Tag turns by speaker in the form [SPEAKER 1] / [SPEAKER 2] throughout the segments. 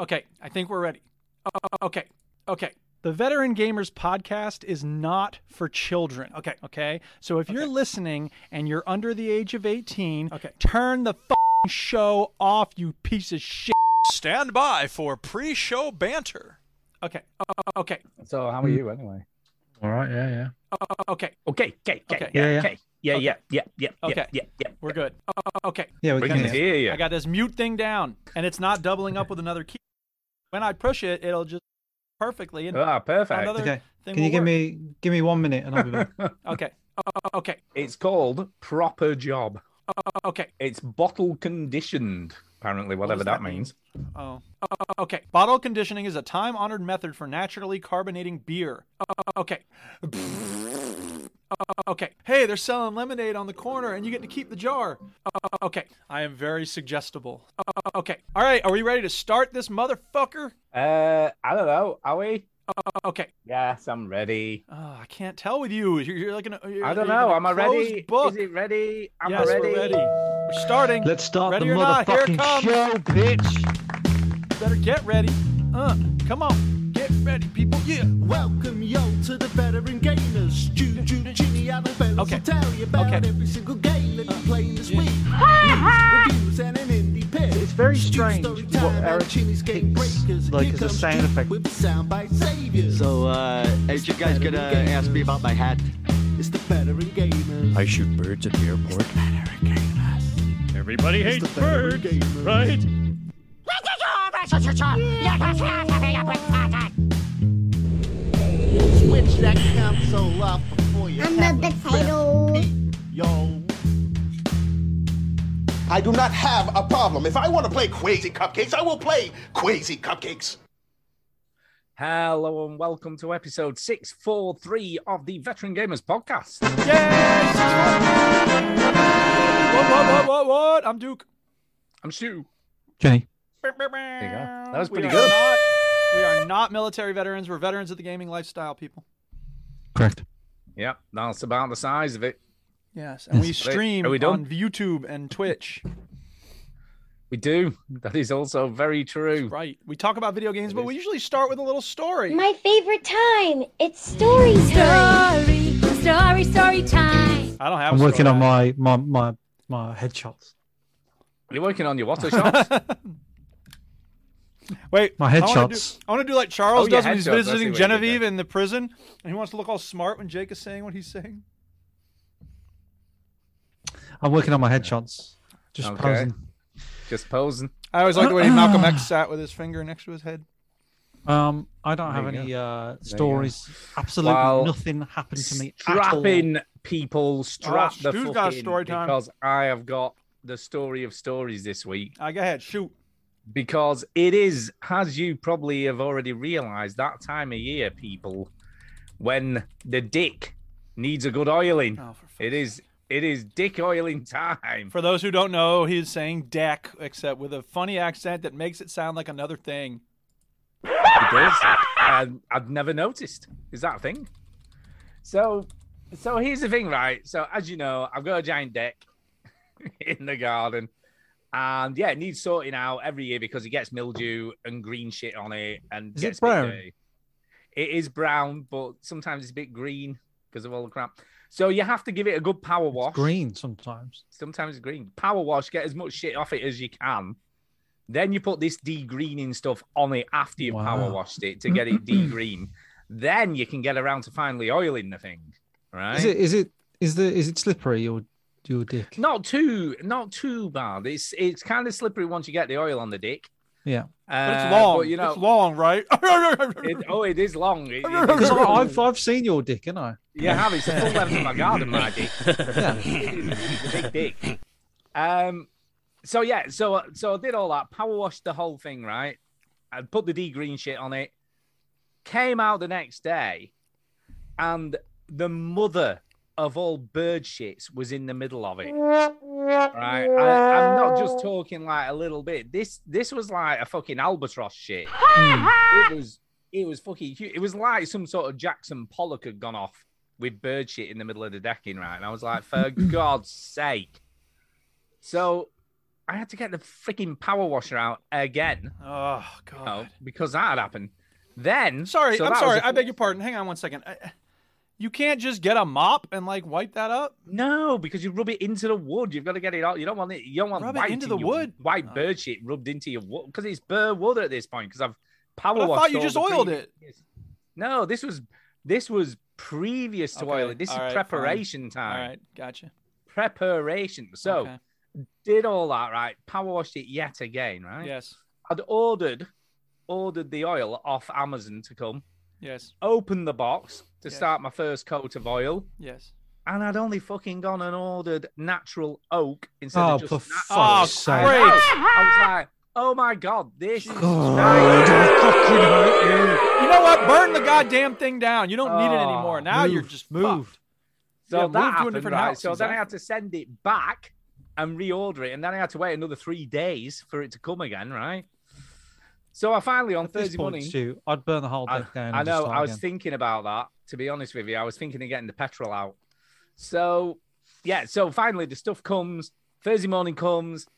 [SPEAKER 1] Okay, I think we're ready. O- o- Okay, okay. The Veteran Gamers podcast is not for children.
[SPEAKER 2] Okay.
[SPEAKER 1] Okay. So if you're listening and you're under the age of 18,
[SPEAKER 2] Okay.
[SPEAKER 1] turn the f show off, you piece of shit.
[SPEAKER 2] Stand by for pre-show banter.
[SPEAKER 1] Okay, o- okay,
[SPEAKER 3] So how are
[SPEAKER 1] Hmm.
[SPEAKER 3] you anyway?
[SPEAKER 4] All right, yeah, yeah.
[SPEAKER 1] o- okay.
[SPEAKER 5] Okay, okay, okay,
[SPEAKER 1] Okay.
[SPEAKER 4] Yeah, yeah.
[SPEAKER 5] yeah, okay. Yeah,
[SPEAKER 1] Okay.
[SPEAKER 5] yeah, yeah, yeah, yeah,
[SPEAKER 1] Okay.
[SPEAKER 5] yeah, yeah.
[SPEAKER 1] We're good. O- o- Okay.
[SPEAKER 4] Yeah,
[SPEAKER 5] We can hear you.
[SPEAKER 1] I got this mute thing down, and it's not doubling up with another key. When I push it, it'll just perfectly.
[SPEAKER 2] Uh.
[SPEAKER 1] And
[SPEAKER 5] Ah, perfect.
[SPEAKER 1] another
[SPEAKER 4] Okay.
[SPEAKER 1] thing
[SPEAKER 4] Can you
[SPEAKER 1] will
[SPEAKER 4] give
[SPEAKER 1] work.
[SPEAKER 4] me give me one minute and I'll be back?
[SPEAKER 1] Okay. o- o- Okay.
[SPEAKER 5] It's called proper job.
[SPEAKER 1] o- Okay.
[SPEAKER 5] It's bottle conditioned, apparently, whatever
[SPEAKER 1] does
[SPEAKER 5] that,
[SPEAKER 1] that mean?
[SPEAKER 5] means.
[SPEAKER 1] Oh. O- o- Okay. Bottle conditioning is a time honored method for naturally carbonating beer. O- o- Okay. O- Okay. Hey, they're selling lemonade on the corner and you get to keep the jar. O- o- Okay. I am very suggestible. O- o- Okay. All right. Are we ready to start this motherfucker?
[SPEAKER 5] Uh, I don't know. Are we?
[SPEAKER 1] O- Okay.
[SPEAKER 5] Yes, I'm ready.
[SPEAKER 1] Oh, I can't tell with you. You're, you're like an. You're,
[SPEAKER 5] I don't
[SPEAKER 1] you're
[SPEAKER 5] know.
[SPEAKER 1] like a
[SPEAKER 5] Am I
[SPEAKER 1] closed
[SPEAKER 5] ready?
[SPEAKER 1] Book.
[SPEAKER 5] Is it ready? Am
[SPEAKER 1] yes,
[SPEAKER 5] I ready?
[SPEAKER 1] we're ready. We're starting.
[SPEAKER 4] Let's start
[SPEAKER 1] Ready
[SPEAKER 4] the
[SPEAKER 1] or not, here it
[SPEAKER 4] motherfucking
[SPEAKER 1] comes.
[SPEAKER 4] show, bitch.
[SPEAKER 1] Better get ready. Uh, come on. Get ready, people. Yeah.
[SPEAKER 6] Welcome, yo, to the veteran gamers. Stu, Jude, Ginny, and the fellas
[SPEAKER 1] Okay.
[SPEAKER 6] will tell you about
[SPEAKER 1] Okay.
[SPEAKER 6] every single game that you're playing this week. News, reviews, and an indie pick.
[SPEAKER 4] It's very
[SPEAKER 6] Stu's
[SPEAKER 4] strange
[SPEAKER 6] story
[SPEAKER 4] what
[SPEAKER 6] time and
[SPEAKER 4] Eric
[SPEAKER 6] Ginny's game
[SPEAKER 4] picks,
[SPEAKER 6] breakers.
[SPEAKER 4] like,
[SPEAKER 6] Here
[SPEAKER 4] as a
[SPEAKER 6] comes
[SPEAKER 4] sound
[SPEAKER 6] Stu
[SPEAKER 4] effect.
[SPEAKER 6] With the soundbite saviors.
[SPEAKER 7] So, uh, as you guys gonna ask me about my hat?
[SPEAKER 6] it's the veteran gamers.
[SPEAKER 8] I shoot birds at the airport.
[SPEAKER 6] veteran gamers.
[SPEAKER 9] Everybody
[SPEAKER 6] It's
[SPEAKER 9] hates
[SPEAKER 6] the veteran
[SPEAKER 9] birds,
[SPEAKER 6] gamers.
[SPEAKER 9] right?
[SPEAKER 6] Switch that console off before you
[SPEAKER 10] I'm a
[SPEAKER 6] have
[SPEAKER 10] potato.
[SPEAKER 6] yo.
[SPEAKER 11] I do not have a problem. If I want to play Quazy Cupcakes, I will play Quazy Cupcakes.
[SPEAKER 5] Hello and welcome to episode 643 of the Veteran Gamers Podcast.
[SPEAKER 1] What, what, what, what, what? I'm Duke.
[SPEAKER 5] I'm Stu.
[SPEAKER 4] Jenny.
[SPEAKER 5] There you go. That was
[SPEAKER 1] We
[SPEAKER 5] pretty
[SPEAKER 1] are
[SPEAKER 5] good.
[SPEAKER 1] not- we are not military veterans. We're veterans of the gaming lifestyle, people.
[SPEAKER 4] Correct.
[SPEAKER 5] Yep, that's about the size of it.
[SPEAKER 1] Yes, and we
[SPEAKER 5] Are we-
[SPEAKER 1] stream
[SPEAKER 5] are we done?
[SPEAKER 1] on YouTube and Twitch.
[SPEAKER 5] We do. That is also very true.
[SPEAKER 1] Right. We talk about video games,
[SPEAKER 5] It
[SPEAKER 1] but
[SPEAKER 5] is.
[SPEAKER 1] we usually start with a little story.
[SPEAKER 10] My favorite time. It's story time.
[SPEAKER 9] Story, story, story time.
[SPEAKER 1] I don't have.
[SPEAKER 4] I'm
[SPEAKER 1] a
[SPEAKER 4] working
[SPEAKER 1] story.
[SPEAKER 4] on my my my my headshots.
[SPEAKER 5] You're working on your water shots?
[SPEAKER 1] Wait,
[SPEAKER 4] My
[SPEAKER 1] I wanna do-
[SPEAKER 4] headshots.
[SPEAKER 1] I want to do like Charles
[SPEAKER 5] Oh, your
[SPEAKER 1] does when he's
[SPEAKER 5] headshots, I see
[SPEAKER 1] visiting
[SPEAKER 5] what you did there.
[SPEAKER 1] Genevieve in the prison, and he wants to look all smart when Jake is saying what he's saying.
[SPEAKER 4] I'm working on my headshots. Just
[SPEAKER 5] Okay.
[SPEAKER 4] posing.
[SPEAKER 5] Just posing.
[SPEAKER 1] I always like the way Malcolm X sat with his finger next to his head.
[SPEAKER 4] Um, I don't have
[SPEAKER 5] you
[SPEAKER 4] any uh stories. Absolutely
[SPEAKER 5] Well,
[SPEAKER 4] nothing happened to me. at all.
[SPEAKER 5] Strap in, people. Strap
[SPEAKER 1] Oh,
[SPEAKER 5] the
[SPEAKER 1] Stu's
[SPEAKER 5] fuck
[SPEAKER 1] got
[SPEAKER 5] in,
[SPEAKER 1] story time.
[SPEAKER 5] because I have got the story of stories this week.
[SPEAKER 1] I Uh, go ahead, shoot.
[SPEAKER 5] Because it is, as you probably have already realised, that time of year, people, when the dick needs a good oiling.
[SPEAKER 1] Oh, for fuck's
[SPEAKER 5] It is. It is dick oiling time.
[SPEAKER 1] For those who don't know, he's saying deck, except with a funny accent that makes it sound like another thing.
[SPEAKER 5] It is. and I've never noticed. Is that a thing? So, so here's the thing, right? So, as you know, I've got a giant deck in the garden, and yeah, it needs sorting out every year because it gets mildew and green shit on it, and
[SPEAKER 4] Is it
[SPEAKER 5] gets a bit
[SPEAKER 4] brown?
[SPEAKER 5] dirty. It is brown, but sometimes it's a bit green because of all the crap. So you have to give it a good power
[SPEAKER 4] It's
[SPEAKER 5] wash.
[SPEAKER 4] green sometimes.
[SPEAKER 5] Sometimes green. Power wash. Get as much shit off it as you can. Then you put this degreening stuff on it after you've power
[SPEAKER 4] Wow.
[SPEAKER 5] washed it to get it degreen. then you can get around to finally oiling the thing, right?
[SPEAKER 4] Is it is it is the is it slippery your your dick?
[SPEAKER 5] Not too, not too bad. It's it's kind of slippery once you get the oil on the dick.
[SPEAKER 4] Yeah.
[SPEAKER 5] Uh,
[SPEAKER 1] But it's long.
[SPEAKER 5] you know,
[SPEAKER 1] it's long, right?
[SPEAKER 5] it- oh, it is long. It- it is
[SPEAKER 4] Because I-
[SPEAKER 5] long.
[SPEAKER 4] I've I've seen your dick, haven't I?
[SPEAKER 5] You have it's the full length of my garden, my dick. It's a big dick. Um, so yeah, so so I did all that, power washed the whole thing, right? I put the D green shit on it. Came out the next day, and the mother of all bird shits was in the middle of it. Right, I, I'm not just talking like a little bit. This this was like a fucking albatross shit. it was it was fucking huge. It was like some sort of Jackson Pollock had gone off with bird shit in the middle of the decking, right? And I was like, for God's sake. So I had to get the freaking power washer out again
[SPEAKER 1] Oh
[SPEAKER 5] you
[SPEAKER 1] God.
[SPEAKER 5] know, because that had happened. Then
[SPEAKER 1] Sorry,
[SPEAKER 5] so
[SPEAKER 1] I'm
[SPEAKER 5] that was
[SPEAKER 1] sorry.
[SPEAKER 5] a-
[SPEAKER 1] I beg your pardon. Hang on one second. I, you can't just get a mop and like wipe that up.
[SPEAKER 5] No, because you rub it into the wood. You've got to get it out. You don't want it. You don't want
[SPEAKER 1] Rub it
[SPEAKER 5] white
[SPEAKER 1] into
[SPEAKER 5] in
[SPEAKER 1] the
[SPEAKER 5] your-
[SPEAKER 1] wood?
[SPEAKER 5] White
[SPEAKER 1] Oh.
[SPEAKER 5] bird shit rubbed into your wood because it's burr wood at this point. Because I've power
[SPEAKER 1] But I
[SPEAKER 5] washed.
[SPEAKER 1] thought you
[SPEAKER 5] all
[SPEAKER 1] just
[SPEAKER 5] the
[SPEAKER 1] oiled
[SPEAKER 5] previous-
[SPEAKER 1] it.
[SPEAKER 5] No, this was this was previous to
[SPEAKER 1] Okay,
[SPEAKER 5] oil it. This is
[SPEAKER 1] all right, fine.
[SPEAKER 5] preparation
[SPEAKER 1] All
[SPEAKER 5] time.
[SPEAKER 1] right, gotcha.
[SPEAKER 5] Preparation. So
[SPEAKER 1] Okay.
[SPEAKER 5] did all that right. Power washed it yet again. Right.
[SPEAKER 1] yes,
[SPEAKER 5] I'd ordered ordered the oil off Amazon to come.
[SPEAKER 1] yes,
[SPEAKER 5] Opened the box to
[SPEAKER 1] Yes.
[SPEAKER 5] start my first coat of oil.
[SPEAKER 1] yes.
[SPEAKER 5] and I'd only fucking gone and ordered natural oak instead
[SPEAKER 4] Oh,
[SPEAKER 5] of just
[SPEAKER 4] for
[SPEAKER 5] nat-
[SPEAKER 1] Oh,
[SPEAKER 4] fuck's
[SPEAKER 5] I
[SPEAKER 4] sake.
[SPEAKER 5] know.
[SPEAKER 1] great.
[SPEAKER 5] I was like, oh my god, this is
[SPEAKER 4] God, I fucking hate you.
[SPEAKER 1] You know what? Burn the goddamn thing down. You don't need it anymore.
[SPEAKER 5] Oh,
[SPEAKER 1] Now you're
[SPEAKER 4] move,
[SPEAKER 1] just
[SPEAKER 4] move.
[SPEAKER 1] fucked.
[SPEAKER 5] so
[SPEAKER 1] Yeah,
[SPEAKER 5] that
[SPEAKER 1] move to a
[SPEAKER 5] happened,
[SPEAKER 1] different
[SPEAKER 5] right?
[SPEAKER 1] house,
[SPEAKER 5] So then I had to send it back and reorder it, and then I had to wait another three days for it to come again, right? So I finally on
[SPEAKER 4] At this
[SPEAKER 5] Thursday
[SPEAKER 4] point,
[SPEAKER 5] morning.
[SPEAKER 4] Stu, I'd burn the whole
[SPEAKER 5] I,
[SPEAKER 4] deck down.
[SPEAKER 5] I
[SPEAKER 4] and just
[SPEAKER 5] know.
[SPEAKER 4] start
[SPEAKER 5] I was
[SPEAKER 4] again.
[SPEAKER 5] thinking about that. To be honest with you, I was thinking of getting the petrol out. So, yeah. So finally, the stuff comes. Thursday morning comes.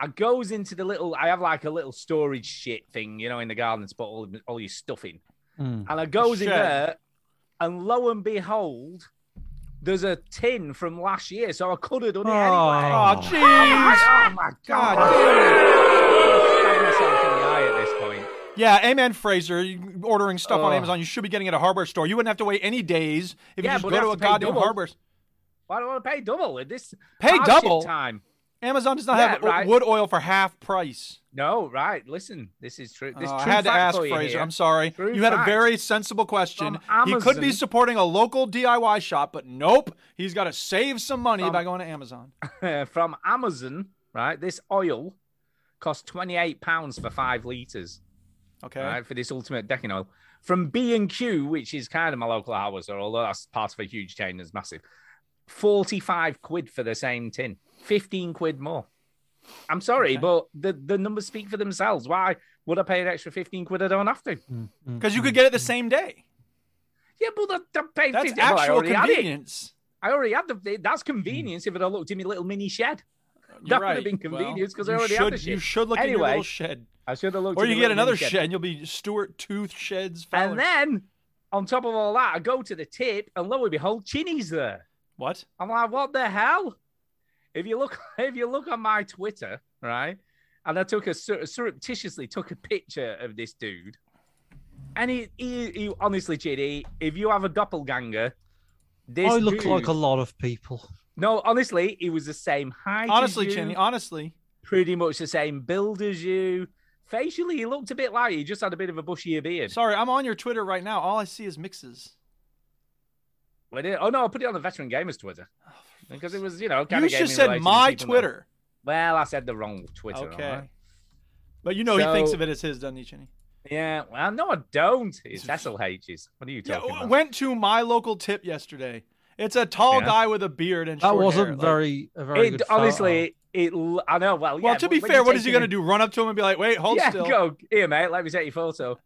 [SPEAKER 5] I goes into the little. I have like a little storage shit thing, you know, in the garden to put all all your stuff in.
[SPEAKER 4] Mm.
[SPEAKER 5] And I goes in
[SPEAKER 1] shed.
[SPEAKER 5] there, and lo and behold, there's a tin from last year. So I could have done it anyway.
[SPEAKER 4] Oh.
[SPEAKER 1] Oh, jeez.
[SPEAKER 5] Oh my god!
[SPEAKER 1] God
[SPEAKER 5] Stabbed myself in the eye at this point.
[SPEAKER 1] Yeah, amen, Fraser. You- Ordering stuff on
[SPEAKER 5] Ugh.
[SPEAKER 1] Amazon, you should be getting it at a hardware store. You wouldn't have to wait any days if
[SPEAKER 5] Yeah,
[SPEAKER 1] you just
[SPEAKER 5] but
[SPEAKER 1] go
[SPEAKER 5] you
[SPEAKER 1] to
[SPEAKER 5] have
[SPEAKER 1] a
[SPEAKER 5] to pay
[SPEAKER 1] goddamn
[SPEAKER 5] double.
[SPEAKER 1] harbor.
[SPEAKER 5] Why do I want to pay double? At this
[SPEAKER 1] Pay
[SPEAKER 5] hardship
[SPEAKER 1] double?
[SPEAKER 5] time.
[SPEAKER 1] Amazon does not
[SPEAKER 5] Yeah,
[SPEAKER 1] have o-
[SPEAKER 5] right.
[SPEAKER 1] wood oil for half price.
[SPEAKER 5] No, right. Listen, this is true. This
[SPEAKER 1] Oh,
[SPEAKER 5] true
[SPEAKER 1] I had to
[SPEAKER 5] fact
[SPEAKER 1] ask
[SPEAKER 5] for you
[SPEAKER 1] Fraser.
[SPEAKER 5] here.
[SPEAKER 1] I'm sorry.
[SPEAKER 5] True
[SPEAKER 1] you had
[SPEAKER 5] fact.
[SPEAKER 1] a very sensible question.
[SPEAKER 5] From
[SPEAKER 1] He could be
[SPEAKER 5] Amazon.
[SPEAKER 1] supporting a local DIY shop, but nope. He's got to save some money
[SPEAKER 5] From-
[SPEAKER 1] by going to Amazon.
[SPEAKER 5] from Amazon, right? This oil costs twenty eight pounds for five liters,
[SPEAKER 1] Okay.
[SPEAKER 5] right? For this ultimate decking oil from B and Q, which is kind of my local hours, or although that's part of a huge chain that's massive. Forty five quid for the same tin, fifteen quid more. I'm sorry, but the the numbers speak for themselves. Why would I pay an extra fifteen quid? I don't have to.
[SPEAKER 4] mm,
[SPEAKER 1] Because you could get it the same day.
[SPEAKER 5] Yeah, but I, I paid
[SPEAKER 1] That's
[SPEAKER 5] 15 well, I
[SPEAKER 1] actual
[SPEAKER 5] already had it.
[SPEAKER 1] convenience.
[SPEAKER 5] I already had the. That's convenience if it had looked in my little mini shed.
[SPEAKER 1] You're
[SPEAKER 5] That would
[SPEAKER 1] right.
[SPEAKER 5] have been
[SPEAKER 1] Well,
[SPEAKER 5] convenience 'cause I
[SPEAKER 1] you
[SPEAKER 5] already had
[SPEAKER 1] should,
[SPEAKER 5] the
[SPEAKER 1] You
[SPEAKER 5] shit.
[SPEAKER 1] should look in your
[SPEAKER 5] Anyway,
[SPEAKER 1] little shed.
[SPEAKER 5] I should have looked.
[SPEAKER 1] Or
[SPEAKER 5] in
[SPEAKER 1] you
[SPEAKER 5] my
[SPEAKER 1] get
[SPEAKER 5] little
[SPEAKER 1] another
[SPEAKER 5] mini
[SPEAKER 1] shed. and you'll be Stuart Tooth Sheds. Fowler.
[SPEAKER 5] And then on top of all that, I go to the tip, and lo and behold, Chinny's there.
[SPEAKER 1] what?
[SPEAKER 5] I'm like, what the hell? If you look, if you look on my Twitter, right, and I took a sur- surreptitiously took a picture of this dude, and he, he, he honestly, Chinny, if you have a doppelganger, this
[SPEAKER 4] I look like
[SPEAKER 5] dude-
[SPEAKER 4] a lot of people.
[SPEAKER 5] no. Honestly, he was the same height. as
[SPEAKER 1] Honestly,
[SPEAKER 5] you.
[SPEAKER 1] Chinny, honestly.
[SPEAKER 5] pretty much the same build as you. Facially, he looked a bit like he just had a bit of a bushier beard.
[SPEAKER 1] Sorry, I'm on your Twitter right now. All I see is mixes.
[SPEAKER 5] But it- oh no, I put it on the veteran gamers Twitter because it was you know kind
[SPEAKER 1] Oh, You
[SPEAKER 5] of
[SPEAKER 1] just said my Twitter.
[SPEAKER 5] Well, I said the wrong Twitter.
[SPEAKER 1] Okay.
[SPEAKER 5] alright?
[SPEAKER 1] But you know he thinks
[SPEAKER 5] So-
[SPEAKER 1] of it as his, doesn't he, Chinny?
[SPEAKER 5] Yeah. Well, no, I don't. It's Cecil H's. What are you
[SPEAKER 1] Yeah,
[SPEAKER 5] talking
[SPEAKER 1] w-
[SPEAKER 5] about?
[SPEAKER 1] went to my local tip yesterday. It's a tall
[SPEAKER 5] Yeah.
[SPEAKER 1] guy with a beard and
[SPEAKER 4] That
[SPEAKER 1] short
[SPEAKER 4] wasn't
[SPEAKER 1] hair, like-
[SPEAKER 4] very a very
[SPEAKER 5] it
[SPEAKER 4] good photo.
[SPEAKER 5] honestly, it. l- I know. Well,
[SPEAKER 1] well,
[SPEAKER 5] yeah,
[SPEAKER 1] to
[SPEAKER 5] but
[SPEAKER 1] be
[SPEAKER 5] when
[SPEAKER 1] fair,
[SPEAKER 5] you
[SPEAKER 1] what
[SPEAKER 5] take
[SPEAKER 1] is he
[SPEAKER 5] in-
[SPEAKER 1] going to do? Run up to him and be like, "Wait, hold
[SPEAKER 5] Yeah,
[SPEAKER 1] still."
[SPEAKER 5] go here, mate. Let me take your photo.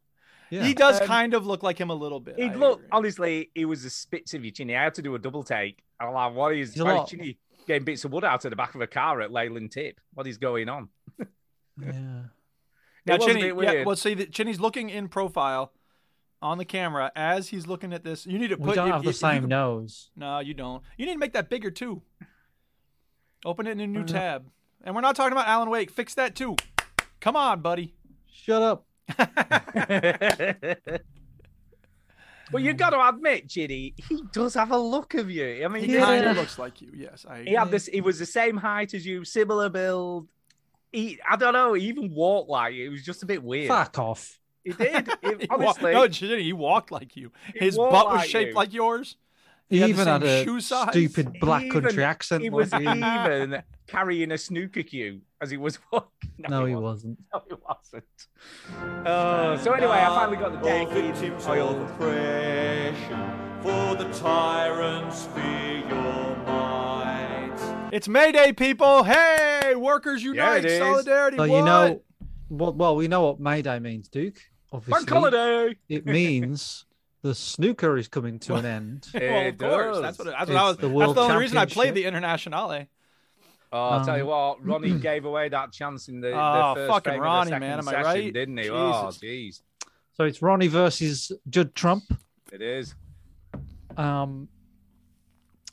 [SPEAKER 4] Yeah.
[SPEAKER 1] He does
[SPEAKER 5] Um,
[SPEAKER 1] kind of look like him a little bit.
[SPEAKER 5] He
[SPEAKER 1] I
[SPEAKER 5] looked
[SPEAKER 1] agree.
[SPEAKER 5] honestly. He was the spits of your chinny. I had to do a double take. I'm like, what is?
[SPEAKER 4] He's a
[SPEAKER 5] why is
[SPEAKER 4] lot.
[SPEAKER 5] chinny getting bits of wood out of the back of a car at Leyland Tip? What is going on?
[SPEAKER 4] yeah.
[SPEAKER 1] Now,
[SPEAKER 5] it was a
[SPEAKER 1] Chinny,
[SPEAKER 5] bit
[SPEAKER 1] yeah,
[SPEAKER 5] weird.
[SPEAKER 1] well, see, that Chinny's looking in profile on the camera as he's looking at this. You need to put.
[SPEAKER 4] We don't
[SPEAKER 1] you-
[SPEAKER 4] have
[SPEAKER 1] you-
[SPEAKER 4] the
[SPEAKER 1] you
[SPEAKER 4] same
[SPEAKER 1] can-
[SPEAKER 4] nose.
[SPEAKER 1] No, you don't. You need to make that bigger too. Open it in a new
[SPEAKER 4] Mm-hmm.
[SPEAKER 1] tab, and we're not talking about Alan Wake. Fix that too. Come on, buddy.
[SPEAKER 4] Shut up.
[SPEAKER 5] well, you got to admit, Ginny, he does have a look of you. I mean,
[SPEAKER 1] He
[SPEAKER 5] this-
[SPEAKER 1] kind of looks like you. Yes, I.
[SPEAKER 5] he had this. He was the same height as you, similar build. He, I don't know. He even walked like you. it was just a bit weird.
[SPEAKER 4] Fuck off.
[SPEAKER 5] He did. He-
[SPEAKER 1] He wa-
[SPEAKER 5] honestly,
[SPEAKER 1] no, Chinny, he walked like you.
[SPEAKER 5] He
[SPEAKER 1] His
[SPEAKER 5] walked
[SPEAKER 1] butt was
[SPEAKER 5] like
[SPEAKER 1] shaped
[SPEAKER 5] you.
[SPEAKER 1] like yours.
[SPEAKER 4] He,
[SPEAKER 1] had the
[SPEAKER 4] even
[SPEAKER 1] same
[SPEAKER 4] had a
[SPEAKER 1] shoe size.
[SPEAKER 4] stupid black
[SPEAKER 5] He
[SPEAKER 4] country
[SPEAKER 5] even-
[SPEAKER 4] accent.
[SPEAKER 5] he was
[SPEAKER 4] wasn't he?
[SPEAKER 5] even carrying a snooker cue as he was walking.
[SPEAKER 4] No, he wasn't.
[SPEAKER 5] No, he wasn't. Oh, so anyway, I finally got the deck.
[SPEAKER 3] victims of oppression, for the tyrants fear your might.
[SPEAKER 1] It's Mayday, people. Hey, workers
[SPEAKER 5] Yeah,
[SPEAKER 1] unite!
[SPEAKER 5] it is.
[SPEAKER 1] Solidarity.
[SPEAKER 4] So
[SPEAKER 1] what?
[SPEAKER 4] you know, well, well, we know what Mayday means, Duke. Obviously,
[SPEAKER 5] Bank holiday.
[SPEAKER 4] it means the snooker is coming to an end.
[SPEAKER 1] Well, of course. That's what. That's what I was.
[SPEAKER 4] It's the
[SPEAKER 1] that's
[SPEAKER 4] World
[SPEAKER 1] the only reason I played
[SPEAKER 4] Championship.
[SPEAKER 1] the Internationale.
[SPEAKER 5] Oh, I'll
[SPEAKER 4] Um,
[SPEAKER 5] tell you what, Ronnie gave away that chance in the, the
[SPEAKER 1] Oh,
[SPEAKER 5] first
[SPEAKER 1] fucking
[SPEAKER 5] frame of the
[SPEAKER 1] Ronnie,
[SPEAKER 5] second
[SPEAKER 1] man, am I
[SPEAKER 5] session,
[SPEAKER 1] right?
[SPEAKER 5] Didn't he?
[SPEAKER 1] Jesus.
[SPEAKER 5] Oh, jeez,
[SPEAKER 4] So it's Ronnie versus Judd Trump.
[SPEAKER 5] it is.
[SPEAKER 4] Um,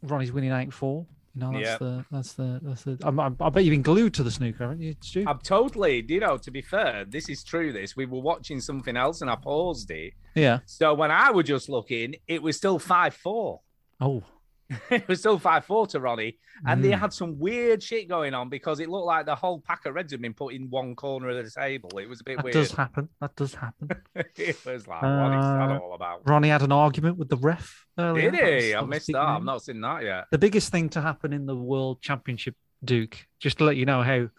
[SPEAKER 4] Ronnie's winning eight four. You know, that's
[SPEAKER 5] Yeah.
[SPEAKER 4] the that's the that's the. I'm, I'm, I bet you've been glued to the snooker, haven't you, Stu?
[SPEAKER 5] I'm totally, you know, to be fair, this is true. This we were watching something else and I paused it.
[SPEAKER 4] yeah.
[SPEAKER 5] So when I was just looking, it was still five four.
[SPEAKER 4] Oh,
[SPEAKER 5] it was still five four to Ronnie, and
[SPEAKER 4] Hmm.
[SPEAKER 5] they had some weird shit going on because it looked like the whole pack of reds had been put in one corner of the table. It was a bit
[SPEAKER 4] that
[SPEAKER 5] weird.
[SPEAKER 4] does happen. That does happen.
[SPEAKER 5] it was like, what is that
[SPEAKER 4] Uh,
[SPEAKER 5] all about?
[SPEAKER 4] Ronnie had an argument with the ref. Earlier.
[SPEAKER 5] Did
[SPEAKER 4] was-
[SPEAKER 5] he? I
[SPEAKER 4] was
[SPEAKER 5] missed
[SPEAKER 4] big
[SPEAKER 5] that. I've
[SPEAKER 4] news.
[SPEAKER 5] not seen that yet.
[SPEAKER 4] the biggest thing to happen in the World Championship, Duke, just to let you know how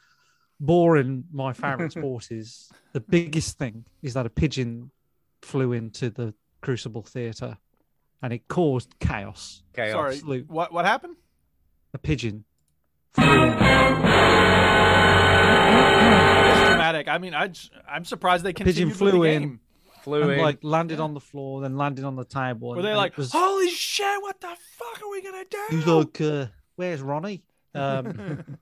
[SPEAKER 4] boring my favorite sport is, the biggest thing is that a pigeon flew into the Crucible Theatre and it caused chaos.
[SPEAKER 5] Chaos.
[SPEAKER 1] Sorry.
[SPEAKER 4] Absolute.
[SPEAKER 1] What what happened?
[SPEAKER 4] A pigeon flew in.
[SPEAKER 1] It's dramatic. I mean, I j- I'm surprised they continued
[SPEAKER 4] pigeon
[SPEAKER 1] with
[SPEAKER 4] flew
[SPEAKER 1] the
[SPEAKER 4] in.
[SPEAKER 1] game.
[SPEAKER 5] Flew
[SPEAKER 4] And,
[SPEAKER 5] in.
[SPEAKER 4] like landed on the floor, then landed on the table.
[SPEAKER 1] Were
[SPEAKER 4] and-
[SPEAKER 1] they
[SPEAKER 4] and it
[SPEAKER 1] like,
[SPEAKER 4] was-
[SPEAKER 1] holy shit, what the fuck are we gonna do?
[SPEAKER 4] He was like, uh, "Where's Ronnie?" Um,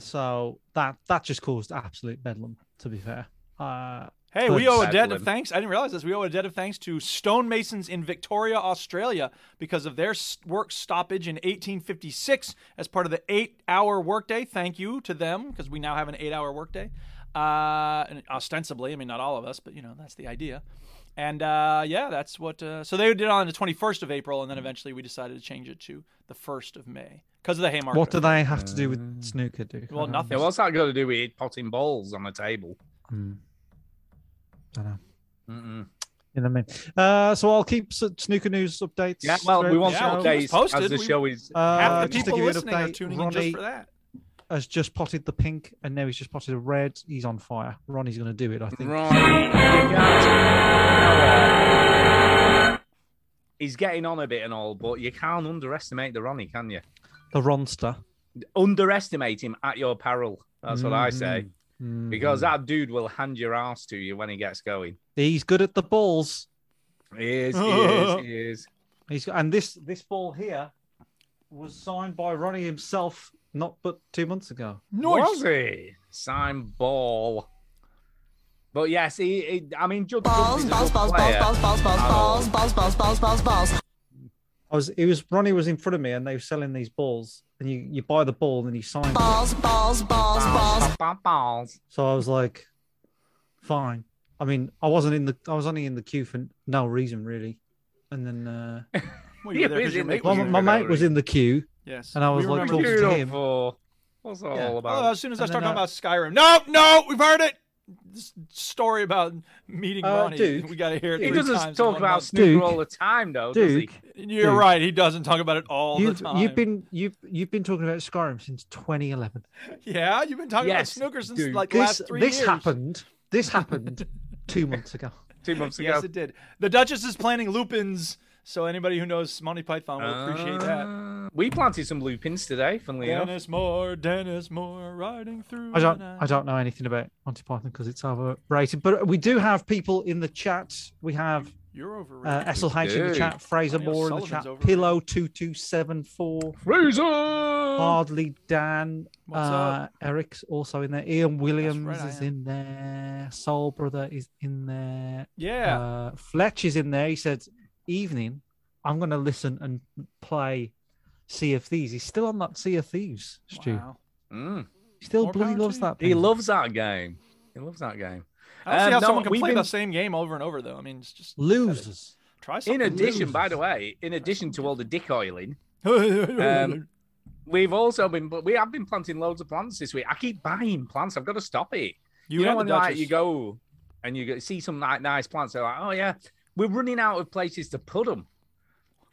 [SPEAKER 4] so that that just caused absolute bedlam. To be fair, uh,
[SPEAKER 1] Hey, we owe a debt of
[SPEAKER 5] Sadly.
[SPEAKER 1] thanks. I didn't realize this. We owe a debt of thanks to stonemasons in Victoria, Australia, because of their s- work stoppage in 1856 as part of the eight-hour workday. Thank you to them, because we now have an eight-hour workday. Uh, and ostensibly, I mean, not all of us, but you know, that's the idea. And uh, yeah, that's what. Uh, so they did it on the 21st of April, and then eventually we decided to change it to the 1st of May because of the Haymarket.
[SPEAKER 4] what do they have to do with snooker, Um, Duke? I
[SPEAKER 1] Well,
[SPEAKER 4] don't
[SPEAKER 1] nothing.
[SPEAKER 5] Yeah, what's that got to do with potting balls on a table?
[SPEAKER 4] Dunno.
[SPEAKER 5] Mm-mm.
[SPEAKER 4] You know what I mean? Uh, so I'll keep s- snooker news updates.
[SPEAKER 5] Yeah, well, we
[SPEAKER 4] throughout
[SPEAKER 5] want
[SPEAKER 4] the
[SPEAKER 1] Yeah,
[SPEAKER 5] some
[SPEAKER 1] well, it was
[SPEAKER 4] show.
[SPEAKER 5] updates as
[SPEAKER 1] posted.
[SPEAKER 5] the
[SPEAKER 1] We-
[SPEAKER 5] show is.
[SPEAKER 4] Uh,
[SPEAKER 1] Half the
[SPEAKER 4] just to
[SPEAKER 1] people
[SPEAKER 4] give you an
[SPEAKER 1] listening are
[SPEAKER 4] update,
[SPEAKER 1] tuning in
[SPEAKER 4] Ronnie-
[SPEAKER 1] just for that.
[SPEAKER 4] Has just potted the pink, and now he's just potted a red. He's on fire. Ronnie's going to do it, I think.
[SPEAKER 5] Ronnie, you can't- He's getting on a bit and all, but you can't underestimate the Ronnie, can you?
[SPEAKER 4] The Ronster.
[SPEAKER 5] Underestimate him at your peril. That's what I
[SPEAKER 1] Mm-hmm.
[SPEAKER 5] say.
[SPEAKER 4] Mm.
[SPEAKER 5] Because that dude will hand your ass to you when he gets going.
[SPEAKER 4] he's good at the balls.
[SPEAKER 5] He is, he is, he is.
[SPEAKER 4] He's and this this ball here was signed by Ronnie himself, not but two months ago.
[SPEAKER 5] Was he? Sign ball. But yes, he, he I mean, Judd Trump is a good player.
[SPEAKER 6] balls, balls, balls, balls, balls, balls.
[SPEAKER 4] I was it was Ronnie was in front of me, and they were selling these balls, and you you buy the ball and you sign. it.
[SPEAKER 6] Balls, balls, balls, balls.
[SPEAKER 5] Balls, balls.
[SPEAKER 4] So I was like, fine. I mean, I wasn't in the I was only in the queue for no reason really. And then uh,
[SPEAKER 1] Well, you were
[SPEAKER 5] Yeah,
[SPEAKER 1] there 'cause
[SPEAKER 5] busy
[SPEAKER 1] your
[SPEAKER 5] in the
[SPEAKER 1] mate
[SPEAKER 4] my,
[SPEAKER 1] was
[SPEAKER 5] corner.
[SPEAKER 1] there.
[SPEAKER 4] my mate was in the queue,
[SPEAKER 1] Yes.
[SPEAKER 4] and I was
[SPEAKER 1] We
[SPEAKER 4] like
[SPEAKER 1] remember
[SPEAKER 4] talking to him.
[SPEAKER 5] Beautiful. What's that
[SPEAKER 4] Yeah.
[SPEAKER 5] all
[SPEAKER 1] Oh,
[SPEAKER 5] about?
[SPEAKER 1] as soon as I
[SPEAKER 4] And
[SPEAKER 1] start
[SPEAKER 4] then,
[SPEAKER 1] talking about Skyrim, no, no, we've heard it. This story about meeting
[SPEAKER 4] Uh,
[SPEAKER 1] Ronnie.
[SPEAKER 4] Duke.
[SPEAKER 1] we got to hear it.
[SPEAKER 5] he
[SPEAKER 1] three
[SPEAKER 5] doesn't
[SPEAKER 1] times in
[SPEAKER 5] talk
[SPEAKER 1] one
[SPEAKER 5] about
[SPEAKER 1] month.
[SPEAKER 5] snooker
[SPEAKER 4] Duke.
[SPEAKER 5] all the time, though,
[SPEAKER 4] Duke,
[SPEAKER 1] You're
[SPEAKER 4] Duke.
[SPEAKER 1] right. He doesn't talk about it all
[SPEAKER 4] you've
[SPEAKER 1] the time.
[SPEAKER 4] you've been you've you've been talking about Skyrim since 2011.
[SPEAKER 1] yeah, you've been talking
[SPEAKER 5] Yes,
[SPEAKER 1] about snooker since
[SPEAKER 5] Duke.
[SPEAKER 1] like
[SPEAKER 4] This
[SPEAKER 1] last three
[SPEAKER 4] this
[SPEAKER 1] years.
[SPEAKER 4] happened. This happened two months ago.
[SPEAKER 5] does he? Two months ago.
[SPEAKER 1] Yes, it did. The Duchess is planning Lupins, so anybody who knows Monty Python will appreciate that.
[SPEAKER 5] Uh, we planted some lupins today, funnily enough.
[SPEAKER 1] Dennis Moore, Dennis Moore, riding through.
[SPEAKER 4] I don't
[SPEAKER 1] the night.
[SPEAKER 4] I don't know anything about Monty Python because it's overrated. But we do have people in the chat. We have
[SPEAKER 1] You're overrated.
[SPEAKER 4] uh, SLH in
[SPEAKER 5] do.
[SPEAKER 4] the chat, Fraser
[SPEAKER 1] Daniel
[SPEAKER 4] Moore in the
[SPEAKER 1] Sullivan's
[SPEAKER 4] chat,
[SPEAKER 1] overrated.
[SPEAKER 4] Pillow two two seven four,
[SPEAKER 1] Oh.
[SPEAKER 5] Razor!
[SPEAKER 4] Hardly Dan,
[SPEAKER 1] What's
[SPEAKER 4] uh,
[SPEAKER 1] up?
[SPEAKER 4] Eric's also in there. Ian Williams
[SPEAKER 1] I
[SPEAKER 4] is
[SPEAKER 1] am.
[SPEAKER 4] in there. Soul Brother is in there.
[SPEAKER 1] yeah.
[SPEAKER 4] Uh, Fletch is in there. He said, "Evening, I'm going to listen and play Sea of Thieves." He's still on that Sea of Thieves, Stu.
[SPEAKER 1] Wow.
[SPEAKER 5] Mm.
[SPEAKER 4] He still
[SPEAKER 1] More
[SPEAKER 4] bloody
[SPEAKER 1] power to
[SPEAKER 4] loves
[SPEAKER 1] you.
[SPEAKER 4] that.
[SPEAKER 5] He
[SPEAKER 4] thing.
[SPEAKER 5] loves that game. He loves that game.
[SPEAKER 1] I don't see
[SPEAKER 5] Um,
[SPEAKER 1] how
[SPEAKER 5] no,
[SPEAKER 1] someone can
[SPEAKER 5] we've
[SPEAKER 1] play
[SPEAKER 5] been-
[SPEAKER 1] the same game over and over, though. I mean, it's just
[SPEAKER 4] losers.
[SPEAKER 1] try something.
[SPEAKER 5] In addition,
[SPEAKER 1] new.
[SPEAKER 5] by the way, in addition to all the dick oiling,
[SPEAKER 1] um,
[SPEAKER 5] we've also been, but we have been planting loads of plants this week. I keep buying plants. I've got to stop it. You, know
[SPEAKER 1] and
[SPEAKER 5] when
[SPEAKER 1] the
[SPEAKER 5] like
[SPEAKER 1] Duchess.
[SPEAKER 5] you go and you go, see some like nice plants. They're like, oh yeah, we're running out of places to put them.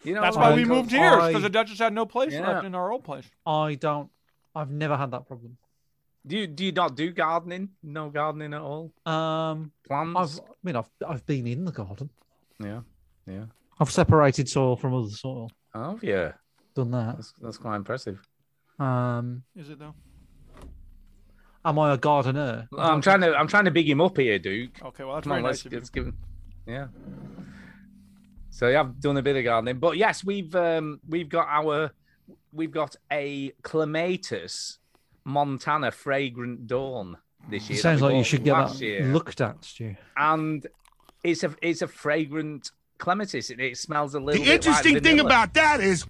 [SPEAKER 5] You know,
[SPEAKER 1] That's
[SPEAKER 5] like-
[SPEAKER 1] why we
[SPEAKER 4] I-
[SPEAKER 1] moved here
[SPEAKER 4] I-
[SPEAKER 1] because the Duchess had no place
[SPEAKER 5] Yeah.
[SPEAKER 1] left in our old place.
[SPEAKER 4] I don't. I've never had that problem.
[SPEAKER 5] Do you, do you not do gardening? No gardening at all.
[SPEAKER 4] Um, I've,
[SPEAKER 5] Plants.
[SPEAKER 4] I mean, I've I've been in the garden.
[SPEAKER 5] Yeah, yeah.
[SPEAKER 4] I've separated soil from other soil.
[SPEAKER 5] Oh yeah,
[SPEAKER 4] Done that.
[SPEAKER 5] that's that's quite impressive.
[SPEAKER 4] Um,
[SPEAKER 1] Is it though?
[SPEAKER 4] am I a gardener?
[SPEAKER 5] I'm trying to I'm trying to big him up here, Duke.
[SPEAKER 1] Okay, well that's
[SPEAKER 5] Come on,
[SPEAKER 1] very
[SPEAKER 5] let's,
[SPEAKER 1] nice of you.
[SPEAKER 5] let's give him. Yeah. So yeah, I've done a bit of gardening, but yes, we've um, we've got our we've got a clematis Montana Fragrant Dawn this year. that
[SPEAKER 4] Sounds
[SPEAKER 5] we
[SPEAKER 4] like you
[SPEAKER 5] bought
[SPEAKER 4] should get
[SPEAKER 5] last
[SPEAKER 4] that
[SPEAKER 5] year.
[SPEAKER 4] looked at, Stu.
[SPEAKER 5] and it's a it's a fragrant clematis. It, it smells a little.
[SPEAKER 8] The
[SPEAKER 5] bit like
[SPEAKER 8] interesting thing
[SPEAKER 5] vanilla.
[SPEAKER 8] about that is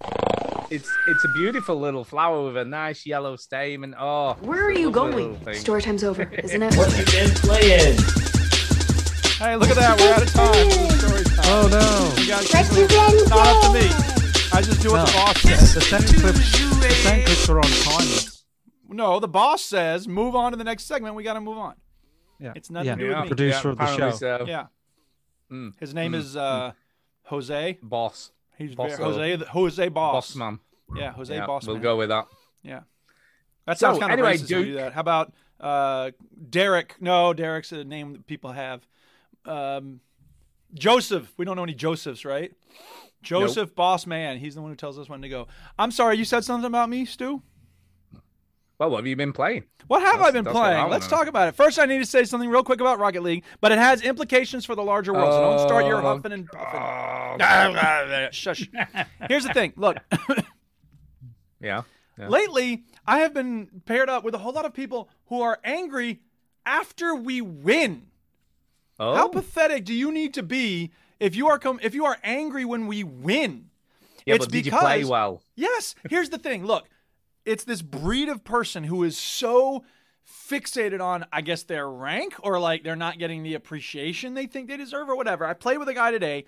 [SPEAKER 5] it's it's a beautiful little flower with a nice yellow stem and oh.
[SPEAKER 12] Where are you going? Story time's over, isn't it? What you
[SPEAKER 5] playing?
[SPEAKER 1] Hey, look at that. We're out of time. for story time.
[SPEAKER 4] Oh no!
[SPEAKER 1] You guys, it's not up to me. I just do what the boss says.
[SPEAKER 4] The sound clips, the sound clips are on timers.
[SPEAKER 1] No, the boss says move on to the next segment. We got to move on.
[SPEAKER 4] Yeah.
[SPEAKER 1] It's nothing
[SPEAKER 4] Yeah.
[SPEAKER 1] to do with
[SPEAKER 4] Yeah.
[SPEAKER 1] me.
[SPEAKER 4] Producer of the
[SPEAKER 5] apparently
[SPEAKER 4] show.
[SPEAKER 5] So.
[SPEAKER 1] Yeah.
[SPEAKER 5] Oh. Mm.
[SPEAKER 1] His name
[SPEAKER 5] Mm.
[SPEAKER 1] is uh, Jose.
[SPEAKER 5] Boss.
[SPEAKER 1] He's
[SPEAKER 5] Boss
[SPEAKER 1] very, Jose. the- Jose Boss.
[SPEAKER 5] Boss man.
[SPEAKER 1] Yeah, Jose
[SPEAKER 5] Yeah,
[SPEAKER 1] Boss.
[SPEAKER 5] We'll
[SPEAKER 1] man.
[SPEAKER 5] go with that.
[SPEAKER 1] Yeah. That
[SPEAKER 5] So,
[SPEAKER 1] sounds kind of
[SPEAKER 5] anyway,
[SPEAKER 1] racist to do
[SPEAKER 5] Duke-
[SPEAKER 1] that. How about uh, Derek? No, Derek's a name that people have. Um, Joseph. We don't know any Josephs, right? Joseph Boss Man. He's the one who tells us when to go. I'm sorry, you said something about me, Stu?
[SPEAKER 5] Well, what have you been playing?
[SPEAKER 1] What have
[SPEAKER 5] That's-
[SPEAKER 1] I been
[SPEAKER 5] that's what I
[SPEAKER 1] playing?
[SPEAKER 5] wanna
[SPEAKER 1] Let's
[SPEAKER 5] know.
[SPEAKER 1] talk about it. First, I need to say something real quick about Rocket League, but it has implications for the larger world. so don't start your
[SPEAKER 5] Oh,
[SPEAKER 1] huffing and puffing.
[SPEAKER 5] God.
[SPEAKER 1] Shush. Here's the thing. Look,
[SPEAKER 5] Yeah. yeah.
[SPEAKER 1] lately I have been paired up with a whole lot of people who are angry after we win.
[SPEAKER 5] Oh.
[SPEAKER 1] How pathetic do you need to be if you are com- if you are angry when we win?
[SPEAKER 5] yeah,
[SPEAKER 1] it's
[SPEAKER 5] but did you
[SPEAKER 1] because
[SPEAKER 5] play well?
[SPEAKER 1] Yes. Here's the thing. Look, it's this breed of person who is so fixated on, I guess, their rank or like they're not getting the appreciation they think they deserve or whatever. I played with a guy today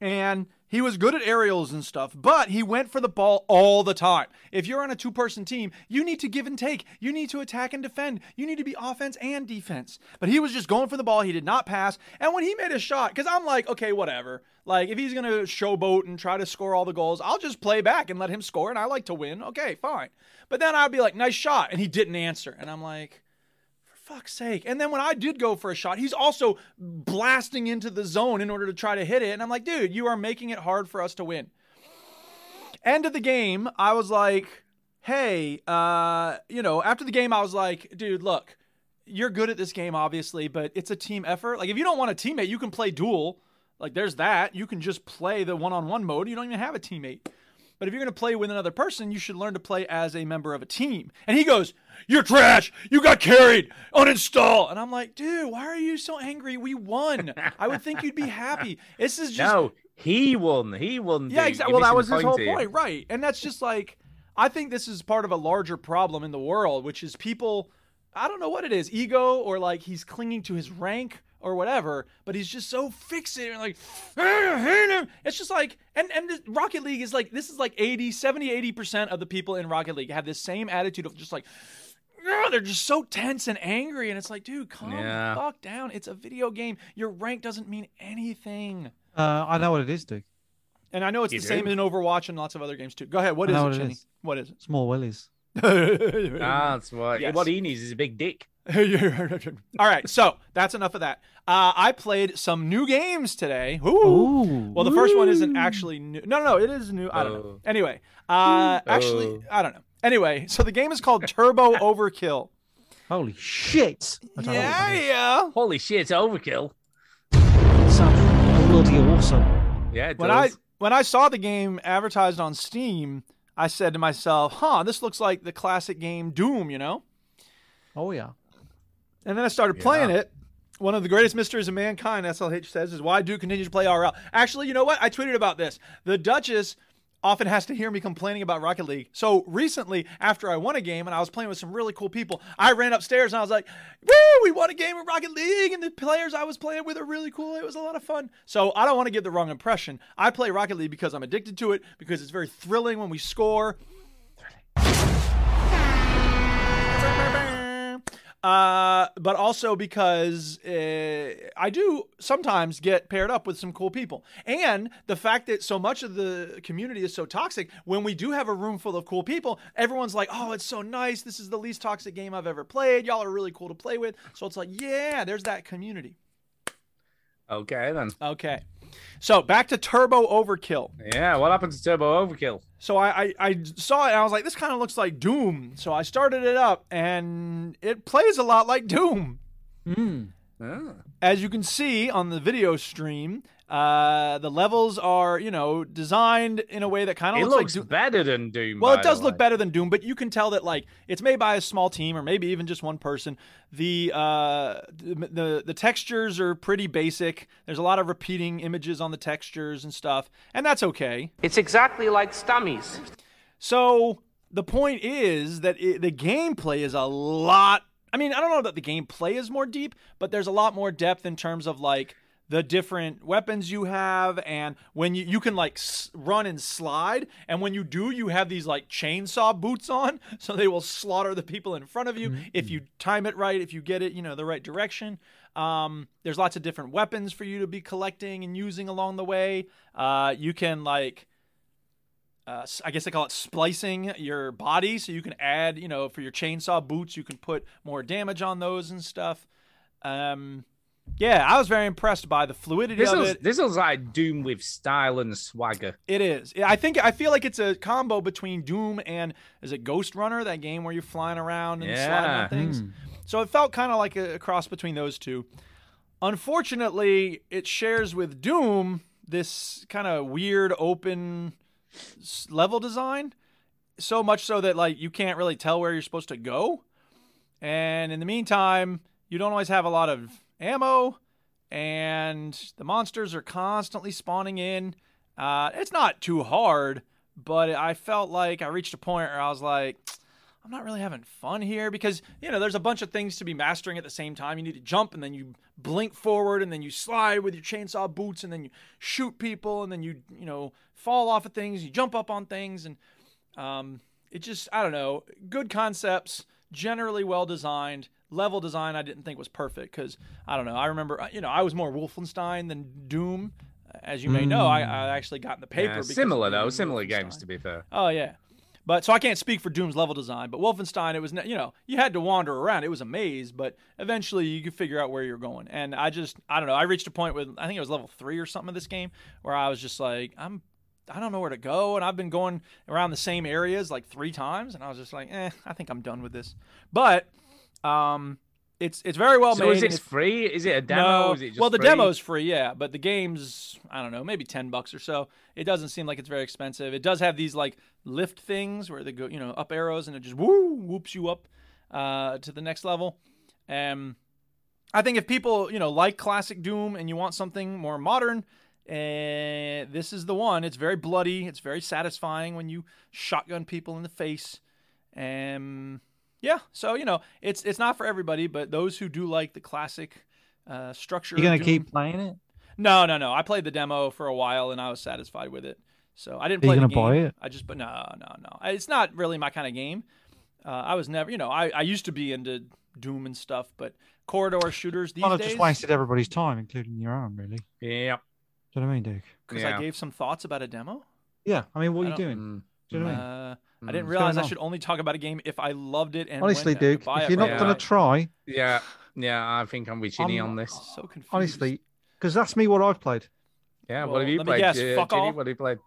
[SPEAKER 1] and he was good at aerials and stuff, but he went for the ball all the time. If you're on a two person team, you need to give and take. You need to attack and defend. You need to be offense and defense. But he was just going for the ball. He did not pass. And when he made a shot, because I'm like, okay, whatever. Like, if he's going to showboat and try to score all the goals, I'll just play back and let him score. And I like to win. Okay, fine. But then I'd be like, nice shot. And he didn't answer. And I'm like, fuck's sake. And then when I did go for a shot, he's also blasting into the zone in order to try to hit it. And I'm like, dude, you are making it hard for us to win. End of the game, I was like, hey, uh, you know, after the game, I was like, dude, look, you're good at this game, obviously, but it's a team effort. Like, if you don't want a teammate, you can play duel. Like, there's that. You can just play the one on one mode. You don't even have a teammate. But if you're going to play with another person, you should learn to play as a member of a team. And he goes, You're trash. You got carried. Uninstall. And I'm like, Dude, why are you so angry? We won. I would think you'd be happy. This is just.
[SPEAKER 5] No, he won. He won.
[SPEAKER 1] yeah,
[SPEAKER 5] dude.
[SPEAKER 1] exactly.
[SPEAKER 5] You're
[SPEAKER 1] Well, that was
[SPEAKER 5] missing
[SPEAKER 1] his
[SPEAKER 5] the
[SPEAKER 1] whole
[SPEAKER 5] here.
[SPEAKER 1] point. Right. And that's just like, I think this is part of a larger problem in the world, which is people, I don't know what it is, ego or like he's clinging to his rank or whatever, but he's just so fixated and like, it's just like, and, and this- Rocket League is like, this is like 80, 70, 80% of the people in Rocket League have this same attitude of just like, "Ugh," they're just so tense and angry. And it's like, dude, calm the
[SPEAKER 5] Yeah.
[SPEAKER 1] fuck down. It's a video game. Your rank doesn't mean anything.
[SPEAKER 4] Uh, I know what it is, Duke.
[SPEAKER 1] And I know it's
[SPEAKER 5] You
[SPEAKER 1] the
[SPEAKER 5] do?
[SPEAKER 1] same in Overwatch and lots of other games too. Go ahead. What
[SPEAKER 4] I
[SPEAKER 1] is
[SPEAKER 4] know
[SPEAKER 1] it,
[SPEAKER 4] what it
[SPEAKER 1] Chinny?
[SPEAKER 4] is.
[SPEAKER 1] What is it?
[SPEAKER 4] Small willies.
[SPEAKER 5] That's what.
[SPEAKER 1] Yes.
[SPEAKER 5] What he needs is a big dick.
[SPEAKER 1] All right, so that's enough of that. Uh, I played some new games today. Ooh.
[SPEAKER 4] Ooh.
[SPEAKER 1] Well, the first one isn't actually new. No, no, no, it is new. I don't know.
[SPEAKER 5] Oh.
[SPEAKER 1] Anyway, uh, actually, I don't know. Anyway, so the game is called Turbo Overkill.
[SPEAKER 4] Holy shit! I don't know what
[SPEAKER 1] Yeah,
[SPEAKER 4] that is.
[SPEAKER 1] yeah.
[SPEAKER 5] Holy shit! Overkill.
[SPEAKER 4] It sounds bloody awesome.
[SPEAKER 5] Yeah. It
[SPEAKER 1] When I
[SPEAKER 5] does.
[SPEAKER 1] when I saw the game advertised on Steam, I said to myself, "Huh, this looks like the classic game Doom." You know.
[SPEAKER 4] Oh yeah.
[SPEAKER 1] And then I started playing it. One of the greatest mysteries of mankind, SLH says, is why Duke continues to play RL. Actually, you know what? I tweeted about this. The Duchess often has to hear me complaining about Rocket League. So recently, after I won a game and I was playing with some really cool people, I ran upstairs and I was like, Woo, we won a game of Rocket League, and the players I was playing with are really cool. It was a lot of fun. So I don't want to give the wrong impression. I play Rocket League because I'm addicted to it, because it's very thrilling when we score. Uh, but also because uh, I do sometimes get paired up with some cool people. And the fact that so much of the community is so toxic, when we do have a room full of cool people, everyone's like, oh, it's so nice. This is the least toxic game I've ever played. Y'all are really cool to play with. So it's like, yeah, there's that community.
[SPEAKER 5] Okay then.
[SPEAKER 1] Okay. So back to Turbo Overkill.
[SPEAKER 5] Yeah. What happened to Turbo Overkill?
[SPEAKER 1] So I, I, I saw it and I was like, this kind of looks like Doom. So I started it up and it plays a lot like Doom.
[SPEAKER 5] Ah.
[SPEAKER 1] As you can see on the video stream, uh, the levels are, you know, designed in a way that kind of
[SPEAKER 5] It
[SPEAKER 1] looks,
[SPEAKER 5] looks
[SPEAKER 1] like Doom.
[SPEAKER 5] better than Doom.
[SPEAKER 1] Well,
[SPEAKER 5] by
[SPEAKER 1] it does
[SPEAKER 5] the
[SPEAKER 1] look
[SPEAKER 5] way.
[SPEAKER 1] better than Doom, but you can tell that like it's made by a small team or maybe even just one person. The uh, the the, the textures are pretty basic. There's a lot of repeating images on the textures and stuff, and that's okay.
[SPEAKER 8] It's exactly like stummies.
[SPEAKER 1] So the point is that it, the gameplay is a lot. I mean, I don't know that the gameplay is more deep, but there's a lot more depth in terms of like the different weapons you have and when you, you can like s- run and slide and when you do you have these like chainsaw boots on so they will slaughter the people in front of you if you time it right if you get it you know the right direction um, there's lots of different weapons for you to be collecting and using along the way uh, you can like uh, s- I guess they call it splicing your body, so you can add, you know, for your chainsaw boots, you can put more damage on those and stuff. Um, yeah, I was very impressed by the fluidity
[SPEAKER 5] This
[SPEAKER 1] of
[SPEAKER 5] is
[SPEAKER 1] it.
[SPEAKER 5] this is like Doom with style and swagger.
[SPEAKER 1] It is. Yeah, I think I feel like it's a combo between Doom and is it Ghost Runner, that game where you're flying around and sliding
[SPEAKER 5] Yeah.
[SPEAKER 1] on things. So it felt kind of like a, a cross between those two. Unfortunately, it shares with Doom this kind of weird open s- level design, so much so that like you can't really tell where you're supposed to go. And in the meantime, you don't always have a lot of ammo, and the monsters are constantly spawning in. Uh, it's not too hard, but I felt like I reached a point where I was like, I'm not really having fun here because, you know, there's a bunch of things to be mastering at the same time. You need to jump, and then you blink forward, and then you slide with your chainsaw boots, and then you shoot people, and then you, you know, fall off of things, you jump up on things, and um, it just, I don't know, good concepts, generally well designed. Level design I didn't think was perfect because I don't know. I remember, uh, you know, I was more Wolfenstein than Doom. uh, As you may know, I, I actually got in the paper.
[SPEAKER 5] Mm. Yeah,
[SPEAKER 1] because of
[SPEAKER 5] similar
[SPEAKER 1] being
[SPEAKER 5] though, similar games to be fair.
[SPEAKER 1] Oh yeah, but so I can't speak for Doom's level design, but Wolfenstein, it was n- you know you had to wander around. It was a maze, but eventually you could figure out where you're going. And I just I don't know. I reached a point with I think it was level three or something of this game where I was just like I'm I don't know where to go, and I've been going around the same areas like three times, and I was just like eh, I think I'm done with this. But um, it's it's very well
[SPEAKER 5] so
[SPEAKER 1] made.
[SPEAKER 5] is
[SPEAKER 1] and
[SPEAKER 5] it
[SPEAKER 1] it's-
[SPEAKER 5] free? Is it a demo?
[SPEAKER 1] no.
[SPEAKER 5] Is it just
[SPEAKER 1] well, the
[SPEAKER 5] free?
[SPEAKER 1] demo's free, yeah, but the game's I don't know, maybe ten bucks or so. It doesn't seem like it's very expensive. It does have these like lift things where they go, you know, up arrows and it just woo whoops you up uh, to the next level. Um, I think if people you know like classic Doom and you want something more modern, uh, this is the one. It's very bloody. It's very satisfying when you shotgun people in the face. Um, yeah, so you know it's it's not for everybody, but those who do like the classic uh, structure.
[SPEAKER 4] You're gonna
[SPEAKER 1] of Doom-
[SPEAKER 4] keep playing it?
[SPEAKER 1] No, no, no. I played the demo for a while and I was satisfied with it. So I didn't
[SPEAKER 4] Are you
[SPEAKER 1] play. the
[SPEAKER 4] gonna buy
[SPEAKER 1] game.
[SPEAKER 4] it?
[SPEAKER 1] I just, but no, no, no. I- It's not really my kind of game. Uh, I was never, you know, I, I used to be into Doom and stuff, but corridor shooters these
[SPEAKER 4] Well, I've
[SPEAKER 1] days.
[SPEAKER 4] just wasted everybody's time, including your own, really.
[SPEAKER 5] Yep.
[SPEAKER 4] Do you know what I mean, Duke?
[SPEAKER 1] because I gave some thoughts about a demo.
[SPEAKER 4] Yeah, I mean, what are you
[SPEAKER 1] I don't-
[SPEAKER 4] doing? Do you know what I mean?
[SPEAKER 1] mm, Uh, I
[SPEAKER 4] Mm.
[SPEAKER 1] didn't
[SPEAKER 4] What's
[SPEAKER 1] realize
[SPEAKER 4] going
[SPEAKER 1] I
[SPEAKER 4] on?
[SPEAKER 1] should only talk about a game if I loved it and when
[SPEAKER 4] Honestly,
[SPEAKER 1] I could
[SPEAKER 4] Duke,
[SPEAKER 1] buy it
[SPEAKER 4] if you're not
[SPEAKER 1] right
[SPEAKER 4] gonna
[SPEAKER 1] away.
[SPEAKER 4] try,
[SPEAKER 5] Yeah, yeah. I think I'm with Ginny
[SPEAKER 4] I'm-
[SPEAKER 5] on this.
[SPEAKER 1] So confused.
[SPEAKER 4] honestly, because that's me. What I've played,
[SPEAKER 5] Yeah.
[SPEAKER 1] Well,
[SPEAKER 5] what have you
[SPEAKER 1] let me
[SPEAKER 5] played?
[SPEAKER 1] guess,
[SPEAKER 5] Gi-
[SPEAKER 1] fuck
[SPEAKER 5] Ginny,
[SPEAKER 1] all?
[SPEAKER 5] what have you played?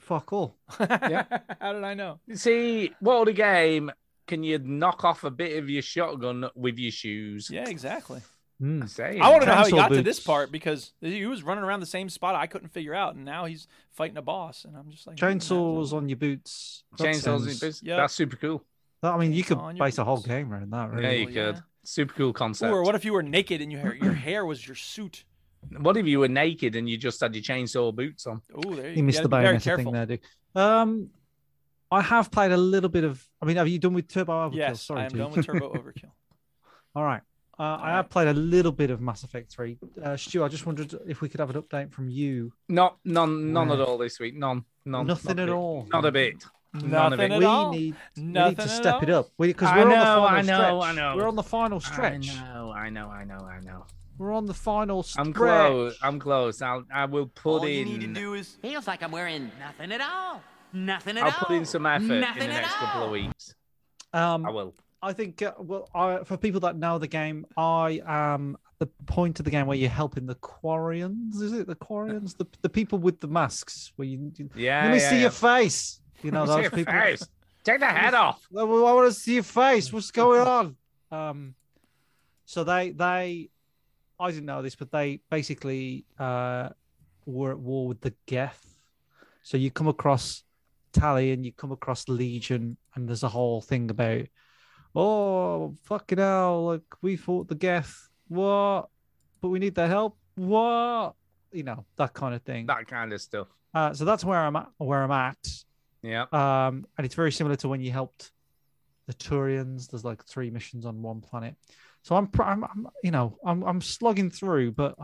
[SPEAKER 4] fuck all.
[SPEAKER 1] How did I know?
[SPEAKER 5] See, what other game can you knock off a bit of your shotgun with your shoes?
[SPEAKER 1] Yeah, exactly.
[SPEAKER 4] Hmm.
[SPEAKER 5] I'm saying.
[SPEAKER 1] I want to know how he
[SPEAKER 4] Chainsaw
[SPEAKER 1] got to this
[SPEAKER 4] boots.
[SPEAKER 1] part because he was running around the same spot I couldn't figure out, and now he's fighting a boss, and I'm just like man, that's
[SPEAKER 4] Chainsaws on your boots. that
[SPEAKER 5] Chainsaws in
[SPEAKER 4] sounds-
[SPEAKER 5] business.
[SPEAKER 1] Yep.
[SPEAKER 5] That's super cool.
[SPEAKER 4] that- I mean, you could
[SPEAKER 1] on your
[SPEAKER 4] base a whole
[SPEAKER 1] boots.
[SPEAKER 4] game around that,
[SPEAKER 5] Yeah,
[SPEAKER 4] really.
[SPEAKER 5] you
[SPEAKER 1] yeah.
[SPEAKER 5] could. Super cool concept.
[SPEAKER 1] Or what if you were naked and your your hair was your suit?
[SPEAKER 5] What if you were naked and you just had your chainsaw boots on?
[SPEAKER 1] Oh, there you,
[SPEAKER 4] You missed
[SPEAKER 1] gotta
[SPEAKER 4] the
[SPEAKER 1] be very
[SPEAKER 4] bayonet
[SPEAKER 1] careful.
[SPEAKER 4] thing there, Duke. Um, I have played a little bit of. I mean, have you done with Turbo Overkill?
[SPEAKER 1] Yes,
[SPEAKER 4] Sorry,
[SPEAKER 1] I am
[SPEAKER 4] Duke.
[SPEAKER 1] done with Turbo Overkill.
[SPEAKER 4] All right. Uh, I have played a little bit of Mass Effect 3. Uh, Stu, I just wondered if we could have an update from you.
[SPEAKER 5] No, none, none at
[SPEAKER 4] Wow.
[SPEAKER 5] all this week. None, none.
[SPEAKER 4] Nothing
[SPEAKER 5] not a
[SPEAKER 4] at
[SPEAKER 5] bit.
[SPEAKER 4] all.
[SPEAKER 5] Not a bit. None of
[SPEAKER 1] Nothing
[SPEAKER 5] it.
[SPEAKER 1] at
[SPEAKER 4] we
[SPEAKER 1] all.
[SPEAKER 4] need we
[SPEAKER 1] Nothing
[SPEAKER 4] need to
[SPEAKER 1] at
[SPEAKER 4] step it
[SPEAKER 1] all.
[SPEAKER 4] up. We because
[SPEAKER 5] I
[SPEAKER 4] we're on the
[SPEAKER 5] know,
[SPEAKER 4] final
[SPEAKER 5] I know,
[SPEAKER 4] stretch.
[SPEAKER 5] I know.
[SPEAKER 4] We're on the final stretch.
[SPEAKER 5] I know, I know, I know, I know.
[SPEAKER 4] We're on the final stretch.
[SPEAKER 5] I'm close. I'm close. I'll, I will put
[SPEAKER 1] Oh,
[SPEAKER 7] All you
[SPEAKER 5] in.
[SPEAKER 7] need to do is
[SPEAKER 8] Feels like I'm wearing nothing at all. Nothing at
[SPEAKER 5] I'll
[SPEAKER 8] all.
[SPEAKER 5] put in some effort
[SPEAKER 8] Nothing
[SPEAKER 5] in the
[SPEAKER 8] at
[SPEAKER 5] next couple
[SPEAKER 8] all.
[SPEAKER 5] of weeks. I
[SPEAKER 4] Um,
[SPEAKER 5] will.
[SPEAKER 4] I think uh, well, I, for people that know the game, I am at the point of the game where you're helping the Quarians. Is it the Quarians? The the people with the masks. Where you, you-
[SPEAKER 5] Yeah.
[SPEAKER 4] let me
[SPEAKER 5] yeah,
[SPEAKER 4] see
[SPEAKER 5] yeah.
[SPEAKER 4] your face. You know
[SPEAKER 5] Let me
[SPEAKER 4] those
[SPEAKER 5] see your
[SPEAKER 4] people.
[SPEAKER 5] face. Take the head off.
[SPEAKER 4] I want to see your face. What's going on? Um, so they they I didn't know this, but they basically uh, were at war with the Geth. So you come across Tally and you come across Legion, and there's a whole thing about, oh, fucking hell, like we fought the Geth. What? But we need their help. What? You know, that kind of thing.
[SPEAKER 5] That kind of stuff.
[SPEAKER 4] Uh, so that's where I'm at. Where I'm at.
[SPEAKER 5] Yeah.
[SPEAKER 4] Um, and it's very similar to when you helped the Turians. There's like three missions on one planet. So I'm, pr- I'm, I'm you know, I'm, I'm slugging through, but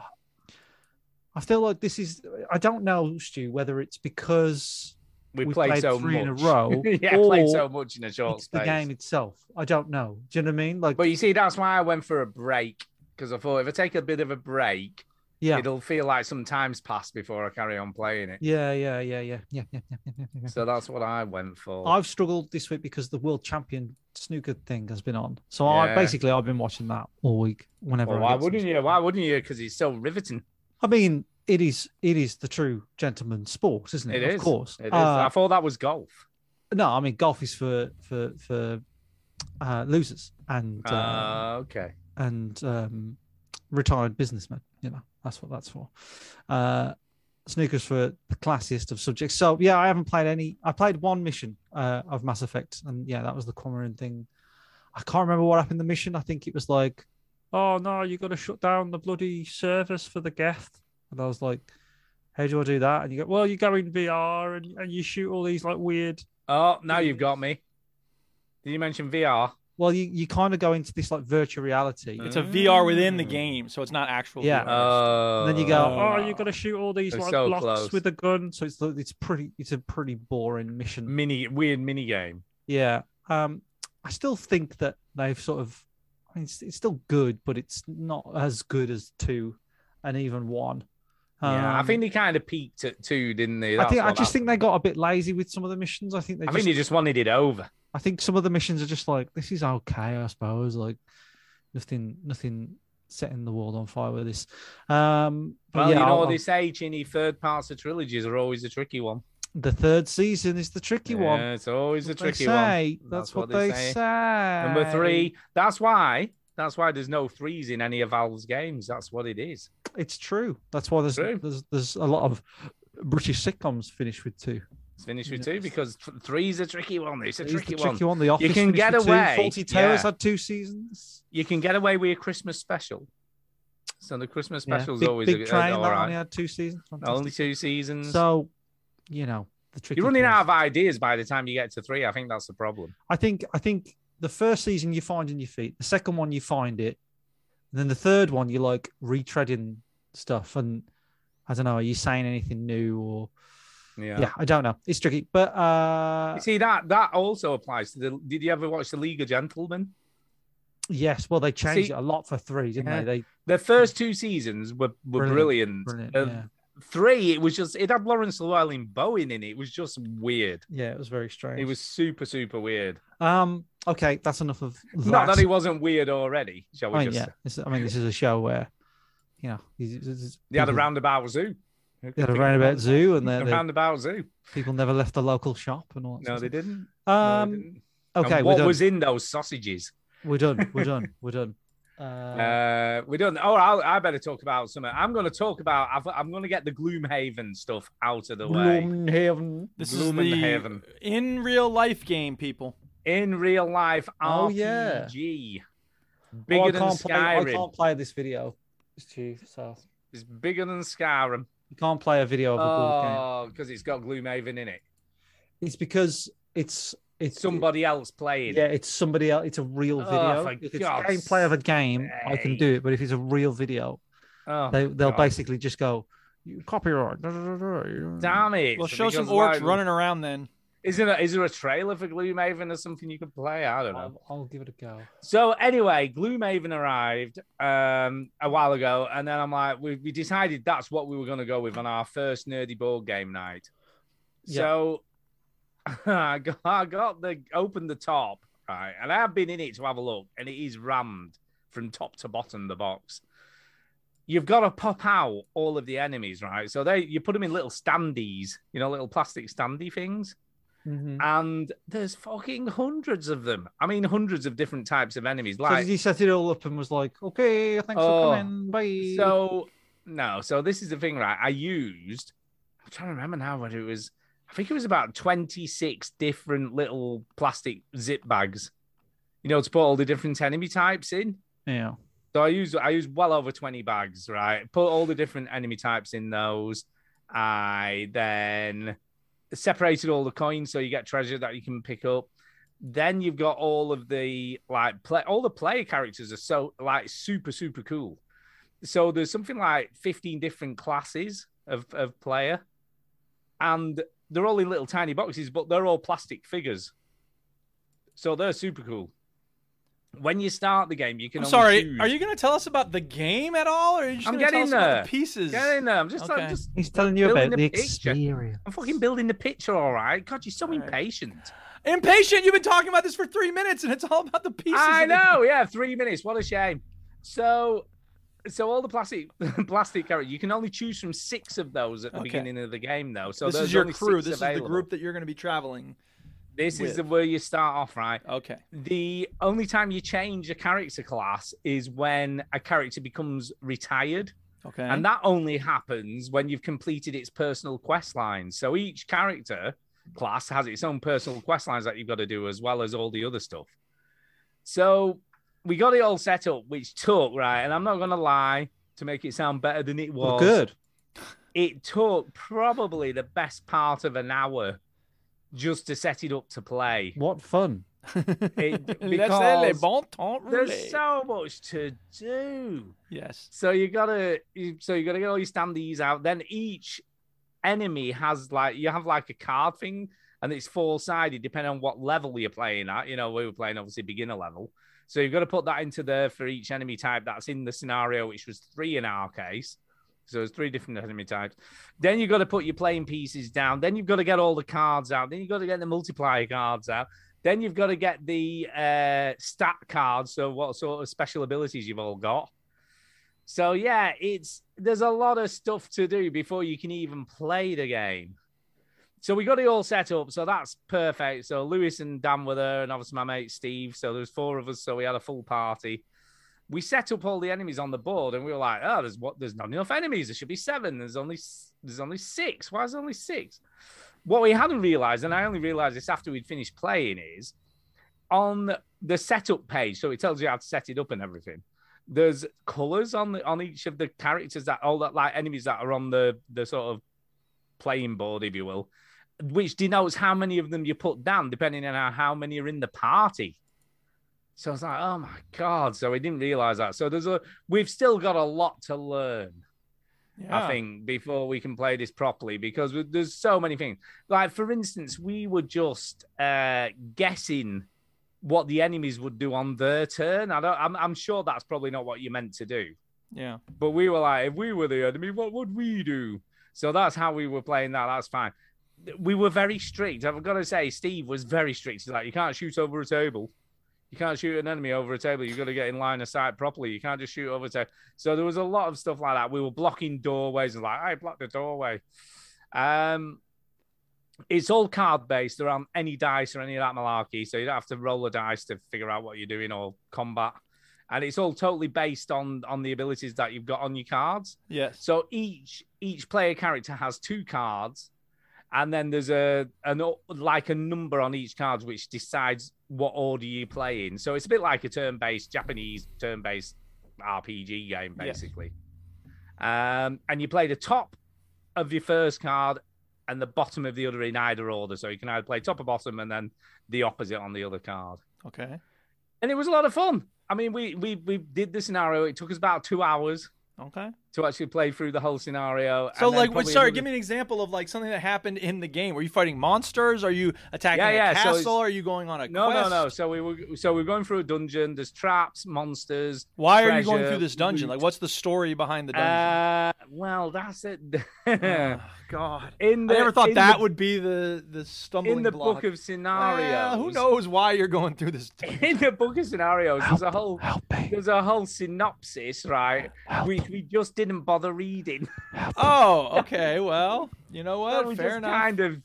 [SPEAKER 4] I feel like this is. I don't know, Stu, whether it's because
[SPEAKER 5] We
[SPEAKER 4] we've
[SPEAKER 5] played so
[SPEAKER 4] three in a
[SPEAKER 5] much.
[SPEAKER 4] row,
[SPEAKER 5] Yeah,
[SPEAKER 4] or
[SPEAKER 5] played so much in a short
[SPEAKER 4] it's the
[SPEAKER 5] space.
[SPEAKER 4] game itself. I don't know. Do you know what I mean? Like,
[SPEAKER 5] But you see, that's why I went for a break because I thought if I take a bit of a break,
[SPEAKER 4] Yeah.
[SPEAKER 5] it'll feel like some time's passed before I carry on playing it.
[SPEAKER 4] yeah, yeah, yeah, yeah, yeah, yeah, yeah, yeah, yeah, yeah.
[SPEAKER 5] So that's what I went for.
[SPEAKER 4] I've struggled this week because the world champion snooker thing has been on. So
[SPEAKER 5] Yeah.
[SPEAKER 4] I basically I've been watching that all week. Whenever
[SPEAKER 5] Well,
[SPEAKER 4] I
[SPEAKER 5] why
[SPEAKER 4] get some
[SPEAKER 5] wouldn't you? Why wouldn't you? Because it's so riveting.
[SPEAKER 4] I mean, it is it is the true gentleman sport, isn't it?
[SPEAKER 5] It is.
[SPEAKER 4] of course.
[SPEAKER 5] It is.
[SPEAKER 4] Uh,
[SPEAKER 5] I thought that was golf.
[SPEAKER 4] no, I mean golf is for for for uh, losers and uh,
[SPEAKER 5] Uh, okay.
[SPEAKER 4] and um, retired businessmen. You know, that's what that's for. Uh, sneakers for the classiest of subjects. So yeah, I haven't played any. I played one mission uh, of Mass Effect, and yeah, that was the Cormoran thing. I can't remember what happened in the mission. I think it was like, oh no, you got to shut down the bloody service for the Geth, and I was like. How do I do that? And you go, well, you go in VR and, and you shoot all these like weird
[SPEAKER 5] Oh, now you've got me. Did you mention VR?
[SPEAKER 4] well, you, you kind of go into this like virtual reality.
[SPEAKER 1] It's a VR within
[SPEAKER 5] Mm.
[SPEAKER 1] the game, so it's not actual.
[SPEAKER 4] Yeah.
[SPEAKER 1] VR.
[SPEAKER 5] Uh,
[SPEAKER 4] And then you go, oh, you got to shoot all these
[SPEAKER 5] They're
[SPEAKER 4] like
[SPEAKER 5] so
[SPEAKER 4] blocks
[SPEAKER 5] close.
[SPEAKER 4] with a gun. So it's the- it's pretty it's a pretty boring mission.
[SPEAKER 5] mini weird mini game.
[SPEAKER 4] Yeah. Um, I still think that they've sort of, I mean, it's, it's still good, but it's not as good as two, and even one.
[SPEAKER 5] yeah, I
[SPEAKER 4] Um,
[SPEAKER 5] think they kind of peaked at two, didn't they?
[SPEAKER 4] I
[SPEAKER 5] That's
[SPEAKER 4] think I
[SPEAKER 5] what
[SPEAKER 4] just think
[SPEAKER 5] happened.
[SPEAKER 4] they got a bit lazy with some of the missions. I think they
[SPEAKER 5] I
[SPEAKER 4] just,
[SPEAKER 5] think they just wanted it over.
[SPEAKER 4] I think some of the missions are just like this is okay, I suppose. Like nothing, nothing setting the world on fire with this. Um, but
[SPEAKER 5] Well,
[SPEAKER 4] yeah,
[SPEAKER 5] you know
[SPEAKER 4] I'll-
[SPEAKER 5] what
[SPEAKER 4] I'll-
[SPEAKER 5] they say, Chinny. Third parts of trilogies are always a tricky one.
[SPEAKER 4] the third season is the tricky one.
[SPEAKER 5] Yeah, it's always a
[SPEAKER 4] That's what they
[SPEAKER 5] tricky
[SPEAKER 4] say.
[SPEAKER 5] one.
[SPEAKER 4] That's what they say.
[SPEAKER 5] Number three. That's why. That's why there's no threes in any of Valve's games. That's what it is.
[SPEAKER 4] It's true. That's why there's
[SPEAKER 5] True.
[SPEAKER 4] there's, there's a lot of British sitcoms finished with two.
[SPEAKER 5] It's finished with two because th- three's a tricky one. It's a
[SPEAKER 4] It's
[SPEAKER 5] tricky,
[SPEAKER 4] the tricky one. The Office.
[SPEAKER 5] you can
[SPEAKER 4] finished
[SPEAKER 5] get
[SPEAKER 4] with two.
[SPEAKER 5] away.
[SPEAKER 4] Faulty Towers
[SPEAKER 5] yeah.
[SPEAKER 4] had two seasons.
[SPEAKER 5] You can get away with a Christmas special. So the Christmas
[SPEAKER 4] Yeah.
[SPEAKER 5] special's
[SPEAKER 4] big,
[SPEAKER 5] always
[SPEAKER 4] big
[SPEAKER 5] a,
[SPEAKER 4] train.
[SPEAKER 5] all
[SPEAKER 4] that
[SPEAKER 5] right.
[SPEAKER 4] only had two seasons.
[SPEAKER 5] Only
[SPEAKER 4] Fantastic.
[SPEAKER 5] two seasons.
[SPEAKER 4] So, you know, the tricky.
[SPEAKER 5] You're running
[SPEAKER 4] thing.
[SPEAKER 5] out of ideas by the time you get to three. I think that's the problem.
[SPEAKER 4] I think I think the first season you find in your feet, the second one you find it, and then the third one you're like retreading stuff, and I don't know, are you saying anything new or
[SPEAKER 5] Yeah.
[SPEAKER 4] I don't know, it's tricky, but uh,
[SPEAKER 5] You see that that also applies to the. Did you ever watch the League of Gentlemen?
[SPEAKER 4] yes, well they changed
[SPEAKER 5] See-
[SPEAKER 4] it a lot for three, didn't
[SPEAKER 5] Yeah.
[SPEAKER 4] they? They
[SPEAKER 5] The first two seasons were, were brilliant.
[SPEAKER 4] Brilliant, brilliant,
[SPEAKER 5] Uh,
[SPEAKER 4] yeah.
[SPEAKER 5] Three, it was just it had Lawrence Llewellyn Bowen in it. It was just weird.
[SPEAKER 4] yeah, it was very strange.
[SPEAKER 5] It was super super weird.
[SPEAKER 4] um okay, that's enough of that.
[SPEAKER 5] Not that it wasn't weird already. Shall we
[SPEAKER 4] I mean,
[SPEAKER 5] just?
[SPEAKER 4] yeah, this, I mean this is a show where you know these- these- these
[SPEAKER 5] They had a
[SPEAKER 4] people-
[SPEAKER 5] roundabout zoo.
[SPEAKER 4] Mhm. they had a roundabout zoo, and
[SPEAKER 5] A
[SPEAKER 4] they, they,
[SPEAKER 5] roundabout zoo.
[SPEAKER 4] people never left the local shop and all. That
[SPEAKER 5] No,
[SPEAKER 4] sort of
[SPEAKER 5] they didn't.
[SPEAKER 4] Um,
[SPEAKER 5] And
[SPEAKER 4] okay, we're
[SPEAKER 5] what
[SPEAKER 4] done.
[SPEAKER 5] was in those sausages?
[SPEAKER 4] We're done. We're done. We're done. Uh,
[SPEAKER 5] Uh, we don't. Oh, I'll, I better talk about something. I'm going to talk about. I've, I'm going to get the Gloomhaven stuff out of the way.
[SPEAKER 4] Gloomhaven.
[SPEAKER 1] This is the
[SPEAKER 5] Gloomhaven.
[SPEAKER 1] in real life game, people.
[SPEAKER 5] In real life
[SPEAKER 4] Oh, yeah.
[SPEAKER 5] RPG.
[SPEAKER 4] Oh,
[SPEAKER 5] Bigger
[SPEAKER 4] I
[SPEAKER 5] than
[SPEAKER 4] can't play, I
[SPEAKER 5] Skyrim.
[SPEAKER 4] can't play this video. It's too so
[SPEAKER 5] It's bigger than Skyrim.
[SPEAKER 4] you can't play a video of a board game.
[SPEAKER 5] Oh, because it's got Gloomhaven in it. Oh.
[SPEAKER 4] It's because it's it's
[SPEAKER 5] Somebody else playing.
[SPEAKER 4] Yeah,
[SPEAKER 5] it.
[SPEAKER 4] it's somebody else. It's a real
[SPEAKER 5] Oh,
[SPEAKER 4] video.
[SPEAKER 5] for
[SPEAKER 4] if it's
[SPEAKER 5] God's
[SPEAKER 4] gameplay of a game, I can do it. But if it's a real video,
[SPEAKER 5] Oh,
[SPEAKER 4] they they'll
[SPEAKER 5] God.
[SPEAKER 4] basically just go "You- copyright. da, da, da, da, you-
[SPEAKER 5] Damn it!
[SPEAKER 1] Well, show some
[SPEAKER 5] because,
[SPEAKER 1] orcs
[SPEAKER 5] like,
[SPEAKER 1] running around then.
[SPEAKER 5] Isn't there, is there a trailer for Gloomhaven or something you can play? I don't know.
[SPEAKER 4] I'll, I'll give it a go.
[SPEAKER 5] So anyway, Gloomhaven arrived um, a while ago, and then I'm like, we, we decided that's what we were going to go with on our first nerdy board game night.
[SPEAKER 4] Yeah.
[SPEAKER 5] So I got, I got the opened the top right, and I've been in it to have a look, and it is rammed from top to bottom the box. You've got to pop out all of the enemies, right? So they you put them in little standees, you know, little plastic standee things.
[SPEAKER 4] Mm-hmm.
[SPEAKER 5] and there's fucking hundreds of them. I mean, hundreds of different types of enemies.
[SPEAKER 4] So
[SPEAKER 5] Like
[SPEAKER 4] did he set it all up and was like, okay, thanks
[SPEAKER 5] Oh.
[SPEAKER 4] for coming. Bye.
[SPEAKER 5] So no, so this is the thing, right? I used. I'm trying to remember now whether it was. I think it was about 26 different little plastic zip bags, you know, to put all the different enemy types in.
[SPEAKER 4] yeah.
[SPEAKER 5] So I use I use well over 20 bags, right? Put all the different enemy types in those. I then separated all the coins so you get treasure that you can pick up. Then you've got all of the like play all the player characters are so like super, super cool. So there's something like 15 different classes of, of player. And they're all in little tiny boxes, but they're all plastic figures. So they're super cool. When you start the game, you can
[SPEAKER 1] I'm
[SPEAKER 5] only
[SPEAKER 1] sorry.
[SPEAKER 5] choose-
[SPEAKER 1] Are you going to tell us about the game at all, or are you just
[SPEAKER 5] I'm
[SPEAKER 1] going to tell
[SPEAKER 5] getting
[SPEAKER 1] us
[SPEAKER 5] there.
[SPEAKER 1] about the pieces?
[SPEAKER 5] Get in there. I'm just,
[SPEAKER 1] Okay.
[SPEAKER 5] I'm just
[SPEAKER 4] He's telling you
[SPEAKER 5] building
[SPEAKER 4] about the
[SPEAKER 5] picture.
[SPEAKER 4] experience.
[SPEAKER 5] I'm fucking building the picture, all right. God, you're so impatient.
[SPEAKER 1] Impatient. You've been talking about this for three minutes, and it's all about the pieces.
[SPEAKER 5] I
[SPEAKER 1] of the-
[SPEAKER 5] know. Yeah, three minutes. What a shame. So, so all the plastic, plastic characters. You can only choose from six of those at the
[SPEAKER 1] Okay.
[SPEAKER 5] beginning of the game, though. So
[SPEAKER 1] this
[SPEAKER 5] there's
[SPEAKER 1] is your
[SPEAKER 5] only
[SPEAKER 1] crew.
[SPEAKER 5] six
[SPEAKER 1] This is
[SPEAKER 5] available.
[SPEAKER 1] the group that you're going to be traveling.
[SPEAKER 5] This
[SPEAKER 1] with.
[SPEAKER 5] is the where you start off, right?
[SPEAKER 1] Okay.
[SPEAKER 5] The only time you change a character class is when a character becomes retired.
[SPEAKER 1] Okay.
[SPEAKER 5] And that only happens when you've completed its personal quest lines. So each character class has its own personal quest lines that you've got to do, as well as all the other stuff. So we got it all set up, which took, right? And I'm not going to lie to make it sound better than it
[SPEAKER 4] Well,
[SPEAKER 5] was.
[SPEAKER 4] good.
[SPEAKER 5] It took probably the best part of an hour just to set it up to play.
[SPEAKER 4] What fun.
[SPEAKER 5] It-
[SPEAKER 1] Let's say les
[SPEAKER 5] because
[SPEAKER 1] bons temps
[SPEAKER 5] there's
[SPEAKER 1] roulés.
[SPEAKER 5] so much to do.
[SPEAKER 1] Yes.
[SPEAKER 5] So you gotta, you- so you gotta get all your standees out. Then each enemy has like you have like a card thing, and it's four sided depending on what level you're playing at. You know, we were playing obviously beginner level, so you've got to put that into there for each enemy type that's in the scenario, which was three in our case. So there's three different enemy types. Then you've got to put your playing pieces down. Then you've got to get all the cards out. Then you've got to get the multiplier cards out. Then you've got to get the uh, stat cards. So what sort of special abilities you've all got. So yeah, it's there's a lot of stuff to do before you can even play the game. So we got it all set up, so that's perfect. So Lewis and Dan were there, and obviously my mate Steve. So there was four of us, so we had a full party. We set up all the enemies on the board, and we were like, "Oh, there's what? There's not enough enemies. There should be seven. There's only s- there's only six. Why is there only six? What we hadn't realized, and I only realized this after we'd finished playing, is on the setup page. So it tells you how to set it up and everything there's colors on the on each of the characters that all that like enemies that are on the the sort of playing board, if you will, which denotes how many of them you put down, depending on how- how many are in the party. So I was like, oh my god! So we didn't realize that. So there's a we've still got a lot to learn.
[SPEAKER 1] Yeah.
[SPEAKER 5] I think before we can play this properly because we- there's so many things. Like for instance, we were just uh, guessing what the enemies would do on their turn. I don't. I'm, I'm sure that's probably not what you meant to do.
[SPEAKER 1] Yeah.
[SPEAKER 5] But we were like, if we were the enemy, what would we do? So that's how we were playing that. That's fine. We were very strict. I've got to say, Steve was very strict. He's like, you can't shoot over a table. You can't shoot an enemy over a table. You've got to get in line of sight properly. You can't just shoot over a table. So there was a lot of stuff like that. We were blocking doorways and like, I blocked the doorway. Um, it's all card based. There aren't any dice or any of that malarkey, so you don't have to roll a dice to figure out what you're doing or combat. And it's all totally based on on the abilities that you've got on your cards.
[SPEAKER 1] Yes.
[SPEAKER 5] So each each player character has two cards, and then there's a an o- like a number on each card which decides what order you play in. So it's a bit like a turn based Japanese turn based RPG game
[SPEAKER 1] Yes.
[SPEAKER 5] basically. Um, and you play the top of your first card and the bottom of the other in either order. So you can either play top or bottom and then the opposite on the other card.
[SPEAKER 1] Okay.
[SPEAKER 5] And it was a lot of fun. I mean, we we we did the scenario. It took us about two hours
[SPEAKER 1] Okay.
[SPEAKER 5] to actually play through the whole scenario.
[SPEAKER 1] So,
[SPEAKER 5] and then
[SPEAKER 1] like, wait,
[SPEAKER 5] probably
[SPEAKER 1] sorry,
[SPEAKER 5] another-
[SPEAKER 1] give me an example of like something that happened in the game. Were you fighting monsters? Are you attacking
[SPEAKER 5] Yeah, yeah,
[SPEAKER 1] a
[SPEAKER 5] so
[SPEAKER 1] castle?
[SPEAKER 5] it's-
[SPEAKER 1] Are you going on a
[SPEAKER 5] No,
[SPEAKER 1] quest?
[SPEAKER 5] no, no. So we were so we we're going through a dungeon. There's traps, monsters.
[SPEAKER 1] Why are you going
[SPEAKER 5] treasure,
[SPEAKER 1] through this dungeon? Like, what's the story behind the dungeon?
[SPEAKER 5] Uh, well, that's it.
[SPEAKER 1] Oh, God,
[SPEAKER 5] in the,
[SPEAKER 1] I never thought
[SPEAKER 5] in
[SPEAKER 1] that
[SPEAKER 5] the-
[SPEAKER 1] would be the the stumbling
[SPEAKER 5] in the
[SPEAKER 1] block.
[SPEAKER 5] book of scenarios.
[SPEAKER 1] Well, who knows why you're going through this?
[SPEAKER 5] in the book of scenarios, there's a whole there's a whole synopsis, right? Which we just didn't bother reading.
[SPEAKER 1] Oh, okay. Well, you know
[SPEAKER 5] So
[SPEAKER 1] what?
[SPEAKER 5] we
[SPEAKER 1] Fair
[SPEAKER 5] just
[SPEAKER 1] enough.
[SPEAKER 5] kind of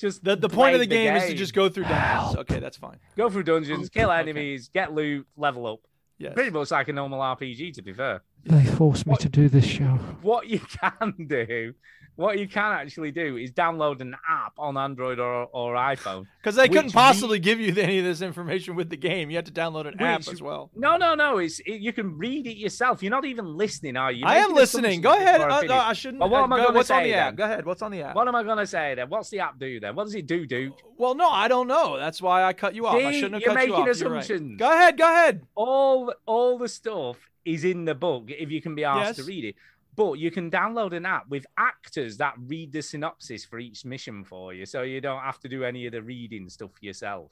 [SPEAKER 5] Just
[SPEAKER 1] the, the point of the
[SPEAKER 5] play the
[SPEAKER 1] game, is to
[SPEAKER 5] game.
[SPEAKER 1] just go through dungeons. Okay, that's fine.
[SPEAKER 5] Go through dungeons, kill enemies, get loot, level up.
[SPEAKER 1] Yes.
[SPEAKER 5] Pretty much like a normal RPG, to be fair.
[SPEAKER 4] They forced me to do this show.
[SPEAKER 5] What you can do, what you can actually do is download an app on Android or, or iPhone.
[SPEAKER 1] Because they couldn't
[SPEAKER 5] which
[SPEAKER 1] possibly give you any of this information with the game. You had to download an app
[SPEAKER 5] Which-
[SPEAKER 1] as well.
[SPEAKER 5] No, no, no. It's it, you can read it yourself. You're not even listening, are you?
[SPEAKER 1] I am
[SPEAKER 5] Making
[SPEAKER 1] listening. Go
[SPEAKER 5] assumptions
[SPEAKER 1] ahead.
[SPEAKER 5] before
[SPEAKER 1] Uh, no,
[SPEAKER 5] finish.
[SPEAKER 1] I shouldn't.
[SPEAKER 5] But what
[SPEAKER 1] uh,
[SPEAKER 5] am I
[SPEAKER 1] go-
[SPEAKER 5] going to
[SPEAKER 1] what's
[SPEAKER 5] say
[SPEAKER 1] on the app?
[SPEAKER 5] then?
[SPEAKER 1] Go ahead. What's on the app?
[SPEAKER 5] What am I going to say then? What's the app do then? What does it do, Duke?
[SPEAKER 1] Well, no, I don't know. That's why I cut you off. I
[SPEAKER 5] See,
[SPEAKER 1] shouldn't have
[SPEAKER 5] you're
[SPEAKER 1] cut
[SPEAKER 5] making
[SPEAKER 1] you off. You're
[SPEAKER 5] assumptions.
[SPEAKER 1] right. Go ahead. Go ahead.
[SPEAKER 5] All all the stuff is in the book if you can be asked
[SPEAKER 1] Yes.
[SPEAKER 5] to read it. But you can download an app with actors that read the synopsis for each mission for you, so you don't have to do any of the reading stuff yourself.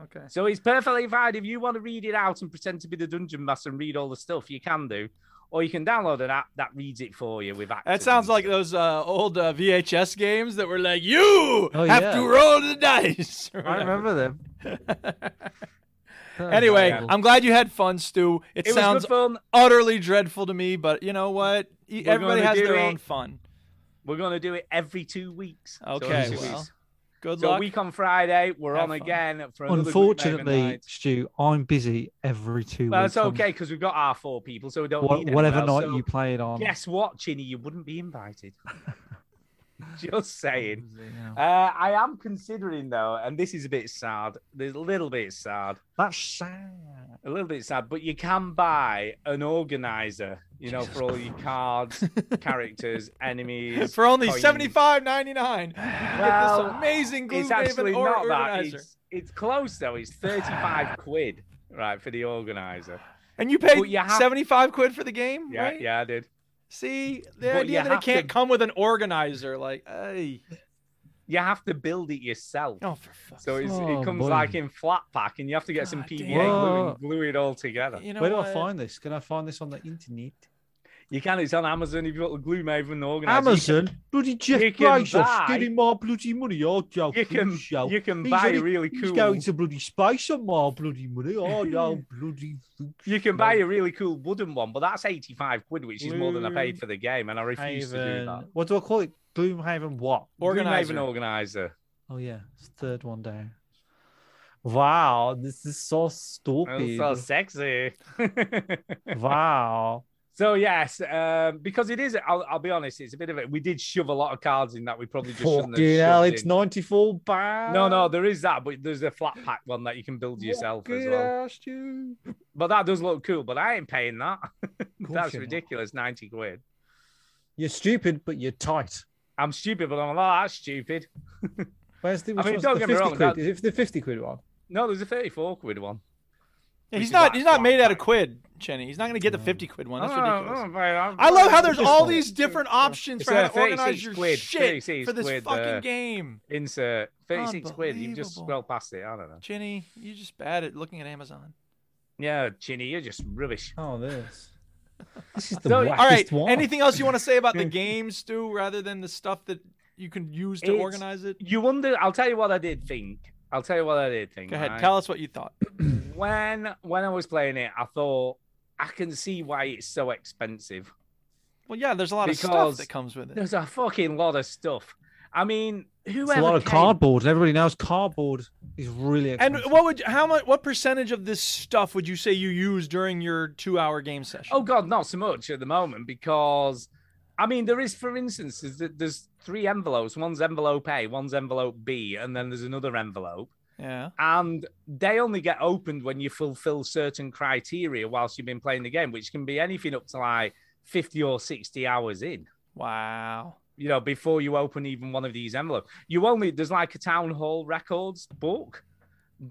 [SPEAKER 1] Okay.
[SPEAKER 5] So it's perfectly fine if you want to read it out and pretend to be the dungeon master and read all the stuff. You can do, or you can download an app that reads it for you with actors.
[SPEAKER 1] That sounds like those uh, old uh, VHS games that were like, you
[SPEAKER 5] Oh,
[SPEAKER 1] have
[SPEAKER 5] yeah.
[SPEAKER 1] to roll the dice. or
[SPEAKER 13] I
[SPEAKER 1] whatever.
[SPEAKER 13] remember them.
[SPEAKER 1] Anyway,
[SPEAKER 5] Yeah.
[SPEAKER 1] I'm glad you had fun, Stu. It,
[SPEAKER 5] It was good
[SPEAKER 1] sounds
[SPEAKER 5] fun.
[SPEAKER 1] utterly dreadful to me, but you know what? E-
[SPEAKER 5] We're
[SPEAKER 1] Everybody
[SPEAKER 5] gonna
[SPEAKER 1] has
[SPEAKER 5] do
[SPEAKER 1] their
[SPEAKER 5] it.
[SPEAKER 1] own fun.
[SPEAKER 5] We're going to do it every two weeks. So
[SPEAKER 1] Okay,
[SPEAKER 5] every two
[SPEAKER 1] well,
[SPEAKER 5] weeks.
[SPEAKER 1] good
[SPEAKER 5] so
[SPEAKER 1] luck.
[SPEAKER 5] week on Friday, we're
[SPEAKER 1] Have
[SPEAKER 5] on
[SPEAKER 1] fun.
[SPEAKER 5] again for another Great Maven
[SPEAKER 4] Unfortunately,
[SPEAKER 5] night.
[SPEAKER 4] Stu, I'm busy every two
[SPEAKER 5] Well,
[SPEAKER 4] weeks.
[SPEAKER 5] it's okay because we've got our four people, so we don't
[SPEAKER 4] Wha-
[SPEAKER 5] need anyone
[SPEAKER 4] whatever
[SPEAKER 5] else.
[SPEAKER 4] night you play it on.
[SPEAKER 5] Guess what, Chinny? You wouldn't be invited. Just saying.
[SPEAKER 4] Mm.
[SPEAKER 5] Uh, I am considering though, and this is a bit sad. There's a little bit sad.
[SPEAKER 4] That's sad.
[SPEAKER 5] A little bit sad, but you can buy an organizer, you know, for all your cards, characters, enemies.
[SPEAKER 1] For only
[SPEAKER 5] coins.
[SPEAKER 1] seventy five ninety nine, you can get
[SPEAKER 5] Well,
[SPEAKER 1] this amazing
[SPEAKER 5] It's
[SPEAKER 1] Gloomhaven
[SPEAKER 5] actually
[SPEAKER 1] or
[SPEAKER 5] not that.
[SPEAKER 1] organizer,
[SPEAKER 5] It's, it's close though. It's thirty-five quid, right, for the organizer.
[SPEAKER 1] and you
[SPEAKER 5] But
[SPEAKER 1] paid
[SPEAKER 5] you have-
[SPEAKER 1] seventy five quid for the game,
[SPEAKER 5] Yeah,
[SPEAKER 1] right?
[SPEAKER 5] yeah, I did.
[SPEAKER 1] See, the
[SPEAKER 5] But you
[SPEAKER 1] idea that it
[SPEAKER 5] have to-
[SPEAKER 1] can't come with an organizer, like, hey,
[SPEAKER 5] You have to build it yourself.
[SPEAKER 1] Oh, for fuck's
[SPEAKER 5] So it's,
[SPEAKER 4] Oh,
[SPEAKER 5] it comes
[SPEAKER 4] boy.
[SPEAKER 5] like in flat pack, and you have to get some PVA glue
[SPEAKER 4] Whoa.
[SPEAKER 5] and glue it all together.
[SPEAKER 1] You
[SPEAKER 4] Where do I find this? Can I find this on the internet?
[SPEAKER 5] You can. It's on Amazon if you want the glue made from the organizer.
[SPEAKER 4] Amazon? Bloody Jeff
[SPEAKER 5] you can
[SPEAKER 4] Bezos
[SPEAKER 5] buy-
[SPEAKER 4] getting my bloody money. Oh, Joe,
[SPEAKER 5] You can-
[SPEAKER 4] show.
[SPEAKER 5] you can
[SPEAKER 4] he's
[SPEAKER 5] buy
[SPEAKER 4] only-
[SPEAKER 5] really
[SPEAKER 4] he's
[SPEAKER 5] cool-
[SPEAKER 4] going to bloody space on my bloody money. Oh, no, bloody.
[SPEAKER 5] You can buy a really cool wooden one, but that's eighty-five quid, which is more than I paid for the game, and I refuse to do that.
[SPEAKER 4] Haven. What do I call it? Gloomhaven what?
[SPEAKER 5] Gloomhaven organizer.
[SPEAKER 4] Oh, yeah. It's the third one down. Wow, this is so stupid.
[SPEAKER 5] so sexy.
[SPEAKER 4] wow.
[SPEAKER 5] So yes, um, because it is. I'll, I'll be honest. It's a bit of it. We did shove a lot of cards in that we probably just shouldn't have
[SPEAKER 4] Fucking hell,
[SPEAKER 5] shoved
[SPEAKER 4] it's
[SPEAKER 5] in.
[SPEAKER 4] 94 pounds.
[SPEAKER 5] No,
[SPEAKER 1] Um,
[SPEAKER 5] no, there is that, but there's a flat pack one that you can build yourself as
[SPEAKER 4] Good
[SPEAKER 5] well.
[SPEAKER 4] ass, you.
[SPEAKER 5] But that does look cool. But I ain't paying that.
[SPEAKER 4] course
[SPEAKER 5] That's
[SPEAKER 4] you're not.
[SPEAKER 5] ridiculous. Ninety quid.
[SPEAKER 4] You're stupid, but you're tight.
[SPEAKER 5] I'm stupid, but I'm not that stupid.
[SPEAKER 4] Where's the,
[SPEAKER 5] I
[SPEAKER 4] which
[SPEAKER 5] mean,
[SPEAKER 4] one's
[SPEAKER 5] don't
[SPEAKER 4] the
[SPEAKER 5] get
[SPEAKER 4] 50
[SPEAKER 5] me wrong,
[SPEAKER 4] quid?
[SPEAKER 5] that-
[SPEAKER 4] Is it the 50 quid one?
[SPEAKER 5] No, there's a thirty-four quid one.
[SPEAKER 1] Yeah,
[SPEAKER 5] Which
[SPEAKER 1] he's
[SPEAKER 5] is
[SPEAKER 1] not
[SPEAKER 5] why-
[SPEAKER 1] he's not made out of quid, Chenny. He's not going to
[SPEAKER 5] Mm.
[SPEAKER 1] get the fifty quid one. That's
[SPEAKER 5] I don't know,
[SPEAKER 1] ridiculous.
[SPEAKER 5] I don't know, man,
[SPEAKER 1] I love how there's
[SPEAKER 5] It's
[SPEAKER 1] all
[SPEAKER 5] just-
[SPEAKER 1] these different options
[SPEAKER 5] It's
[SPEAKER 1] for how
[SPEAKER 5] a
[SPEAKER 1] to organize
[SPEAKER 5] 36
[SPEAKER 1] your
[SPEAKER 5] quid,
[SPEAKER 1] shit
[SPEAKER 5] 36
[SPEAKER 1] for this
[SPEAKER 5] quid,
[SPEAKER 1] fucking
[SPEAKER 5] uh,
[SPEAKER 1] game.
[SPEAKER 5] Insert thirty-six quid. You just
[SPEAKER 1] Unbelievable.
[SPEAKER 5] scroll past it. I don't know.
[SPEAKER 1] Chinny, you're just bad at looking at Amazon.
[SPEAKER 5] Yeah, Chinny, you're just rubbish.
[SPEAKER 4] Oh, this. This is
[SPEAKER 1] So, all right. Anything else you want to say about the game, Stu, rather than the stuff that you can use to
[SPEAKER 5] It's-
[SPEAKER 1] organize it?
[SPEAKER 5] You wonder. I'll tell you what I did think. I'll tell you what I did think.
[SPEAKER 1] Go ahead.
[SPEAKER 5] right?
[SPEAKER 1] Tell us what you thought.
[SPEAKER 5] when when I was playing it, I thought I can see why it's so expensive.
[SPEAKER 1] Well, yeah, there's a lot of stuff
[SPEAKER 5] Because
[SPEAKER 1] that comes with it.
[SPEAKER 5] There's a fucking lot of stuff. I mean, whoever
[SPEAKER 4] It's a lot of
[SPEAKER 5] came-
[SPEAKER 4] cardboard. and Everybody knows cardboard is really
[SPEAKER 1] And
[SPEAKER 4] expensive.
[SPEAKER 1] what would how much what percentage of this stuff would you say you use during your two hour game session?
[SPEAKER 5] Oh God, not so much at the moment because, I mean, there is, for instance, is that there's three envelopes. One's envelope A, one's envelope B, and then there's another envelope.
[SPEAKER 1] Yeah.
[SPEAKER 5] And they only get opened when you fulfill certain criteria whilst you've been playing the game, which can be anything up to like 50 or 60 hours in.
[SPEAKER 1] Wow.
[SPEAKER 5] You know, before you open even one of these envelopes, you only there's like a town hall records book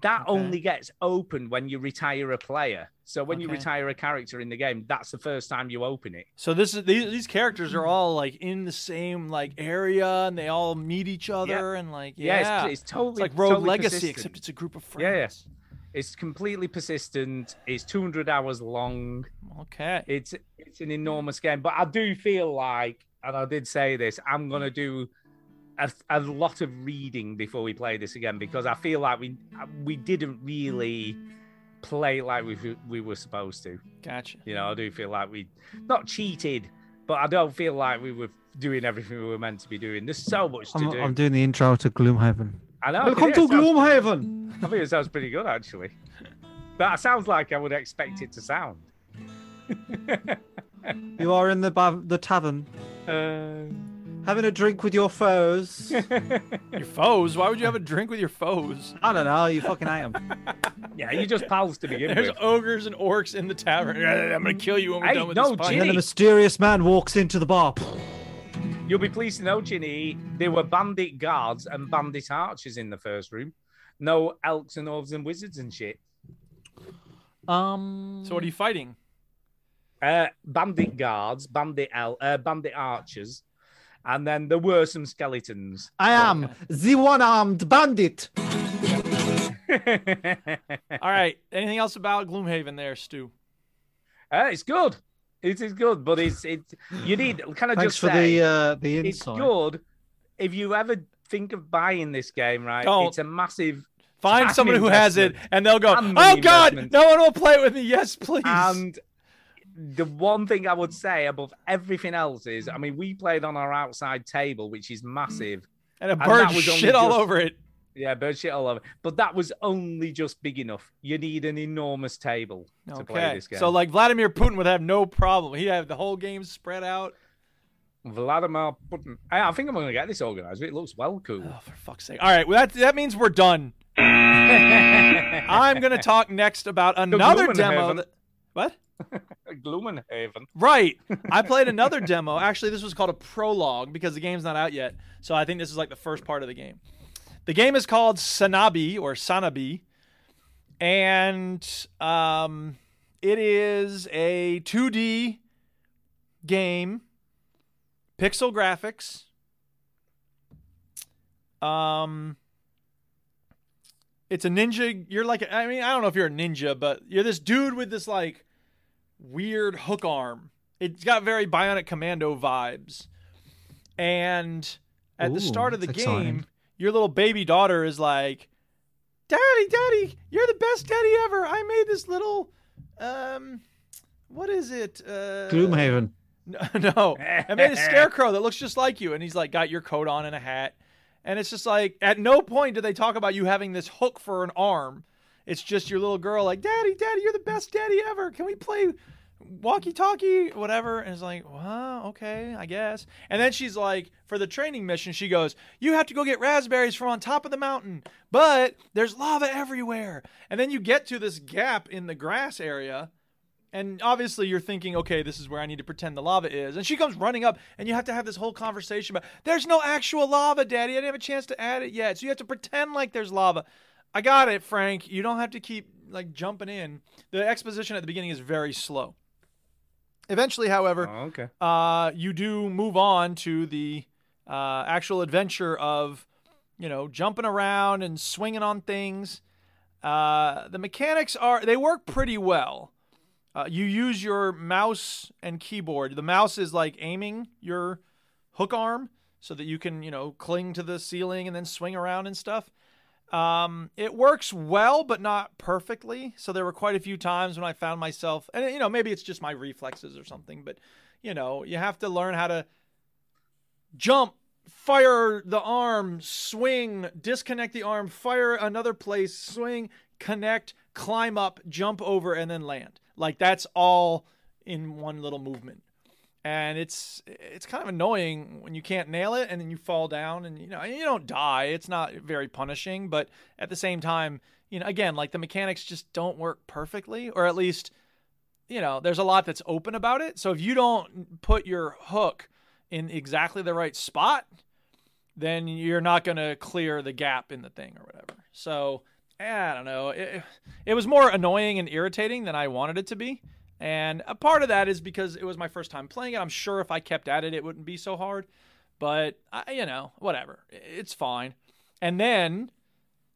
[SPEAKER 5] that only gets opened when you retire a player. So when you
[SPEAKER 1] Okay.
[SPEAKER 5] retire a character in the game, that's the first time you open it.
[SPEAKER 1] So this is these these characters are all like in the same like area and they all meet each other and like
[SPEAKER 5] Yeah,
[SPEAKER 1] yeah,
[SPEAKER 5] it's- it's totally-
[SPEAKER 1] like Road
[SPEAKER 5] totally
[SPEAKER 1] Legacy
[SPEAKER 5] persistent.
[SPEAKER 1] except it's a group of
[SPEAKER 5] Yeah, yeah.
[SPEAKER 1] friends.
[SPEAKER 5] It's completely persistent. It's 200 hours long.
[SPEAKER 1] Okay.
[SPEAKER 5] It's it's an enormous game, but I do feel like, and I did say this, I'm gonna do a, a lot of reading before we play this again because I feel like we we didn't really play like we we were supposed to.
[SPEAKER 1] Gotcha.
[SPEAKER 5] You know, I do feel like we not cheated, but I don't feel like we were doing everything we were meant to be doing. There's so much to
[SPEAKER 4] I'm,
[SPEAKER 5] do.
[SPEAKER 4] I'm doing the intro to Gloomhaven.
[SPEAKER 5] I know.
[SPEAKER 4] Welcome
[SPEAKER 5] it
[SPEAKER 4] to
[SPEAKER 5] sounds-
[SPEAKER 4] Gloomhaven.
[SPEAKER 5] I think it sounds pretty good actually. That sounds like I would expect it to sound.
[SPEAKER 4] You are in the ba- the tavern,
[SPEAKER 1] Uh,
[SPEAKER 4] having a drink with your foes.
[SPEAKER 1] your foes? Why would you have a drink with your foes?
[SPEAKER 4] I don't know. You fucking hate them.
[SPEAKER 5] yeah, you're just pals to begin
[SPEAKER 1] There's
[SPEAKER 5] with.
[SPEAKER 1] ogres and orcs in the tavern. I'm gonna kill you when we're
[SPEAKER 5] Hey,
[SPEAKER 1] done with
[SPEAKER 5] no,
[SPEAKER 1] this. fight.
[SPEAKER 4] And then a mysterious man walks into the bar.
[SPEAKER 5] You'll be pleased to know, Ginny, there were bandit guards and bandit archers in the first room. No elks and elves and wizards and shit.
[SPEAKER 4] Um.
[SPEAKER 1] So what are you fighting?
[SPEAKER 5] Uh, bandit guards, bandit el- uh, bandit archers, and then there were some skeletons.
[SPEAKER 4] I am the one-armed bandit.
[SPEAKER 1] All right. Anything else about Gloomhaven there, Stu?
[SPEAKER 5] Uh, it's good. It is good, but it's it. You need. Can I
[SPEAKER 4] Thanks
[SPEAKER 5] just
[SPEAKER 4] for
[SPEAKER 5] say,
[SPEAKER 4] the uh, the
[SPEAKER 5] it's
[SPEAKER 4] insight.
[SPEAKER 5] good. If you ever think of buying this game, right?
[SPEAKER 1] Don't.
[SPEAKER 5] It's a massive.
[SPEAKER 1] Find
[SPEAKER 5] time
[SPEAKER 1] someone who has it,
[SPEAKER 5] investment.
[SPEAKER 1] and they'll go,
[SPEAKER 5] Time
[SPEAKER 1] "Oh God,
[SPEAKER 5] investment.
[SPEAKER 1] no one will play it with me." Yes, please.
[SPEAKER 5] And the one thing I would say above everything else is, I mean, we played on our outside table, which is
[SPEAKER 1] Mm.
[SPEAKER 5] massive.
[SPEAKER 1] and a
[SPEAKER 5] and
[SPEAKER 1] bird
[SPEAKER 5] that was only
[SPEAKER 1] shit all
[SPEAKER 5] just-
[SPEAKER 1] over it.
[SPEAKER 5] Yeah, bird shit all over. But that was only just big enough. You need an enormous table to play
[SPEAKER 1] Okay.
[SPEAKER 5] this game.
[SPEAKER 1] So like Vladimir Putin would have no problem. He'd have the whole game spread out.
[SPEAKER 5] Vladimir Putin. I, I think I'm going to get this organized. It looks well cool.
[SPEAKER 1] Oh, for fuck's sake! All right. Well, that that means we're done. I'm gonna talk next about another demo.
[SPEAKER 5] Gloomhaven.
[SPEAKER 1] That, what?
[SPEAKER 5] Gloomhaven.
[SPEAKER 1] Right. I played another demo. Actually, this was called a prologue because the game's not out yet. So I think this is like the first part of the game. The game is called Sanabi or Sanabi. And um, it is a 2D game, pixel graphics. Um, it's a ninja. You're like, I mean, I don't know if you're a ninja, but you're this dude with this like weird hook arm. It's got very Bionic Commando vibes. And at
[SPEAKER 4] Ooh,
[SPEAKER 1] the start of the
[SPEAKER 4] that's exciting.
[SPEAKER 1] game, your little baby daughter is like, "Daddy, daddy, you're the best daddy ever. I made this little um what is it? Uh
[SPEAKER 4] Gloomhaven.
[SPEAKER 1] no, no. I made a scarecrow that looks just like you. And he's like, got your coat on and a hat. And it's just like, at no point do they talk about you having this hook for an arm. It's just your little girl, like, Daddy, Daddy, you're the best daddy ever. Can we play walkie talkie, whatever? And it's like, wow, okay, I guess. And then she's like, for the training mission, she goes, You have to go get raspberries from on top of the mountain, but there's lava everywhere. And then you get to this gap in the grass area. And obviously, you're thinking, okay, this is where I need to pretend the lava is. And she comes running up, and you have to have this whole conversation about there's no actual lava, Daddy. I didn't have a chance to add it yet. So you have to pretend like there's lava. I got it, Frank. You don't have to keep like jumping in. The exposition at the beginning is very slow. Eventually, however,
[SPEAKER 5] Oh, okay.
[SPEAKER 1] uh, you do move on to the uh, actual adventure of, you know, jumping around and swinging on things. Uh, the mechanics are they work pretty well. Uh, you use your mouse and keyboard. The mouse is like aiming your hook arm so that you can, you know, cling to the ceiling and then swing around and stuff. Um, it works well, but not perfectly. So there were quite a few times when I found myself, and you know, maybe it's just my reflexes or something, but you know, you have to learn how to jump, fire the arm, swing, disconnect the arm, fire another place, swing, connect, climb up, jump over, and then land. Like that's all in one little movement. And it's it's kind of annoying when you can't nail it and then you fall down and you know and you don't die. It's not very punishing, but at the same time, you know, again, like the mechanics just don't work perfectly, or at least you know, there's a lot that's open about it. So if you don't put your hook in exactly the right spot, then you're not going to clear the gap in the thing or whatever. So eh, I don't know. It, it was more annoying and irritating than I wanted it to be. And a part of that is because it was my first time playing it. I'm sure if I kept at it, it wouldn't be so hard. But, I, you know, whatever. It's fine. And then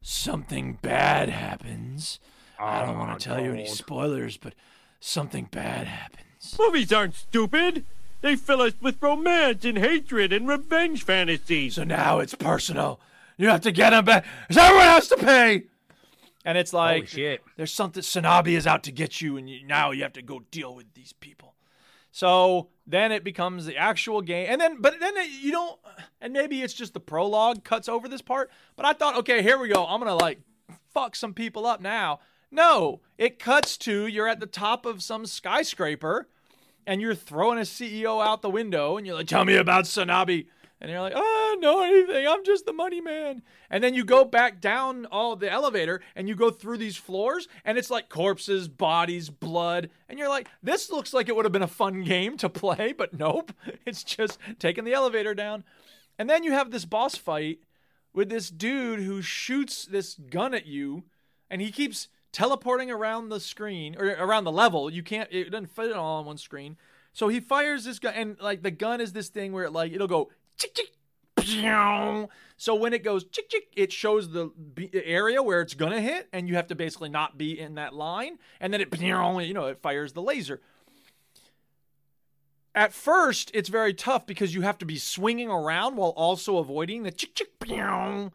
[SPEAKER 1] something bad happens. I don't want to tell you any spoilers, but something bad happens.
[SPEAKER 13] Movies aren't stupid. They fill us with romance and hatred and revenge fantasies.
[SPEAKER 1] So now it's personal. You have to get him back. 'cause Everyone has to pay. And it's like,
[SPEAKER 5] Holy shit.
[SPEAKER 1] there's something. Sanabi is out to get you, and you, now you have to go deal with these people. So then it becomes the actual game, and then but then it- you don't, and maybe it's just the prologue cuts over this part. But I thought, okay, here we go. I'm gonna like fuck some people up now. No, it cuts to you're at the top of some skyscraper, and you're throwing a CEO out the window, and you're like, tell me about Sanabi. And you're like, I don't know anything. I'm just the money man. And then you go back down all the elevator and you go through these floors and it's like corpses, bodies, blood. And you're like, this looks like it would have been a fun game to play, but nope. It's just taking the elevator down. And then you have this boss fight with this dude who shoots this gun at you and he keeps teleporting around the screen or around the level. You can't it doesn't fit it all on one screen. So he fires this gun and like the gun is this thing where it like it'll go chick chick pew. So when it goes chick chick, it shows the b- area where it's gonna hit, and you have to basically not be in that line. And then it pew, you know it fires the laser. At first, it's very tough because you have to be swinging around while also avoiding the chick chick pew.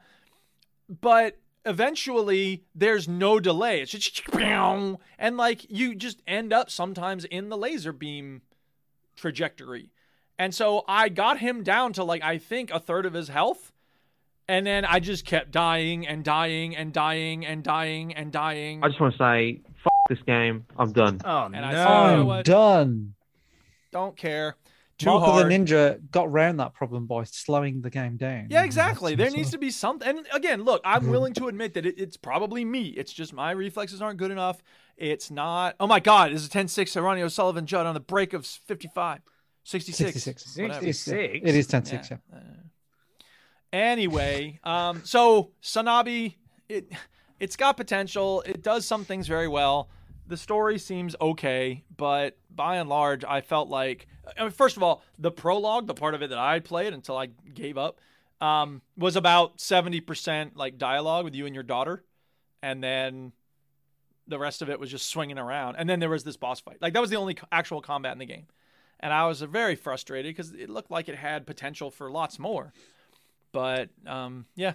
[SPEAKER 1] But eventually, there's no delay. It's just chick chick pew, and like you just end up sometimes in the laser beam trajectory. And so I got him down to like I think a third of his health. And then I just kept dying and dying and dying and dying and dying.
[SPEAKER 14] I just want to say, f- this game. I'm done.
[SPEAKER 5] Oh
[SPEAKER 1] And I said, "You know
[SPEAKER 4] I'm
[SPEAKER 1] what?
[SPEAKER 4] done.
[SPEAKER 1] Don't care. Too
[SPEAKER 4] Mark
[SPEAKER 1] hard.
[SPEAKER 4] of the Ninja got around that problem by slowing the game down.
[SPEAKER 1] Yeah, exactly. There needs to be something. And again, look, I'm willing to admit that it, it's probably me. It's just my reflexes aren't good enough. It's not. Oh my God, this is 10 6 Ronnie O'Sullivan Judd on the break of 55, 66.
[SPEAKER 4] 66.
[SPEAKER 1] whatever.
[SPEAKER 4] It is 10 6, yeah.
[SPEAKER 1] Anyway, um, so Sanabi, it it's got potential. It does some things very well. The story seems okay, but by and large, I felt like I mean, first of all, the prologue, the part of it that I played until I gave up, um, was about seventy percent like dialogue with you and your daughter, and then the rest of it was just swinging around. And then there was this boss fight. Like that was the only co- actual combat in the game, and I was very frustrated because it looked like it had potential for lots more but um, yeah.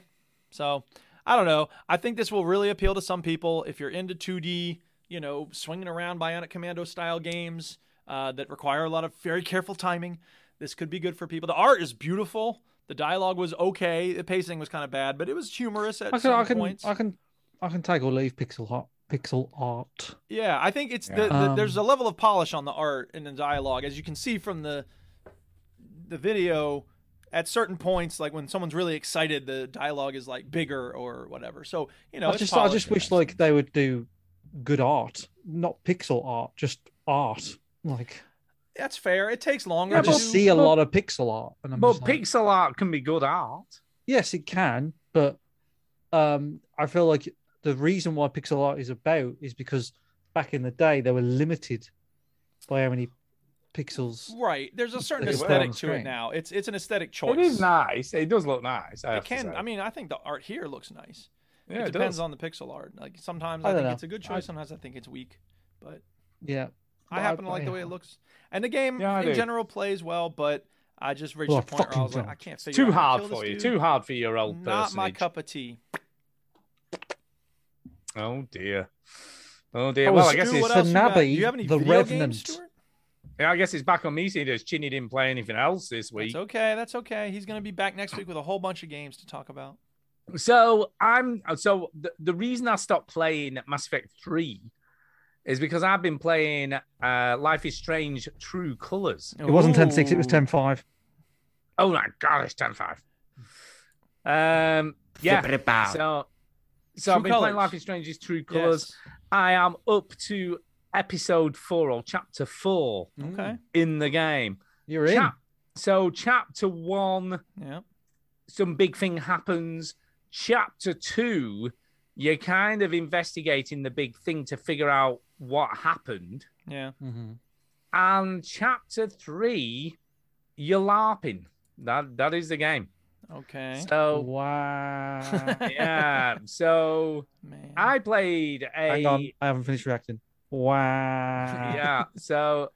[SPEAKER 1] So I don't know. I think this will really appeal to some people if you're into 2D, you know, swinging around Bionic Commando style games uh, that require a lot of very careful timing. This could be good for people. The art is beautiful. The dialogue was okay. The pacing was kind of bad, but it was humorous at
[SPEAKER 4] I can,
[SPEAKER 1] some
[SPEAKER 4] I can,
[SPEAKER 1] points.
[SPEAKER 4] I can, I can take or leave pixel art. Pixel art.
[SPEAKER 1] Yeah, I think it's the,
[SPEAKER 4] Yeah.
[SPEAKER 1] the, there's a
[SPEAKER 4] Um,
[SPEAKER 1] level of polish on the art and the dialogue, as you can see from the the video. At certain points, like when someone's really excited, the dialogue is like bigger or whatever. So you know,
[SPEAKER 4] I
[SPEAKER 1] it's
[SPEAKER 4] just, I
[SPEAKER 1] polished
[SPEAKER 4] just
[SPEAKER 1] and
[SPEAKER 4] wish
[SPEAKER 1] nice.
[SPEAKER 4] like they would do good art, not pixel art, just art. Like
[SPEAKER 1] that's fair. It takes longer.
[SPEAKER 4] I
[SPEAKER 1] to
[SPEAKER 4] just
[SPEAKER 1] do-
[SPEAKER 4] see a lot of pixel art, and I'm
[SPEAKER 5] But
[SPEAKER 4] just like,
[SPEAKER 5] pixel art can be good art.
[SPEAKER 4] Yes, it can, but um, I feel like the reason why pixel art is about is because back in the day they were limited by how many pixels.
[SPEAKER 1] Right, there's a certain
[SPEAKER 4] They were on
[SPEAKER 1] aesthetic to it
[SPEAKER 4] screen.
[SPEAKER 1] now. It's it's an aesthetic choice.
[SPEAKER 5] It is nice. It does look nice. I
[SPEAKER 1] It
[SPEAKER 5] have to
[SPEAKER 1] can.
[SPEAKER 5] say.
[SPEAKER 1] I mean, I think the art here looks nice.
[SPEAKER 5] Yeah,
[SPEAKER 1] it
[SPEAKER 5] it
[SPEAKER 1] depends
[SPEAKER 5] does.
[SPEAKER 1] on the pixel art. Like sometimes
[SPEAKER 4] I
[SPEAKER 1] I,
[SPEAKER 4] don't
[SPEAKER 1] think
[SPEAKER 4] know.
[SPEAKER 1] it's a good choice. Sometimes I think it's weak. But
[SPEAKER 4] Yeah,
[SPEAKER 1] I happen to like the way it looks. And the game
[SPEAKER 5] Yeah, I
[SPEAKER 1] in
[SPEAKER 5] do.
[SPEAKER 1] general plays well, but I just reached
[SPEAKER 4] Oh,
[SPEAKER 5] Well,
[SPEAKER 1] a point where I
[SPEAKER 5] fucking
[SPEAKER 1] was like,
[SPEAKER 5] don't.
[SPEAKER 1] I can't figure
[SPEAKER 5] Too
[SPEAKER 1] out how to
[SPEAKER 5] hard
[SPEAKER 1] kill
[SPEAKER 5] for
[SPEAKER 1] this
[SPEAKER 5] you.
[SPEAKER 1] dude.
[SPEAKER 5] Too hard for your old
[SPEAKER 1] Not my
[SPEAKER 5] personage.
[SPEAKER 1] cup of tea.
[SPEAKER 5] Oh dear. Oh dear.
[SPEAKER 4] Oh,
[SPEAKER 5] well, I
[SPEAKER 4] Stu,
[SPEAKER 5] guess
[SPEAKER 4] what
[SPEAKER 5] it's
[SPEAKER 4] else you got? Do you have any The video games, Revenant. Stuart?
[SPEAKER 5] Yeah, I guess it's back on me seeing as Chinny didn't play anything else this week.
[SPEAKER 1] It's okay. That's okay. He's going to be back next week with a whole bunch of games to talk about.
[SPEAKER 5] So I'm so the, the reason I stopped playing Mass Effect 3 is because I've been playing uh Life is Strange True Colors.
[SPEAKER 4] It wasn't 10 6, it was 10 5.
[SPEAKER 5] Oh my god, it's 10 5. Um yeah.
[SPEAKER 4] Flippity bow.
[SPEAKER 5] So so
[SPEAKER 4] True
[SPEAKER 5] I've been
[SPEAKER 4] Colours.
[SPEAKER 5] playing Life is Strange's True Colors. I am up to episode four or chapter four
[SPEAKER 1] Okay.
[SPEAKER 5] in the game.
[SPEAKER 4] You're in.
[SPEAKER 5] so chapter one,
[SPEAKER 1] yeah.
[SPEAKER 5] some big thing happens. Chapter two, you're kind of investigating the big thing to figure out what happened.
[SPEAKER 1] Yeah.
[SPEAKER 5] And chapter three, you're LARPing. That that is the game.
[SPEAKER 1] Okay.
[SPEAKER 5] So
[SPEAKER 4] wow.
[SPEAKER 5] yeah. So I played a
[SPEAKER 4] Hang on, I haven't finished reacting.
[SPEAKER 1] Uh,
[SPEAKER 4] Wow.
[SPEAKER 5] yeah. So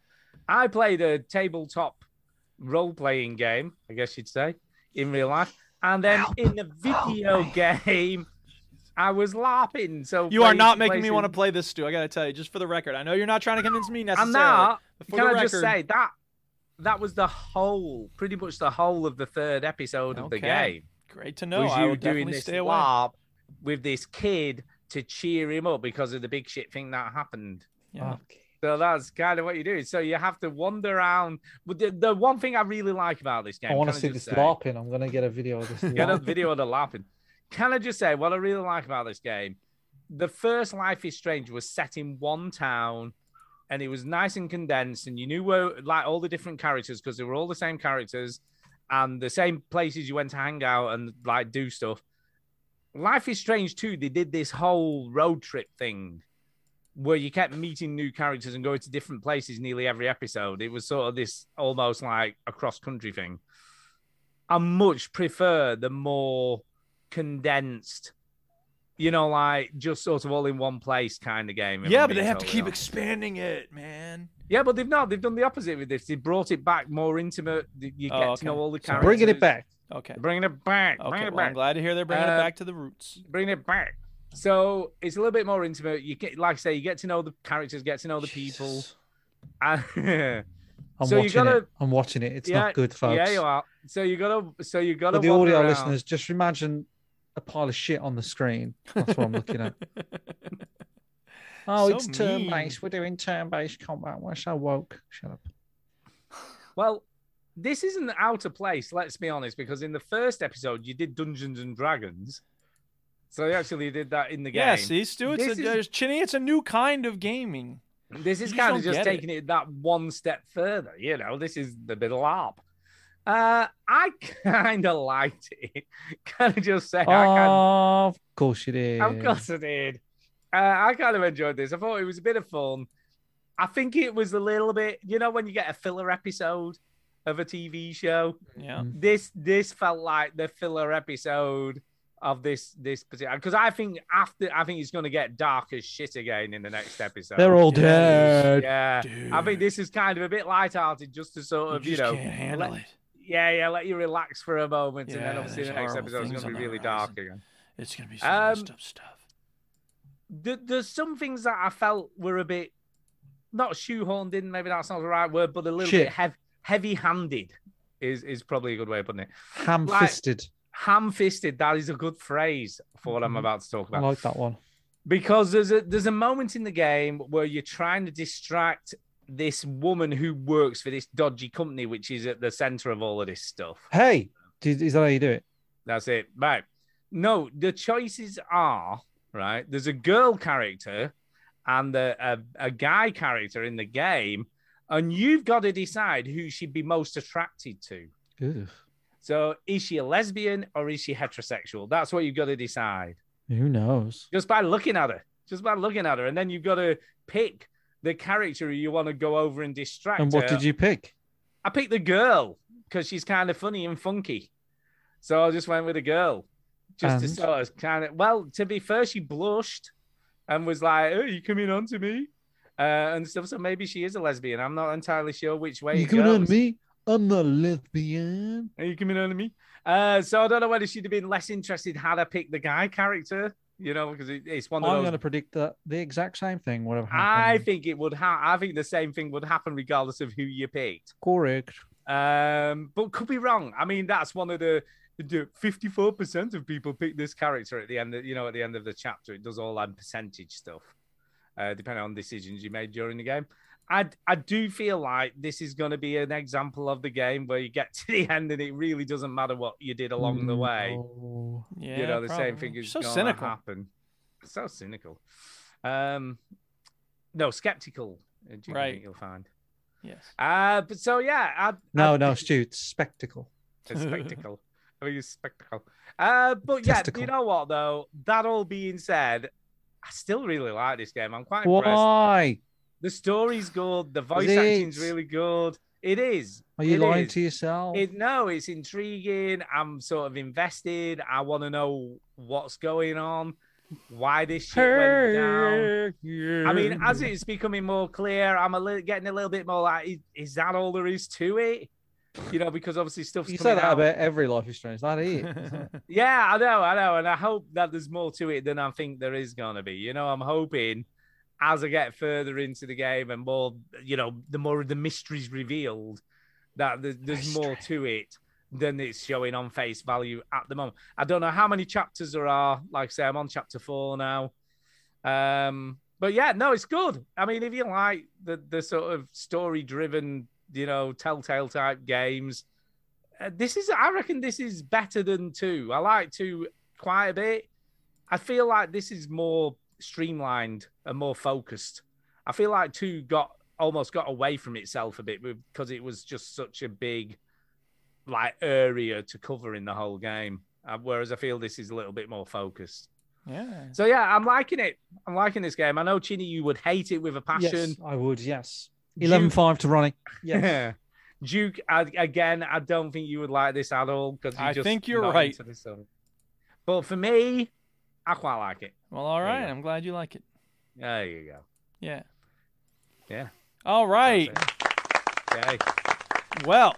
[SPEAKER 5] I played a tabletop role playing game, I guess you'd say, in real life. And then in the
[SPEAKER 1] Oh,
[SPEAKER 5] video game, I was LARPing. So
[SPEAKER 1] You are
[SPEAKER 5] playing-
[SPEAKER 1] not making me
[SPEAKER 5] placing-
[SPEAKER 1] want to play this, Stu. I got to tell you, just for the record. I know you're not trying to convince me necessarily.
[SPEAKER 5] I'm not.
[SPEAKER 1] but for
[SPEAKER 5] Can I
[SPEAKER 1] the
[SPEAKER 5] just
[SPEAKER 1] record-
[SPEAKER 5] say that that was the whole, pretty much the whole of the third episode of the
[SPEAKER 1] Okay.
[SPEAKER 5] game.
[SPEAKER 1] Great to know.
[SPEAKER 5] Was
[SPEAKER 1] I
[SPEAKER 5] you
[SPEAKER 1] will
[SPEAKER 5] doing
[SPEAKER 1] definitely
[SPEAKER 5] this
[SPEAKER 1] stay away.
[SPEAKER 5] LARP with this kid to cheer him up because of the big shit thing that happened.
[SPEAKER 1] Yeah.
[SPEAKER 5] So that's kind of what you do. So you have to wander around. But the, the one thing I really like about this game,
[SPEAKER 4] I want
[SPEAKER 5] can
[SPEAKER 4] to see
[SPEAKER 5] just
[SPEAKER 4] this
[SPEAKER 5] say-
[SPEAKER 4] LARPing. I'm going to get a video of this.
[SPEAKER 5] Get a
[SPEAKER 4] LARPing.
[SPEAKER 5] video of the laughing. Can I just say what I really like about this game? The first Life is Strange was set in one town, and it was nice and condensed, and you knew where like all the different characters because they were all the same characters, and the same places you went to hang out and like do stuff. Life is Strange too. They did this whole road trip thing where you kept meeting new characters and going to different places nearly every episode. It was sort of this almost like a cross country thing. I much prefer the more condensed, you know, like just sort of all in one place kind of game. if
[SPEAKER 1] Yeah,
[SPEAKER 5] I'm
[SPEAKER 1] but they
[SPEAKER 5] being
[SPEAKER 1] have to
[SPEAKER 5] totally
[SPEAKER 1] keep
[SPEAKER 5] honest.
[SPEAKER 1] expanding it, man.
[SPEAKER 5] Yeah, but they've not. They've done the opposite with this. They brought it back more intimate. You get
[SPEAKER 1] Oh,
[SPEAKER 5] to
[SPEAKER 1] okay.
[SPEAKER 5] know all the
[SPEAKER 1] So
[SPEAKER 5] characters.
[SPEAKER 1] bringing it back. Okay.
[SPEAKER 5] Bringing it back.
[SPEAKER 1] Okay,
[SPEAKER 5] bringing it
[SPEAKER 1] well, I'm
[SPEAKER 5] back.
[SPEAKER 1] glad to hear they're bringing it
[SPEAKER 5] Uh,
[SPEAKER 1] back to the roots.
[SPEAKER 5] Bringing it back. So it's a little bit more intimate. You get, like I say, you get to know the characters, get to know the people. And-
[SPEAKER 4] I'm
[SPEAKER 5] so you
[SPEAKER 4] watching
[SPEAKER 5] gotta
[SPEAKER 4] it. I'm watching it. It's
[SPEAKER 5] yeah,
[SPEAKER 4] not good, folks.
[SPEAKER 5] Yeah, you are. So you gotta. So you gotta.
[SPEAKER 4] For the
[SPEAKER 5] wander
[SPEAKER 4] audio
[SPEAKER 5] around.
[SPEAKER 4] listeners, just imagine a pile of shit on the screen. That's what I'm looking at. oh,
[SPEAKER 5] So
[SPEAKER 4] it's turn
[SPEAKER 5] mean.
[SPEAKER 4] based. We're doing turn based combat. We're so woke. Shut up.
[SPEAKER 5] Well, this isn't out of place. Let's be honest, because in the first episode you did Dungeons and Dragons, so they actually did that in the game.
[SPEAKER 1] Yeah, see, Stu, it's
[SPEAKER 5] This
[SPEAKER 1] a,
[SPEAKER 5] is-
[SPEAKER 1] is... Chinny, it's a new kind of gaming.
[SPEAKER 5] This is
[SPEAKER 1] You
[SPEAKER 5] kind of
[SPEAKER 1] don't
[SPEAKER 5] just
[SPEAKER 1] get it.
[SPEAKER 5] taking it. that one step further. You know, this is the bit of LARP. Uh, I kind of liked it. Can I just say, I kind
[SPEAKER 4] Ah, Of course you did.
[SPEAKER 5] Of course I did. Uh, I kind of enjoyed this. I thought it was a bit of fun. I think it was a little bit, you know, when you get a filler episode of a TV show.
[SPEAKER 1] Yeah.
[SPEAKER 4] Mm-hmm.
[SPEAKER 5] This this felt like the filler episode of this this particular because I think after I think it's going to get dark as shit again in the next episode.
[SPEAKER 4] They're all dead.
[SPEAKER 5] Yeah, I think this is kind of a bit lighthearted, just to sort of you, know, let- yeah, yeah, let you relax for a moment, and then
[SPEAKER 1] Yeah,
[SPEAKER 5] obviously the
[SPEAKER 1] there's
[SPEAKER 5] next
[SPEAKER 1] horrible
[SPEAKER 5] episode is
[SPEAKER 1] things
[SPEAKER 5] going to
[SPEAKER 1] on
[SPEAKER 5] be
[SPEAKER 1] the
[SPEAKER 5] really dark again.
[SPEAKER 1] It's gonna be so
[SPEAKER 5] Um,
[SPEAKER 1] messed up stuff.
[SPEAKER 5] Th there's some things that I felt were a bit not shoehorned in, maybe that's not the right word, but a little
[SPEAKER 4] Shit.
[SPEAKER 5] bit hev- heavy-handed is is probably a good way of putting it.
[SPEAKER 4] Ham fisted.
[SPEAKER 5] ham-fisted. That is a good phrase for what I'm about to talk
[SPEAKER 4] I
[SPEAKER 5] about
[SPEAKER 4] like that one.
[SPEAKER 5] because there's a there's a moment in the game where you're trying to distract this woman who works for this dodgy company, which is at the center of all of this stuff.
[SPEAKER 4] Hey, did, is that how you do it?
[SPEAKER 5] That's it. Right. No, the choices are right. There's a girl character and a, a, a guy character in the game, and you've got to decide who she'd be most attracted to.
[SPEAKER 4] Ugh.
[SPEAKER 5] So, is she a lesbian or is she heterosexual? That's what you've got to decide
[SPEAKER 4] Who knows?
[SPEAKER 5] just by looking at her, just by looking at her, and then you've got to pick the character who you want to go over and distract.
[SPEAKER 4] And what
[SPEAKER 5] her.
[SPEAKER 4] did you pick?
[SPEAKER 5] I picked the girl because she's kind of funny and funky. So I just went with a girl. Just
[SPEAKER 4] And?
[SPEAKER 5] to sort of kind of, well, to be fair, she blushed and was like, oh, you coming on to me? Uh, and stuff. So maybe she is a lesbian. I'm not entirely sure which way
[SPEAKER 4] you
[SPEAKER 5] it
[SPEAKER 4] coming on
[SPEAKER 5] goes.
[SPEAKER 4] me? I'm not a lesbian.
[SPEAKER 5] Are you coming on to me? Uh, so I don't know whether she'd have been less interested had I picked the guy character, you know, because it, it's one of
[SPEAKER 4] I'm
[SPEAKER 5] those
[SPEAKER 4] going to predict that the exact same thing would have
[SPEAKER 5] I
[SPEAKER 4] happened.
[SPEAKER 5] think it would ha- I think the same thing would happen regardless of who you picked.
[SPEAKER 4] Correct.
[SPEAKER 5] Um, but could be wrong. I mean, that's one of the fifty-four percent of people pick this character at the end. Of, you know, at the end of the chapter, it does all that percentage stuff, uh, depending on decisions you made during the game. I I do feel like this is going to be an example of the game where you get to the end and it really doesn't matter what you did along the way.
[SPEAKER 1] Mm-hmm. Yeah,
[SPEAKER 5] you know, the same uh-huh.
[SPEAKER 1] probably.
[SPEAKER 5] thing is
[SPEAKER 1] So
[SPEAKER 5] going
[SPEAKER 1] cynical.
[SPEAKER 5] to happen. So cynical. Um, no, skeptical. uh, Do you
[SPEAKER 1] Right.
[SPEAKER 5] think you'll find?
[SPEAKER 1] Yes.
[SPEAKER 5] Uh, but so yeah, I,
[SPEAKER 4] No,
[SPEAKER 5] I,
[SPEAKER 4] no, Stu, it's spectacle.
[SPEAKER 5] a spectacle. I mean, a Oh, spectacle. Uh, but yeah,
[SPEAKER 4] Testicle.
[SPEAKER 5] you know what though? That all being said, I still really like this game. I'm quite impressed.
[SPEAKER 4] Why?
[SPEAKER 5] The story's good. The voice
[SPEAKER 4] Is
[SPEAKER 5] acting's
[SPEAKER 4] it?
[SPEAKER 5] really good. It is.
[SPEAKER 4] Are you
[SPEAKER 5] It
[SPEAKER 4] lying
[SPEAKER 5] is.
[SPEAKER 4] to yourself?
[SPEAKER 5] It, no, it's intriguing. I'm sort of invested. I want to know what's going on, why this shit went down. I mean, as it's becoming more clear, I'm a little, getting a little bit more like, is, is that all there is to it? You know, because obviously stuff's
[SPEAKER 4] you say
[SPEAKER 5] coming
[SPEAKER 4] that
[SPEAKER 5] out.
[SPEAKER 4] about every Life is Strange. That is. it.
[SPEAKER 5] Yeah, I know, I know, and I hope that there's more to it than I think there is gonna be. You know, I'm hoping as I get further into the game and more, you know, the more of the mysteries revealed, that there's, there's more to it than it's showing on face value at the moment. I don't know how many chapters there are. Like I say, I'm on chapter four now. Um, but yeah, no, it's good. I mean, if you like the the sort of story driven, you know, telltale type games, uh, this is I reckon this is better than two. I like two quite a bit. I feel like this is more streamlined and more focused. I feel like two got almost got away from itself a bit because it was just such a big like area to cover in the whole game. Uh, whereas I feel this is a little bit more focused.
[SPEAKER 1] Yeah.
[SPEAKER 5] So yeah, I'm liking it. I'm liking this game. I know Chini, you would hate it with a passion.
[SPEAKER 4] Yes, I would. Yes. 11-5 to Ronnie. Yes.
[SPEAKER 5] Yeah. Duke, I, again, I don't think you would like this at all because
[SPEAKER 1] I think you're right.
[SPEAKER 5] But for me, I quite like it.
[SPEAKER 1] Well, all right. I'm glad you like it.
[SPEAKER 5] There you go.
[SPEAKER 1] Yeah.
[SPEAKER 5] Yeah.
[SPEAKER 1] All right.
[SPEAKER 5] Okay.
[SPEAKER 1] Well,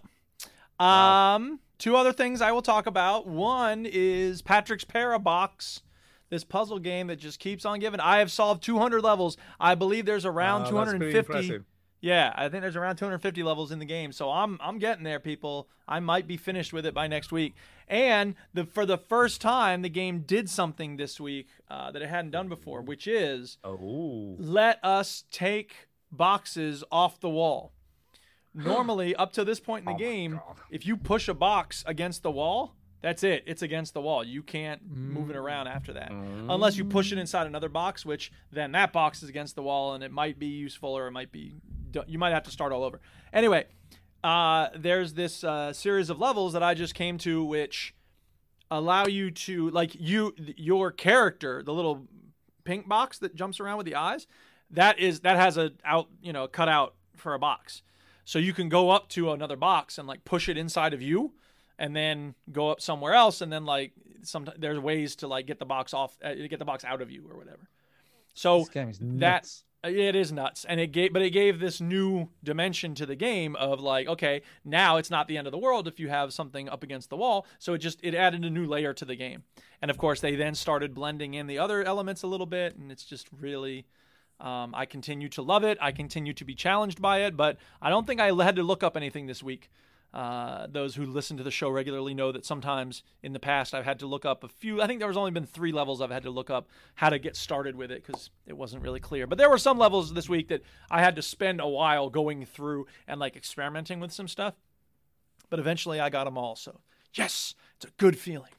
[SPEAKER 1] um, two other things I will talk about. One is Patrick's Parabox, this puzzle game that just keeps on giving. I have solved 200 levels. I believe there's around
[SPEAKER 5] Oh, that's pretty
[SPEAKER 1] 250.
[SPEAKER 5] impressive.
[SPEAKER 1] Yeah, I think there's around 250 levels in the game, so I'm I'm getting there, people. I might be finished with it by next week. And the for the first time, the game did something this week uh, that it hadn't done before, which is
[SPEAKER 5] oh.
[SPEAKER 1] let us take boxes off the wall. Normally, up to this point in the game, if you push a box against the wall, that's it. It's against the wall. You can't move it around after that. Unless you push it inside another box, which then that box is against the wall and it might be useful or it might be. You might have to start all over. Anyway, uh, there's this uh, series of levels that I just came to, which allow you to like you your character the little pink box that jumps around with the eyes that is that has a out you know cutout for a box so you can go up to another box and like push it inside of you and then go up somewhere else and then like some there's ways to like get the box off uh, get the box out of you or whatever so
[SPEAKER 4] This game is
[SPEAKER 1] that's it is nuts and it gave but it gave this new dimension to the game of like okay now it's not the end of the world if you have something up against the wall so it just it added a new layer to the game and of course they then started blending in the other elements a little bit and it's just really um, i continue to love it i continue to be challenged by it but i don't think i had to look up anything this week uh, those who listen to the show regularly know that sometimes in the past I've had to look up a few. I think there was only been three levels I've had to look up how to get started with it because it wasn't really clear. But there were some levels this week that I had to spend a while going through and like experimenting with some stuff. But eventually I got them all. So yes, it's a good feeling.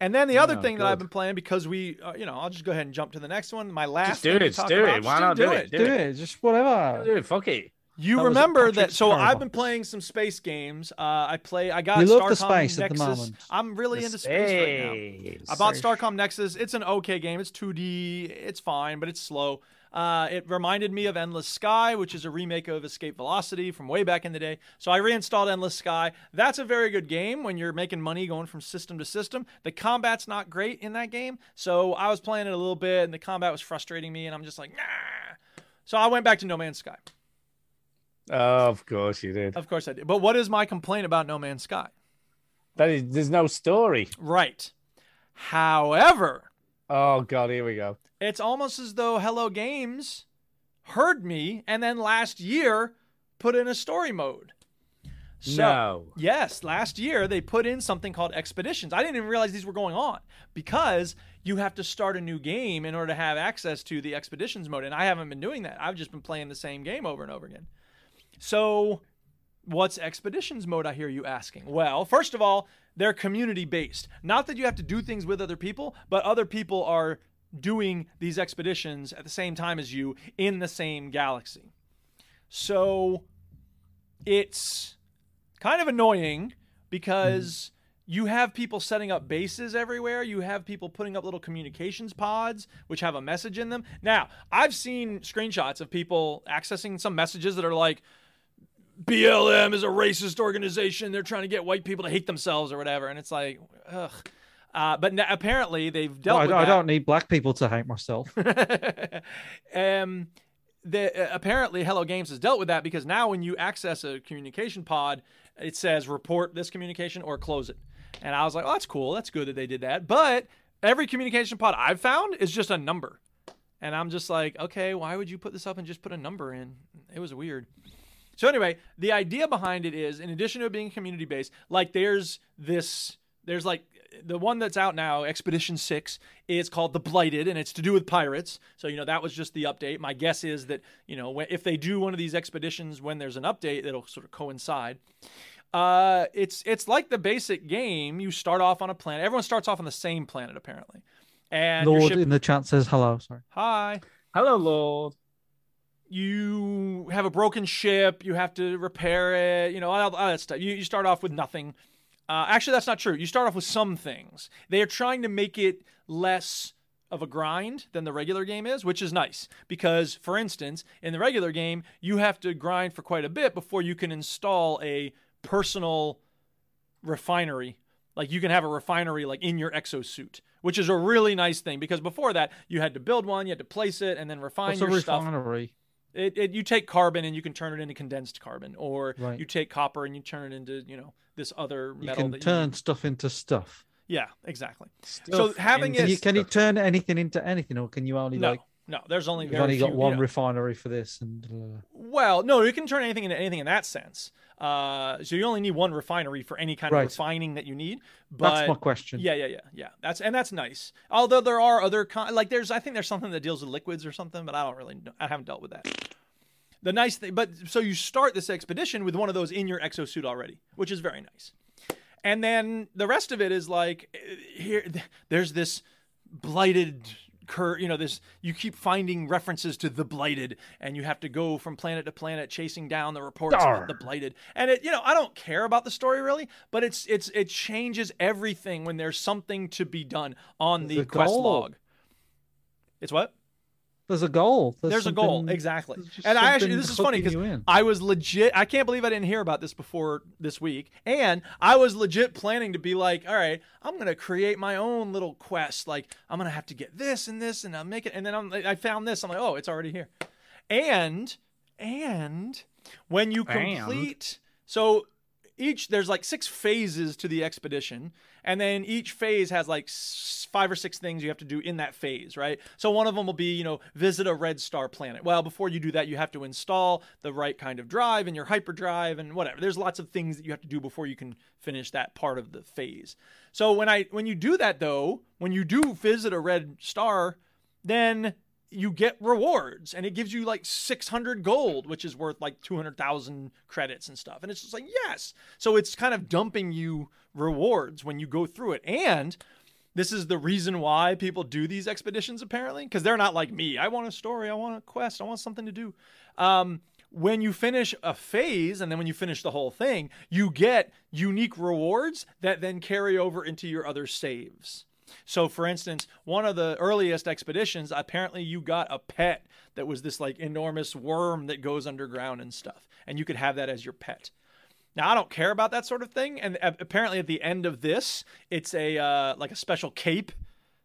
[SPEAKER 1] And then the other
[SPEAKER 5] Oh,
[SPEAKER 1] thing that I've
[SPEAKER 5] good.
[SPEAKER 1] been playing because we, uh, you know, I'll just go ahead and jump to the next one. My last.
[SPEAKER 5] do
[SPEAKER 1] thing to
[SPEAKER 5] it,
[SPEAKER 1] talk
[SPEAKER 5] do it.
[SPEAKER 1] about-
[SPEAKER 5] Why
[SPEAKER 1] just
[SPEAKER 5] not
[SPEAKER 1] do
[SPEAKER 5] do
[SPEAKER 1] it?
[SPEAKER 5] it, do it.
[SPEAKER 4] just whatever.
[SPEAKER 5] Dude, fuck it.
[SPEAKER 1] You
[SPEAKER 5] That was a
[SPEAKER 1] remember
[SPEAKER 5] Patrick's
[SPEAKER 1] that? So
[SPEAKER 5] Paradox.
[SPEAKER 1] I've been playing some space games. Uh, I play. I got
[SPEAKER 4] You love the
[SPEAKER 1] Starcom
[SPEAKER 4] space at the
[SPEAKER 1] Nexus.
[SPEAKER 4] moment.
[SPEAKER 1] I'm really
[SPEAKER 4] The
[SPEAKER 1] into space, right
[SPEAKER 4] space.
[SPEAKER 1] now. I bought Starcom Nexus. It's an okay game. It's 2D. It's fine, but it's slow. Uh, it reminded me of Endless Sky, which is a remake of Escape Velocity from way back in the day. So I reinstalled Endless Sky. That's a very good game when you're making money going from system to system. The combat's not great in that game, so I was playing it a little bit, and the combat was frustrating me, and I'm just like, nah. So I went back to No Man's Sky.
[SPEAKER 5] Oh, Of course you did.
[SPEAKER 1] Of course I did. But what is my complaint about No Man's Sky?
[SPEAKER 5] That is, there's no story.
[SPEAKER 1] Right. However,
[SPEAKER 5] Oh god, here we go.
[SPEAKER 1] it's almost as though Hello Games heard me and then last year put in a story mode. So,
[SPEAKER 5] No.
[SPEAKER 1] Yes, last year they put in something called Expeditions. I didn't even realize these were going on because you have to start a new game in order to have access to the Expeditions mode. And I haven't been doing that. I've just been playing the same game over and over again. So, what's expeditions mode? I hear you asking. Well, first of all, they're community based. Not that you have to do things with other people, but other people are doing these expeditions at the same time as you in the same galaxy. So, it's kind of annoying
[SPEAKER 4] Mm-hmm.
[SPEAKER 1] because you have people setting up bases everywhere. You have people putting up little communications pods which have a message in them. Now, I've seen screenshots of people accessing some messages that are like, BLM is a racist organization. They're trying to get white people to hate themselves or whatever. And it's like, ugh. Uh, but na- apparently they've dealt
[SPEAKER 4] I,
[SPEAKER 1] with
[SPEAKER 4] I
[SPEAKER 1] that.
[SPEAKER 4] don't need black people to hate myself.
[SPEAKER 1] um, the, uh, apparently, Hello Games has dealt with that because now when you access a communication pod, it says report this communication or close it. And I was like, oh, that's cool. That's good that they did that. But every communication pod I've found is just a number. And I'm just like, okay, why would you put this up and just put a number in? It was weird. So anyway, the idea behind it is, in addition to it being community based, like there's this, there's like the one that's out now, Expedition Six, is called The Blighted, and it's to do with pirates. So you know that was just the update. My guess is that you know when- if they do one of these expeditions when there's an update, it'll sort of coincide. Uh, it's it's like the basic game. You start off on a planet. Everyone starts off on the same planet apparently, and your
[SPEAKER 4] Lord
[SPEAKER 1] ship-
[SPEAKER 4] in the chat says hello. Sorry.
[SPEAKER 1] Hi.
[SPEAKER 5] Hello, Lord.
[SPEAKER 1] You have a broken ship. You have to repair it. You know all, all that stuff. You, you start off with nothing. Uh, actually, that's not true. You start off with some things. They are trying to make it less of a grind than the regular game is, which is nice because, for instance, in the regular game, you have to grind for quite a bit before you can install a personal refinery. Like you can have a refinery like in your exosuit, which is a really nice thing because before that you had to build one, you had to place it, and then refine
[SPEAKER 4] What's a
[SPEAKER 1] your stuff.
[SPEAKER 4] refinery?
[SPEAKER 1] It, it, you take carbon and you can turn it into condensed carbon, or
[SPEAKER 4] Right.
[SPEAKER 1] you take copper and you turn it into you know this other
[SPEAKER 4] You
[SPEAKER 1] metal.
[SPEAKER 4] can
[SPEAKER 1] that
[SPEAKER 4] turn stuff into stuff.
[SPEAKER 1] You, yeah, exactly. so having
[SPEAKER 4] Can
[SPEAKER 1] it,
[SPEAKER 4] you, can you turn anything into anything, or can you only
[SPEAKER 1] no,
[SPEAKER 4] like
[SPEAKER 1] no, there's only
[SPEAKER 4] you've
[SPEAKER 1] very
[SPEAKER 4] only got
[SPEAKER 1] few-
[SPEAKER 4] one
[SPEAKER 1] yeah.
[SPEAKER 4] refinery for this? And uh,
[SPEAKER 1] Well, no, you can turn anything into anything in that sense. Uh, so you only need one refinery for any kind
[SPEAKER 4] Right.
[SPEAKER 1] of refining that you need. But
[SPEAKER 4] That's my question.
[SPEAKER 1] Yeah, yeah, yeah, yeah. That's and that's nice. Although there are other con- like there's I think there's something that deals with liquids or something, but I don't really know. I haven't dealt with that. The nice thing, but so you start this expedition with one of those in your exosuit already, which is very nice. And then the rest of it is like eh, here th- there's this blighted cur you know this you keep finding references to the blighted and you have to go from planet to planet chasing down the reports
[SPEAKER 5] Dar.
[SPEAKER 1] about the blighted and it you know i don't care about the story really but it's it's it changes everything when there's something to be done on the,
[SPEAKER 4] There's a
[SPEAKER 1] quest
[SPEAKER 4] goal.
[SPEAKER 1] log it's what
[SPEAKER 4] There's a goal. There's,
[SPEAKER 1] there's, a goal
[SPEAKER 4] something-
[SPEAKER 1] exactly
[SPEAKER 4] just
[SPEAKER 1] and i actually
[SPEAKER 4] something
[SPEAKER 1] this is funny
[SPEAKER 4] hooking
[SPEAKER 1] because
[SPEAKER 4] you in.
[SPEAKER 1] i was legit i can't believe i didn't hear about this before this week and i was legit planning to be like all right i'm gonna create my own little quest like i'm gonna have to get this and this and i'll make it and then I'm, i found this i'm like oh it's already here and and when you
[SPEAKER 5] And?
[SPEAKER 1] complete so each there's like six phases to the expedition and then each phase has like s- five or six things you have to do in that phase right so one of them will be you know visit a red star planet well before you do that you have to install the right kind of drive and your hyperdrive and whatever there's lots of things that you have to do before you can finish that part of the phase so when i when you do that though when you do visit a red star then you get rewards and it gives you like 600 gold which is worth like 200,000 credits and stuff and it's just like yes so it's kind of dumping you rewards when you go through it and this is the reason why people do these expeditions apparently because they're not like me i want a story i want a quest i want something to do um, when you finish a phase and then when you finish the whole thing you get unique rewards that then carry over into your other saves so, for instance, one of the earliest expeditions, apparently you got a pet that was this like enormous worm that goes underground and stuff, and you could have that as your pet. Now, I don't care about that sort of thing, and a- apparently at the end of this, it's a uh, like a special cape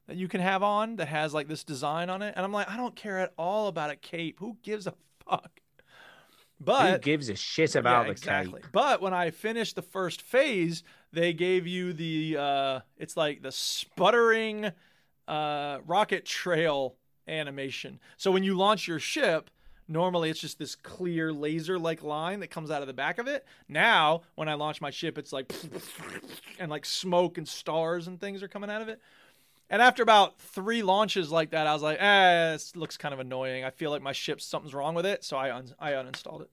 [SPEAKER 1] that you can have on that has like this design on it, and I'm like, I don't care at all about a cape. Who gives a fuck?
[SPEAKER 5] Who
[SPEAKER 1] But
[SPEAKER 5] gives a shit about
[SPEAKER 1] yeah,
[SPEAKER 5] the
[SPEAKER 1] exactly.
[SPEAKER 5] cape?
[SPEAKER 1] But when I finished the first phase, they gave you the uh, it's like the sputtering uh, rocket trail animation. So when you launch your ship, normally it's just this clear laser-like line that comes out of the back of it. Now when I launch my ship, it's like and like smoke and stars and things are coming out of it. And after about three launches like that, I was like, "Eh, this looks kind of annoying. I feel like my ship something's wrong with it." So I un- I uninstalled it.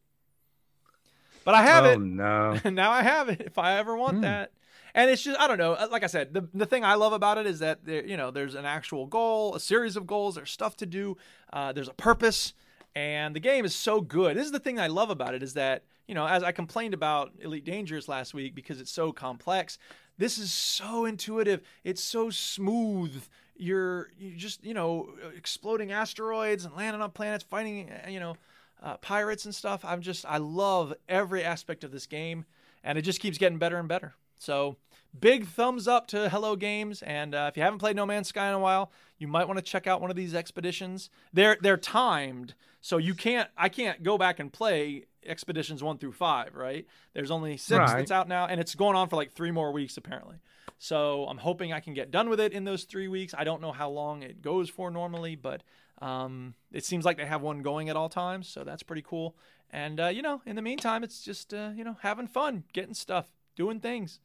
[SPEAKER 1] But I have
[SPEAKER 5] oh,
[SPEAKER 1] it.
[SPEAKER 5] no.
[SPEAKER 1] And now I have it if I ever want that. And it's just I don't know. uh, Like I said, the the thing I love about it is that there you know there's an actual goal, a series of goals. There's stuff to do. Uh, there's a purpose, and the game is so good. This is the thing I love about it is that you know as I complained about Elite Dangerous last week because it's so complex. This is so intuitive. It's so smooth. You're you just you know uh, exploding asteroids and landing on planets, fighting uh, you know uh, pirates and stuff. I'm just I love every aspect of this game, and it just keeps getting better and better. So big thumbs up to Hello Games, and uh, if you haven't played No Man's Sky in a while, you might want to check out one of these expeditions. They're they're timed, so you can't I can't go back and play expeditions one through five. Right? There's only six
[SPEAKER 5] Right.
[SPEAKER 1] that's out now, and it's going on for like three more weeks apparently. So I'm hoping I can get done with it in those three weeks. I don't know how long it goes for normally, but Um, it seems like they have one going at all times, so that's pretty cool. And uh, you know, in the meantime, it's just uh, you know having fun, getting stuff, doing things.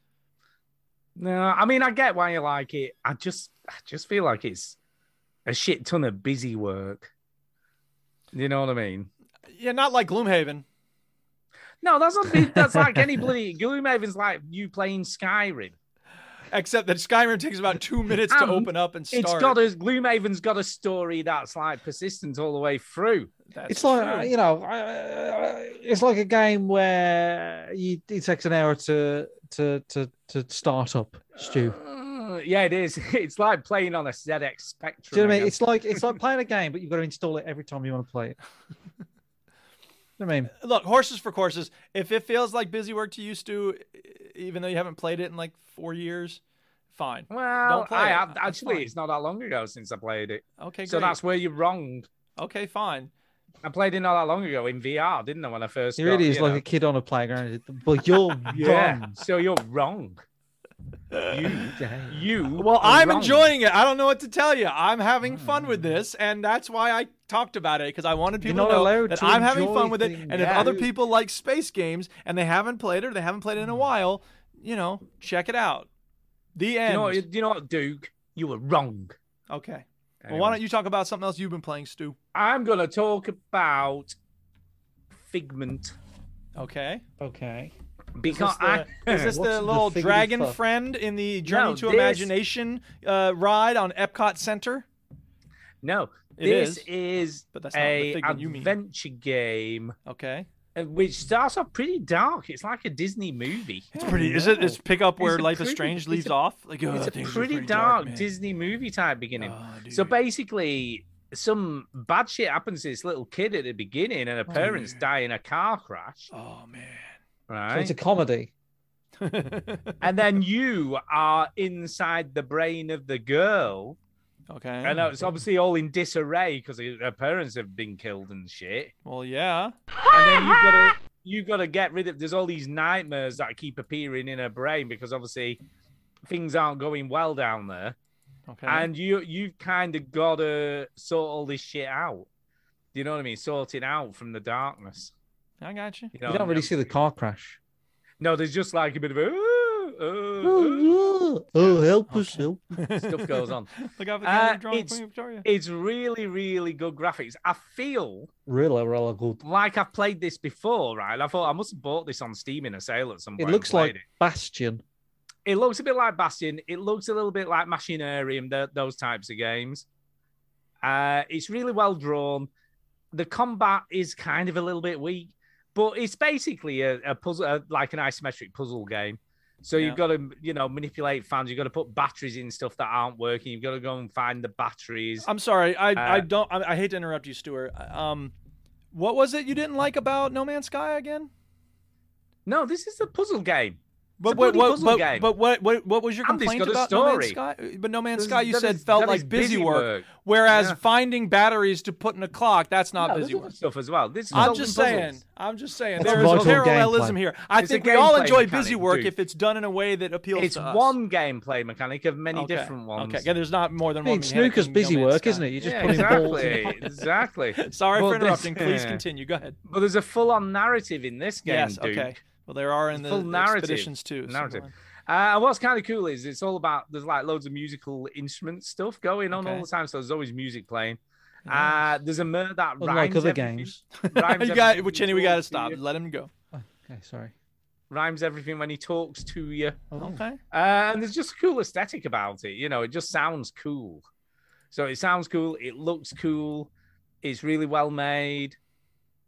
[SPEAKER 5] No, I mean I get why you like it. I just I just feel like it's a shit ton of busy work. You know what I mean?
[SPEAKER 1] Yeah, not like Gloomhaven.
[SPEAKER 5] No, that's not big- that's like any bloody Gloomhaven's like you playing Skyrim.
[SPEAKER 1] Except that Skyrim takes about two minutes to
[SPEAKER 5] And
[SPEAKER 1] open up and start.
[SPEAKER 5] Um, It's got a Gloomhaven's got a story that's like persistent all the way through.
[SPEAKER 4] it's like uh, you know, I- I- I- it's like a game where you, it takes an hour to to to to start up, Stu.
[SPEAKER 5] Uh, yeah, it is. It's like playing on a ZX Spectrum.
[SPEAKER 4] Do you know what I mean?
[SPEAKER 5] again.
[SPEAKER 4] It's like it's like playing a game, but you've got to install it every time you want to play it. You know what I mean,
[SPEAKER 1] Look, horses for courses. If it feels like busy work to you, Stu, e- even though you haven't played it in like four years, fine.
[SPEAKER 5] Well,
[SPEAKER 1] Don't play
[SPEAKER 5] I
[SPEAKER 1] it.
[SPEAKER 5] have,
[SPEAKER 1] That's
[SPEAKER 5] actually,
[SPEAKER 1] fine.
[SPEAKER 5] it's not that long ago since I played it.
[SPEAKER 1] Okay,
[SPEAKER 5] so
[SPEAKER 1] great.
[SPEAKER 5] that's where you're wrong.
[SPEAKER 1] Okay, fine.
[SPEAKER 5] I played it not that long ago in VR, didn't I? When I first
[SPEAKER 4] it really
[SPEAKER 5] got,
[SPEAKER 4] is
[SPEAKER 5] you
[SPEAKER 4] like
[SPEAKER 5] know?
[SPEAKER 4] a kid on a playground. But you're
[SPEAKER 5] yeah.
[SPEAKER 4] wrong.
[SPEAKER 5] So you're wrong. You, you.
[SPEAKER 1] Well,
[SPEAKER 5] are
[SPEAKER 1] I'm
[SPEAKER 5] wrong.
[SPEAKER 1] enjoying it. I don't know what to tell you. I'm having fun with this, and that's why I talked about it because I wanted
[SPEAKER 4] You're
[SPEAKER 1] people to
[SPEAKER 4] not
[SPEAKER 1] know
[SPEAKER 4] allowed
[SPEAKER 1] that
[SPEAKER 4] to
[SPEAKER 1] I'm having
[SPEAKER 4] enjoy
[SPEAKER 1] fun with it.
[SPEAKER 4] things.
[SPEAKER 1] And if
[SPEAKER 4] Yeah.
[SPEAKER 1] other people like space games and they haven't played it or they haven't played it in a while, you know, check it out. The
[SPEAKER 5] You
[SPEAKER 1] end.
[SPEAKER 5] know, what- you know what, Duke? You were wrong.
[SPEAKER 1] okay. Well,
[SPEAKER 5] Anyway.
[SPEAKER 1] why don't you talk about something else you've been playing, Stu?
[SPEAKER 5] I'm going to talk about Figment
[SPEAKER 1] Okay.
[SPEAKER 4] Okay.
[SPEAKER 5] because
[SPEAKER 1] Is this the,
[SPEAKER 5] I.
[SPEAKER 1] is this the little dragon friend in the Journey
[SPEAKER 5] No,
[SPEAKER 1] to
[SPEAKER 5] this-
[SPEAKER 1] Imagination uh, ride on Epcot Center?
[SPEAKER 5] No,
[SPEAKER 1] It
[SPEAKER 5] this
[SPEAKER 1] is,
[SPEAKER 5] is, is
[SPEAKER 1] but that's not the
[SPEAKER 5] a
[SPEAKER 1] figment you mean.
[SPEAKER 5] adventure game.
[SPEAKER 1] Okay.
[SPEAKER 5] uh, Which starts off pretty dark. It's like a Disney movie.
[SPEAKER 1] It's pretty. Is it? Is pick up
[SPEAKER 5] It's
[SPEAKER 1] where
[SPEAKER 5] a
[SPEAKER 1] Life is
[SPEAKER 5] pretty-
[SPEAKER 1] Strange
[SPEAKER 5] it's
[SPEAKER 1] leaves
[SPEAKER 5] a-
[SPEAKER 1] off? Like, "Ugh,
[SPEAKER 5] it's a
[SPEAKER 1] things
[SPEAKER 5] pretty,
[SPEAKER 1] are
[SPEAKER 5] dark,
[SPEAKER 1] man."
[SPEAKER 5] Disney movie type beginning.
[SPEAKER 1] Oh,
[SPEAKER 5] so basically, some bad shit happens to this little kid at the beginning, and her parents die in a car crash.
[SPEAKER 1] Oh man!
[SPEAKER 5] Right.
[SPEAKER 4] So Oh, it's a comedy.
[SPEAKER 5] and then you are inside the brain of the girl.
[SPEAKER 1] Okay.
[SPEAKER 5] And it's obviously all in disarray because her parents have been killed and shit.
[SPEAKER 1] Well, yeah.
[SPEAKER 5] And then you gotta you gotta get rid of there's all these nightmares that keep appearing in her brain because obviously things aren't going well down there.
[SPEAKER 1] Okay.
[SPEAKER 5] And you you've kind of gotta sort all this shit out. Do you know what I mean? Sort it out from the darkness.
[SPEAKER 1] I got you.
[SPEAKER 5] You,
[SPEAKER 4] You don't really see the car crash.
[SPEAKER 5] No, there's just like a bit of a
[SPEAKER 4] Oh, oh, help us, help.
[SPEAKER 5] stuff goes on.
[SPEAKER 1] Look out for the
[SPEAKER 5] Uh,
[SPEAKER 1] guy drawing
[SPEAKER 5] it's-
[SPEAKER 1] Queen Victoria.
[SPEAKER 5] It's really, really good graphics. I feel
[SPEAKER 4] Really, really good.
[SPEAKER 5] like I've played this before, right? I thought I must have bought this on Steam in a sale at some point.
[SPEAKER 4] It
[SPEAKER 5] and
[SPEAKER 4] looks
[SPEAKER 5] played
[SPEAKER 4] like Bastion.
[SPEAKER 5] it. It looks a bit like Bastion. It looks a little bit like Machinarium, th- those types of games. Uh, it's really well drawn. The combat is kind of a little bit weak, but it's basically a, a puzzle, a, like an isometric puzzle game. So
[SPEAKER 1] Yeah.
[SPEAKER 5] you've got to, you know, manipulate fans. You've got to put batteries in stuff that aren't working. You've got to go and find the batteries.
[SPEAKER 1] I'm sorry. I, I
[SPEAKER 5] Uh,
[SPEAKER 1] don't. I, I hate to interrupt you, Stuart. Um, what was it you didn't like about No Man's Sky again?
[SPEAKER 5] No, this is a puzzle game.
[SPEAKER 1] But what?
[SPEAKER 5] a bloody
[SPEAKER 1] What?
[SPEAKER 5] puzzle
[SPEAKER 1] But,
[SPEAKER 5] game.
[SPEAKER 1] but what? What? What was your
[SPEAKER 5] And it's
[SPEAKER 1] complaint
[SPEAKER 5] got a
[SPEAKER 1] about No
[SPEAKER 5] story.
[SPEAKER 1] Man's Sky? But No Man's
[SPEAKER 5] This-
[SPEAKER 1] Sky, you
[SPEAKER 5] that
[SPEAKER 1] said,
[SPEAKER 5] is-
[SPEAKER 1] felt
[SPEAKER 5] that
[SPEAKER 1] like
[SPEAKER 5] is
[SPEAKER 1] busy,
[SPEAKER 5] busy
[SPEAKER 1] work,
[SPEAKER 5] work.
[SPEAKER 1] whereas
[SPEAKER 5] Yeah.
[SPEAKER 1] finding batteries to put in a clock that's not
[SPEAKER 5] No,
[SPEAKER 1] busy
[SPEAKER 5] there's
[SPEAKER 1] work.
[SPEAKER 5] other stuff as well. This is
[SPEAKER 1] I'm
[SPEAKER 5] solving
[SPEAKER 1] just
[SPEAKER 5] puzzles.
[SPEAKER 1] saying. I'm just saying.
[SPEAKER 4] It's
[SPEAKER 1] There
[SPEAKER 4] a
[SPEAKER 1] is a
[SPEAKER 4] vital
[SPEAKER 1] parallelism
[SPEAKER 4] gameplay.
[SPEAKER 1] here. I
[SPEAKER 5] It's a
[SPEAKER 1] think we all
[SPEAKER 5] gameplay
[SPEAKER 1] enjoy
[SPEAKER 5] mechanic,
[SPEAKER 1] busy work
[SPEAKER 5] dude.
[SPEAKER 1] if it's done in a way that appeals
[SPEAKER 5] It's
[SPEAKER 1] to us.
[SPEAKER 5] one gameplay mechanic of many
[SPEAKER 1] Okay.
[SPEAKER 5] different ones.
[SPEAKER 1] Okay, yeah, there's not more than
[SPEAKER 4] I mean,
[SPEAKER 1] one. mechanic
[SPEAKER 4] snooker's
[SPEAKER 1] in
[SPEAKER 4] busy
[SPEAKER 1] No Man's
[SPEAKER 4] work,
[SPEAKER 1] Sky.
[SPEAKER 4] isn't it? You're just
[SPEAKER 5] Yeah,
[SPEAKER 4] putting balls in.
[SPEAKER 5] exactly. exactly.
[SPEAKER 1] Sorry for
[SPEAKER 5] But there's-
[SPEAKER 1] interrupting. Please
[SPEAKER 5] yeah.
[SPEAKER 1] continue. Go ahead.
[SPEAKER 5] But there's a full-on narrative in this game,
[SPEAKER 1] Yes.
[SPEAKER 5] Duke.
[SPEAKER 1] Okay. Well, there are in
[SPEAKER 5] It's
[SPEAKER 1] the
[SPEAKER 5] full narrative.
[SPEAKER 1] expeditions too. so
[SPEAKER 5] Narrative.
[SPEAKER 1] go on.
[SPEAKER 5] Uh, and what's kind of cool is it's all about there's like loads of musical instrument stuff going on
[SPEAKER 1] Okay.
[SPEAKER 5] all the time, so there's always music playing. Uh,
[SPEAKER 1] Nice.
[SPEAKER 5] there's a murder that
[SPEAKER 4] Unlike
[SPEAKER 5] rhymes
[SPEAKER 4] other
[SPEAKER 5] everything-
[SPEAKER 4] games.
[SPEAKER 5] rhymes
[SPEAKER 1] you got,
[SPEAKER 5] everything
[SPEAKER 1] well,
[SPEAKER 5] when he
[SPEAKER 1] Chinny, we got to
[SPEAKER 5] talks
[SPEAKER 1] stop.
[SPEAKER 5] you.
[SPEAKER 1] Let him go.
[SPEAKER 4] Okay, sorry.
[SPEAKER 5] Rhymes everything when he talks to you.
[SPEAKER 1] Okay.
[SPEAKER 5] Uh, and there's just a cool aesthetic about it. You know, it just sounds cool. So it sounds cool. It looks cool. It's really well made.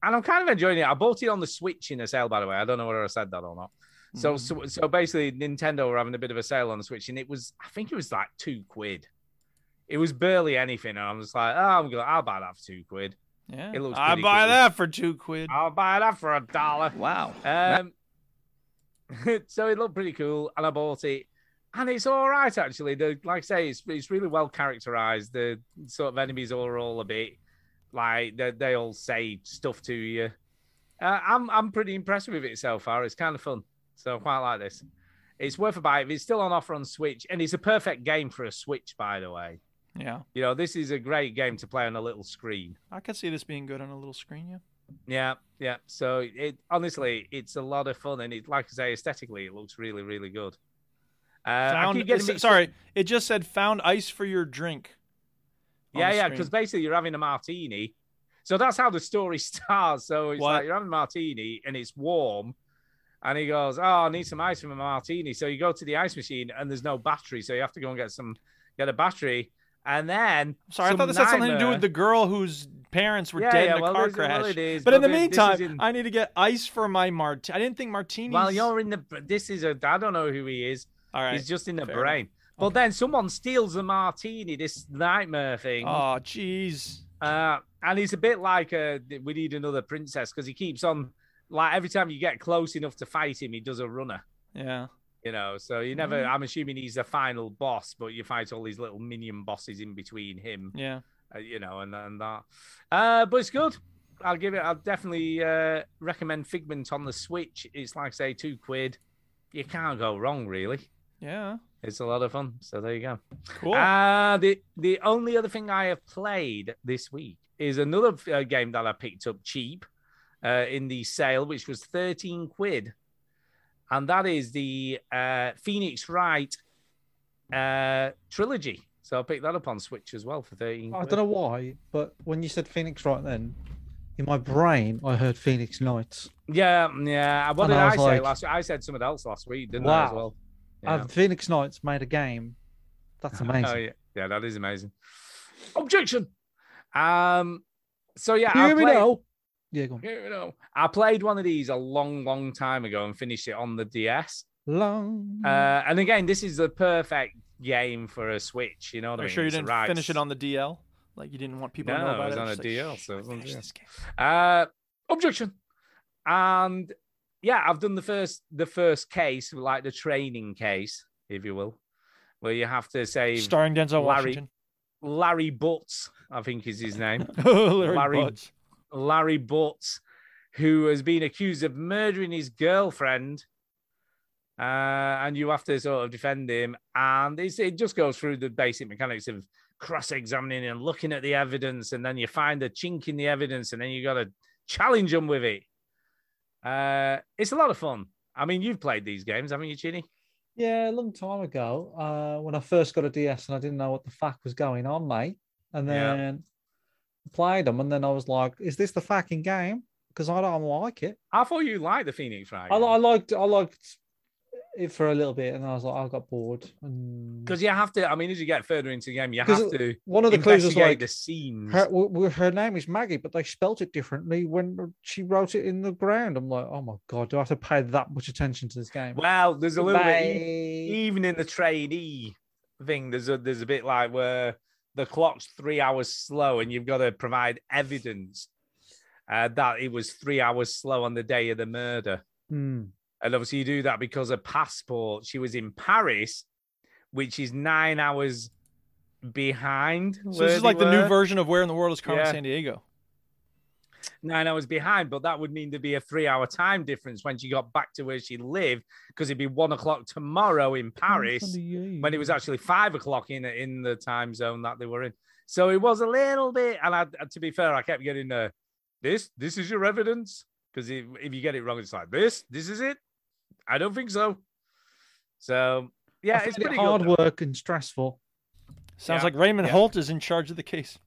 [SPEAKER 5] And I'm kind of enjoying it. I bought it on the Switch in a sale, by the way. I don't know whether I said that or not. So, so, so basically, Nintendo were having a bit of a sale on the Switch, and it was, I think it was like two quid. It was barely anything. And I'm just like, oh, I'm going, to I'll buy that for two quid.
[SPEAKER 1] Yeah.
[SPEAKER 5] It looks
[SPEAKER 1] I
[SPEAKER 5] pretty
[SPEAKER 1] buy
[SPEAKER 5] cool.
[SPEAKER 1] that for two quid.
[SPEAKER 5] I'll buy that for a dollar.
[SPEAKER 1] Wow.
[SPEAKER 5] Um, so it looked pretty cool, and I bought it. And it's all right, actually. The, like I say, it's, it's really well characterized. The sort of enemies are all a bit like they, they all say stuff to you. Uh, I'm I'm pretty impressed with it so far. It's kind of fun, so I quite like this. It's worth a buy. It's still on offer on Switch, and it's a perfect game for a Switch, by the way.
[SPEAKER 1] Yeah.
[SPEAKER 5] You know, this is a great game to play on a little screen.
[SPEAKER 1] I could see this being good on a little screen, yeah.
[SPEAKER 5] Yeah, yeah. So it honestly, it's a lot of fun, and it, like I say, aesthetically, it looks really, really good. Uh, I
[SPEAKER 1] Found-
[SPEAKER 5] keep getting
[SPEAKER 1] it's-
[SPEAKER 5] mixed up-
[SPEAKER 1] sorry, it just said found ice for your drink. on
[SPEAKER 5] Yeah,
[SPEAKER 1] the
[SPEAKER 5] yeah,
[SPEAKER 1] screen.
[SPEAKER 5] because basically you're having a martini. So that's how the story starts. So it's
[SPEAKER 1] What?
[SPEAKER 5] like you're having a martini and it's warm. And he goes, Oh, I need some ice from a martini. So you go to the ice machine and there's no battery. So you have to go and get some get a battery. And then
[SPEAKER 1] Sorry, I thought this had something to do with the girl whose parents were
[SPEAKER 5] Yeah,
[SPEAKER 1] dead
[SPEAKER 5] yeah,
[SPEAKER 1] in a
[SPEAKER 5] well,
[SPEAKER 1] car
[SPEAKER 5] this- well,
[SPEAKER 1] crash.
[SPEAKER 5] it is,
[SPEAKER 1] but in
[SPEAKER 5] but
[SPEAKER 1] the
[SPEAKER 5] thi- this is
[SPEAKER 1] meantime,
[SPEAKER 5] in-
[SPEAKER 1] I need to get ice for my martini. I didn't think martinis.
[SPEAKER 5] Well, you're in the this is a I don't know who he is.
[SPEAKER 1] All right,
[SPEAKER 5] He's just in the
[SPEAKER 1] fair
[SPEAKER 5] brain. But then someone steals a martini, this nightmare thing.
[SPEAKER 1] Oh, jeez.
[SPEAKER 5] Uh, and he's a bit like uh, th- we need another princess because he keeps on like every time you get close enough to fight him, he does a runner.
[SPEAKER 1] Yeah.
[SPEAKER 5] You know, so you never.
[SPEAKER 1] Mm.
[SPEAKER 5] I'm assuming he's the final boss, but you fight all these little minion bosses in between him.
[SPEAKER 1] Yeah.
[SPEAKER 5] uh, you know, and and that. Uh, but it's good. I'll give it. I'll definitely uh, recommend Figment on the Switch. It's like say two quid. You can't go wrong, really.
[SPEAKER 1] Yeah.
[SPEAKER 5] It's a lot of fun. So there you go.
[SPEAKER 1] Cool.
[SPEAKER 5] Uh, the the only other thing I have played this week is another uh, game that I picked up cheap uh, in the sale, which was thirteen quid, and that is the uh, Phoenix Wright uh, trilogy. So I picked that up on Switch as well for thirteen.
[SPEAKER 4] Oh, I
[SPEAKER 5] quid.
[SPEAKER 4] don't know why, but when you said Phoenix right then, in my brain, I heard Phoenix Knights.
[SPEAKER 5] Yeah, mm, yeah. Uh, What
[SPEAKER 4] And
[SPEAKER 5] did
[SPEAKER 4] I
[SPEAKER 5] I,
[SPEAKER 4] was
[SPEAKER 5] say
[SPEAKER 4] like,
[SPEAKER 5] last? I said something else last week, didn't I? As well.
[SPEAKER 4] Have Uh, Phoenix Knights made a game. That's amazing.
[SPEAKER 5] Oh, yeah. yeah, that is amazing. Objection. Um. So yeah,
[SPEAKER 4] You
[SPEAKER 5] I
[SPEAKER 4] hear me
[SPEAKER 5] played-
[SPEAKER 4] now? Yeah, go on.
[SPEAKER 5] Here we go. I played one of these a long, long time ago and finished it on the DS.
[SPEAKER 4] Long.
[SPEAKER 1] Mm.
[SPEAKER 5] Uh, and again, this is the perfect game for a Switch. You know what I
[SPEAKER 1] Are you
[SPEAKER 5] mean?
[SPEAKER 1] sure you
[SPEAKER 5] It's
[SPEAKER 1] didn't
[SPEAKER 5] right.
[SPEAKER 1] finish it on the DL? Like you didn't want people to know
[SPEAKER 5] No,
[SPEAKER 1] about
[SPEAKER 5] it was on a
[SPEAKER 1] Just like,
[SPEAKER 5] DL,
[SPEAKER 1] "Shh,
[SPEAKER 5] so it was on
[SPEAKER 1] finish
[SPEAKER 5] DL."
[SPEAKER 1] this game.
[SPEAKER 5] Uh, objection. And yeah, I've done the first the first case, like the training case, if you will, where you have to say
[SPEAKER 1] Starring Denzel
[SPEAKER 5] Larry,
[SPEAKER 1] Washington.
[SPEAKER 5] Larry Butts, I think is his name.
[SPEAKER 1] Larry Butts.
[SPEAKER 5] Larry Butts, who has been accused of murdering his girlfriend. Uh, and you have to sort of defend him. And it's, it just goes through the basic mechanics of cross examining and looking at the evidence. And then you find a chink in the evidence. And then you got to challenge them with it. Uh, it's a lot of fun. I mean, you've played these games, haven't you, Chini?
[SPEAKER 4] Yeah, a long time ago, uh, when I first got a DS and I didn't know what the fuck was going on, mate. And
[SPEAKER 5] Yeah.
[SPEAKER 4] then played them, and then I was like, "Is this the fucking game?" Because I don't like it.
[SPEAKER 5] I thought you liked the Phoenix Wright.
[SPEAKER 4] I, li- I liked, I liked it for a little bit, and I was like, I got bored. And
[SPEAKER 5] Because you have to, I mean, as you get further into the game, you
[SPEAKER 4] 'Cause
[SPEAKER 5] have to.
[SPEAKER 4] one of the clues was
[SPEAKER 5] investigate
[SPEAKER 4] like,
[SPEAKER 5] the scenes.
[SPEAKER 4] her, w- w- her name is Maggie, but they spelt it differently when she wrote it in the ground. I'm like, oh my god, do I have to pay that much attention to this game?
[SPEAKER 5] Well, there's a little bit
[SPEAKER 4] Bye.
[SPEAKER 5] e- even in the trainee thing. There's a there's a bit like where the clock's three hours slow, and you've got to provide evidence uh, that it was three hours slow on the day of the murder. e-
[SPEAKER 4] Hmm.
[SPEAKER 5] And obviously, you do that because her passport. She was in Paris, which is nine hours behind.
[SPEAKER 1] So
[SPEAKER 5] where
[SPEAKER 1] this is
[SPEAKER 5] they
[SPEAKER 1] like the new
[SPEAKER 5] were.
[SPEAKER 1] version of Where in the World is Carmen
[SPEAKER 5] Yeah.
[SPEAKER 1] San Diego.
[SPEAKER 5] nine hours behind, but that would mean there'd be a three hour time difference when she got back to where she lived because it'd be one o'clock tomorrow in Paris when it was actually five o'clock in in the time zone that they were in. So it was a little bit, and I, to be fair, I kept getting uh, this. This is your evidence because if, if you get it wrong, it's like this. This is it. I don't think so. So
[SPEAKER 4] I
[SPEAKER 5] yeah,
[SPEAKER 4] find
[SPEAKER 5] it's pretty
[SPEAKER 4] it hard
[SPEAKER 5] good.
[SPEAKER 4] work and stressful.
[SPEAKER 1] Sounds
[SPEAKER 5] Yeah.
[SPEAKER 1] like Raymond
[SPEAKER 5] Yeah.
[SPEAKER 1] Holt is in charge of the case.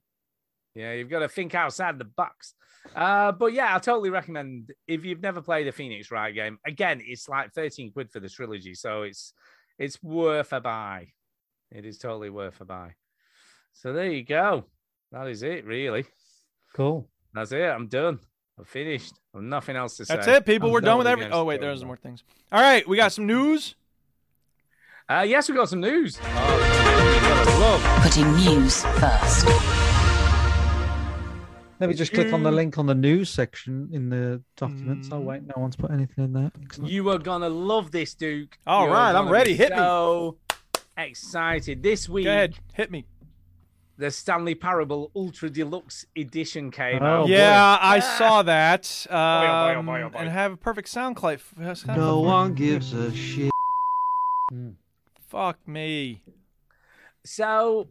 [SPEAKER 5] Yeah, you've got to think outside the box. Uh, but yeah, I totally recommend if you've never played a Phoenix Wright game. Again, it's like thirteen quid for the trilogy, so it's it's worth a buy. It is totally worth a buy. So there you go. That is it, really.
[SPEAKER 4] Cool.
[SPEAKER 5] That's it. I'm done. I'm finished. I've nothing else to say.
[SPEAKER 1] That's it, people.
[SPEAKER 5] I'm
[SPEAKER 1] We're done with
[SPEAKER 5] the
[SPEAKER 1] every.
[SPEAKER 5] games
[SPEAKER 1] Oh
[SPEAKER 5] to
[SPEAKER 1] wait,
[SPEAKER 5] talk
[SPEAKER 1] there's
[SPEAKER 5] about.
[SPEAKER 1] more things. All right, we got some news.
[SPEAKER 5] Uh, yes, we got some news. Oh,
[SPEAKER 15] Putting news first.
[SPEAKER 4] Let me just click on the
[SPEAKER 5] Mm.
[SPEAKER 4] link on the news section in the documents. Oh wait, no one's put anything in there.
[SPEAKER 5] Mm.
[SPEAKER 4] Excellent.
[SPEAKER 5] You are gonna love this, Duke.
[SPEAKER 4] All
[SPEAKER 5] You are
[SPEAKER 4] right, I'm
[SPEAKER 5] gonna
[SPEAKER 4] ready.
[SPEAKER 5] be
[SPEAKER 4] Hit me.
[SPEAKER 5] So excited this week.
[SPEAKER 1] ahead. Hit me.
[SPEAKER 5] The Stanley Parable Ultra Deluxe Edition came out.
[SPEAKER 1] Oh, yeah, I saw that.
[SPEAKER 5] Ah. oh, boy, oh,
[SPEAKER 1] um,
[SPEAKER 5] boy, oh, boy.
[SPEAKER 1] And have a perfect sound clip. sound
[SPEAKER 5] No
[SPEAKER 1] clip.
[SPEAKER 5] one
[SPEAKER 4] gives a shit.
[SPEAKER 1] Fuck me.
[SPEAKER 5] So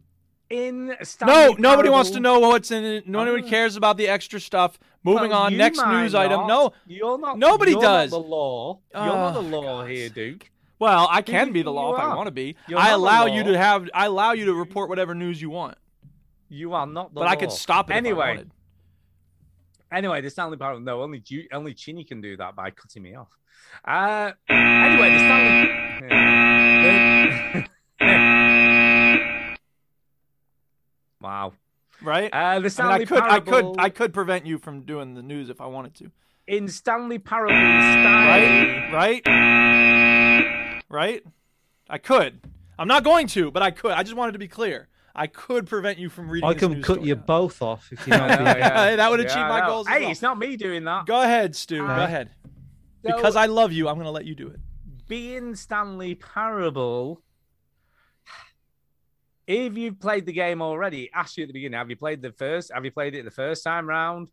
[SPEAKER 5] in
[SPEAKER 1] No,
[SPEAKER 5] Stanley
[SPEAKER 1] nobody wants
[SPEAKER 5] Parable-
[SPEAKER 1] to know what's in it. Nobody cares about the extra stuff. Moving
[SPEAKER 5] Ah. Well,
[SPEAKER 1] on,
[SPEAKER 5] you
[SPEAKER 1] next
[SPEAKER 5] might
[SPEAKER 1] news
[SPEAKER 5] not.
[SPEAKER 1] item. No,
[SPEAKER 5] you're not.
[SPEAKER 1] Nobody
[SPEAKER 5] you're
[SPEAKER 1] does.
[SPEAKER 5] Not the law. You're
[SPEAKER 1] Oh,
[SPEAKER 5] not the law here, Duke.
[SPEAKER 1] Well, I
[SPEAKER 5] Who do
[SPEAKER 1] can
[SPEAKER 5] you
[SPEAKER 1] be the
[SPEAKER 5] think
[SPEAKER 1] law
[SPEAKER 5] you
[SPEAKER 1] if I
[SPEAKER 5] are?
[SPEAKER 1] want to be.
[SPEAKER 5] You're
[SPEAKER 1] I
[SPEAKER 5] not the
[SPEAKER 1] allow you
[SPEAKER 5] law.
[SPEAKER 1] to have. I allow you to report whatever news you want.
[SPEAKER 5] You are not the
[SPEAKER 1] But I could
[SPEAKER 5] law.
[SPEAKER 1] stop it if I
[SPEAKER 5] anyway.
[SPEAKER 1] wanted.
[SPEAKER 5] Anyway, the Stanley Parable. No, only Ju- only Chinny can do that by cutting me off. Uh, anyway, the Stanley. wow.
[SPEAKER 1] Right? I,
[SPEAKER 5] Uh, the
[SPEAKER 1] mean, I
[SPEAKER 5] Stanley
[SPEAKER 1] could. I could.
[SPEAKER 5] Parable-
[SPEAKER 1] I could prevent you from doing the news if I wanted to.
[SPEAKER 5] In Stanley Parable style.
[SPEAKER 1] Right? Right? Right? I could. I'm not going to, but I could. I just wanted to be clear. I could prevent you from reading.
[SPEAKER 4] I
[SPEAKER 1] this
[SPEAKER 4] can
[SPEAKER 1] news
[SPEAKER 4] cut
[SPEAKER 1] story.
[SPEAKER 4] you both off if you don't.
[SPEAKER 1] Yeah, yeah. Hey, that would achieve my
[SPEAKER 5] I know.
[SPEAKER 1] goals as
[SPEAKER 5] Hey,
[SPEAKER 1] well.
[SPEAKER 5] it's not me doing that.
[SPEAKER 1] Go ahead, Stu. Go
[SPEAKER 5] Uh,
[SPEAKER 1] ahead.
[SPEAKER 5] so-
[SPEAKER 1] Because I love you, I'm going to let you do it.
[SPEAKER 5] being Stanley Parable, if you've played the game already, ask you at the beginning, have you played the first? Have you played it the first time round?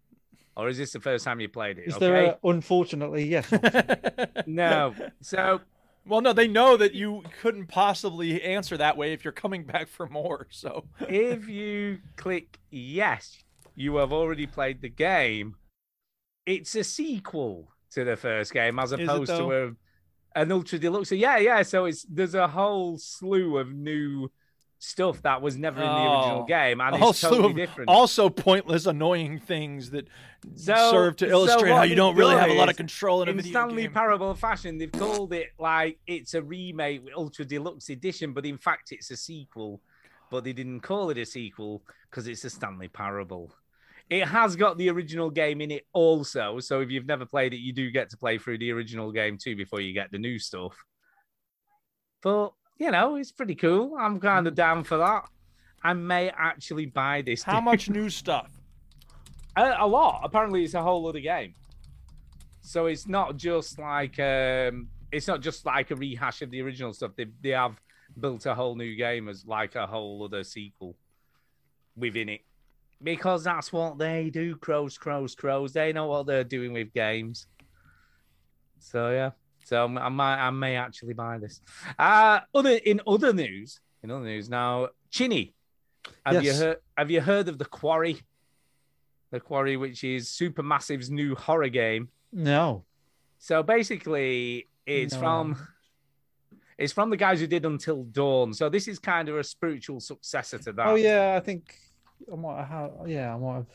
[SPEAKER 5] Or is this the first time you played it?
[SPEAKER 4] Is
[SPEAKER 5] okay.
[SPEAKER 4] there a, unfortunately yes? option?
[SPEAKER 5] No. So,
[SPEAKER 1] well, no, they know that you couldn't possibly answer that way if you're coming back for more. So,
[SPEAKER 5] if you click yes, you have already played the game. It's a sequel to the first game as
[SPEAKER 1] Is it
[SPEAKER 5] opposed to
[SPEAKER 1] though?
[SPEAKER 5] a, an ultra deluxe. So yeah, yeah. So it's there's a whole slew of new stuff that was never in the original
[SPEAKER 1] Oh.
[SPEAKER 5] game and
[SPEAKER 1] A whole
[SPEAKER 5] it's
[SPEAKER 1] slew
[SPEAKER 5] totally
[SPEAKER 1] of
[SPEAKER 5] different.
[SPEAKER 1] Also, pointless, annoying things that
[SPEAKER 5] So-
[SPEAKER 1] serve to
[SPEAKER 5] so
[SPEAKER 1] illustrate how
[SPEAKER 5] what
[SPEAKER 1] you
[SPEAKER 5] they've
[SPEAKER 1] don't really
[SPEAKER 5] done
[SPEAKER 1] have a lot of
[SPEAKER 5] is,
[SPEAKER 1] control in a video
[SPEAKER 5] Stanley
[SPEAKER 1] game.
[SPEAKER 5] Parable fashion. They've called it like it's a remake with Ultra Deluxe Edition, but in fact it's a sequel. But they didn't call it a sequel because it's a Stanley Parable. It has got the original game in it also. So if you've never played it, you do get to play through the original game too before you get the new stuff. But you know, it's pretty cool. I'm kind of down for that. I may actually buy this.
[SPEAKER 1] How much new stuff?
[SPEAKER 5] A, a lot. Apparently, it's a whole other game. So it's not just like um, it's not just like a rehash of the original stuff. They they have built a whole new game as like a whole other sequel within it because that's what they do. Crows, crows, crows. They know what they're doing with games. So yeah. So I might I may actually buy this. Uh other in other news, in other news now, Chinny, have
[SPEAKER 4] Yes.
[SPEAKER 5] you heard have you heard of the Quarry? The Quarry, which is Supermassive's new horror game.
[SPEAKER 4] no.
[SPEAKER 5] So basically, it's
[SPEAKER 4] No.
[SPEAKER 5] from it's from the guys who did Until Dawn. So this is kind of a spiritual successor to that.
[SPEAKER 4] Oh yeah, I think I might have. Yeah, I might have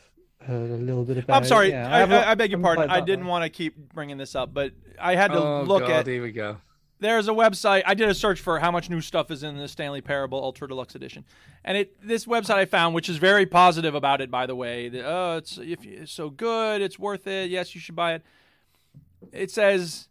[SPEAKER 4] heard a little bit about.
[SPEAKER 1] I'm sorry.
[SPEAKER 4] It. Yeah,
[SPEAKER 1] I,
[SPEAKER 4] haven't-
[SPEAKER 1] I, I beg your
[SPEAKER 4] haven't
[SPEAKER 1] pardon.
[SPEAKER 4] played
[SPEAKER 1] I
[SPEAKER 4] that
[SPEAKER 1] didn't want to keep bringing this up, but I had to
[SPEAKER 5] Oh,
[SPEAKER 1] look
[SPEAKER 5] God,
[SPEAKER 1] at.
[SPEAKER 5] Here we go.
[SPEAKER 1] There's a website. I did a search for how much new stuff is in the Stanley Parable Ultra Deluxe Edition, and it this website I found, which is very positive about it, by the way. The, oh, it's if you- it's so good, it's worth it. Yes, you should buy it. It says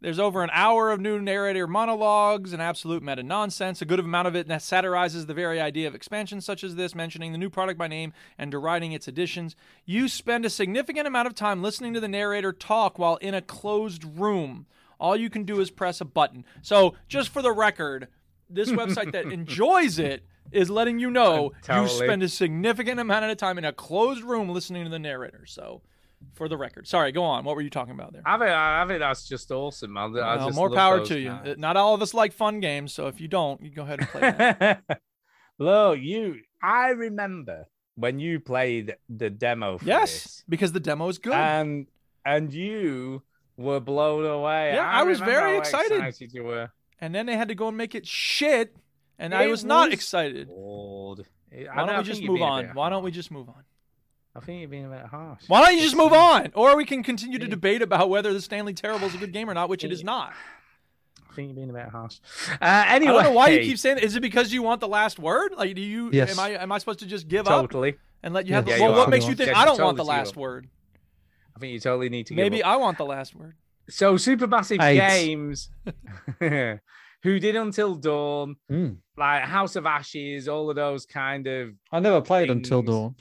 [SPEAKER 1] there's over an hour of new narrator monologues and absolute meta nonsense. A good amount of it that satirizes the very idea of expansion, such as this, mentioning the new product by name and deriding its additions. You spend a significant amount of time listening to the narrator talk while in a closed room. All you can do is press a button. So, just for the record, this website that enjoys it is letting you know you
[SPEAKER 5] Totally.
[SPEAKER 1] spend a significant amount of time in a closed room listening to the narrator. So, for the record, sorry, go on. What were you talking about there?
[SPEAKER 5] I think, I think that's just awesome. I, I
[SPEAKER 1] Well,
[SPEAKER 5] just
[SPEAKER 1] more
[SPEAKER 5] love
[SPEAKER 1] power
[SPEAKER 5] those
[SPEAKER 1] to you.
[SPEAKER 5] guys.
[SPEAKER 1] Uh, Not all of us like fun games, so if you don't, you go ahead and play that.
[SPEAKER 5] Look, you. I remember when you played the demo. For
[SPEAKER 1] yes, because the demo is good.
[SPEAKER 5] this, and and you were blown away.
[SPEAKER 1] Yeah, I was
[SPEAKER 5] remember
[SPEAKER 1] very
[SPEAKER 5] how
[SPEAKER 1] excited.
[SPEAKER 5] you were.
[SPEAKER 1] and then they had to go and make it shit, and I
[SPEAKER 5] It
[SPEAKER 1] was, not
[SPEAKER 5] was
[SPEAKER 1] excited.
[SPEAKER 5] Old. I
[SPEAKER 1] Why
[SPEAKER 5] know,
[SPEAKER 1] don't
[SPEAKER 5] I
[SPEAKER 1] we
[SPEAKER 5] think
[SPEAKER 1] just
[SPEAKER 5] you're
[SPEAKER 1] move
[SPEAKER 5] being a
[SPEAKER 1] on?
[SPEAKER 5] bit-
[SPEAKER 1] Why don't we just move on?
[SPEAKER 5] I think you're being a bit harsh.
[SPEAKER 1] Why don't you just move on? Or we can continue to debate about whether the Stanley Terrible is a good game or not, which it is not.
[SPEAKER 5] I think you're being a bit harsh. Uh,
[SPEAKER 1] I
[SPEAKER 5] anyway,
[SPEAKER 1] don't know why you keep saying that. Is it because you want the last word? Like, do you?
[SPEAKER 5] Yes.
[SPEAKER 1] Am I? Am I supposed to just give up
[SPEAKER 5] totally.
[SPEAKER 1] and let you
[SPEAKER 5] Yeah,
[SPEAKER 1] have? The,
[SPEAKER 5] yeah,
[SPEAKER 1] well,
[SPEAKER 5] you
[SPEAKER 1] what
[SPEAKER 5] are.
[SPEAKER 1] makes you think
[SPEAKER 5] Yeah,
[SPEAKER 1] I don't
[SPEAKER 5] totally
[SPEAKER 1] want the
[SPEAKER 5] to give
[SPEAKER 1] last
[SPEAKER 5] up.
[SPEAKER 1] word?
[SPEAKER 5] I think you totally need to. give
[SPEAKER 1] Maybe
[SPEAKER 5] up.
[SPEAKER 1] I want the last word.
[SPEAKER 5] So Supermassive
[SPEAKER 1] AIDS.
[SPEAKER 5] Games, who did Until Dawn,
[SPEAKER 1] Hmm.
[SPEAKER 4] Mm.
[SPEAKER 5] like House of Ashes, all of those kind of
[SPEAKER 4] I never played until
[SPEAKER 5] things.
[SPEAKER 4] dawn.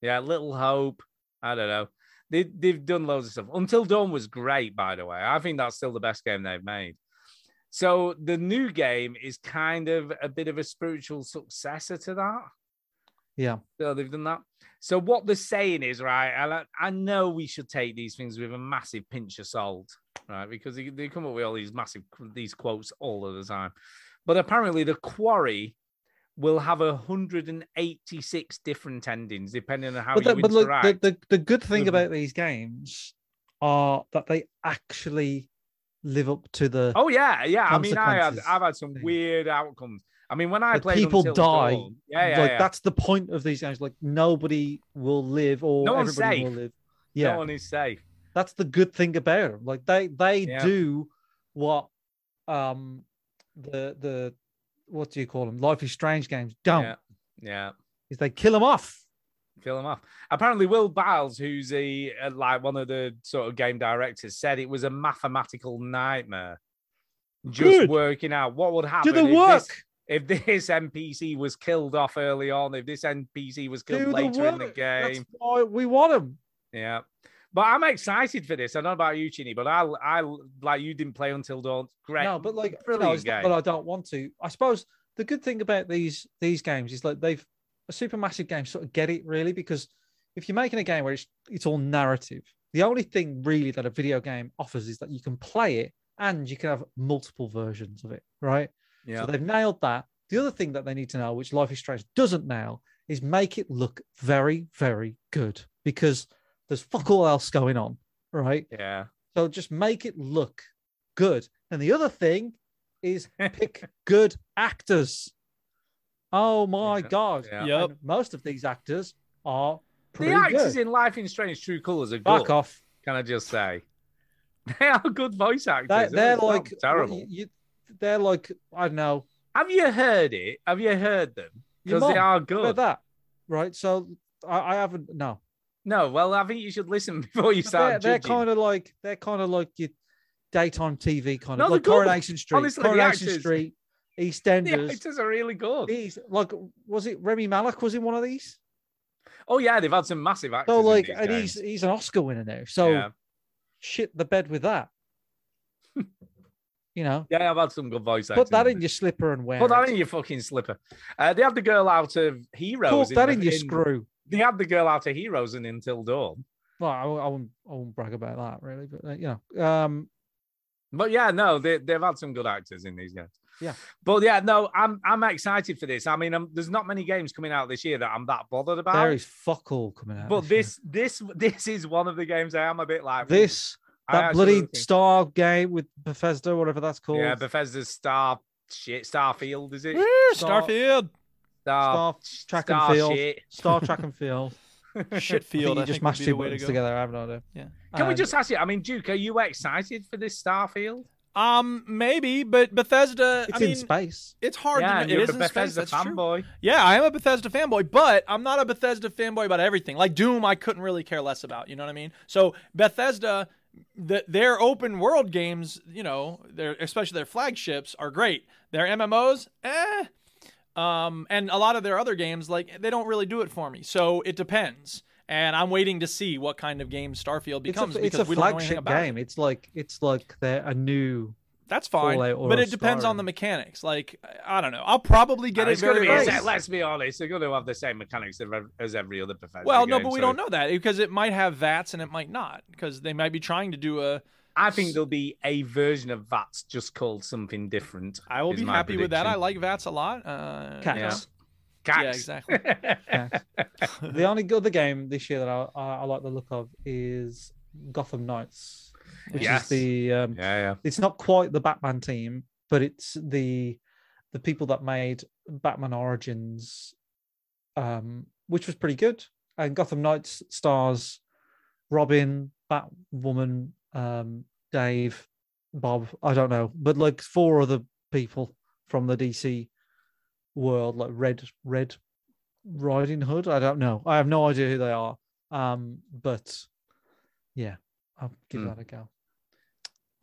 [SPEAKER 5] yeah, Little Hope. I don't know. They they've done loads of stuff. Until Dawn was great, by the way. I think that's still the best game they've made. So the new game is kind of a bit of a spiritual successor to that.
[SPEAKER 4] Yeah.
[SPEAKER 5] So they've done that. So what they're saying is right. And I, I know we should take these things with a massive pinch of salt, right? Because they, they come up with all these massive these quotes all of the time. But apparently, the quarry will have 186 different endings depending on how
[SPEAKER 4] But,
[SPEAKER 5] you
[SPEAKER 4] the, but look,
[SPEAKER 5] interact.
[SPEAKER 4] the, the, the good thing
[SPEAKER 1] Mm-hmm.
[SPEAKER 5] Mhm.
[SPEAKER 4] about these games are that they actually live up to the.
[SPEAKER 5] Oh yeah, yeah. I mean, I had
[SPEAKER 4] consequences.
[SPEAKER 5] I've had some weird outcomes. I mean, when I
[SPEAKER 4] Like,
[SPEAKER 5] played
[SPEAKER 4] people
[SPEAKER 5] Until
[SPEAKER 4] die.
[SPEAKER 5] Dawn- yeah, yeah,
[SPEAKER 4] like
[SPEAKER 5] yeah.
[SPEAKER 4] that's the point of these games. Like nobody will live, or
[SPEAKER 5] No one's
[SPEAKER 4] everybody will
[SPEAKER 5] safe.
[SPEAKER 4] live. Yeah,
[SPEAKER 5] no one is safe.
[SPEAKER 4] that's the good thing about them. Like they they
[SPEAKER 5] Yeah.
[SPEAKER 4] do what um the the what do you call them? Life is Strange games don't.
[SPEAKER 5] Yeah, yeah.
[SPEAKER 4] Is they kill them off.
[SPEAKER 5] Kill them off. Apparently, Will Biles, who's a, uh like one of the sort of game directors, said it was a mathematical nightmare. Just
[SPEAKER 4] Good.
[SPEAKER 5] working out what would happen
[SPEAKER 4] the
[SPEAKER 5] if
[SPEAKER 4] work.
[SPEAKER 5] Ah, This, if this NPC was killed off early on, if this NPC was killed
[SPEAKER 4] Do the
[SPEAKER 5] later in the
[SPEAKER 4] work.
[SPEAKER 5] game,
[SPEAKER 4] That's why we want them.
[SPEAKER 5] Yeah. But I'm excited for this. I don't know about you, Chini, but I, I like you didn't play until dawn. Great.
[SPEAKER 4] No, but like, you know,
[SPEAKER 5] brilliant
[SPEAKER 4] it's not
[SPEAKER 5] game.
[SPEAKER 4] that I don't want to. I suppose the good thing about these these games is like they've a supermassive game sort of get it really because if you're making a game where it's it's all narrative, the only thing really that a video game offers is that you can play it and you can have multiple versions of it, right?
[SPEAKER 5] Yeah.
[SPEAKER 4] So they've nailed that. The other thing that they need to know, which Life is Strange doesn't nail, is make it look very, very good because there's fuck all else going on, right?
[SPEAKER 5] Yeah.
[SPEAKER 4] So just make it look good. And the other thing is pick good actors. Oh my god!
[SPEAKER 5] yeah. Yep.
[SPEAKER 4] And most of these actors are pretty
[SPEAKER 5] the actors
[SPEAKER 4] good.
[SPEAKER 5] in Life in Strange True Colors are good.
[SPEAKER 4] Fuck off!
[SPEAKER 5] Can I just say? They are good voice actors.
[SPEAKER 4] They,
[SPEAKER 5] aren't
[SPEAKER 4] they're
[SPEAKER 5] they? Not
[SPEAKER 4] like
[SPEAKER 5] terrible.
[SPEAKER 4] you- you- they're like I don't know.
[SPEAKER 5] Have you heard it? Have you heard them?
[SPEAKER 4] your
[SPEAKER 5] Because they
[SPEAKER 4] mum.
[SPEAKER 5] are
[SPEAKER 4] Look at
[SPEAKER 5] good.
[SPEAKER 4] that, right? So I, I haven't no.
[SPEAKER 5] No, well, I think you should listen before you
[SPEAKER 4] But
[SPEAKER 5] start
[SPEAKER 4] they're, they're
[SPEAKER 5] judging.
[SPEAKER 4] kind of like they're kind of like your daytime TV kind
[SPEAKER 5] No, they're
[SPEAKER 4] of like
[SPEAKER 5] good.
[SPEAKER 4] Coronation Street,
[SPEAKER 5] Honestly, the
[SPEAKER 4] Coronation
[SPEAKER 5] actors-
[SPEAKER 4] Street,
[SPEAKER 5] the
[SPEAKER 4] EastEnders.
[SPEAKER 5] actors are really good.
[SPEAKER 4] These like was it Remy Malek was in one of these?
[SPEAKER 5] Oh yeah, they've had some massive actors.
[SPEAKER 4] So
[SPEAKER 5] in
[SPEAKER 4] like,
[SPEAKER 5] these
[SPEAKER 4] and
[SPEAKER 5] games.
[SPEAKER 4] he's he's an Oscar winner now. So
[SPEAKER 5] Yeah.
[SPEAKER 4] shit the bed with that. you know,
[SPEAKER 5] yeah, I've had some good voice actors.
[SPEAKER 4] put that in your slipper and wear.
[SPEAKER 5] Put that
[SPEAKER 4] it.
[SPEAKER 5] in your fucking slipper. Uh, they had the girl out of Heroes.
[SPEAKER 4] Put that
[SPEAKER 5] the-
[SPEAKER 4] in your screw.
[SPEAKER 5] They had the girl out of Heroes and Until Dawn.
[SPEAKER 4] Well, I, won't- I won't I won't brag about that really, but uh, you know, um,
[SPEAKER 5] But yeah, no, they, they've had some good actors in these games.
[SPEAKER 4] Yeah.
[SPEAKER 5] But yeah, no, I'm I'm excited for this. I mean, i there's not many games coming out this year that I'm that bothered about.
[SPEAKER 4] there is fuck all coming out.
[SPEAKER 5] but this this this is one of the games I am a bit like
[SPEAKER 4] this
[SPEAKER 5] I
[SPEAKER 4] that
[SPEAKER 5] actually
[SPEAKER 4] bloody
[SPEAKER 5] don't think-
[SPEAKER 4] star game with Bethesda, whatever that's called.
[SPEAKER 5] Yeah, Bethesda's Star shit, Starfield, is it?
[SPEAKER 4] Star-
[SPEAKER 1] Starfield.
[SPEAKER 5] Star,
[SPEAKER 4] Star track
[SPEAKER 5] Star
[SPEAKER 4] and field,
[SPEAKER 5] shit.
[SPEAKER 4] star track and field.
[SPEAKER 1] Shit
[SPEAKER 4] I think
[SPEAKER 1] field,
[SPEAKER 4] You
[SPEAKER 1] I
[SPEAKER 4] just
[SPEAKER 1] think would
[SPEAKER 4] mashed
[SPEAKER 1] be
[SPEAKER 4] two
[SPEAKER 1] the way to
[SPEAKER 4] buttons
[SPEAKER 1] go.
[SPEAKER 4] together. I have no idea.
[SPEAKER 1] Yeah.
[SPEAKER 5] Can we
[SPEAKER 4] And-
[SPEAKER 5] just ask you? I mean, Duke, are you excited for this Starfield?
[SPEAKER 1] Um, maybe, but Bethesda.
[SPEAKER 4] It's
[SPEAKER 1] I mean,
[SPEAKER 4] in space.
[SPEAKER 1] It's hard.
[SPEAKER 5] Yeah,
[SPEAKER 1] to know.
[SPEAKER 5] you're
[SPEAKER 1] it is
[SPEAKER 5] a
[SPEAKER 1] in space.
[SPEAKER 5] Bethesda
[SPEAKER 1] That's true.
[SPEAKER 5] fanboy.
[SPEAKER 1] Yeah, I am a Bethesda fanboy, but I'm not a Bethesda fanboy about everything. Like Doom, I couldn't really care less about. You know what I mean? So Bethesda, the, their open world games, you know, their especially their flagships are great. Their MMOs, eh. Um, and a lot of their other games, like they don't really do it for me. So it depends. And I'm waiting to see what kind of game Starfield
[SPEAKER 4] It's a,
[SPEAKER 1] becomes
[SPEAKER 4] it's
[SPEAKER 1] because
[SPEAKER 4] a
[SPEAKER 1] we don't know anything
[SPEAKER 4] flagship
[SPEAKER 1] about it.
[SPEAKER 4] game. It's like it's like they're a new.
[SPEAKER 1] That's fine,
[SPEAKER 4] Fallout or
[SPEAKER 1] but
[SPEAKER 4] a
[SPEAKER 1] it depends on the mechanics. Like I- I don't know. I'll probably get
[SPEAKER 5] Oh,
[SPEAKER 1] it
[SPEAKER 5] it's gonna
[SPEAKER 1] very
[SPEAKER 5] be the
[SPEAKER 1] early.
[SPEAKER 5] same- Let's be honest, they're going to have the same mechanics of ev- as every other Bethesda.
[SPEAKER 1] Well, no,
[SPEAKER 5] game,
[SPEAKER 1] but we
[SPEAKER 5] so
[SPEAKER 1] don't know that because it might have VATS and it might not because they might be trying to do a.
[SPEAKER 5] I think there'll be a version of VATS just called something different.
[SPEAKER 1] I will be happy with that. I like VATS a lot. Uh,
[SPEAKER 4] Cats.
[SPEAKER 1] yeah.
[SPEAKER 5] Cats.
[SPEAKER 1] Yeah, exactly.
[SPEAKER 4] the only other game this year that I, I, I like the look of is Gotham Knights, which
[SPEAKER 5] Yes.
[SPEAKER 4] is the um,
[SPEAKER 5] Yeah, yeah.
[SPEAKER 4] it's not quite the Batman team, but it's the the people that made Batman Origins, um, which was pretty good. And Gotham Knights stars Robin, Batwoman, um, Dave, Bob. I don't know, but like four other people from the DC world, like Red Red Riding Hood. I don't know. I have no idea who they are. Um, but yeah, I'll give
[SPEAKER 5] Hmm.
[SPEAKER 4] that a go.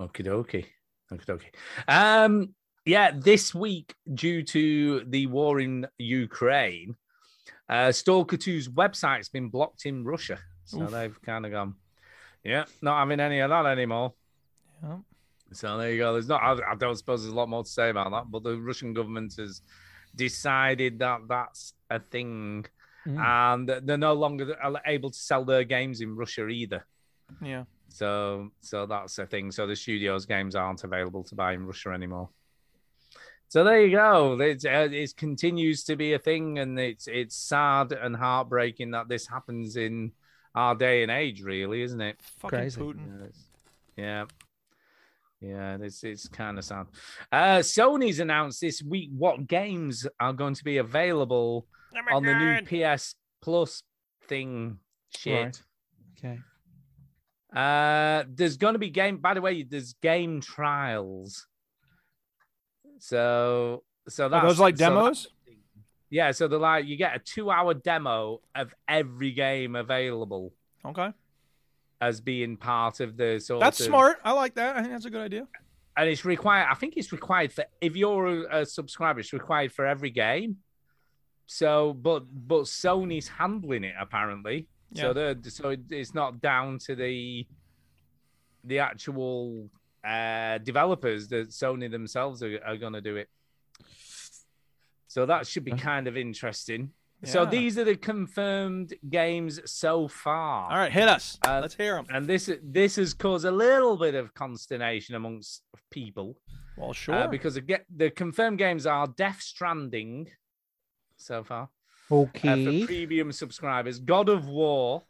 [SPEAKER 5] Okie dokie. Okie dokie. Um, yeah, this week, due to the war in Ukraine, uh, Stalker 2's website's been blocked in Russia. So
[SPEAKER 1] Oof.
[SPEAKER 5] they've kind of gone, yeah, not having any of that anymore.
[SPEAKER 1] Yeah.
[SPEAKER 5] So there you go. There's not, I, I don't suppose there's a lot more to say about that, but the Russian government has decided that that's a thing.
[SPEAKER 1] Mm.
[SPEAKER 5] And they're no longer able to sell their games in Russia either.
[SPEAKER 1] yeah.
[SPEAKER 5] So so that's the thing. So the studios games aren't available to buy in Russia anymore. So there you go. It, uh, it continues to be a thing, and it's it's sad and heartbreaking that this happens in our day and age, really, isn't it?
[SPEAKER 1] Fucking Crazy. Putin.
[SPEAKER 5] Yeah, it's- Yeah. Yeah, it's it's kind of sad. Uh, Sony's announced this week what games are going to be available on the new PS Plus thing. Shit.
[SPEAKER 4] Right. Okay.
[SPEAKER 5] Uh, there's going to be game. By the way, there's game trials. So, so that's
[SPEAKER 1] those like
[SPEAKER 5] so that-
[SPEAKER 1] demos?
[SPEAKER 5] yeah, so they're like you get a two-hour demo of every game available
[SPEAKER 1] Okay.
[SPEAKER 5] as being part of the sort.
[SPEAKER 1] That's
[SPEAKER 5] of-
[SPEAKER 1] smart. I like that. I think that's a good idea.
[SPEAKER 5] and it's required. I think it's required for if you're a, a subscriber, it's required for every game. So, but but Sony's handling it apparently.
[SPEAKER 1] Yeah.
[SPEAKER 5] So they're so it- it's not down to the the actual uh, developers that Sony themselves are, are going to do it. So that should be kind of interesting. So
[SPEAKER 1] Yeah.
[SPEAKER 5] these are the confirmed games so far.
[SPEAKER 1] All right, hit us.
[SPEAKER 5] Uh,
[SPEAKER 1] Let's hear them.
[SPEAKER 5] And this this has caused a little bit of consternation amongst people.
[SPEAKER 1] Well,
[SPEAKER 5] uh,
[SPEAKER 1] sure.
[SPEAKER 5] because the, ge- the confirmed games are Death Stranding so far uh,
[SPEAKER 4] Okay.
[SPEAKER 5] for premium subscribers, God of War,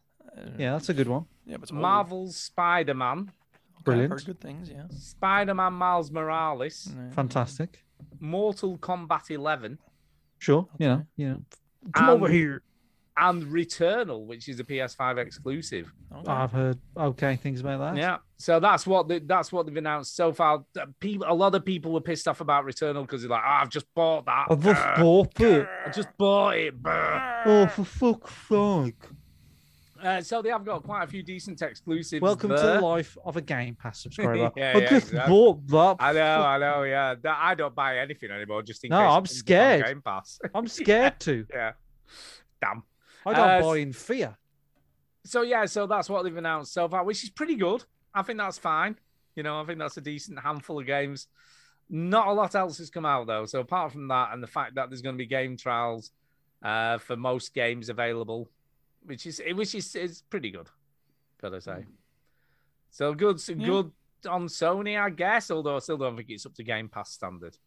[SPEAKER 4] yeah, that's a good one.
[SPEAKER 1] yeah, but it's old.
[SPEAKER 5] Marvel's Spider Man,
[SPEAKER 1] I've
[SPEAKER 4] Brilliant.
[SPEAKER 1] heard good things. Yeah.
[SPEAKER 5] Spider Man Miles Morales,
[SPEAKER 4] Hmm. Fantastic.
[SPEAKER 5] Mortal Kombat 11,
[SPEAKER 4] Sure. You know. You know. Um, Come over
[SPEAKER 5] and-
[SPEAKER 4] here.
[SPEAKER 5] and Returnal, which is a PS5 exclusive.
[SPEAKER 4] I've heard okay things about that.
[SPEAKER 5] Yeah. So that's what the, that's what they've announced so far. Uh, People, a lot of people were pissed off about Returnal because they're like, "Ah, I've just bought that.
[SPEAKER 4] I've just
[SPEAKER 5] Brr.
[SPEAKER 4] bought it.
[SPEAKER 5] I just bought it. Brr."
[SPEAKER 4] Oh, for fuck's sake.
[SPEAKER 5] Uh, so they have got quite a few decent exclusives.
[SPEAKER 4] Welcome to
[SPEAKER 5] there.
[SPEAKER 4] the life of a Game Pass subscriber.
[SPEAKER 5] Yeah,
[SPEAKER 4] I
[SPEAKER 5] yeah,
[SPEAKER 4] just
[SPEAKER 5] exactly.
[SPEAKER 4] bought that.
[SPEAKER 5] I know, I know. Yeah, That- I don't buy anything anymore just in
[SPEAKER 4] No,
[SPEAKER 5] case. it
[SPEAKER 4] I'm
[SPEAKER 5] comes on
[SPEAKER 4] scared.
[SPEAKER 5] Game Pass.
[SPEAKER 4] I'm scared to.
[SPEAKER 5] yeah. Damn.
[SPEAKER 4] I don't
[SPEAKER 5] Uh,
[SPEAKER 4] buy in fear.
[SPEAKER 5] So yeah, so that's what they've announced so far, which is pretty good. I think that's fine. You know, I think that's a decent handful of games. Not a lot else has come out though. So apart from that, and the fact that there's going to be game trials uh, for most games available, which is which is is pretty good, gotta say.
[SPEAKER 4] Mm.
[SPEAKER 5] So good, so good on Sony, I guess. Although I still don't think it's up to Game Pass standard.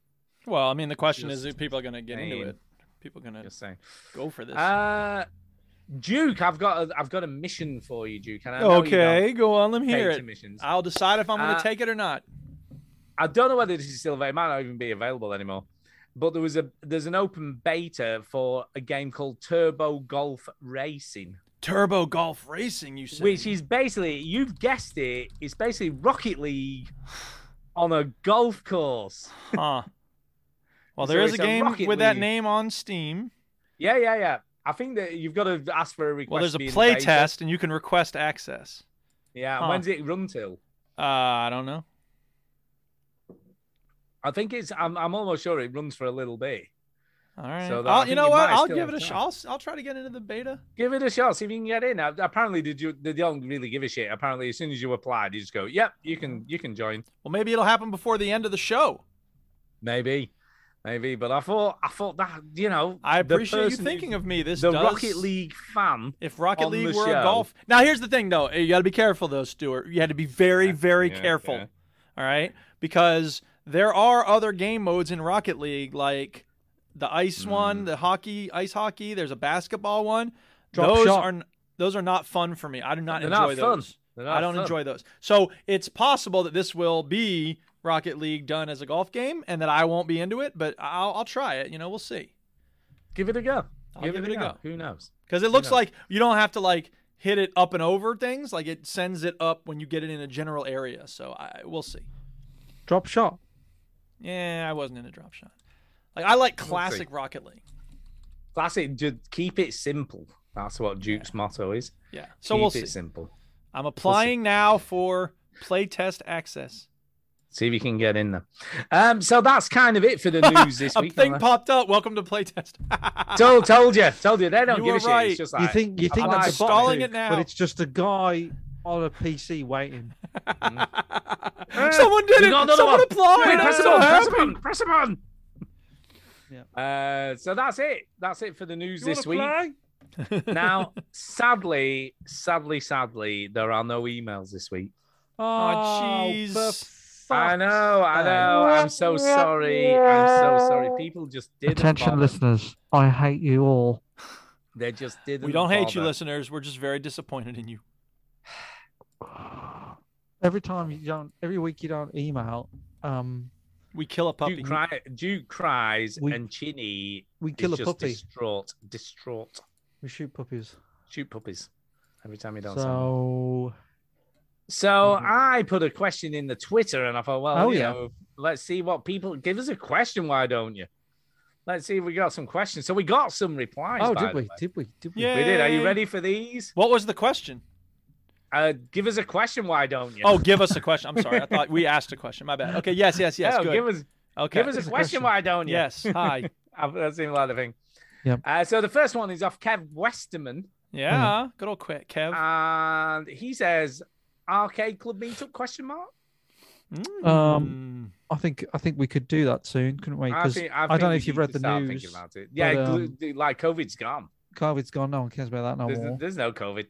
[SPEAKER 1] Well, I mean, the question is
[SPEAKER 5] Just
[SPEAKER 1] if people are going to get
[SPEAKER 5] saying.
[SPEAKER 1] into it. People are going
[SPEAKER 5] Just saying.
[SPEAKER 1] to go for this.
[SPEAKER 5] Uh, Duke, I've got a, I've got a mission for you, Duke. And I know you
[SPEAKER 1] okay,
[SPEAKER 5] don't
[SPEAKER 1] go on. Let me
[SPEAKER 5] take
[SPEAKER 1] hear
[SPEAKER 5] to
[SPEAKER 1] it.
[SPEAKER 5] missions.
[SPEAKER 1] I'll decide if I'm going to
[SPEAKER 5] Uh,
[SPEAKER 1] take it or not.
[SPEAKER 5] I don't know whether this is still available. It might not even be available anymore. But there was a there's an open beta for a game called Turbo Golf Racing,
[SPEAKER 1] Turbo Golf Racing, you said.
[SPEAKER 5] which is basically you've guessed it. It's basically Rocket League on a golf course.
[SPEAKER 1] Huh. Well,
[SPEAKER 5] So
[SPEAKER 1] there is a
[SPEAKER 5] it's a
[SPEAKER 1] game
[SPEAKER 5] Rocket
[SPEAKER 1] with that
[SPEAKER 5] League.
[SPEAKER 1] name on Steam.
[SPEAKER 5] Yeah, yeah, yeah. I think that you've got to ask for a request.
[SPEAKER 1] Well, there's
[SPEAKER 5] to
[SPEAKER 1] a
[SPEAKER 5] be in the
[SPEAKER 1] play
[SPEAKER 5] beta.
[SPEAKER 1] test, and you can request access.
[SPEAKER 5] Yeah.
[SPEAKER 1] Huh.
[SPEAKER 5] When's it run till?
[SPEAKER 1] Uh, I don't know.
[SPEAKER 5] I think it's. I'm, I'm almost sure it runs for a little bit.
[SPEAKER 1] All right.
[SPEAKER 5] So that- I
[SPEAKER 1] I'll,
[SPEAKER 5] think
[SPEAKER 1] you know
[SPEAKER 5] you
[SPEAKER 1] what?
[SPEAKER 5] might
[SPEAKER 1] I'll
[SPEAKER 5] still
[SPEAKER 1] give it a
[SPEAKER 5] have
[SPEAKER 1] shot.
[SPEAKER 5] time.
[SPEAKER 1] I'll, s- I'll try to get into the beta.
[SPEAKER 5] Give it a shot. See if you can get in. Uh, Apparently, did you? They don't really give a shit. Apparently, as soon as you apply, they just go, "Yep, you can. You can join."
[SPEAKER 1] Well, maybe it'll happen before the end of the show.
[SPEAKER 5] Maybe, maybe. But I thought, I thought that you know,
[SPEAKER 1] I
[SPEAKER 5] the
[SPEAKER 1] appreciate you
[SPEAKER 5] person who-
[SPEAKER 1] thinking of me. This
[SPEAKER 5] the
[SPEAKER 1] does-
[SPEAKER 5] Rocket League fan.
[SPEAKER 1] If Rocket
[SPEAKER 5] on
[SPEAKER 1] League
[SPEAKER 5] the
[SPEAKER 1] were a
[SPEAKER 5] show.
[SPEAKER 1] golf. Now, here's the thing, though. You got to be careful, though, Stuart. You had to be very, very
[SPEAKER 5] yeah,
[SPEAKER 1] careful.
[SPEAKER 5] yeah.
[SPEAKER 1] All right, because there are other game modes in Rocket League, like the ice
[SPEAKER 5] Mm.
[SPEAKER 1] one, the hockey, ice hockey. There's a basketball one.
[SPEAKER 4] Drop
[SPEAKER 1] those
[SPEAKER 4] shot.
[SPEAKER 1] are n- those are not fun for me. I do not
[SPEAKER 5] They're not
[SPEAKER 1] enjoy
[SPEAKER 5] fun.
[SPEAKER 1] those.
[SPEAKER 5] They're not
[SPEAKER 1] I don't
[SPEAKER 5] fun.
[SPEAKER 1] enjoy those. So it's possible that this will be Rocket League done as a golf game, and that I won't be into it. But I'll, I'll try it. You know, we'll see.
[SPEAKER 5] give it a go.
[SPEAKER 1] I'll give it a go.
[SPEAKER 5] Who knows?
[SPEAKER 1] Because it looks like you don't have to like hit it up and over things. Like it sends it up when you get it in a general area. So I we'll see.
[SPEAKER 4] Drop shot.
[SPEAKER 1] Yeah, I wasn't in a drop shot. Like I like classic Rocket League.
[SPEAKER 5] Classic. Just keep it simple. That's what Duke's motto is.
[SPEAKER 1] Yeah. So
[SPEAKER 5] keep
[SPEAKER 1] we'll
[SPEAKER 5] it
[SPEAKER 1] see.
[SPEAKER 5] simple.
[SPEAKER 1] I'm applying now for playtest access.
[SPEAKER 5] See if you can get in there. Um, so that's kind of it for the news this
[SPEAKER 1] a
[SPEAKER 5] week.
[SPEAKER 1] thing
[SPEAKER 5] unless-
[SPEAKER 1] popped up. Welcome to playtest.
[SPEAKER 5] told, told you, told you. They don't
[SPEAKER 1] You
[SPEAKER 5] give
[SPEAKER 1] were
[SPEAKER 5] a shit.
[SPEAKER 1] right.
[SPEAKER 5] It's just
[SPEAKER 4] You
[SPEAKER 5] like,
[SPEAKER 4] think you think
[SPEAKER 5] I'm
[SPEAKER 4] that's
[SPEAKER 5] like,
[SPEAKER 4] a bot,
[SPEAKER 1] installing
[SPEAKER 4] Duke,
[SPEAKER 1] it now.
[SPEAKER 4] but it's just a guy on a PC waiting.
[SPEAKER 1] Someone did
[SPEAKER 5] Mm. Eh. We
[SPEAKER 1] it.
[SPEAKER 5] got another
[SPEAKER 1] Someone
[SPEAKER 5] one.
[SPEAKER 1] applied.
[SPEAKER 5] Oh, Wait,
[SPEAKER 1] I'm
[SPEAKER 5] press
[SPEAKER 1] so
[SPEAKER 5] him on, press
[SPEAKER 1] happy.
[SPEAKER 5] him on, press him on. Uh, so that's it. That's it for the news this week. now, sadly, sadly, sadly, there are no emails this week.
[SPEAKER 1] Oh, jeez.
[SPEAKER 4] Oh, for
[SPEAKER 5] I know, I know. I'm so sorry. I'm so sorry. People just didn't.
[SPEAKER 4] Attention,
[SPEAKER 5] bother.
[SPEAKER 4] listeners. I hate you all.
[SPEAKER 5] They just didn't.
[SPEAKER 1] We don't hate you,
[SPEAKER 5] bother.
[SPEAKER 1] listeners. We're just very disappointed in you.
[SPEAKER 4] Every time you don't, every week you don't email. Um,
[SPEAKER 1] we kill a
[SPEAKER 5] Duke, cry, Duke cries
[SPEAKER 4] We-
[SPEAKER 5] and Chinny
[SPEAKER 4] we kill
[SPEAKER 5] is
[SPEAKER 4] a
[SPEAKER 5] just
[SPEAKER 4] puppy.
[SPEAKER 5] distraught, distraught.
[SPEAKER 4] we shoot puppies.
[SPEAKER 5] Shoot puppies every time he does so,
[SPEAKER 4] So oh,
[SPEAKER 5] so I put a question in the Twitter and I thought, well,
[SPEAKER 4] Mm-hmm. Oh,
[SPEAKER 5] you
[SPEAKER 4] yeah.
[SPEAKER 5] know, let's see what people give us a question. Why don't you? Let's see if we got some questions. So we got some replies.
[SPEAKER 4] oh,
[SPEAKER 5] by
[SPEAKER 4] did
[SPEAKER 5] the
[SPEAKER 4] we?
[SPEAKER 5] way.
[SPEAKER 4] Did we? Did we?
[SPEAKER 5] We did. Are you ready for these?
[SPEAKER 1] What was the question?
[SPEAKER 5] Uh, give us a question. Why don't you?
[SPEAKER 1] Oh, give us a question. I'm sorry. I thought we asked a question. My bad. Okay. Yes. Yes. Yes.
[SPEAKER 5] No,
[SPEAKER 1] good.
[SPEAKER 5] Oh, give us-
[SPEAKER 1] Okay.
[SPEAKER 5] Give us a question, why don't you?
[SPEAKER 1] Yes. Hi.
[SPEAKER 5] I've, that seemed like the thing.
[SPEAKER 4] Yep.
[SPEAKER 5] Uh, so the first one is off Kev Westerman.
[SPEAKER 1] Yeah. Good old quick Kev.
[SPEAKER 5] And he says, arcade club meetup question mark? Uh,
[SPEAKER 1] Mm.
[SPEAKER 4] Um, I think I think we could do that soon, couldn't we?
[SPEAKER 5] I,
[SPEAKER 4] Because
[SPEAKER 5] think,
[SPEAKER 4] I,
[SPEAKER 5] I,
[SPEAKER 4] don't know
[SPEAKER 5] we
[SPEAKER 4] if you've
[SPEAKER 5] need
[SPEAKER 4] read
[SPEAKER 5] to
[SPEAKER 4] the
[SPEAKER 5] start
[SPEAKER 4] news.
[SPEAKER 5] Thinking about it. Yeah,
[SPEAKER 4] but, um,
[SPEAKER 5] glu- the- like COVID's gone.
[SPEAKER 4] COVID's gone. No one cares about that no
[SPEAKER 5] there's,
[SPEAKER 4] more.
[SPEAKER 5] there's no COVID.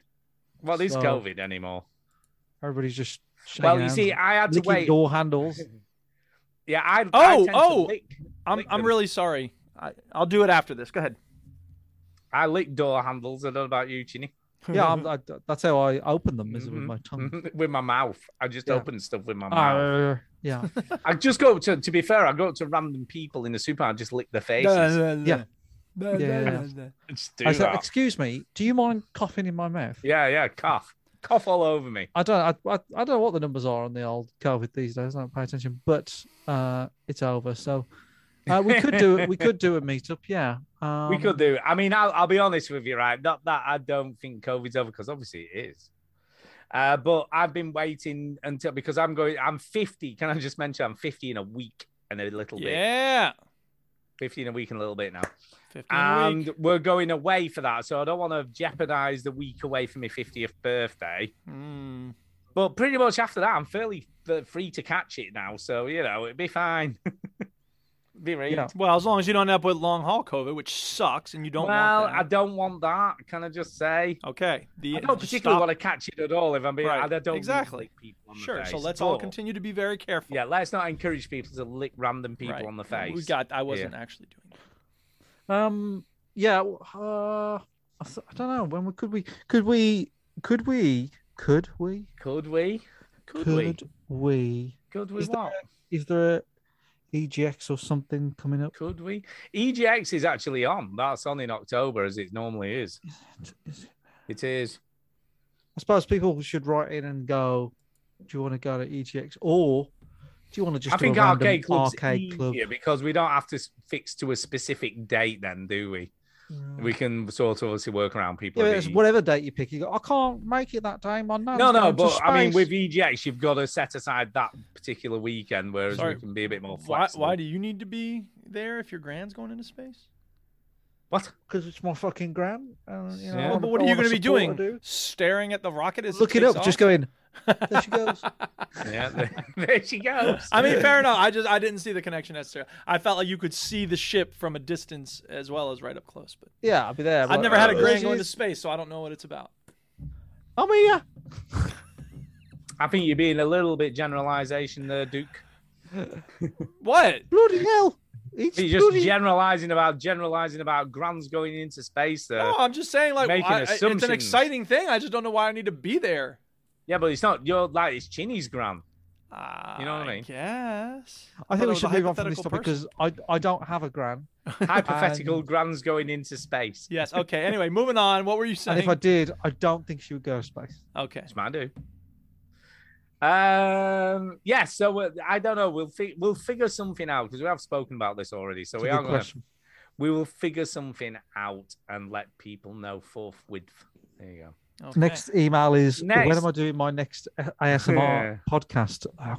[SPEAKER 5] Well, is
[SPEAKER 4] So-
[SPEAKER 5] COVID anymore?
[SPEAKER 4] Everybody's just. shaking
[SPEAKER 5] Well, you
[SPEAKER 4] hands
[SPEAKER 5] see,
[SPEAKER 4] and
[SPEAKER 5] I had to
[SPEAKER 4] licking
[SPEAKER 5] wait.
[SPEAKER 4] door handles.
[SPEAKER 5] Yeah, I. I
[SPEAKER 1] Oh.
[SPEAKER 5] tend to
[SPEAKER 1] Oh.
[SPEAKER 5] lick-
[SPEAKER 1] I'm. I'm really sorry. I, I'll do it after this. Go ahead.
[SPEAKER 5] I lick door handles. I don't know about you, Chinny.
[SPEAKER 4] yeah, I'm, I, that's how I open them is
[SPEAKER 5] Mm-hmm.
[SPEAKER 4] with my tongue.
[SPEAKER 5] with my mouth. I just
[SPEAKER 4] Um, Yeah.
[SPEAKER 5] open stuff with my mouth.
[SPEAKER 4] Uh, yeah,
[SPEAKER 5] I just go up to. To be fair, I go up to random people in the super. I just lick their faces.
[SPEAKER 4] yeah.
[SPEAKER 1] Yeah,
[SPEAKER 4] yeah,
[SPEAKER 5] Just do
[SPEAKER 4] I said,
[SPEAKER 5] that.
[SPEAKER 4] "Excuse me, do you mind coughing in my mouth?"
[SPEAKER 5] yeah, yeah. Cough, cough all over me.
[SPEAKER 4] I don't, I, I, I don't know what the numbers are on the old COVID these days. I don't pay attention, but uh, it's over. So uh, we could do, we could do a meetup. Yeah, um,
[SPEAKER 5] we could do. I mean, I'll, I'll be honest with you, right? Not that I don't think COVID's over, because obviously it is. Uh, but I've been waiting until because I'm going. I'm 50. Can I just mention I'm 50 in a week and a little bit?
[SPEAKER 1] Yeah.
[SPEAKER 5] 50 in a week and a little bit now.
[SPEAKER 1] 15 a week.
[SPEAKER 5] And we're going away for that, so I don't want to jeopardize the week away from my 50th birthday.
[SPEAKER 1] Mm.
[SPEAKER 5] Um, But pretty much after that, I'm fairly f- free to catch it now, so you know it'd be fine. be right.
[SPEAKER 1] Well, as long as you don't end up with long haul COVID, which sucks, and you don't
[SPEAKER 5] well,
[SPEAKER 1] want
[SPEAKER 5] I don't want that. Can I just say?
[SPEAKER 1] that. Okay. The,
[SPEAKER 5] I don't
[SPEAKER 1] just
[SPEAKER 5] particularly
[SPEAKER 1] stop-
[SPEAKER 5] want to catch it at all. If I'm being,
[SPEAKER 1] Right,
[SPEAKER 5] I don't really
[SPEAKER 1] exactly.
[SPEAKER 5] lick people on the
[SPEAKER 1] Sure. So
[SPEAKER 5] face,
[SPEAKER 1] let's all
[SPEAKER 5] but-
[SPEAKER 1] continue to be very careful.
[SPEAKER 5] Yeah, let's not encourage people to lick random people
[SPEAKER 1] Right.
[SPEAKER 5] on the face.
[SPEAKER 1] We got. I wasn't actually doing.
[SPEAKER 4] Um, yeah. w- Uh, I, th- I don't know. When we, could we? Could we? Could we? Could we?
[SPEAKER 5] Could we? Could, we?
[SPEAKER 4] Could we?
[SPEAKER 5] Could we
[SPEAKER 4] Is there-
[SPEAKER 5] what?
[SPEAKER 4] Is there a EGX or something coming up?
[SPEAKER 5] Could we? EGX is actually on. That's on in October, as it normally is. It is.
[SPEAKER 4] I suppose people should write in and go, "Do you want to go to EGX or do you want to just
[SPEAKER 5] I
[SPEAKER 4] do
[SPEAKER 5] think
[SPEAKER 4] a random
[SPEAKER 5] arcade club's
[SPEAKER 4] arcade
[SPEAKER 5] easier
[SPEAKER 4] club?"
[SPEAKER 5] because we don't have to s- fix to a specific date. Then do we?
[SPEAKER 4] Mm.
[SPEAKER 5] We can sort of obviously work around people.
[SPEAKER 4] Yeah,
[SPEAKER 5] a
[SPEAKER 4] it's
[SPEAKER 5] bit
[SPEAKER 4] whatever date you pick. You go, I can't make it that day. My nan's
[SPEAKER 5] No, no,
[SPEAKER 4] going to
[SPEAKER 5] but I mean,
[SPEAKER 4] space."
[SPEAKER 5] with EGX, you've got to set aside that particular weekend, whereas
[SPEAKER 1] Sorry,
[SPEAKER 5] we can be a bit more
[SPEAKER 1] Why,
[SPEAKER 5] flexible.
[SPEAKER 1] why do you need to be there if your grand's going into space?
[SPEAKER 5] What?
[SPEAKER 4] because it's my fucking grand. and, you know, I
[SPEAKER 1] Well,
[SPEAKER 4] wanna-
[SPEAKER 1] but what are
[SPEAKER 4] I
[SPEAKER 1] you
[SPEAKER 4] wanna
[SPEAKER 1] going to be
[SPEAKER 4] support her
[SPEAKER 1] doing?
[SPEAKER 4] do.
[SPEAKER 1] Staring at the rocket as
[SPEAKER 4] Look it
[SPEAKER 1] takes
[SPEAKER 4] up. Just
[SPEAKER 1] off?
[SPEAKER 4] going. There she goes.
[SPEAKER 5] Yeah, there, there she goes.
[SPEAKER 1] I mean, fair enough. I just I didn't see the connection necessarily. I felt like you could see the ship from a distance as well as right up close. But
[SPEAKER 4] Yeah, I'll be there.
[SPEAKER 1] I've never had a
[SPEAKER 4] great
[SPEAKER 1] grand going to space, so I don't know what it's about.
[SPEAKER 4] I'm here.
[SPEAKER 5] I think you're being a little bit generalization there, Duke.
[SPEAKER 1] What?
[SPEAKER 4] Bloody hell! It's
[SPEAKER 5] You're just
[SPEAKER 4] bloody-
[SPEAKER 5] generalizing about generalizing about grands going into space
[SPEAKER 4] Uh,
[SPEAKER 5] there.
[SPEAKER 1] No, I'm just saying like
[SPEAKER 5] Making
[SPEAKER 1] why- I- it's an
[SPEAKER 5] assumptions.
[SPEAKER 1] exciting thing. I just don't know why I need to be there.
[SPEAKER 5] Yeah, but it's not. You're like it's Chinny's grand. You know what I mean?
[SPEAKER 1] Yes.
[SPEAKER 4] I think we should move on from this topic because I I don't have a grand.
[SPEAKER 5] Hypothetical
[SPEAKER 4] Um,
[SPEAKER 5] grands going into space.
[SPEAKER 1] Yes. Okay. Anyway, moving on. What were you saying?
[SPEAKER 4] And if I did, I don't think she would go to space.
[SPEAKER 1] Okay.
[SPEAKER 5] It's my do. Um. Yeah. So uh, I don't know. We'll fi- we'll figure something out because we have spoken about this already. So
[SPEAKER 4] It's a
[SPEAKER 5] we
[SPEAKER 4] good
[SPEAKER 5] are going. to
[SPEAKER 4] question.
[SPEAKER 5] We will figure something out and let people know forthwith. There you go.
[SPEAKER 1] Okay.
[SPEAKER 4] Next email is when
[SPEAKER 5] Next.
[SPEAKER 4] am I doing my next ASMR podcast? Oh,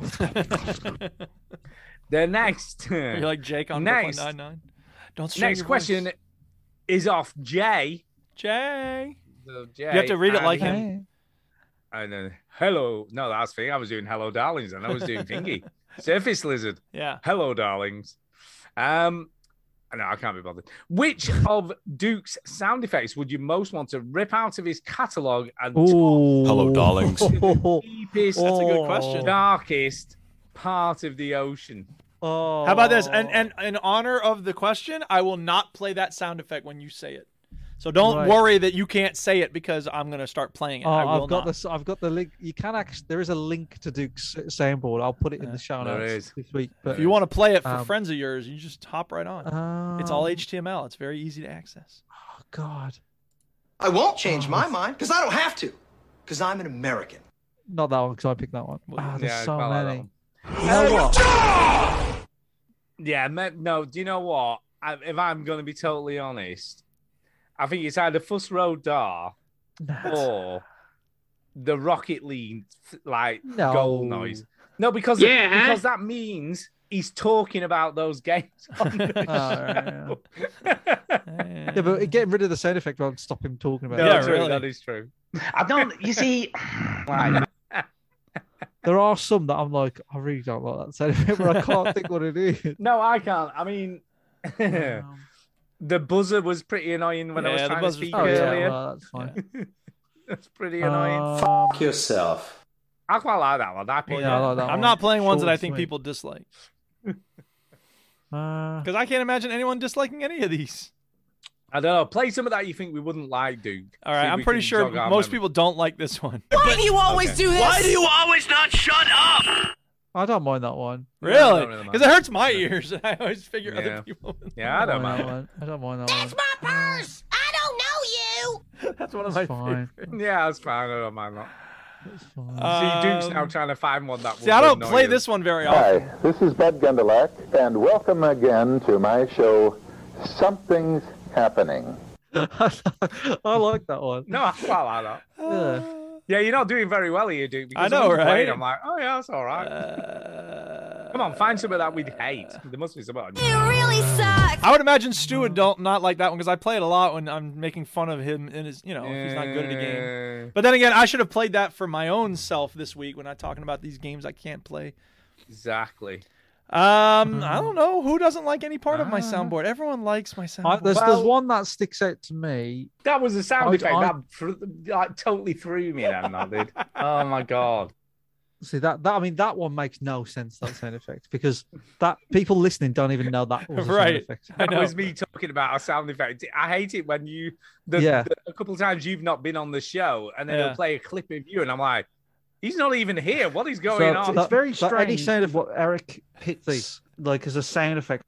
[SPEAKER 5] The next.
[SPEAKER 1] You're like Jake on
[SPEAKER 5] Next.
[SPEAKER 1] 1.99. Don't strain
[SPEAKER 5] next
[SPEAKER 1] your
[SPEAKER 5] question
[SPEAKER 1] voice.
[SPEAKER 5] is off Jay.
[SPEAKER 1] Jay.
[SPEAKER 5] So
[SPEAKER 1] You have
[SPEAKER 5] Jay,
[SPEAKER 1] to read it
[SPEAKER 5] and-
[SPEAKER 1] like him.
[SPEAKER 5] And then hello. No, that's thing. I was doing hello, darlings, and I was doing thingy. Surface lizard.
[SPEAKER 1] Yeah.
[SPEAKER 5] Hello, darlings. Um, no, I can't be bothered. Which of Duke's sound effects would you most want to rip out of his catalog and
[SPEAKER 4] Ooh.
[SPEAKER 2] Hello, darlings.
[SPEAKER 5] deepest,
[SPEAKER 1] That's a good question.
[SPEAKER 5] darkest part of the ocean.
[SPEAKER 4] Oh.
[SPEAKER 1] How about this? And and in honor of the question, I will not play that sound effect when you say it. So don't
[SPEAKER 4] Right.
[SPEAKER 1] worry that you can't say it because I'm gonna start playing it.
[SPEAKER 4] Oh,
[SPEAKER 1] I will
[SPEAKER 4] I've got
[SPEAKER 1] not.
[SPEAKER 4] this. I've got the link. You can actually. There is a link to Duke's soundboard. I'll put it in the show
[SPEAKER 1] there
[SPEAKER 4] notes
[SPEAKER 1] is.
[SPEAKER 4] this week. But
[SPEAKER 1] if you want to play it for
[SPEAKER 4] um,
[SPEAKER 1] friends of yours, you just hop right on. it's all
[SPEAKER 4] um,
[SPEAKER 1] HTML. It's very easy to access.
[SPEAKER 4] oh, God,
[SPEAKER 15] I won't change my mind because I don't have to because I'm an American.
[SPEAKER 4] not that one because I picked that one. Ah, there's
[SPEAKER 5] yeah, I
[SPEAKER 4] so
[SPEAKER 5] quite like that
[SPEAKER 4] many.
[SPEAKER 5] one.
[SPEAKER 4] You know what?
[SPEAKER 5] Yeah, ma- no. Do you know what? I, if I'm going to be totally honest, I think it's either Fuss Road Dar or the Rocket League like goal
[SPEAKER 4] No.
[SPEAKER 5] noise. No, because
[SPEAKER 4] Yeah, huh?
[SPEAKER 5] because that means he's talking about those games. On the
[SPEAKER 4] Oh, yeah,
[SPEAKER 5] show.
[SPEAKER 4] Yeah, but getting rid of the sound effect won't stop him talking about
[SPEAKER 5] No,
[SPEAKER 4] it.
[SPEAKER 5] true, that is true.
[SPEAKER 16] I don't. You see,
[SPEAKER 5] Why?
[SPEAKER 4] There are some that I'm like, I really don't like that sound effect, but I can't think what it is. Um,
[SPEAKER 5] No, I can't. I mean, the buzzer was pretty annoying when I was
[SPEAKER 4] Yeah, the
[SPEAKER 5] trying to
[SPEAKER 4] buzzer was
[SPEAKER 5] speak
[SPEAKER 4] pretty annoying.
[SPEAKER 5] earlier.
[SPEAKER 4] Oh, yeah, well, uh, that's fine. Um,
[SPEAKER 5] that's pretty annoying.
[SPEAKER 1] Fuck
[SPEAKER 15] yourself.
[SPEAKER 5] I quite like that one. I picked
[SPEAKER 1] Yeah, I
[SPEAKER 5] that
[SPEAKER 1] like that
[SPEAKER 5] one.
[SPEAKER 1] I'm not playing ones
[SPEAKER 5] Short
[SPEAKER 1] that I
[SPEAKER 5] and
[SPEAKER 1] think
[SPEAKER 5] sweet.
[SPEAKER 1] people dislike
[SPEAKER 4] Uh,
[SPEAKER 1] because I can't imagine anyone disliking any of these.
[SPEAKER 5] I don't know. Play some of that you think we wouldn't like, Duke.
[SPEAKER 1] All right, I'm pretty sure most people don't like this one.
[SPEAKER 5] Why do you always do this?
[SPEAKER 13] Why do you always not shut up?
[SPEAKER 4] I don't mind that one.
[SPEAKER 1] Really? Because it hurts my ears. I always figure
[SPEAKER 5] Yeah.
[SPEAKER 1] other people.
[SPEAKER 5] Yeah, I don't mind.
[SPEAKER 4] that one. I don't mind that one.
[SPEAKER 13] Purse! I don't know you!
[SPEAKER 1] That's one
[SPEAKER 4] of That's my fine.
[SPEAKER 5] Yeah, that's fine. I don't mind that.
[SPEAKER 1] fine.
[SPEAKER 5] See, Duke's now
[SPEAKER 1] Um,
[SPEAKER 5] trying to find one that.
[SPEAKER 1] See, I don't play this one very often.
[SPEAKER 17] Hi, this is Bud Gundelach, and welcome again to my show, Something's Happening.
[SPEAKER 4] I like that one.
[SPEAKER 5] No, I quite like that.
[SPEAKER 4] Yeah.
[SPEAKER 5] Yeah, you're not doing very well here, Duke. Because
[SPEAKER 1] I know,
[SPEAKER 5] when you played,
[SPEAKER 1] right? Uh,
[SPEAKER 5] I'm like, oh yeah, that's all right. Uh, Come on, find some of that we'd hate. There must be some. It really sucks.
[SPEAKER 1] I would imagine Stu would don't not like that one because I play it a lot when I'm making fun of him and his, you know, if he's not good at a
[SPEAKER 5] Yeah.
[SPEAKER 1] game. But then again, I should have played that for my own self this week when I'm talking about these games I can't play.
[SPEAKER 5] Exactly.
[SPEAKER 1] Um,
[SPEAKER 5] Hmm.
[SPEAKER 1] I don't know who doesn't like any part of
[SPEAKER 5] Ah.
[SPEAKER 1] my soundboard. Everyone likes my soundboard.
[SPEAKER 4] I, there's, there's one that sticks out to me.
[SPEAKER 5] That was a sound
[SPEAKER 4] I-
[SPEAKER 5] effect
[SPEAKER 4] I-
[SPEAKER 5] that thr- like, totally threw me. Then that did. Oh my god.
[SPEAKER 4] See that that I mean that one makes no sense that sound effect because that people listening don't even know that was a sound effect.
[SPEAKER 5] That was me talking about a sound effect. I hate it when you, the,
[SPEAKER 4] Yeah.
[SPEAKER 5] the- a couple of times you've not been on the show, and then
[SPEAKER 4] Yeah.
[SPEAKER 5] they'll play a clip of you, and I'm like, he's not even here. What is
[SPEAKER 4] So
[SPEAKER 5] going on?
[SPEAKER 4] that- that Any sound of what Eric hits like as a sound effect.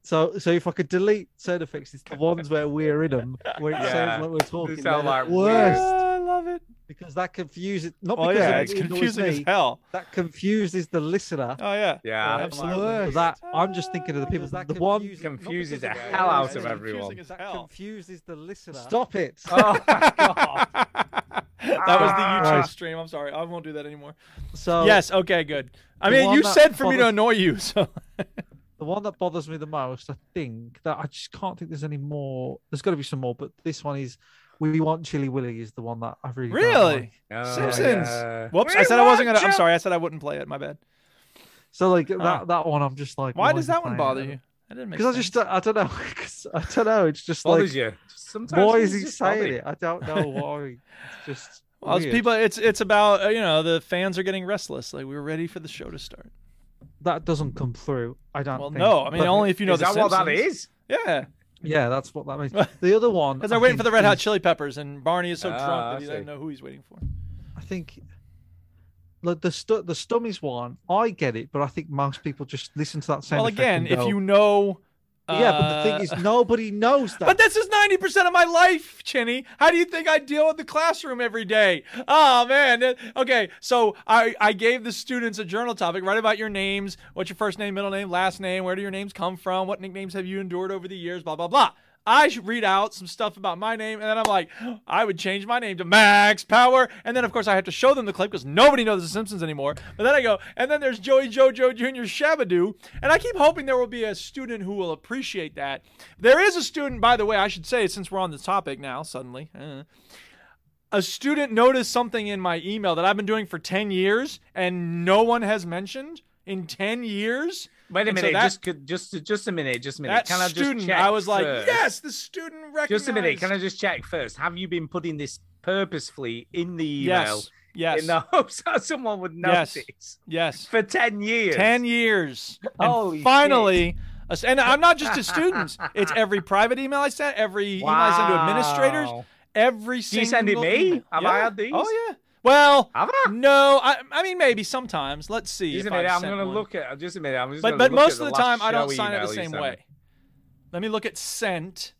[SPEAKER 4] So so if I could delete sound effects, it's the ones where we're in them where it
[SPEAKER 5] Yeah.
[SPEAKER 4] sounds like we're
[SPEAKER 5] They
[SPEAKER 4] talking.
[SPEAKER 5] sound
[SPEAKER 4] they're the
[SPEAKER 5] like
[SPEAKER 4] worst.
[SPEAKER 1] Ah, I love it
[SPEAKER 4] because that confuses not
[SPEAKER 1] Oh,
[SPEAKER 4] because
[SPEAKER 1] yeah,
[SPEAKER 4] it
[SPEAKER 1] it's
[SPEAKER 4] annoys
[SPEAKER 1] confusing as
[SPEAKER 4] me,
[SPEAKER 1] hell.
[SPEAKER 4] That confuses the listener.
[SPEAKER 1] Oh yeah,
[SPEAKER 5] Yeah.
[SPEAKER 4] That's the
[SPEAKER 5] Absolutely.
[SPEAKER 4] worst. That I'm just thinking of the people that the one
[SPEAKER 5] confuses the hell out of everyone.
[SPEAKER 4] That confuses the listener. Stop it.
[SPEAKER 5] Oh, my
[SPEAKER 1] That was
[SPEAKER 5] Ah.
[SPEAKER 1] the YouTube
[SPEAKER 4] Christ.
[SPEAKER 1] stream. I'm sorry, I won't do that anymore.
[SPEAKER 4] So
[SPEAKER 1] yes, okay, good. I
[SPEAKER 4] the
[SPEAKER 1] mean,
[SPEAKER 4] one
[SPEAKER 1] you
[SPEAKER 4] that
[SPEAKER 1] said for me to
[SPEAKER 4] bothers-
[SPEAKER 1] annoy you, so
[SPEAKER 4] The one that bothers me the most, I think, that I just can't think there's any more. There's got to be some more, but this one is "We Want Chili Willy" is the one that I really don't
[SPEAKER 1] really,
[SPEAKER 4] like.
[SPEAKER 5] Oh,
[SPEAKER 1] Simpsons. Whoops, I said I wasn't gonna. I'm sorry, I said I wouldn't play it. My bad.
[SPEAKER 4] So like
[SPEAKER 1] Ah.
[SPEAKER 4] that that one, I'm just like,
[SPEAKER 1] Why
[SPEAKER 4] is
[SPEAKER 1] does
[SPEAKER 4] he
[SPEAKER 1] that one
[SPEAKER 4] playing
[SPEAKER 1] bother
[SPEAKER 4] it?
[SPEAKER 1] you? That didn't make
[SPEAKER 4] Because I just I don't know. 'Cause I don't know. It's just
[SPEAKER 5] Bothers
[SPEAKER 4] like
[SPEAKER 5] you. Sometimes
[SPEAKER 4] why is
[SPEAKER 5] it's
[SPEAKER 4] he
[SPEAKER 5] just
[SPEAKER 4] saying
[SPEAKER 5] funny.
[SPEAKER 4] it? I don't know why. It's just
[SPEAKER 1] Well, it's
[SPEAKER 4] weird.
[SPEAKER 1] people, it's it's about uh, you know the fans are getting restless. Like we were ready for the show to start.
[SPEAKER 4] that doesn't come through. I don't.
[SPEAKER 1] Well,
[SPEAKER 4] think.
[SPEAKER 1] no, I mean
[SPEAKER 4] But-
[SPEAKER 1] only if you know the Simpsons.
[SPEAKER 5] is?
[SPEAKER 1] Yeah,
[SPEAKER 4] Yeah, that's what that means. The other one,
[SPEAKER 1] because
[SPEAKER 4] I
[SPEAKER 1] they're waiting for the
[SPEAKER 4] think,
[SPEAKER 1] Red Hot
[SPEAKER 4] is-
[SPEAKER 1] Chili Peppers, and Barney is so
[SPEAKER 4] Ah,
[SPEAKER 1] drunk
[SPEAKER 4] I
[SPEAKER 1] that he doesn't
[SPEAKER 4] see.
[SPEAKER 1] know who he's waiting for.
[SPEAKER 4] I think like the stu- the stummies one. I get it, but I think most people just listen to that sound.
[SPEAKER 1] well,
[SPEAKER 4] effect
[SPEAKER 1] again,
[SPEAKER 4] and
[SPEAKER 1] if
[SPEAKER 4] go,
[SPEAKER 1] you know,
[SPEAKER 4] yeah, but the thing
[SPEAKER 1] uh,
[SPEAKER 4] is, nobody knows that.
[SPEAKER 1] But this is 90% of my life, Chinny. How do you think I deal with the classroom every day? Oh, man. Uh, Okay, so I, I gave the students a journal topic. Write about your names. What's your first name, middle name, last name? Where do your names come from? What nicknames have you endured over the years? Blah, blah, blah. I should read out some stuff about my name, and then I'm like, I would change my name to Max Power. And then, of course, I have to show them the clip because nobody knows The Simpsons anymore. But then I go, and then there's Joey JoJo Jr. Shabadoo. And I keep hoping there will be a student who will appreciate that. There is a student, by the way, I should say, since we're on the topic now, suddenly. uh, a student noticed something in my email that I've been doing for 10 years and no one has mentioned in 10 years.
[SPEAKER 5] Wait a
[SPEAKER 1] And so
[SPEAKER 5] minute,
[SPEAKER 1] that-
[SPEAKER 5] just could just just a minute, just a minute.
[SPEAKER 1] That
[SPEAKER 5] Can I just
[SPEAKER 1] student,
[SPEAKER 5] check
[SPEAKER 1] I was like,
[SPEAKER 5] first?
[SPEAKER 1] yes, the student recognized.
[SPEAKER 5] Just a minute. Can I just check first? Have you been putting this purposefully in the email
[SPEAKER 1] Yes. Yes.
[SPEAKER 5] in the hopes that someone would
[SPEAKER 1] Yes.
[SPEAKER 5] notice.
[SPEAKER 1] Yes.
[SPEAKER 5] For 10 years.
[SPEAKER 1] 10 years. And
[SPEAKER 5] Holy shit.
[SPEAKER 1] finally, a s- and I'm not just to students. It's every private email I send, every email I send to administrators,
[SPEAKER 5] Wow.
[SPEAKER 1] every
[SPEAKER 5] Do
[SPEAKER 1] single
[SPEAKER 5] you send it me?
[SPEAKER 1] email.
[SPEAKER 5] Have
[SPEAKER 1] yeah.
[SPEAKER 5] I had these? Ah.
[SPEAKER 1] Oh yeah. Well, no, I, I mean maybe sometimes. Let's see.
[SPEAKER 5] Just a
[SPEAKER 1] if
[SPEAKER 5] minute,
[SPEAKER 1] I've
[SPEAKER 5] I'm
[SPEAKER 1] sent
[SPEAKER 5] gonna
[SPEAKER 1] one.
[SPEAKER 5] look at. Just a minute, I'm just.
[SPEAKER 1] But
[SPEAKER 5] gonna
[SPEAKER 1] but
[SPEAKER 5] look at
[SPEAKER 1] most of the
[SPEAKER 5] last
[SPEAKER 1] time I don't
[SPEAKER 5] show
[SPEAKER 1] sign it
[SPEAKER 5] email
[SPEAKER 1] the
[SPEAKER 5] you
[SPEAKER 1] same
[SPEAKER 5] sent me.
[SPEAKER 1] way. Let me look at sent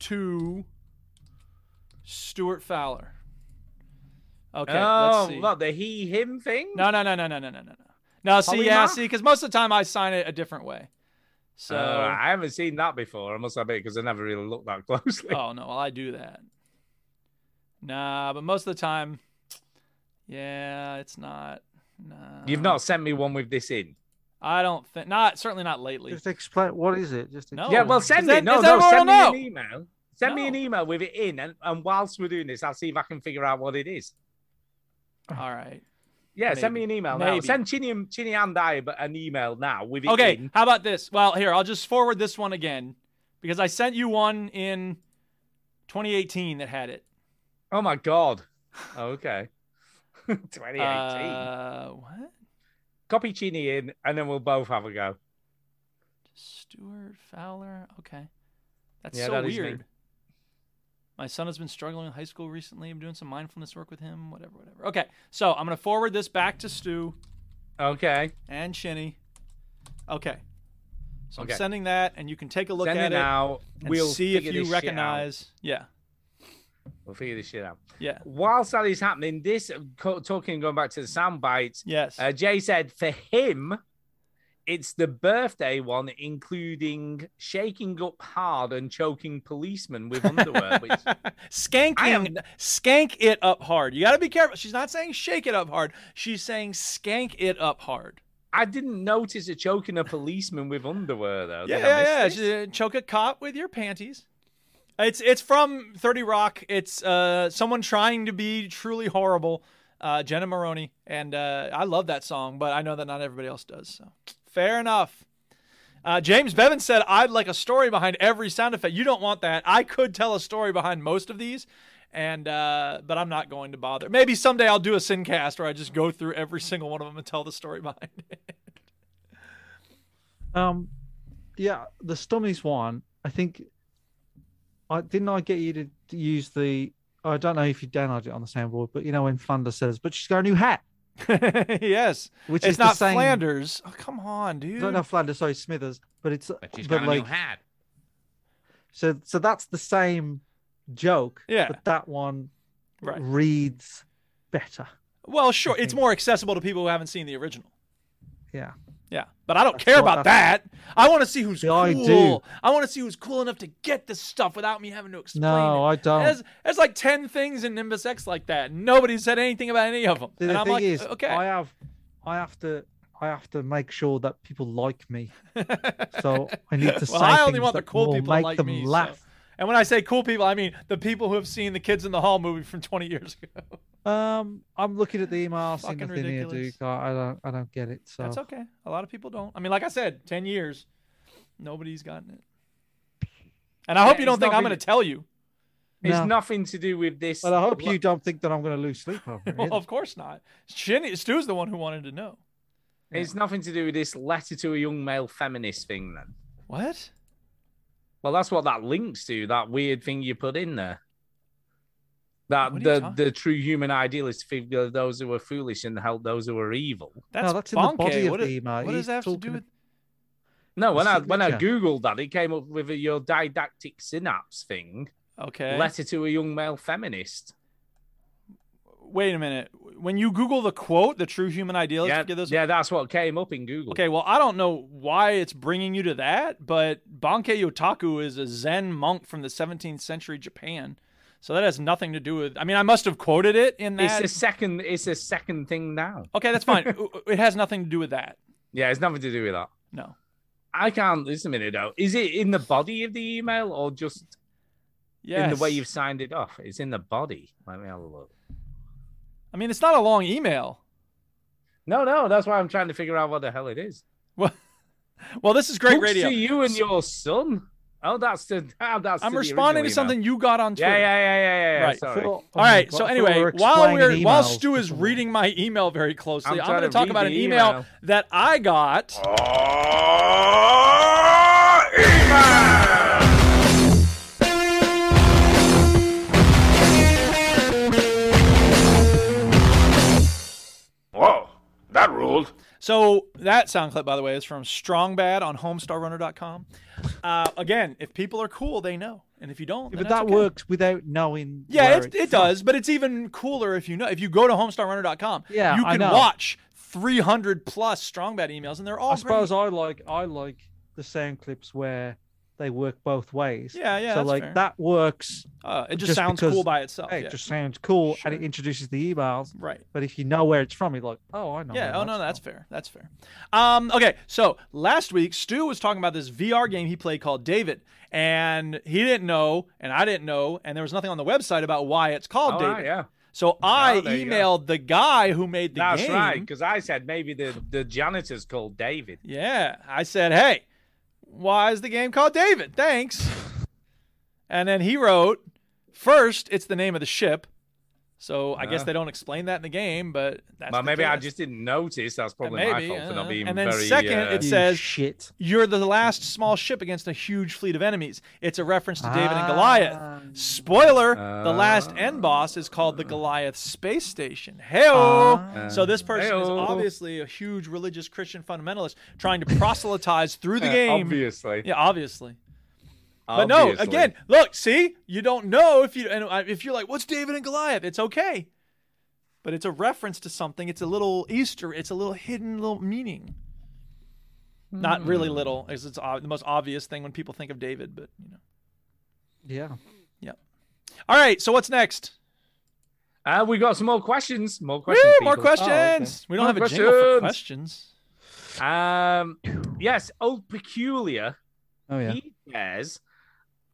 [SPEAKER 1] to Stuart Fowler. Okay,
[SPEAKER 5] oh,
[SPEAKER 1] let's see.
[SPEAKER 5] what the he him thing?
[SPEAKER 1] No, no, no, no, no, no, no, no. No, see,
[SPEAKER 5] Probably
[SPEAKER 1] yeah,
[SPEAKER 5] not.
[SPEAKER 1] see, because most of the time I sign it a different way. So,
[SPEAKER 5] So I haven't seen that before. I must admit, because I never really looked that closely.
[SPEAKER 1] oh no, well I do that. Nah, but most of the time, yeah, it's not. Nah,
[SPEAKER 5] You've not sent me one with this in.
[SPEAKER 1] I don't think not certainly not lately.
[SPEAKER 4] Just explain what is it? Just
[SPEAKER 1] No.
[SPEAKER 5] Yeah, well,
[SPEAKER 1] Is
[SPEAKER 5] send
[SPEAKER 1] that-
[SPEAKER 5] it. No,
[SPEAKER 1] is
[SPEAKER 5] no,
[SPEAKER 1] everyone
[SPEAKER 5] send me
[SPEAKER 1] know?
[SPEAKER 5] an email. Send me an email with it in, and, and whilst we're doing this, I'll see if I can figure out what it is.
[SPEAKER 1] All right.
[SPEAKER 5] Yeah, send me an
[SPEAKER 1] Maybe.
[SPEAKER 5] email now.
[SPEAKER 1] Maybe.
[SPEAKER 5] Send Chinny and Chinny and I b- an email now with it
[SPEAKER 1] Okay,
[SPEAKER 5] in.
[SPEAKER 1] how about this? Well, here I'll just forward this one again because I sent you one in 2018 that had it.
[SPEAKER 5] Oh my god. Okay. 2018.
[SPEAKER 1] Uh, what?
[SPEAKER 5] Copy Chinny in, and then we'll both have a go.
[SPEAKER 1] Stuart Fowler. Okay. That's
[SPEAKER 5] Yeah,
[SPEAKER 1] so
[SPEAKER 5] that is me.
[SPEAKER 1] weird. My son has been struggling in high school recently. I'm doing some mindfulness work with him, whatever, whatever. Okay. So I'm going to forward this back to Stu
[SPEAKER 5] Okay.
[SPEAKER 1] and Shinny. Okay. So
[SPEAKER 5] Okay.
[SPEAKER 1] I'm sending that, and you can take a look
[SPEAKER 5] Send
[SPEAKER 1] at
[SPEAKER 5] it now.
[SPEAKER 1] and
[SPEAKER 5] We'll
[SPEAKER 1] see if you
[SPEAKER 5] figure this shit out.
[SPEAKER 1] recognize. Yeah.
[SPEAKER 5] We'll figure this shit out.
[SPEAKER 1] Yeah.
[SPEAKER 5] Whilst that is happening, this co- talking going back to the sound bites.
[SPEAKER 1] Yes.
[SPEAKER 5] Uh, Jay said for him, it's the birthday one, including shaking up hard and choking policemen with underwear. which
[SPEAKER 1] Skanking, skank it up hard. You got to be careful. She's not saying shake it up hard. She's saying skank it up hard.
[SPEAKER 5] I didn't notice a choking a policeman with underwear though.
[SPEAKER 1] Yeah,
[SPEAKER 5] Did I miss
[SPEAKER 1] yeah, yeah.
[SPEAKER 5] this?
[SPEAKER 1] She- Choke a cop with your panties. It's it's from Thirty Rock. It's uh someone trying to be truly horrible. Uh, Jenna Maroney, and uh, I love that song, but I know that not everybody else does. So fair enough. Uh, James Bevan said, "I'd like a story behind every sound effect. You don't want that. I could tell a story behind most of these, and uh, but I'm not going to bother. Maybe someday I'll do a sincast where I just go through every single one of them and tell the story behind it.
[SPEAKER 4] Um, yeah, the Stummies one. I think I didn't. I get you to use the. I don't know if you downloaded it on the soundboard, but you know when Flanders says, "But she's got a new hat,"
[SPEAKER 1] yes,
[SPEAKER 4] which
[SPEAKER 1] it's
[SPEAKER 4] is
[SPEAKER 1] not
[SPEAKER 4] the same,
[SPEAKER 1] Flanders. Oh, come on, dude.
[SPEAKER 4] No, not Flanders. Sorry, Smithers. But it's. But
[SPEAKER 1] she's
[SPEAKER 4] but
[SPEAKER 1] got a new
[SPEAKER 4] like,
[SPEAKER 1] hat.
[SPEAKER 4] So, so that's the same joke.
[SPEAKER 1] Yeah.
[SPEAKER 4] But that one
[SPEAKER 1] Right.
[SPEAKER 4] reads better.
[SPEAKER 1] Well, sure, it's more accessible to people who haven't seen the original.
[SPEAKER 4] Yeah.
[SPEAKER 1] Yeah, but I don't
[SPEAKER 4] That's
[SPEAKER 1] care
[SPEAKER 4] what-
[SPEAKER 1] about that.
[SPEAKER 4] that's-
[SPEAKER 1] I want to see who's cool.
[SPEAKER 4] I
[SPEAKER 1] I,
[SPEAKER 4] do.
[SPEAKER 1] want to see who's cool enough to get this stuff without me having to explain.
[SPEAKER 4] No, I
[SPEAKER 1] it.
[SPEAKER 4] don't.
[SPEAKER 1] There's, there's like ten things in Nimbus X like that. Nobody said anything about any of them,
[SPEAKER 4] The,
[SPEAKER 1] and
[SPEAKER 4] the
[SPEAKER 1] I'm
[SPEAKER 4] thing
[SPEAKER 1] like,
[SPEAKER 4] is,
[SPEAKER 1] okay,
[SPEAKER 4] I have, I have to, I have to make sure that people like me. so I need to say
[SPEAKER 1] well, I only
[SPEAKER 4] things
[SPEAKER 1] want the
[SPEAKER 4] that
[SPEAKER 1] cool
[SPEAKER 4] will
[SPEAKER 1] people
[SPEAKER 4] make
[SPEAKER 1] like
[SPEAKER 4] them
[SPEAKER 1] me. so-
[SPEAKER 4] laugh.
[SPEAKER 1] And when I say cool people, I mean the people who have seen the Kids in the Hall movie from 20 years ago.
[SPEAKER 4] Um, I'm looking at the email. I've seen
[SPEAKER 1] Fucking
[SPEAKER 4] nothing here,
[SPEAKER 1] ridiculous.
[SPEAKER 4] Duke. I, I don't, I don't get it. So
[SPEAKER 1] That's okay. A lot of people don't. I mean, like I said, 10 years, nobody's gotten it. And I
[SPEAKER 5] Yeah,
[SPEAKER 1] hope you don't
[SPEAKER 5] it's
[SPEAKER 1] think
[SPEAKER 5] not
[SPEAKER 1] I'm
[SPEAKER 5] really-
[SPEAKER 1] going to tell you.
[SPEAKER 5] It's
[SPEAKER 4] No.
[SPEAKER 5] nothing to do with this.
[SPEAKER 4] But I hope you don't think that I'm going to lose sleep over it.
[SPEAKER 1] Well, of course not. Shinny, Stu's the one who wanted to know.
[SPEAKER 5] It's nothing to do with this letter to a young male feminist thing then.
[SPEAKER 1] What?
[SPEAKER 5] Well, that's what that links to. That weird thing you put in there. That
[SPEAKER 1] What are you
[SPEAKER 5] the,
[SPEAKER 1] talking-
[SPEAKER 5] the true human idealist figure those who are foolish and help those who are evil.
[SPEAKER 1] That's,
[SPEAKER 4] no, that's in
[SPEAKER 1] bonk,
[SPEAKER 4] the body
[SPEAKER 1] eh?
[SPEAKER 4] of
[SPEAKER 1] what
[SPEAKER 4] the
[SPEAKER 1] is-
[SPEAKER 4] email.
[SPEAKER 1] What does
[SPEAKER 4] He's
[SPEAKER 1] that have to do
[SPEAKER 4] talking-
[SPEAKER 1] with?
[SPEAKER 5] No, when I when I
[SPEAKER 4] Signature.
[SPEAKER 5] googled that, it came up with a, your didactic synapse thing.
[SPEAKER 1] Okay.
[SPEAKER 5] Letter to a young male feminist.
[SPEAKER 1] Wait a minute. When you Google the quote, the true human idealist,
[SPEAKER 5] Yeah,
[SPEAKER 1] get this.
[SPEAKER 5] yeah, that's what came up in Google.
[SPEAKER 1] Okay, well, I don't know why it's bringing you to that, but Bankei Yotaku is a Zen monk from the 17th century Japan. So that has nothing to do with. I mean, I must have quoted it in
[SPEAKER 5] It's
[SPEAKER 1] that.
[SPEAKER 5] the second. It's the second thing now.
[SPEAKER 1] Okay, that's fine. it has nothing to do with that.
[SPEAKER 5] Yeah, it's nothing to do with that.
[SPEAKER 1] No.
[SPEAKER 5] I can't. Listen a minute though. Is it in the body of the email or just in the way
[SPEAKER 1] Yes.
[SPEAKER 5] you've signed it off? It's in the body. Let me have a look.
[SPEAKER 1] I mean, it's not a long email.
[SPEAKER 5] No, no, that's why I'm trying to figure out what the hell it is.
[SPEAKER 1] Well, well this is great
[SPEAKER 5] Books
[SPEAKER 1] radio.
[SPEAKER 5] to you and your son. Oh, that's the. Oh, that's
[SPEAKER 1] I'm
[SPEAKER 5] the
[SPEAKER 1] responding
[SPEAKER 5] original
[SPEAKER 1] to something you got on
[SPEAKER 5] Yeah,
[SPEAKER 1] Twitter.
[SPEAKER 5] yeah, yeah, yeah, yeah, yeah,
[SPEAKER 1] Right.
[SPEAKER 5] sorry.
[SPEAKER 1] All
[SPEAKER 5] Oh my
[SPEAKER 1] right.
[SPEAKER 5] God,
[SPEAKER 1] So
[SPEAKER 5] I thought
[SPEAKER 1] anyway,
[SPEAKER 5] we were
[SPEAKER 1] while
[SPEAKER 5] explaining
[SPEAKER 1] we're while
[SPEAKER 5] emails
[SPEAKER 1] Stu is reading my email very closely,
[SPEAKER 5] I'm
[SPEAKER 1] I'm,
[SPEAKER 5] trying
[SPEAKER 1] going to
[SPEAKER 5] to
[SPEAKER 1] talk
[SPEAKER 5] read
[SPEAKER 1] about
[SPEAKER 5] the
[SPEAKER 1] an email,
[SPEAKER 5] email.
[SPEAKER 1] that I got.
[SPEAKER 18] Whoa, that ruled.
[SPEAKER 1] So that sound clip, by the way, is from Strong Bad on HomestarRunner.com. Uh, again, if people are cool, they know, and if you don't, then
[SPEAKER 4] but
[SPEAKER 1] that's
[SPEAKER 4] that
[SPEAKER 1] okay.
[SPEAKER 4] works without knowing.
[SPEAKER 1] Yeah,
[SPEAKER 4] where
[SPEAKER 1] it,
[SPEAKER 4] it's
[SPEAKER 1] it does, but it's even cooler if you know. If you go to homestarrunner.com,
[SPEAKER 4] Yeah,
[SPEAKER 1] you
[SPEAKER 4] I
[SPEAKER 1] can
[SPEAKER 4] know.
[SPEAKER 1] watch 300 plus strong bad emails, and they're all
[SPEAKER 4] I suppose
[SPEAKER 1] great.
[SPEAKER 4] I like I like the sound clips where they work both ways.
[SPEAKER 1] Yeah, yeah,
[SPEAKER 4] So
[SPEAKER 1] that's
[SPEAKER 4] like
[SPEAKER 1] fair.
[SPEAKER 4] that works.
[SPEAKER 1] Uh, it just sounds cool
[SPEAKER 4] because,
[SPEAKER 1] by itself,
[SPEAKER 4] hey,
[SPEAKER 1] yeah.
[SPEAKER 4] It just sounds cool, and it introduces the emails.
[SPEAKER 1] Right.
[SPEAKER 4] But if you know where it's from, you're like, oh, I know.
[SPEAKER 1] Yeah,
[SPEAKER 4] where
[SPEAKER 1] oh no, that's fair. That's fair. Um, okay, so last week Stu was talking about this VR game he played called David, and he didn't know, and I didn't know, and there was nothing on the website about why it's called
[SPEAKER 5] Oh,
[SPEAKER 1] David.
[SPEAKER 5] right, yeah.
[SPEAKER 1] So I
[SPEAKER 5] Oh, there you go.
[SPEAKER 1] emailed the guy who made the
[SPEAKER 5] That's
[SPEAKER 1] game.
[SPEAKER 5] right, because I said maybe the, the janitor's called David.
[SPEAKER 1] Yeah. I said, hey, why is the game called David? Thanks. And then he wrote, first, it's the name of the ship. So I guess
[SPEAKER 5] Ah.
[SPEAKER 1] they don't explain that in the game, but that's
[SPEAKER 5] well,
[SPEAKER 1] the
[SPEAKER 5] maybe I
[SPEAKER 1] gist.
[SPEAKER 5] just didn't notice. That's probably
[SPEAKER 1] maybe,
[SPEAKER 5] my fault for
[SPEAKER 1] uh,
[SPEAKER 5] not being
[SPEAKER 1] and then
[SPEAKER 5] very.
[SPEAKER 1] second,
[SPEAKER 5] uh,
[SPEAKER 1] it says you're the last small ship against a huge fleet of enemies. It's a reference to David and
[SPEAKER 5] Ah.
[SPEAKER 1] Goliath. Spoiler: the last end boss is called the Goliath space station. Heyo!
[SPEAKER 5] Ah.
[SPEAKER 1] so this person is
[SPEAKER 5] Heyo.
[SPEAKER 1] obviously a huge religious Christian fundamentalist trying to proselytize through the
[SPEAKER 5] Uh,
[SPEAKER 1] game.
[SPEAKER 5] obviously.
[SPEAKER 1] yeah, obviously. But no,
[SPEAKER 5] Obviously.
[SPEAKER 1] again, look, see, you don't know if you and I- if you're like, what's David and Goliath? It's okay, but it's a reference to something. It's a little Easter. It's a little hidden little meaning. Not really
[SPEAKER 4] Hmm.
[SPEAKER 1] little, as it's ob- the most obvious thing when people think of David. But you know,
[SPEAKER 4] Yeah.
[SPEAKER 1] all right. So what's next?
[SPEAKER 5] Uh, we got some more questions. More
[SPEAKER 1] Woo,
[SPEAKER 5] questions.
[SPEAKER 1] more
[SPEAKER 5] people. Oh,
[SPEAKER 1] questions. We don't
[SPEAKER 5] More
[SPEAKER 1] have a jingle for
[SPEAKER 5] questions.
[SPEAKER 1] questions.
[SPEAKER 5] Um, yes, old peculiar.
[SPEAKER 4] Oh yeah.
[SPEAKER 5] He says,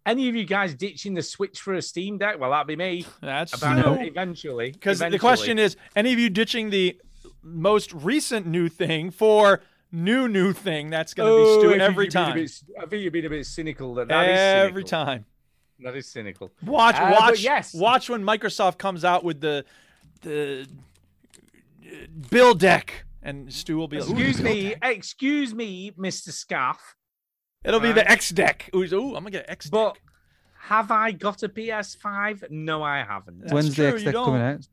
[SPEAKER 5] any of you guys ditching the Switch for a Steam Deck? Well, that'd be me.
[SPEAKER 1] That's
[SPEAKER 5] about
[SPEAKER 1] No.
[SPEAKER 5] eventually.
[SPEAKER 1] Because the
[SPEAKER 5] eventually.
[SPEAKER 1] question is, any of you ditching the most recent new thing for new new thing? That's going to
[SPEAKER 5] Oh,
[SPEAKER 1] be
[SPEAKER 5] I
[SPEAKER 1] Stu
[SPEAKER 5] think
[SPEAKER 1] every
[SPEAKER 5] you've been a
[SPEAKER 1] time.
[SPEAKER 5] bit- I think you've been a bit cynical. That that is
[SPEAKER 1] Every
[SPEAKER 5] cynical.
[SPEAKER 1] time.
[SPEAKER 5] That is cynical.
[SPEAKER 1] Watch,
[SPEAKER 5] Uh, but
[SPEAKER 1] watch,
[SPEAKER 5] Yes.
[SPEAKER 1] watch when Microsoft comes out with the the uh, bill deck, and Stu will be like, "Ooh,
[SPEAKER 5] Excuse
[SPEAKER 1] the bill
[SPEAKER 5] me,
[SPEAKER 1] deck."
[SPEAKER 5] excuse me, Mr. Scarf.
[SPEAKER 1] It'll be the
[SPEAKER 5] Right.
[SPEAKER 1] X deck. Ooh, ooh, I'm gonna get an X deck.
[SPEAKER 5] But have I got a PS5? No, I haven't.
[SPEAKER 4] When's the X Deck coming out?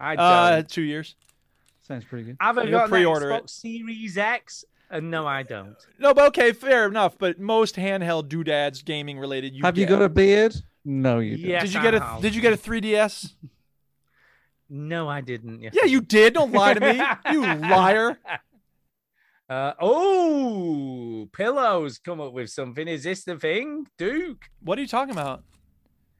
[SPEAKER 5] I don't.
[SPEAKER 1] Uh, two years.
[SPEAKER 4] Sounds pretty good.
[SPEAKER 5] have I
[SPEAKER 1] you'll
[SPEAKER 5] got
[SPEAKER 1] pre-order
[SPEAKER 5] pre-order
[SPEAKER 1] it.
[SPEAKER 5] an Xbox Series X? Uh, no, I don't.
[SPEAKER 1] No, but okay, fair enough. But most handheld doodads, gaming related, you
[SPEAKER 4] Have you
[SPEAKER 1] get.
[SPEAKER 4] got a beard? No, you.
[SPEAKER 5] Yes,
[SPEAKER 1] did you
[SPEAKER 5] I
[SPEAKER 1] get a
[SPEAKER 5] have.
[SPEAKER 1] Did you get a 3ds?
[SPEAKER 5] No, I didn't. Yes.
[SPEAKER 1] Yeah, you did. Don't lie to me, you liar.
[SPEAKER 5] Uh, oh, pillows come up with something. Is this the thing, Duke?
[SPEAKER 1] What are you talking about?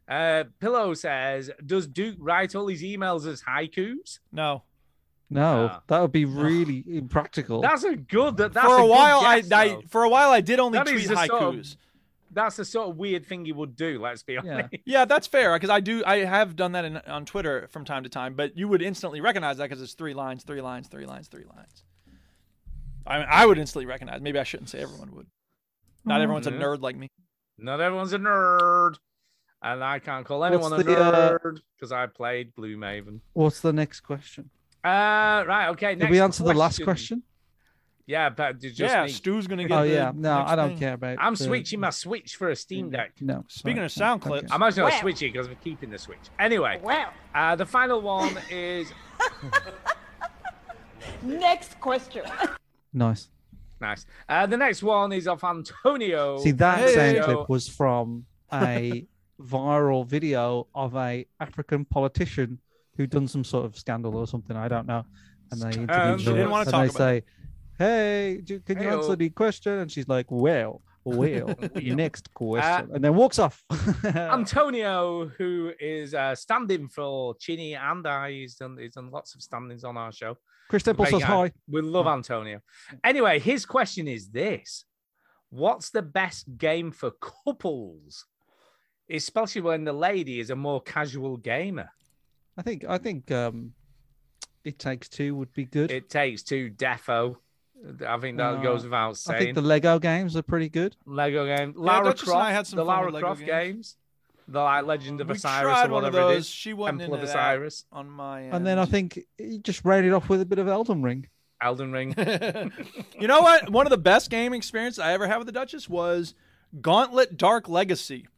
[SPEAKER 5] Uh, Pillow says, "Does Duke write all his emails as haikus?"
[SPEAKER 1] No.
[SPEAKER 4] No,
[SPEAKER 5] Ah.
[SPEAKER 4] that would be really impractical.
[SPEAKER 5] That's a good. That, that's
[SPEAKER 1] for
[SPEAKER 5] a
[SPEAKER 1] a,
[SPEAKER 5] good
[SPEAKER 1] while,
[SPEAKER 5] guess,
[SPEAKER 1] I, I
[SPEAKER 5] though.
[SPEAKER 1] for a while I did only
[SPEAKER 5] That
[SPEAKER 1] tweet
[SPEAKER 5] is the
[SPEAKER 1] haikus.
[SPEAKER 5] sort of- that's the sort of weird thing you would do. Let's be honest.
[SPEAKER 1] Yeah, that's fair because I do. I have done that in, on Twitter from time to time, but you would instantly recognize that because it's three lines, three lines, three lines, three lines. I mean, I would instantly recognize. Maybe I shouldn't say everyone would.
[SPEAKER 4] Mm-hmm.
[SPEAKER 1] Not everyone's a
[SPEAKER 5] Mhm.
[SPEAKER 1] nerd like me.
[SPEAKER 5] Not everyone's a nerd, and I can't call anyone
[SPEAKER 4] What's
[SPEAKER 5] a
[SPEAKER 4] the, uh,
[SPEAKER 5] nerd because I played Blue Maven.
[SPEAKER 4] What's the next question?
[SPEAKER 5] Uh, right. Okay.
[SPEAKER 4] Did
[SPEAKER 5] next
[SPEAKER 4] we answer the last question?
[SPEAKER 5] Yeah, but you just
[SPEAKER 1] Yeah,
[SPEAKER 5] me.
[SPEAKER 1] Stu's gonna get.
[SPEAKER 4] Oh
[SPEAKER 1] the
[SPEAKER 4] yeah, no,
[SPEAKER 1] next
[SPEAKER 4] I don't
[SPEAKER 1] thing.
[SPEAKER 4] care about.
[SPEAKER 5] I'm
[SPEAKER 4] the-
[SPEAKER 5] switching my Switch for a Steam Deck.
[SPEAKER 4] No.
[SPEAKER 1] Speaking
[SPEAKER 4] sorry,
[SPEAKER 1] of sound
[SPEAKER 4] okay.
[SPEAKER 1] clips,
[SPEAKER 5] I'm actually
[SPEAKER 1] Wow.
[SPEAKER 5] not switching because we're keeping the Switch. Anyway,
[SPEAKER 8] Wow.
[SPEAKER 5] uh, the final one is
[SPEAKER 8] Next question.
[SPEAKER 4] Nice.
[SPEAKER 5] nice. Uh, the next one is of
[SPEAKER 1] Oh,
[SPEAKER 5] Antonio.
[SPEAKER 4] See that sound
[SPEAKER 5] Antonio-
[SPEAKER 4] clip was from a viral video of a African politician who done some sort of scandal or something. I don't know. And they interview
[SPEAKER 1] Scandal.
[SPEAKER 4] her
[SPEAKER 1] She didn't wanna
[SPEAKER 4] and
[SPEAKER 1] talk
[SPEAKER 4] they
[SPEAKER 1] about
[SPEAKER 4] say, "Hey, do- can you
[SPEAKER 1] Hey-o.
[SPEAKER 4] answer the question?" And she's like, "Well, well, next question,"
[SPEAKER 5] Uh,
[SPEAKER 4] and then walks off.
[SPEAKER 5] Antonio, who is uh, standing for Chini and I, he's done he's done lots of standings on our show.
[SPEAKER 4] Chris Temple
[SPEAKER 5] Great
[SPEAKER 4] says
[SPEAKER 5] guy.
[SPEAKER 4] hi.
[SPEAKER 5] We love Antonio. Anyway, his question is this: What's the best game for couples, especially when the lady is a more casual gamer?
[SPEAKER 4] I think I think um, it takes two would be good.
[SPEAKER 5] It takes two defo. I think that
[SPEAKER 4] Uh,
[SPEAKER 5] goes without saying.
[SPEAKER 4] I think the Lego games are pretty good.
[SPEAKER 5] Lego game.
[SPEAKER 4] Yeah,
[SPEAKER 5] Lara
[SPEAKER 4] Duchess and I
[SPEAKER 5] Croft.
[SPEAKER 4] had some
[SPEAKER 5] the
[SPEAKER 4] fun
[SPEAKER 5] Lara
[SPEAKER 4] with Lego
[SPEAKER 5] Croft
[SPEAKER 4] games.
[SPEAKER 5] games. The like Legend of
[SPEAKER 1] We
[SPEAKER 5] Osiris
[SPEAKER 1] tried
[SPEAKER 5] or
[SPEAKER 1] one of
[SPEAKER 5] whatever it
[SPEAKER 1] those.
[SPEAKER 5] is.
[SPEAKER 1] She wasn't
[SPEAKER 5] Temple of
[SPEAKER 1] into that
[SPEAKER 5] Osiris.
[SPEAKER 1] on my end.
[SPEAKER 4] And then I think he just rounded off with a bit of Elden Ring.
[SPEAKER 5] Elden Ring.
[SPEAKER 1] you know what? One of the best gaming experiences I ever had with the Duchess was Gauntlet Dark Legacy.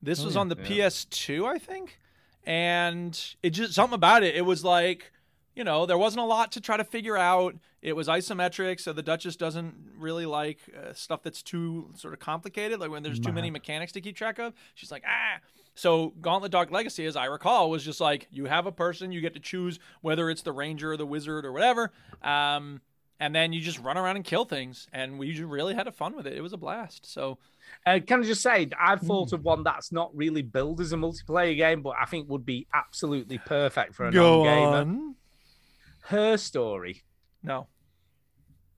[SPEAKER 1] This
[SPEAKER 4] Oh,
[SPEAKER 1] was
[SPEAKER 4] yeah.
[SPEAKER 1] on the
[SPEAKER 4] Yeah.
[SPEAKER 1] PS2, I think. And it just something about it. It was like, you know, there wasn't a lot to try to figure out. It was isometric, so the Duchess doesn't really like uh, stuff that's too sort of complicated. Like when there's too many
[SPEAKER 4] Mad.
[SPEAKER 1] mechanics to keep track of, she's like, ah. So Gauntlet Dark Legacy, as I recall, was just like you have a person, you get to choose whether it's the ranger or the wizard or whatever, um, and then you just run around and kill things. And we just really had a fun with it. It was a blast. So
[SPEAKER 5] Uh, can I just say, I've
[SPEAKER 4] Hmm.
[SPEAKER 5] thought of one that's not really billed as a multiplayer game, but I think would be absolutely perfect for a
[SPEAKER 1] Go
[SPEAKER 5] non-gamer.
[SPEAKER 1] on.
[SPEAKER 5] Her story.
[SPEAKER 1] No.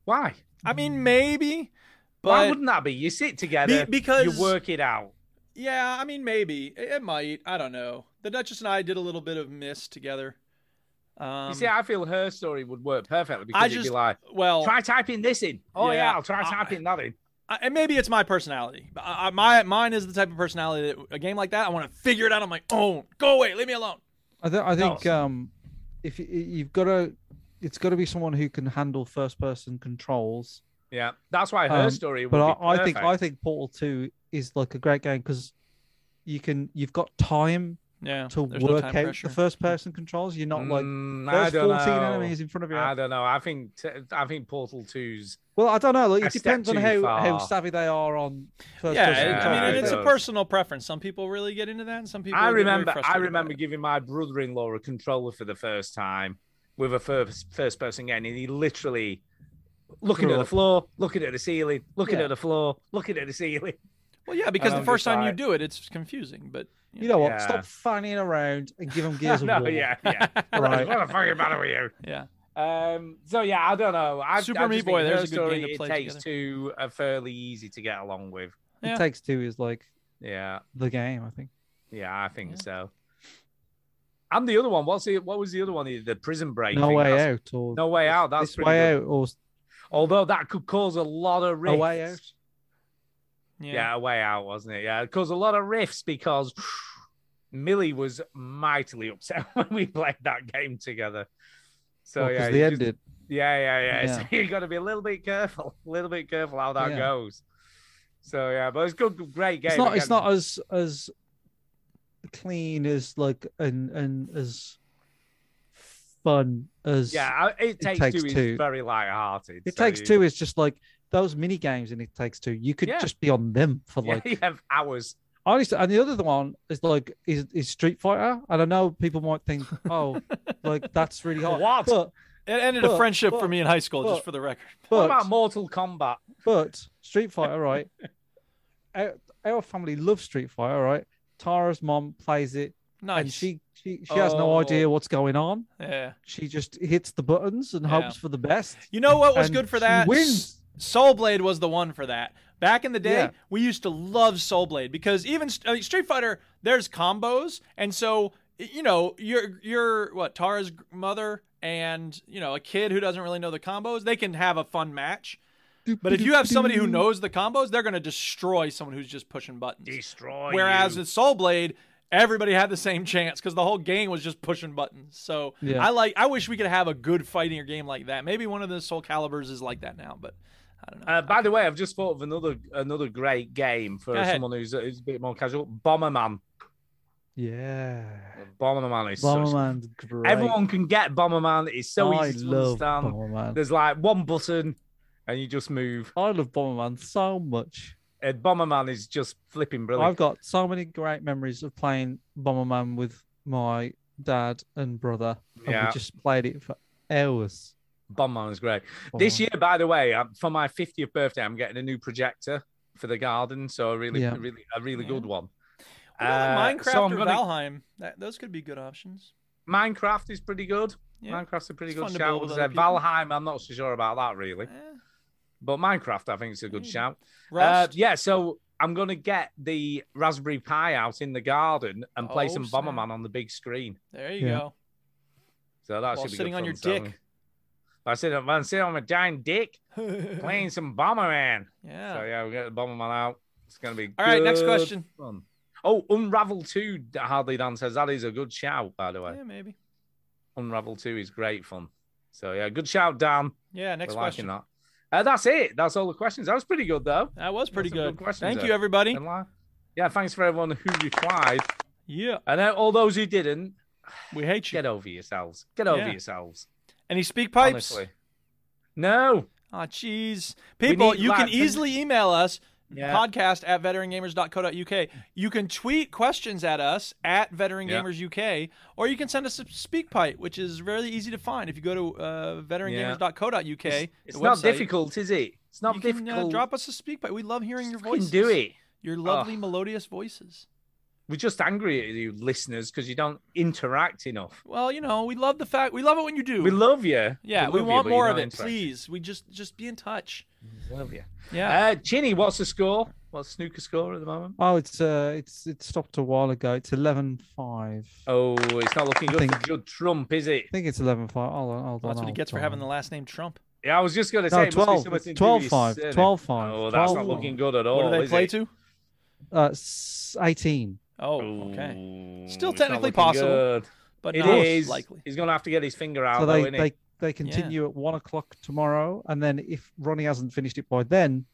[SPEAKER 5] Why?
[SPEAKER 1] I mean, maybe. But
[SPEAKER 5] Why wouldn't that be? You sit together,
[SPEAKER 1] Be- because-
[SPEAKER 5] you work it out.
[SPEAKER 1] yeah, I mean, maybe it, it might. I don't know. The Duchess and I did a little bit of mist together. Um,
[SPEAKER 5] you see, I feel her story would work perfectly because
[SPEAKER 1] I
[SPEAKER 5] it'd be
[SPEAKER 1] just-
[SPEAKER 5] like,
[SPEAKER 1] well-
[SPEAKER 5] try typing this in. Oh yeah,
[SPEAKER 1] Yeah,
[SPEAKER 5] I'll try typing that in.
[SPEAKER 1] I, and maybe it's my personality. But I, I- my mine is the type of personality that a game like that I want to figure it out on my own. Go away, leave me alone.
[SPEAKER 4] I, th- I
[SPEAKER 1] No.
[SPEAKER 4] think um, if y- y- you've got to, it's got to be someone who can handle first-person controls.
[SPEAKER 5] Yeah, that's why her
[SPEAKER 4] Um,
[SPEAKER 5] story. Would
[SPEAKER 4] But
[SPEAKER 5] be
[SPEAKER 4] I, I think I
[SPEAKER 5] perfect.
[SPEAKER 4] think Portal Two is like a great game because you can you've got time.
[SPEAKER 1] Yeah,
[SPEAKER 4] to
[SPEAKER 1] there's
[SPEAKER 4] work
[SPEAKER 1] no time
[SPEAKER 4] out
[SPEAKER 5] eh?
[SPEAKER 1] pressure.
[SPEAKER 4] the first person controls. You're not like
[SPEAKER 5] Mm, I
[SPEAKER 4] there's
[SPEAKER 5] don't
[SPEAKER 4] 14
[SPEAKER 5] know.
[SPEAKER 4] enemies in front of you.
[SPEAKER 5] I don't know. I think t- I think Portal 2's
[SPEAKER 4] Well, I don't know. Like,
[SPEAKER 5] a
[SPEAKER 4] it
[SPEAKER 5] step
[SPEAKER 4] depends on
[SPEAKER 5] too
[SPEAKER 4] how, how
[SPEAKER 5] far.
[SPEAKER 4] savvy they are on first
[SPEAKER 1] yeah,
[SPEAKER 4] person
[SPEAKER 1] it-
[SPEAKER 4] controls.
[SPEAKER 1] I mean, it's a
[SPEAKER 5] Yeah.
[SPEAKER 1] personal preference. Some people really get into that, and some people.
[SPEAKER 5] I
[SPEAKER 1] get very
[SPEAKER 5] remember. I
[SPEAKER 1] frustrated by
[SPEAKER 5] remember giving my brother-in-law a controller for the first time with a first first-person game, and he literally looking
[SPEAKER 1] Threw
[SPEAKER 5] at the
[SPEAKER 1] up.
[SPEAKER 5] floor, looking at the ceiling, looking
[SPEAKER 1] Yeah.
[SPEAKER 5] at the floor, looking at the ceiling.
[SPEAKER 1] Well, yeah, because
[SPEAKER 5] And
[SPEAKER 1] the
[SPEAKER 5] I'm
[SPEAKER 1] first
[SPEAKER 5] just
[SPEAKER 1] time you
[SPEAKER 5] like-
[SPEAKER 1] do it, it's confusing. But you
[SPEAKER 4] You know what?
[SPEAKER 5] Yeah.
[SPEAKER 4] Stop fanning around and give them Gears of
[SPEAKER 5] no,
[SPEAKER 4] War.
[SPEAKER 5] yeah, yeah.
[SPEAKER 4] Right.
[SPEAKER 5] what the fuck is matter with you?
[SPEAKER 1] Yeah.
[SPEAKER 5] Um, so yeah, I don't know. I,
[SPEAKER 1] Super
[SPEAKER 5] I just
[SPEAKER 1] Meat
[SPEAKER 5] think
[SPEAKER 1] Boy, there's a
[SPEAKER 5] her
[SPEAKER 1] good game
[SPEAKER 5] story,
[SPEAKER 1] to play
[SPEAKER 5] It takes
[SPEAKER 1] together.
[SPEAKER 5] two are fairly easy to get along with.
[SPEAKER 1] Yeah.
[SPEAKER 4] It takes two is like
[SPEAKER 5] Yeah,
[SPEAKER 4] the game, I think.
[SPEAKER 5] yeah, I think so. And the other one, what's the what was the other one? The prison break.
[SPEAKER 4] no
[SPEAKER 5] thing.
[SPEAKER 4] way
[SPEAKER 5] That's-
[SPEAKER 4] out or
[SPEAKER 5] No way out. That's
[SPEAKER 4] this
[SPEAKER 5] pretty
[SPEAKER 4] way
[SPEAKER 5] good.
[SPEAKER 4] out or
[SPEAKER 5] Although that could cause a lot of
[SPEAKER 4] a
[SPEAKER 5] rifts.
[SPEAKER 4] way out.
[SPEAKER 5] Yeah. a way out, wasn't it? Yeah, it caused a lot of rifts because Millie was mightily upset when we played that game together. So
[SPEAKER 4] Well, 'cause
[SPEAKER 5] yeah,
[SPEAKER 4] they
[SPEAKER 5] you
[SPEAKER 4] ended.
[SPEAKER 5] Yeah, yeah, yeah. So
[SPEAKER 4] Yeah.
[SPEAKER 5] you got to be a little bit careful, a little bit careful how that
[SPEAKER 4] Yeah.
[SPEAKER 5] goes. So yeah, but it's good, great game.
[SPEAKER 4] It's not. It's
[SPEAKER 5] again.
[SPEAKER 4] not as as clean as like and and as fun as
[SPEAKER 5] Yeah, I- it takes, two. Is very light-hearted.
[SPEAKER 4] It
[SPEAKER 5] so
[SPEAKER 4] takes
[SPEAKER 5] you-
[SPEAKER 4] two is just like those mini games in It Takes Two. You could
[SPEAKER 5] Yeah.
[SPEAKER 4] just be on them for
[SPEAKER 5] Yeah,
[SPEAKER 4] like
[SPEAKER 5] you have hours.
[SPEAKER 4] honestly. And the other one is like is, is Street Fighter. And I know people might think, oh, like that's really hard.
[SPEAKER 5] What?
[SPEAKER 4] But,
[SPEAKER 1] It ended a
[SPEAKER 4] But-
[SPEAKER 1] friendship for
[SPEAKER 4] but-
[SPEAKER 1] me in high school, just
[SPEAKER 4] but-
[SPEAKER 1] for the record.
[SPEAKER 5] what
[SPEAKER 4] but,
[SPEAKER 5] about Mortal Kombat?
[SPEAKER 4] but Street Fighter, right? our, our family loves Street Fighter, right? Tara's mom plays it, and
[SPEAKER 1] Nice.
[SPEAKER 4] she she, she has no idea
[SPEAKER 1] Oh.
[SPEAKER 4] what's going on.
[SPEAKER 1] Yeah.
[SPEAKER 4] She just hits the buttons and
[SPEAKER 1] Yeah.
[SPEAKER 4] hopes for the best.
[SPEAKER 1] You know what was
[SPEAKER 4] and
[SPEAKER 1] good for
[SPEAKER 4] she
[SPEAKER 1] that?
[SPEAKER 4] Wins.
[SPEAKER 1] S- Soul Blade was the one for that. Back in the day,
[SPEAKER 4] Yeah.
[SPEAKER 1] we used to love Soul Blade because even st- I mean, Street Fighter, there's combos, and so y- you know your your what Tara's g- mother and you know a kid who doesn't really know the combos, they can have a fun match. But if you have somebody who knows the combos, they're going to destroy someone who's just pushing buttons.
[SPEAKER 5] Destroy.
[SPEAKER 1] Whereas
[SPEAKER 5] you.
[SPEAKER 1] with Soul Blade, everybody had the same chance because the whole gang was just pushing buttons. So
[SPEAKER 4] Yeah.
[SPEAKER 1] I like. I wish we could have a good fighting game like that. Maybe one of the Soul Calibers is like that now, but I don't know.
[SPEAKER 5] Uh, by the way, I've just thought of another another great game for
[SPEAKER 1] Go ahead.
[SPEAKER 5] someone who's, who's a bit more casual. Bomberman.
[SPEAKER 4] Yeah.
[SPEAKER 5] Bomberman is such.
[SPEAKER 4] Bomberman's great.
[SPEAKER 5] Everyone can get Bomberman. It's so
[SPEAKER 4] I
[SPEAKER 5] easy to
[SPEAKER 4] love
[SPEAKER 5] understand.
[SPEAKER 4] Bomberman.
[SPEAKER 5] There's like one button, and you just move.
[SPEAKER 4] I love Bomberman so much.
[SPEAKER 5] And Bomberman is just flipping brilliant.
[SPEAKER 4] I've got so many great memories of playing Bomberman with my dad and brother. And
[SPEAKER 5] Yeah.
[SPEAKER 4] we just played it for hours.
[SPEAKER 5] Bomberman is great. This year, by the way, um, for my 50th birthday, I'm getting a new projector for the garden. So a really,
[SPEAKER 4] Yeah.
[SPEAKER 5] really, a really good one.
[SPEAKER 1] What about
[SPEAKER 5] Uh,
[SPEAKER 1] Minecraft
[SPEAKER 5] so I'm
[SPEAKER 1] or
[SPEAKER 5] gonna-
[SPEAKER 1] Valheim, that, those could be good options.
[SPEAKER 5] Minecraft is pretty good. Minecraft's a pretty
[SPEAKER 1] It's
[SPEAKER 5] good
[SPEAKER 1] fun to
[SPEAKER 5] shout.
[SPEAKER 1] build with
[SPEAKER 5] Uh,
[SPEAKER 1] other people.
[SPEAKER 5] Valheim, I'm not so sure about that really. But Minecraft, I think it's a good shout. Uh,
[SPEAKER 1] Eh, Hmm. Rust?
[SPEAKER 5] yeah, so I'm gonna get the Raspberry Pi out in the garden and play
[SPEAKER 1] Oh,
[SPEAKER 5] some
[SPEAKER 1] snap.
[SPEAKER 5] Bomberman on the big screen.
[SPEAKER 1] There you
[SPEAKER 4] Yeah.
[SPEAKER 1] go.
[SPEAKER 5] So that
[SPEAKER 1] While
[SPEAKER 5] should be
[SPEAKER 1] sitting
[SPEAKER 5] good
[SPEAKER 1] on
[SPEAKER 5] fun,
[SPEAKER 1] your
[SPEAKER 5] so-
[SPEAKER 1] dick.
[SPEAKER 5] I said, I'm gonna sit on my giant dick playing some Bomberman.
[SPEAKER 1] Yeah.
[SPEAKER 5] So yeah, we got the Bomberman out. It's gonna be
[SPEAKER 1] All right, next
[SPEAKER 5] good
[SPEAKER 1] question.
[SPEAKER 5] fun. Oh, Unravel Two. Hardly Dan says that is a good shout. By the way,
[SPEAKER 1] Yeah, maybe.
[SPEAKER 5] Unravel Two is great fun. So yeah, good shout, Dan.
[SPEAKER 1] Yeah, next
[SPEAKER 5] We're
[SPEAKER 1] question.
[SPEAKER 5] liking That. Uh, that's it. That's all the questions. That was pretty good though.
[SPEAKER 1] That was pretty
[SPEAKER 5] some
[SPEAKER 1] good.
[SPEAKER 5] questions
[SPEAKER 1] Thank
[SPEAKER 5] there.
[SPEAKER 1] you, everybody.
[SPEAKER 5] And li- Yeah, thanks for everyone who replied.
[SPEAKER 1] Yeah.
[SPEAKER 5] And then all those who didn't,
[SPEAKER 1] we hate you.
[SPEAKER 5] Get over yourselves. Get over
[SPEAKER 1] Yeah.
[SPEAKER 5] yourselves.
[SPEAKER 1] Any speak pipes?
[SPEAKER 5] Honestly. No.
[SPEAKER 1] Oh, jeez.
[SPEAKER 5] We
[SPEAKER 1] People,
[SPEAKER 5] need
[SPEAKER 1] you can
[SPEAKER 5] lots of-
[SPEAKER 1] easily email us
[SPEAKER 5] Yeah.
[SPEAKER 1] podcast at veterangamers.co.uk. You can tweet questions at us at veterangamersuk, or you can send us a speak pipe, which is really easy to find. If you go to uh, veterangamers.co.uk,
[SPEAKER 5] It's, it's
[SPEAKER 1] the
[SPEAKER 5] not
[SPEAKER 1] website,
[SPEAKER 5] difficult, is it? It's not
[SPEAKER 1] you can, uh,
[SPEAKER 5] difficult.
[SPEAKER 1] drop us a speak pipe. We love hearing your
[SPEAKER 5] You can
[SPEAKER 1] voices.
[SPEAKER 5] do it.
[SPEAKER 1] Your lovely, melodious voices.
[SPEAKER 5] We're just angry at you, listeners, because you don't interact enough.
[SPEAKER 1] Well, you know, we love the fact we love it when you do.
[SPEAKER 5] We love you.
[SPEAKER 1] Yeah,
[SPEAKER 5] love
[SPEAKER 1] we,
[SPEAKER 5] you,
[SPEAKER 1] want
[SPEAKER 5] but
[SPEAKER 1] more
[SPEAKER 5] you're
[SPEAKER 1] of
[SPEAKER 5] not
[SPEAKER 1] it,
[SPEAKER 5] interacting.
[SPEAKER 1] please. We just just be in touch.
[SPEAKER 5] Love you.
[SPEAKER 1] Yeah.
[SPEAKER 5] Uh, Ginny, what's the score? What's snooker score at the moment?
[SPEAKER 4] Oh, it's uh, it's it stopped a while ago. It's 11-5.
[SPEAKER 5] Oh, it's not looking good
[SPEAKER 4] I
[SPEAKER 5] for
[SPEAKER 4] think-
[SPEAKER 5] Judge Trump, is it?
[SPEAKER 4] I think it's 11-5. Hold on, hold on.
[SPEAKER 1] Well, that's what he
[SPEAKER 4] I'll
[SPEAKER 1] gets for
[SPEAKER 4] try.
[SPEAKER 1] having the last name Trump.
[SPEAKER 5] Yeah, I was just going to
[SPEAKER 4] No,
[SPEAKER 5] say. it must be
[SPEAKER 4] 12,
[SPEAKER 5] something to do with
[SPEAKER 4] 12,
[SPEAKER 5] his
[SPEAKER 4] five,
[SPEAKER 5] surname.
[SPEAKER 4] 12, five,
[SPEAKER 5] Oh, that's
[SPEAKER 4] 12.
[SPEAKER 5] not looking good at
[SPEAKER 1] What
[SPEAKER 5] all.
[SPEAKER 1] do they
[SPEAKER 5] is
[SPEAKER 1] play
[SPEAKER 5] it?
[SPEAKER 1] to?
[SPEAKER 4] Uh, s- 18.
[SPEAKER 1] Oh, okay. Still
[SPEAKER 5] It's not
[SPEAKER 1] technically
[SPEAKER 5] looking
[SPEAKER 1] possible,
[SPEAKER 5] good.
[SPEAKER 1] but
[SPEAKER 5] It
[SPEAKER 1] not
[SPEAKER 5] is.
[SPEAKER 1] likely.
[SPEAKER 5] He's going to have to get his finger out,
[SPEAKER 4] So
[SPEAKER 5] though,
[SPEAKER 4] they
[SPEAKER 5] isn't
[SPEAKER 4] they,
[SPEAKER 5] it?
[SPEAKER 4] they continue at one o'clock tomorrow, and then if Ronnie hasn't finished it by then,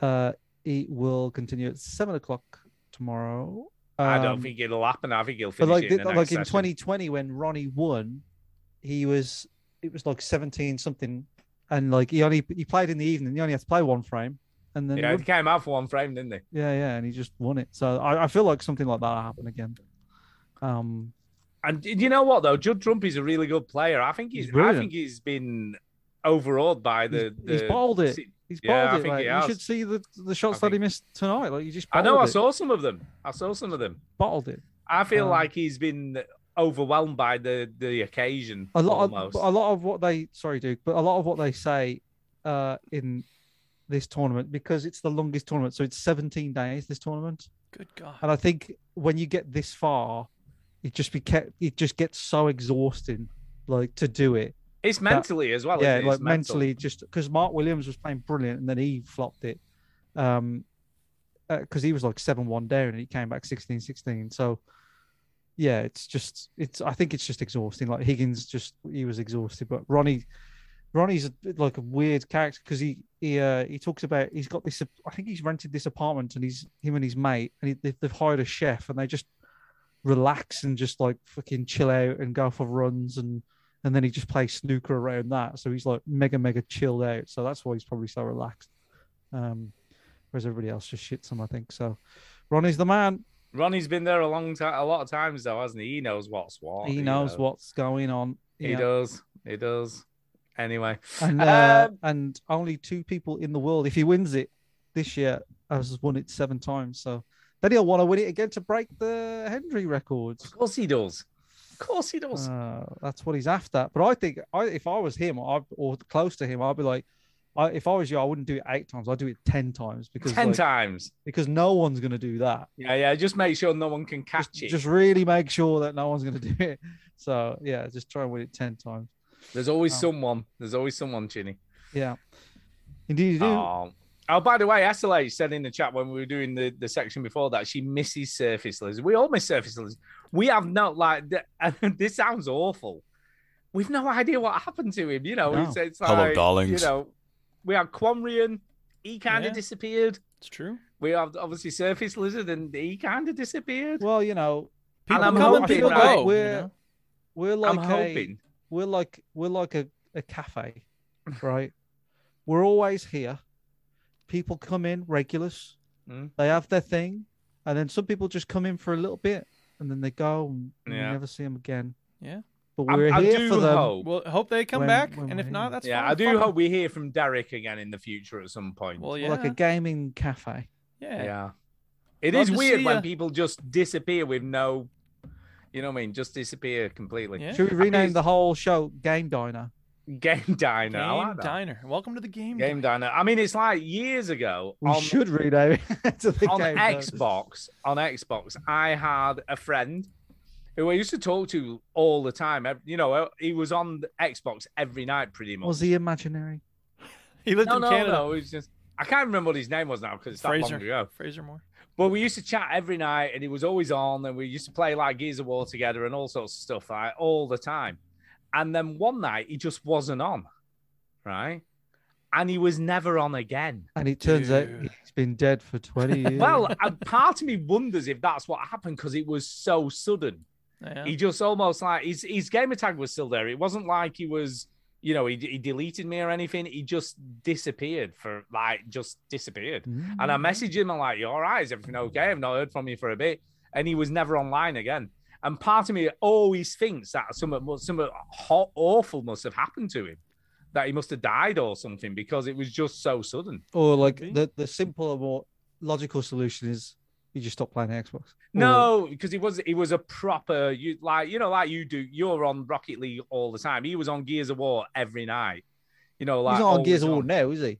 [SPEAKER 4] uh, it will continue at seven o'clock tomorrow.
[SPEAKER 5] I don't
[SPEAKER 4] Um,
[SPEAKER 5] think it'll happen. I think he'll
[SPEAKER 4] But
[SPEAKER 5] finish
[SPEAKER 4] like
[SPEAKER 5] it in the next
[SPEAKER 4] th- like
[SPEAKER 5] session.
[SPEAKER 4] in 2020 when Ronnie won, he was it was like 17 something, and like he only he played in the evening. He only had to play one frame, and then he
[SPEAKER 5] Yeah,
[SPEAKER 4] won.
[SPEAKER 5] he came out for one frame, didn't he?
[SPEAKER 4] yeah, yeah, and he just won it. So I, I feel like something like that will happen again. Um,
[SPEAKER 5] And d- you know what though, Judd Trump is a really good player. I think he's.
[SPEAKER 4] He's
[SPEAKER 5] I
[SPEAKER 4] brilliant.
[SPEAKER 5] think he's been overawed by the.
[SPEAKER 4] he's
[SPEAKER 5] the-
[SPEAKER 4] balled it. He's balled
[SPEAKER 5] yeah, I
[SPEAKER 4] it.
[SPEAKER 5] think
[SPEAKER 4] like,
[SPEAKER 5] he
[SPEAKER 4] you
[SPEAKER 5] has.
[SPEAKER 4] should see the the shots that he missed tonight. Like you just
[SPEAKER 5] I know.
[SPEAKER 4] bottled
[SPEAKER 5] I
[SPEAKER 4] it.
[SPEAKER 5] saw some of them. I saw some of them.
[SPEAKER 4] bottled it.
[SPEAKER 5] I feel
[SPEAKER 4] Um,
[SPEAKER 5] like he's been overwhelmed by the the occasion.
[SPEAKER 4] A lot
[SPEAKER 5] almost.
[SPEAKER 4] of a lot of what they sorry, Duke, but a lot of what they say uh, in this tournament because it's the longest tournament, so it's 17 days this tournament,
[SPEAKER 1] Good God.
[SPEAKER 4] and I think when you get this far, it just be kept, it just gets so exhausting, like to do it.
[SPEAKER 5] It's
[SPEAKER 4] that-
[SPEAKER 5] mentally as well, isn't
[SPEAKER 4] Yeah,
[SPEAKER 5] it? It's
[SPEAKER 4] like
[SPEAKER 5] mental.
[SPEAKER 4] mentally, just because Mark Williams was playing brilliant and then he flopped it. Um, because he was like seven one down and he came back 16-16. So yeah, it's just it's I think it's just exhausting. Like Higgins just he was exhausted, but Ronnie Ronnie's a, bit like a weird character because he he uh, he talks about he's got this I think he's rented this apartment and he's him and his mate and he, they've, they've hired a chef and they just relax and just like fucking chill out and go for runs and and then he just plays snooker around that. So he's like mega mega chilled out. So that's why he's probably so relaxed. Um, whereas everybody else just shits him, I think. So Ronnie's the man.
[SPEAKER 5] Ronnie's been there a long time, a lot of times though, hasn't Oh, he? He knows what's what.
[SPEAKER 4] he
[SPEAKER 5] you
[SPEAKER 4] knows
[SPEAKER 5] know.
[SPEAKER 4] what's going on. you
[SPEAKER 5] He
[SPEAKER 4] know.
[SPEAKER 5] does. He does. Anyway,
[SPEAKER 4] And uh, and only two people in the world, if he wins it this year, has won it seven times. So then he'll want to win it again to break the Hendry records.
[SPEAKER 5] Of course he does. Of course he does.
[SPEAKER 4] Uh, that's what he's after. But I think I, if I was him I'd, or close to him, I'd be like, I, if I was you, I wouldn't do it eight times. I'd do it ten times because
[SPEAKER 5] ten
[SPEAKER 4] like,
[SPEAKER 5] times.
[SPEAKER 4] because no one's going to do that.
[SPEAKER 5] Yeah, yeah. Just make sure no one can catch it.
[SPEAKER 4] Just really make sure that no one's going to do it. So yeah, just try and win it ten times.
[SPEAKER 5] There's always
[SPEAKER 4] Oh.
[SPEAKER 5] someone. There's always someone, Chinny.
[SPEAKER 4] Yeah, indeed you do.
[SPEAKER 5] Oh. Oh, by the way, SLA said in the chat when we were doing the, the section before that she misses surface lizards. We all miss surface lizards. We have not like th- and this sounds awful. We've no idea what happened to him. You know,
[SPEAKER 18] No.
[SPEAKER 5] it's, it's like,
[SPEAKER 18] Hello, darlings.
[SPEAKER 5] You know, we had Quamrian. He kind of
[SPEAKER 1] Yeah.
[SPEAKER 5] disappeared.
[SPEAKER 1] It's true.
[SPEAKER 5] We have obviously surface lizard, and he kind of disappeared.
[SPEAKER 4] Well, you know,
[SPEAKER 5] And I'm
[SPEAKER 4] hoping
[SPEAKER 5] hoping,
[SPEAKER 4] that
[SPEAKER 5] right,
[SPEAKER 4] We're, we're like
[SPEAKER 5] I'm hoping.
[SPEAKER 4] A, we're like we're like a, a cafe, right? we're always here. People come in regulars.
[SPEAKER 5] Mm.
[SPEAKER 4] They have their thing, and then some people just come in for a little bit, and then they go, and you
[SPEAKER 5] Yeah.
[SPEAKER 4] never see them again.
[SPEAKER 1] Yeah.
[SPEAKER 4] But
[SPEAKER 5] I'm-
[SPEAKER 4] we're
[SPEAKER 5] I
[SPEAKER 4] here
[SPEAKER 5] do
[SPEAKER 4] for them.
[SPEAKER 5] hope-
[SPEAKER 1] Well, hope they come
[SPEAKER 4] When-
[SPEAKER 1] back,
[SPEAKER 4] when
[SPEAKER 1] and if
[SPEAKER 4] we-
[SPEAKER 1] not, that's
[SPEAKER 5] yeah,
[SPEAKER 1] fine.
[SPEAKER 5] I do
[SPEAKER 1] Fuck 'em.
[SPEAKER 5] hope we hear from Derek again in the future at some point.
[SPEAKER 1] Well,
[SPEAKER 4] We're
[SPEAKER 1] yeah,
[SPEAKER 4] Like a gaming cafe.
[SPEAKER 1] yeah.
[SPEAKER 5] Yeah. it
[SPEAKER 1] Love
[SPEAKER 5] is
[SPEAKER 1] to
[SPEAKER 5] weird
[SPEAKER 1] see
[SPEAKER 5] when
[SPEAKER 1] ya.
[SPEAKER 5] people just disappear with no, you know what I mean? Just disappear completely.
[SPEAKER 4] Should we rename the whole show Game Diner?
[SPEAKER 5] Game Diner. I
[SPEAKER 1] Game
[SPEAKER 5] like that.
[SPEAKER 1] diner. Welcome to the game.
[SPEAKER 5] Game Diner. I mean, it's like years ago
[SPEAKER 4] We
[SPEAKER 5] on,
[SPEAKER 4] should rename it to the
[SPEAKER 5] on
[SPEAKER 4] Game Diner.
[SPEAKER 5] Xbox. On Xbox, I had a friend who I used to talk to all the time. ev- You know, he was on the Xbox every night, pretty much.
[SPEAKER 4] Was he imaginary?
[SPEAKER 1] He
[SPEAKER 4] lived
[SPEAKER 5] no,
[SPEAKER 4] in
[SPEAKER 5] no,
[SPEAKER 4] Canada.
[SPEAKER 5] No, it was just I can't remember what his name was now because it's that
[SPEAKER 1] Fraser.
[SPEAKER 5] long ago.
[SPEAKER 1] Fraser Moore.
[SPEAKER 5] But we used to chat every night, and he was always on, and we used to play like Gears of War together and all sorts of stuff like all the time. And then one night he just wasn't on, right? And he was never on again.
[SPEAKER 4] And it turns out he's been dead for 20 years.
[SPEAKER 5] Well, and part of me wonders if that's what happened because it was so sudden.
[SPEAKER 1] Yeah.
[SPEAKER 5] He just almost like his his gamer tag was still there. It wasn't like he was, you know, he, he deleted me or anything. He just disappeared for like just disappeared.
[SPEAKER 4] Mm.
[SPEAKER 5] And I messaged him. I'm like, "You all right? Is everything okay? I've not heard from you for a bit." And he was never online again. And part of me always thinks that some some hot awful must have happened to him, that he must have died or something because it was just so sudden.
[SPEAKER 4] or like the, the simple, more logical solution is you just stop playing Xbox.
[SPEAKER 5] No, because it was it was a proper you like you know like you do. You're on Rocket League all the time. He was on Gears of War every night. You know, like
[SPEAKER 4] he's not on
[SPEAKER 5] always
[SPEAKER 4] Gears of War
[SPEAKER 5] on.
[SPEAKER 4] now, is he?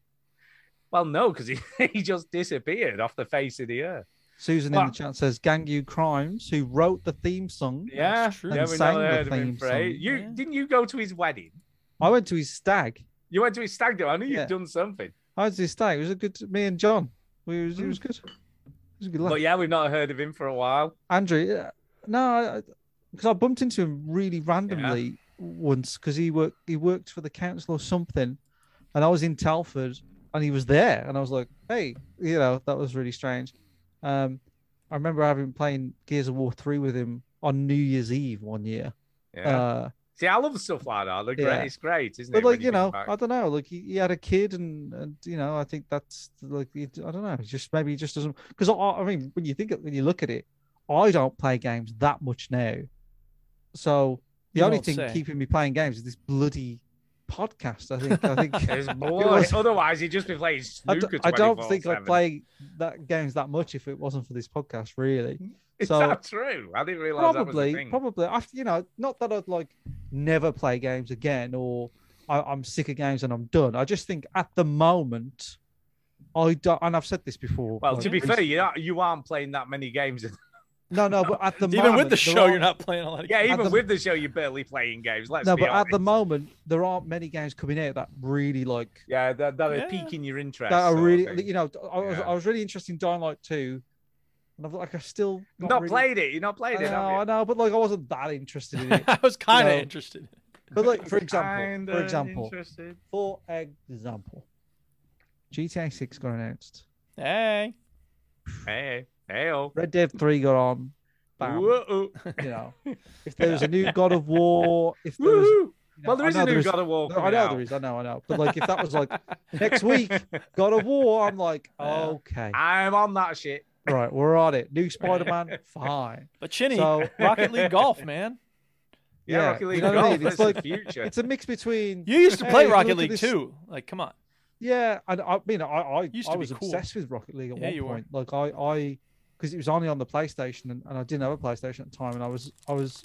[SPEAKER 5] Well, no, because he, he just disappeared off the face of the earth.
[SPEAKER 4] Susan in the chat says Gang U Crimes, who wrote the theme song.
[SPEAKER 5] Yeah,
[SPEAKER 4] and
[SPEAKER 5] yeah, we
[SPEAKER 4] sang
[SPEAKER 5] never
[SPEAKER 4] the
[SPEAKER 5] heard of him
[SPEAKER 4] theme
[SPEAKER 5] for eight.
[SPEAKER 4] song.
[SPEAKER 5] You didn't you go to his wedding?
[SPEAKER 4] I went to his stag.
[SPEAKER 5] You went to his stag do. I knew
[SPEAKER 4] Yeah.
[SPEAKER 5] you'd done something.
[SPEAKER 4] I went to his stag. It was a good. Me and John. We was, It was
[SPEAKER 5] Hmm.
[SPEAKER 4] good. It was a good laugh.
[SPEAKER 5] But yeah, we've not heard of him for a while.
[SPEAKER 4] Andrew, yeah, no, because I, bumped into him really randomly once because he worked he worked for the council or something, and I was in Telford and he was there, and I was like, hey, you know, that was really strange. Um, I remember having playing Gears of War three with him on New Year's Eve one year.
[SPEAKER 5] Yeah.
[SPEAKER 4] Uh,
[SPEAKER 5] See, I love stuff like that. They're great.
[SPEAKER 4] Yeah.
[SPEAKER 5] It's great, isn't
[SPEAKER 4] but
[SPEAKER 5] it? when
[SPEAKER 4] like you
[SPEAKER 5] think
[SPEAKER 4] know,
[SPEAKER 5] back?
[SPEAKER 4] I don't know. Like he, he had a kid, and and you know, I think that's like it- I don't know. It's just maybe he just doesn't. Because I, I mean, when you think of- when you look at it, I don't play games that much now. So the
[SPEAKER 1] You
[SPEAKER 4] only
[SPEAKER 1] won't
[SPEAKER 4] thing
[SPEAKER 1] say.
[SPEAKER 4] keeping me playing games is this bloody podcast. I think. I think.
[SPEAKER 5] It's
[SPEAKER 4] it
[SPEAKER 5] boring.
[SPEAKER 4] was-
[SPEAKER 5] Otherwise, he'd just be playing
[SPEAKER 4] I, d-
[SPEAKER 5] snooker.
[SPEAKER 4] I don't
[SPEAKER 5] 24/7.
[SPEAKER 4] think I play that games that much if it wasn't for this podcast, really.
[SPEAKER 5] Is
[SPEAKER 4] so
[SPEAKER 5] that true? I didn't realize that was a
[SPEAKER 4] probably,
[SPEAKER 5] thing.
[SPEAKER 4] probably. I, you know, not that I'd like never play games again, or I, I'm sick of games and I'm done. I just think at the moment, I don't. And I've said this before.
[SPEAKER 5] Well,
[SPEAKER 4] like,
[SPEAKER 5] to be
[SPEAKER 4] it's-
[SPEAKER 5] fair, you are, you aren't playing that many games.
[SPEAKER 4] no, no. But at the
[SPEAKER 5] Even with
[SPEAKER 4] moment,
[SPEAKER 5] the
[SPEAKER 4] there
[SPEAKER 5] show,
[SPEAKER 4] are-
[SPEAKER 5] you're not playing
[SPEAKER 1] a lot
[SPEAKER 5] Yeah,
[SPEAKER 4] At
[SPEAKER 5] even
[SPEAKER 4] the-
[SPEAKER 5] with the show, you're barely playing games. Let's
[SPEAKER 4] No,
[SPEAKER 5] be
[SPEAKER 4] but at
[SPEAKER 5] honest.
[SPEAKER 4] the moment, there aren't many games coming out that really like
[SPEAKER 5] yeah, that, that
[SPEAKER 4] Yeah.
[SPEAKER 5] are piquing your interest.
[SPEAKER 4] that are
[SPEAKER 5] sort of
[SPEAKER 4] really.
[SPEAKER 5] thing.
[SPEAKER 4] You know, I was,
[SPEAKER 5] Yeah.
[SPEAKER 4] I was really interested in Dying Light Two, and I've like I still
[SPEAKER 5] You've not
[SPEAKER 4] really-
[SPEAKER 5] played it. You've not played
[SPEAKER 4] I
[SPEAKER 5] it.
[SPEAKER 4] know,
[SPEAKER 5] have
[SPEAKER 4] I know, but like I wasn't that interested in it. I
[SPEAKER 1] was kinda
[SPEAKER 4] interested. But like, for example,
[SPEAKER 1] Kinda
[SPEAKER 4] for example,
[SPEAKER 1] interested.
[SPEAKER 4] for example, GTA Six got announced.
[SPEAKER 1] Hey.
[SPEAKER 5] you? Hey, hey, oh.
[SPEAKER 4] Red Dead Three got on. Bam.
[SPEAKER 5] Whoa.
[SPEAKER 4] You know, if there was a new God of War, if there was, you know,
[SPEAKER 5] Well, there
[SPEAKER 4] I
[SPEAKER 5] is a
[SPEAKER 4] know
[SPEAKER 5] new God of War
[SPEAKER 4] No, I
[SPEAKER 5] coming
[SPEAKER 4] know
[SPEAKER 5] out.
[SPEAKER 4] there is. I know, I know. But like, if that was like next week, God of War, I'm like, okay,
[SPEAKER 5] I'm on that shit.
[SPEAKER 4] right, we're on it. New Spider-Man, fine.
[SPEAKER 1] But Chinny,
[SPEAKER 4] So-
[SPEAKER 1] Rocket League Golf, man.
[SPEAKER 4] Yeah,
[SPEAKER 1] Rocket
[SPEAKER 4] you
[SPEAKER 1] League
[SPEAKER 4] know what I
[SPEAKER 1] Golf,
[SPEAKER 4] mean?
[SPEAKER 1] that's
[SPEAKER 4] It's
[SPEAKER 1] the
[SPEAKER 4] like
[SPEAKER 1] future.
[SPEAKER 4] it's um, a mix between
[SPEAKER 1] You used to play
[SPEAKER 4] hey,
[SPEAKER 1] Rocket
[SPEAKER 4] look at
[SPEAKER 1] League
[SPEAKER 4] this-
[SPEAKER 1] too. Like, come on.
[SPEAKER 4] Yeah, and I mean, I I,
[SPEAKER 1] Used to
[SPEAKER 4] I
[SPEAKER 1] be
[SPEAKER 4] was
[SPEAKER 1] cool.
[SPEAKER 4] obsessed with Rocket League at
[SPEAKER 1] Yeah, you
[SPEAKER 4] one
[SPEAKER 1] were.
[SPEAKER 4] point. Like I I because it was only on the PlayStation, and, and I didn't have a PlayStation at the time, and I was I was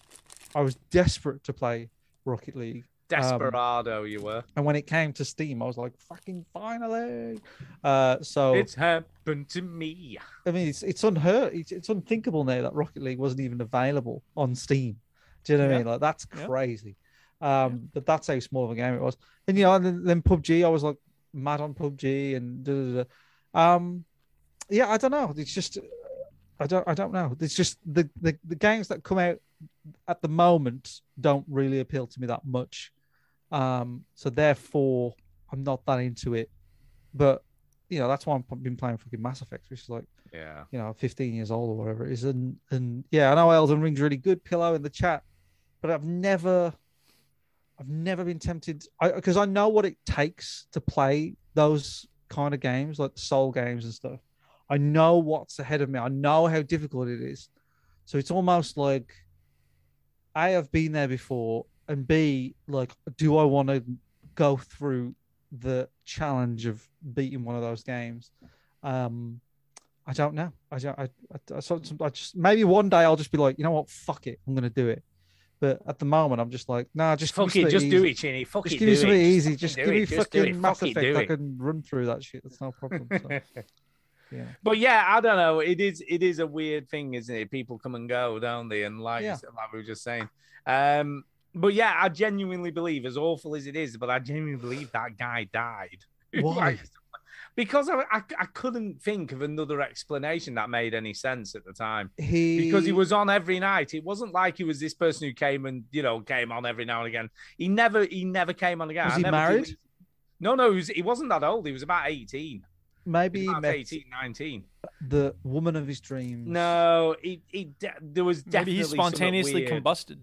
[SPEAKER 4] I was desperate to play Rocket League. Um,
[SPEAKER 5] Desperado, you were.
[SPEAKER 4] and when it came to Steam, I was like, fucking finally. Uh, so
[SPEAKER 5] It's happened to me.
[SPEAKER 4] I mean, it's it's unheard, it's, it's unthinkable now that Rocket League wasn't even available on Steam. Do you know what I
[SPEAKER 1] Yeah.
[SPEAKER 4] mean? Like that's
[SPEAKER 1] Yeah.
[SPEAKER 4] crazy. Um, but that's how small of a game it was. And you know, and then, then PUBG, I was like mad on PUBG and da, da, da. um, yeah, I don't know. It's just I don't I don't know. It's just the, the the games that come out at the moment don't really appeal to me that much. Um, so therefore, I'm not that into it. But you know, that's why I've been playing fucking Mass Effect, which is like
[SPEAKER 5] Yeah.
[SPEAKER 4] you know, 15 years old or whatever it is. And and yeah, I know Elden Ring's really good pillow in the chat, but I've never I've never been tempted because I, know what it takes to play those kind of games, like soul games and stuff. I know what's ahead of me. I know how difficult it is. So it's almost like A, I've been there before, and B, like, do I want to go through the challenge of beating one of those games? Um, I don't know. I don't. I, I, I, so- so- I just maybe one day I'll just be like, you know what? Fuck it. I'm gonna do it. But at the moment, I'm just like, nah. Just give me
[SPEAKER 5] Fuck it,
[SPEAKER 4] something
[SPEAKER 5] just do
[SPEAKER 4] easy.
[SPEAKER 5] it, Chinny. Fuck
[SPEAKER 4] just
[SPEAKER 5] it,
[SPEAKER 4] give me
[SPEAKER 5] do
[SPEAKER 4] something
[SPEAKER 5] it.
[SPEAKER 4] easy.
[SPEAKER 5] Just
[SPEAKER 4] Just
[SPEAKER 5] fucking
[SPEAKER 4] give
[SPEAKER 5] do
[SPEAKER 4] me
[SPEAKER 5] it, just do it,
[SPEAKER 4] fucking Mass
[SPEAKER 5] fuck it,
[SPEAKER 4] Effect.
[SPEAKER 5] do
[SPEAKER 4] I
[SPEAKER 5] it.
[SPEAKER 4] can run through that shit. That's no problem. so. Yeah.
[SPEAKER 5] But yeah, I don't know. It is it is a weird thing, isn't it? People come and go, don't they? And like
[SPEAKER 4] Yeah.
[SPEAKER 5] like we were just saying. Um, but yeah, I genuinely believe, as awful as it is, but I genuinely believe that guy died.
[SPEAKER 4] Why?
[SPEAKER 5] because I, I I couldn't think of another explanation that made any sense at the time.
[SPEAKER 4] He
[SPEAKER 5] because he was on every night. It wasn't like he was this person who came and you know came on every now and again. He never he never came on again.
[SPEAKER 18] Was
[SPEAKER 5] I
[SPEAKER 18] he
[SPEAKER 5] never
[SPEAKER 18] married?
[SPEAKER 5] did- No, no, he, was, he wasn't that old. He was about eighteen.
[SPEAKER 4] maybe
[SPEAKER 5] He
[SPEAKER 4] he
[SPEAKER 5] was about
[SPEAKER 4] met
[SPEAKER 5] 18, 19.
[SPEAKER 4] the woman of his dreams.
[SPEAKER 5] No, he, he de- there was
[SPEAKER 1] Maybe
[SPEAKER 5] definitely
[SPEAKER 1] he
[SPEAKER 5] something
[SPEAKER 1] spontaneously
[SPEAKER 5] weird.
[SPEAKER 1] combusted.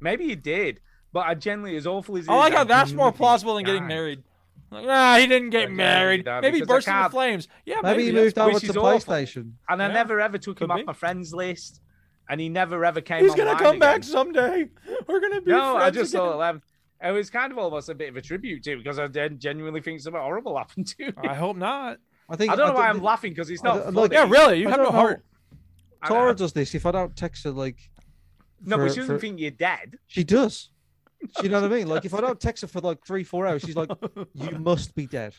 [SPEAKER 5] Maybe he did, but I generally as awful as it
[SPEAKER 1] Oh,
[SPEAKER 5] is,
[SPEAKER 1] I got that's
[SPEAKER 5] genuinely
[SPEAKER 1] more
[SPEAKER 5] think
[SPEAKER 1] plausible than
[SPEAKER 5] he
[SPEAKER 1] getting
[SPEAKER 5] died.
[SPEAKER 1] married. Like, ah, he didn't get
[SPEAKER 5] Yeah,
[SPEAKER 1] married.
[SPEAKER 5] yeah,
[SPEAKER 1] Maybe he
[SPEAKER 5] because I
[SPEAKER 1] burst into
[SPEAKER 5] can't-
[SPEAKER 1] flames. Yeah,
[SPEAKER 4] Maybe he moved
[SPEAKER 5] that's-
[SPEAKER 4] over
[SPEAKER 5] which
[SPEAKER 4] to
[SPEAKER 5] is awful.
[SPEAKER 4] PlayStation.
[SPEAKER 5] And I
[SPEAKER 1] Yeah,
[SPEAKER 5] never ever took him
[SPEAKER 1] could
[SPEAKER 5] off
[SPEAKER 1] be.
[SPEAKER 5] my friends list, and he never ever came.
[SPEAKER 1] He's gonna
[SPEAKER 5] online
[SPEAKER 1] come
[SPEAKER 5] again.
[SPEAKER 1] back someday. We're gonna be
[SPEAKER 5] No, I
[SPEAKER 1] friends
[SPEAKER 5] just
[SPEAKER 1] again.
[SPEAKER 5] thought um, it was kind of almost a bit of a tribute to it because I gen- genuinely think something horrible happened to him.
[SPEAKER 1] I hope not.
[SPEAKER 4] I think
[SPEAKER 5] I don't know
[SPEAKER 4] I
[SPEAKER 5] why
[SPEAKER 4] don't-
[SPEAKER 5] I'm laughing because it's
[SPEAKER 4] I
[SPEAKER 5] not.
[SPEAKER 4] don't- like-
[SPEAKER 5] funny.
[SPEAKER 4] I don't know. Tora does this. If I don't text her, like,
[SPEAKER 5] No, but
[SPEAKER 4] for-
[SPEAKER 5] she doesn't
[SPEAKER 4] for-
[SPEAKER 5] think you're dead.
[SPEAKER 4] She does. Do you know what I mean? Like if I don't text her for like three, four hours, she's like, "You must be dead."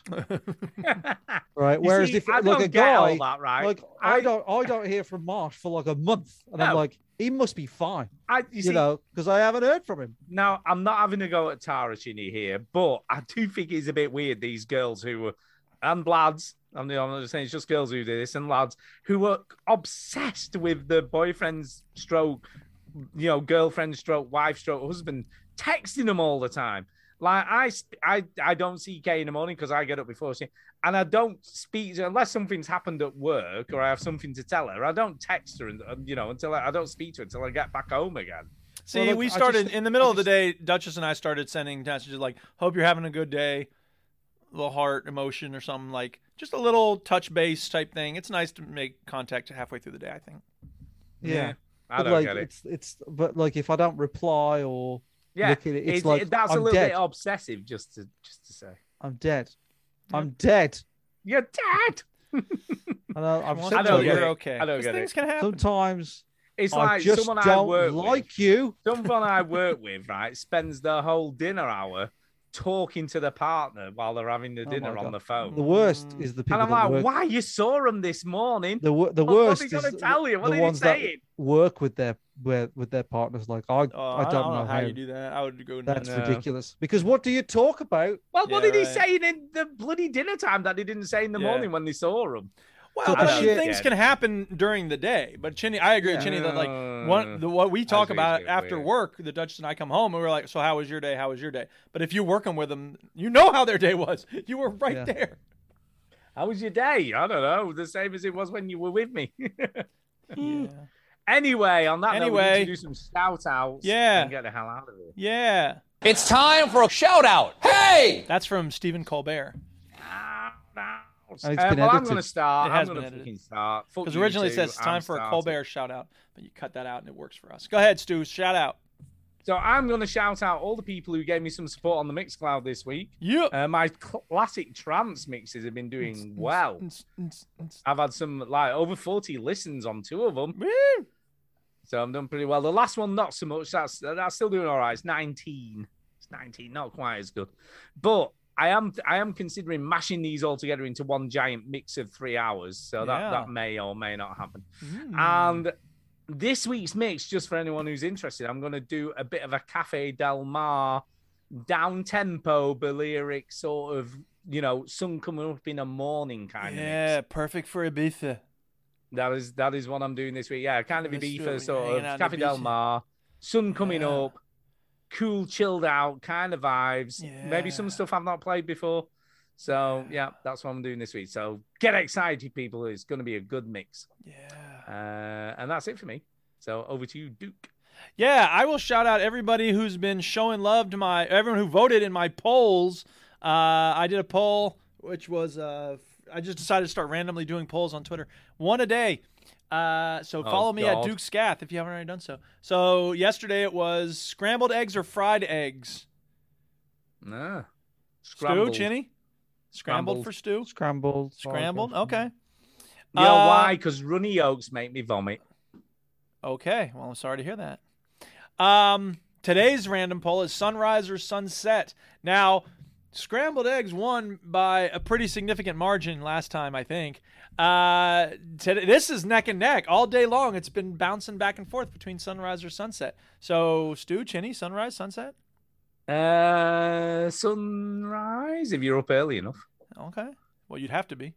[SPEAKER 4] right.
[SPEAKER 5] You
[SPEAKER 4] Whereas
[SPEAKER 5] see,
[SPEAKER 4] if
[SPEAKER 5] I
[SPEAKER 4] like a
[SPEAKER 5] don't get all
[SPEAKER 4] guy,
[SPEAKER 5] that, right?
[SPEAKER 4] like I, don't, I don't hear from Marsh for like a month, and I'm
[SPEAKER 5] No.
[SPEAKER 4] like, he must be fine.
[SPEAKER 5] I, you,
[SPEAKER 4] You,
[SPEAKER 5] see,
[SPEAKER 4] know, because I haven't heard from him.
[SPEAKER 5] now I'm not having a go at Tara Chinny here, but I do think it's a bit weird these girls who were and lads. I'm I'm not just saying it's just girls who do this and lads who were obsessed with the boyfriend's stroke, you know, girlfriend stroke, wife stroke, husband, texting them all the time. Like I, sp- I, I don't see Kay in the morning because I get up before she, and I don't speak to her unless something's happened at work or I have something to tell her. I don't text her, and and, you know, until I, I don't speak to her until I get back home again.
[SPEAKER 1] See, we started in the middle of the day. Duchess and I started sending messages like, "Hope you're having a good day," little heart emotion or something like just a little touch base type thing. It's nice to make contact halfway through the day. I think.
[SPEAKER 4] Yeah.
[SPEAKER 5] Yeah. I
[SPEAKER 4] But,
[SPEAKER 5] don't
[SPEAKER 4] like,
[SPEAKER 5] get it.
[SPEAKER 4] It's, it's, but like if I don't reply or
[SPEAKER 5] Yeah,
[SPEAKER 4] look at it,
[SPEAKER 5] it-
[SPEAKER 4] it's like
[SPEAKER 5] it- that's
[SPEAKER 4] I'm
[SPEAKER 5] a little
[SPEAKER 4] dead.
[SPEAKER 5] bit obsessive, just to just to say.
[SPEAKER 4] I'm dead. I'm dead.
[SPEAKER 5] You're dead.
[SPEAKER 4] I know. I've
[SPEAKER 5] Come on,
[SPEAKER 4] said
[SPEAKER 5] I don't
[SPEAKER 4] to
[SPEAKER 5] get
[SPEAKER 4] her,
[SPEAKER 5] it. Okay. I don't These get things it. can happen.
[SPEAKER 4] Sometimes
[SPEAKER 5] It's
[SPEAKER 4] I
[SPEAKER 5] like
[SPEAKER 4] just
[SPEAKER 5] someone I
[SPEAKER 4] don't
[SPEAKER 5] work with-
[SPEAKER 4] like you.
[SPEAKER 5] Someone I work with, right, spends the whole dinner hour talking to the partner while they're having the
[SPEAKER 4] Oh
[SPEAKER 5] dinner
[SPEAKER 4] my
[SPEAKER 5] on
[SPEAKER 4] God.
[SPEAKER 5] the phone.
[SPEAKER 4] The worst is the people.
[SPEAKER 5] and I'm
[SPEAKER 4] that
[SPEAKER 5] like,
[SPEAKER 4] work-
[SPEAKER 5] why you saw him this morning?
[SPEAKER 4] The wor- the
[SPEAKER 5] What- what
[SPEAKER 4] worst
[SPEAKER 5] are they
[SPEAKER 4] is
[SPEAKER 5] gonna tell you? What
[SPEAKER 4] the
[SPEAKER 5] are they
[SPEAKER 4] ones
[SPEAKER 5] saying?
[SPEAKER 4] that work with their where with their partners. Like I,
[SPEAKER 1] Oh,
[SPEAKER 4] I don't know
[SPEAKER 1] how you do that. I would go.
[SPEAKER 4] That's
[SPEAKER 1] nuts.
[SPEAKER 4] ridiculous. Because what do you talk about?
[SPEAKER 5] Well, what
[SPEAKER 1] Yeah,
[SPEAKER 5] did he
[SPEAKER 1] right.
[SPEAKER 5] say in the bloody dinner time that he didn't say in the
[SPEAKER 1] Yeah.
[SPEAKER 5] morning when they saw him?
[SPEAKER 1] Well,
[SPEAKER 5] I
[SPEAKER 1] I
[SPEAKER 5] don't
[SPEAKER 1] mean,
[SPEAKER 5] get
[SPEAKER 1] things
[SPEAKER 5] it.
[SPEAKER 1] can happen during the day, but Chinny, I agree with Chinny that like one, the, what we talk
[SPEAKER 5] think it's
[SPEAKER 1] about
[SPEAKER 5] getting
[SPEAKER 1] after
[SPEAKER 5] weird.
[SPEAKER 1] work, the Duchess and I come home and we're like, so how was your day? How was your day? But if you're working with them, you know how their day was. You were right
[SPEAKER 5] Yeah.
[SPEAKER 1] there.
[SPEAKER 5] How was your day? I don't know. The same as it was when you were with me. Anyway, on that note, we
[SPEAKER 1] Anyway.
[SPEAKER 5] need to do some shout outs.
[SPEAKER 1] Yeah.
[SPEAKER 5] And get the hell out of here.
[SPEAKER 1] Yeah. It's time for a shout out. Hey! That's from Stephen Colbert.
[SPEAKER 5] Uh, well, I'm going to start.
[SPEAKER 1] It has
[SPEAKER 5] I'm
[SPEAKER 1] been
[SPEAKER 5] going
[SPEAKER 1] edited.
[SPEAKER 5] to fucking start. Fuck
[SPEAKER 1] Because
[SPEAKER 5] you
[SPEAKER 1] originally it
[SPEAKER 5] two,
[SPEAKER 1] says it's time
[SPEAKER 5] I'm
[SPEAKER 1] for a
[SPEAKER 5] starting.
[SPEAKER 1] Colbert shout out, but you cut that out and it works for us. Go ahead, Stu. Shout out.
[SPEAKER 5] So I'm going to shout out all the people who gave me some support on the Mixcloud this week.
[SPEAKER 1] Yeah.
[SPEAKER 5] Uh, my cl- classic trance mixes have been doing well.
[SPEAKER 1] Mm.
[SPEAKER 5] I've had some like over 40 listens on two of them. So I'm doing pretty well. The last one, not so much. That's that's still doing all right. It's 19. It's 19, not quite as good. But I am I am considering mashing these all together into one giant mix of three hours. So that,
[SPEAKER 1] Yeah.
[SPEAKER 5] that may or may not happen.
[SPEAKER 1] Mm.
[SPEAKER 5] And this week's mix, just for anyone who's interested, I'm going to do a bit of a Cafe Del Mar down tempo, Balearic sort of, you know, sun coming up in the morning kind of mix.
[SPEAKER 1] Yeah, perfect for Ibiza.
[SPEAKER 5] That is that is what I'm doing this week. Yeah, kind of
[SPEAKER 1] Let's do it. We're
[SPEAKER 5] Ibiza sort
[SPEAKER 1] hanging out in
[SPEAKER 5] of Cafe Del
[SPEAKER 1] Ibiza.
[SPEAKER 5] Mar, sun coming up, cool, chilled out kind of vibes. Maybe some stuff I've not played before. So yeah, that's what I'm doing this week. So get excited, people! It's going to be a good mix. Yeah, uh, and that's it for me. So over to you, Duke.
[SPEAKER 1] Yeah, I will shout out everybody who's been showing love to my everyone who voted in my polls. Uh, I did a poll which was uh, I just decided to start randomly doing polls on Twitter, one a day. Uh, so
[SPEAKER 5] Oh,
[SPEAKER 1] follow me
[SPEAKER 5] God.
[SPEAKER 1] at Duke Scath if you haven't already done so. So yesterday it was scrambled eggs or fried eggs.
[SPEAKER 5] Nah.
[SPEAKER 1] Stew, Chinny, scrambled, for stew,
[SPEAKER 4] Scrambled.
[SPEAKER 1] scrambled. Okay.
[SPEAKER 5] You know
[SPEAKER 1] Uh,
[SPEAKER 5] why? Because runny yolks make me vomit.
[SPEAKER 1] Okay. Well, I'm sorry to hear that. Um, today's random poll is sunrise or sunset. Now, Scrambled eggs won by a pretty significant margin last time, I think. Uh, today, this is neck and neck all day long. It's been bouncing back and forth between sunrise or sunset. So, Stu, Chinny, sunrise, sunset.
[SPEAKER 5] Uh, sunrise. If you're up early enough.
[SPEAKER 1] Okay. Well, you'd have to be.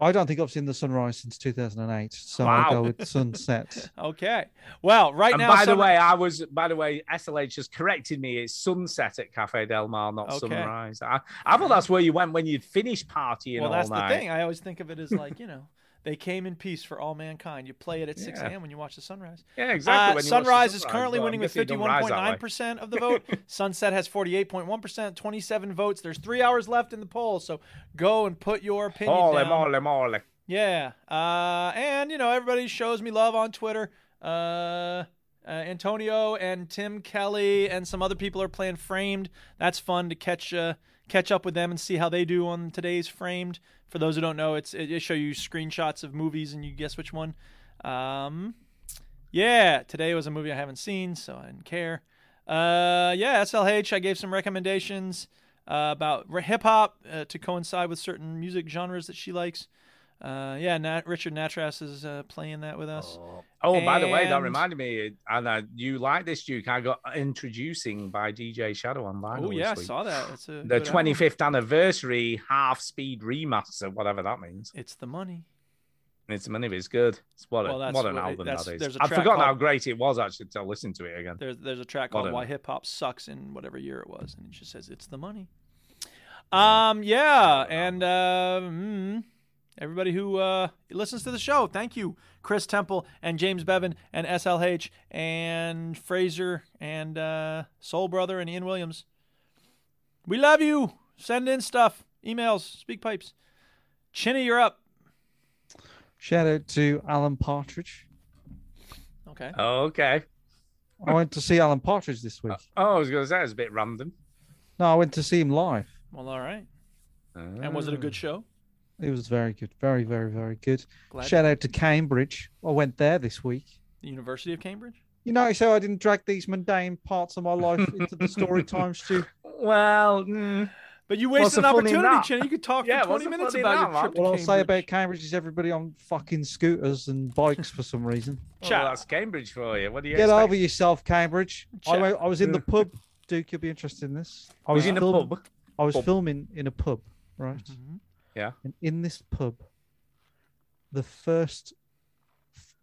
[SPEAKER 4] I don't think I've seen the sunrise since 2008, so
[SPEAKER 5] Wow.
[SPEAKER 4] I'll go with sunset.
[SPEAKER 1] Okay. Well, right
[SPEAKER 5] and
[SPEAKER 1] now.
[SPEAKER 5] by the
[SPEAKER 1] sunri-
[SPEAKER 5] way, I was. By the way, SLH just corrected me. It's sunset at Cafe Del Mar, not
[SPEAKER 1] Okay.
[SPEAKER 5] sunrise. I, I thought that's where you went when you'd finished partying
[SPEAKER 1] well,
[SPEAKER 5] all
[SPEAKER 1] that's
[SPEAKER 5] night.
[SPEAKER 1] the thing. I always think of it as like you know, they came in peace for all mankind. You play it at six
[SPEAKER 5] Yeah.
[SPEAKER 1] a.m. when you watch the sunrise.
[SPEAKER 5] Yeah, exactly,
[SPEAKER 1] Uh,
[SPEAKER 5] when you watch the
[SPEAKER 1] sunrise is
[SPEAKER 5] sunrise,
[SPEAKER 1] currently
[SPEAKER 5] but I'm
[SPEAKER 1] winning with
[SPEAKER 5] guessing it don't rise
[SPEAKER 1] fifty-one
[SPEAKER 5] that
[SPEAKER 1] point
[SPEAKER 5] way.
[SPEAKER 1] nine percent of the vote. Sunset has forty-eight point one percent, twenty-seven votes. There's three hours left in the poll, so go and put your opinion
[SPEAKER 5] Ole,
[SPEAKER 1] down.
[SPEAKER 5] mole, mole.
[SPEAKER 1] Yeah. Uh, and, you know, everybody shows me love on Twitter. Uh, uh, Antonio and Tim Kelly and some other people are playing Framed. That's fun to catch uh, catch up with them and see how they do on today's Framed. For those who don't know, it's it, it show you screenshots of movies and you guess which one. Um, yeah, today was a movie I haven't seen, so I didn't care. Uh, yeah, SLH. I gave some recommendations uh, about hip hop uh, to coincide with certain music genres that she likes. Uh, yeah, Nat- Richard Natras is uh, playing that with us.
[SPEAKER 5] Oh, by the way, that
[SPEAKER 1] And-
[SPEAKER 5] reminded me, and uh, you like this, Duke? I got introducing by DJ Shadow on vinyl.
[SPEAKER 1] Oh yeah, I
[SPEAKER 5] this week.
[SPEAKER 1] saw that. It's a
[SPEAKER 5] The
[SPEAKER 1] good album.
[SPEAKER 5] 25th anniversary half speed remaster, whatever that means.
[SPEAKER 1] It's the money.
[SPEAKER 5] It's money, it's good. It's what, a,
[SPEAKER 1] Well, that's
[SPEAKER 5] what an
[SPEAKER 1] what it-
[SPEAKER 5] album
[SPEAKER 1] that's-
[SPEAKER 5] that
[SPEAKER 1] there's
[SPEAKER 5] is.
[SPEAKER 1] a
[SPEAKER 5] I'd
[SPEAKER 1] track
[SPEAKER 5] forgotten how
[SPEAKER 1] called-
[SPEAKER 5] great it was actually until I listened to it again.
[SPEAKER 1] There's there's a track called
[SPEAKER 5] Whatever.
[SPEAKER 1] Why Hip Hop Sucks and whatever year it was, and it just says it's the money. Um, yeah, and uh, mm, everybody who uh, listens to the show, thank you, Chris Temple and James Bevan and SLH and Fraser and uh, Soul Brother and Ian Williams. We love you. Send in stuff, emails, speak pipes. Chinny, you're up.
[SPEAKER 4] Shout out to Alan Partridge.
[SPEAKER 1] Okay.
[SPEAKER 5] Oh, okay.
[SPEAKER 4] I went to see Alan Partridge this week.
[SPEAKER 5] Oh, I was going to say, it's a bit random.
[SPEAKER 4] No, I went to see him live.
[SPEAKER 1] Well, all right. And was it a
[SPEAKER 5] mm.
[SPEAKER 1] good show?
[SPEAKER 4] It was very good, very, very, very good.
[SPEAKER 1] Glad-
[SPEAKER 4] Shout out to Cambridge. I went there this week.
[SPEAKER 1] The University of Cambridge.
[SPEAKER 4] You know, so I didn't drag these mundane parts of my life into the story time, Stu.
[SPEAKER 5] Oh. Well, hmm.
[SPEAKER 1] but you
[SPEAKER 4] What's
[SPEAKER 1] wasted an
[SPEAKER 4] the fun in
[SPEAKER 1] opportunity,
[SPEAKER 4] that?
[SPEAKER 1] Chin. You could talk
[SPEAKER 5] Yeah,
[SPEAKER 1] for 20
[SPEAKER 5] what's the
[SPEAKER 1] minutes
[SPEAKER 5] fun in
[SPEAKER 1] about
[SPEAKER 5] that,
[SPEAKER 1] your
[SPEAKER 5] man?
[SPEAKER 1] trip to
[SPEAKER 4] What I'll say
[SPEAKER 1] Cambridge.
[SPEAKER 4] about Cambridge is everybody on fucking scooters and bikes for some reason.
[SPEAKER 5] Oh, that's Cambridge for you. What do you
[SPEAKER 4] Get
[SPEAKER 5] expect?
[SPEAKER 4] over yourself, Cambridge. I,
[SPEAKER 5] Chat.
[SPEAKER 4] went, I was in the pub. Duke, you'll be interested in this. I
[SPEAKER 5] Was
[SPEAKER 4] was
[SPEAKER 5] you in a
[SPEAKER 4] film-
[SPEAKER 5] pub?
[SPEAKER 4] I was
[SPEAKER 5] Pub. Mm-hmm.
[SPEAKER 4] filming in a pub, right?
[SPEAKER 5] Yeah.
[SPEAKER 4] And in this pub, the first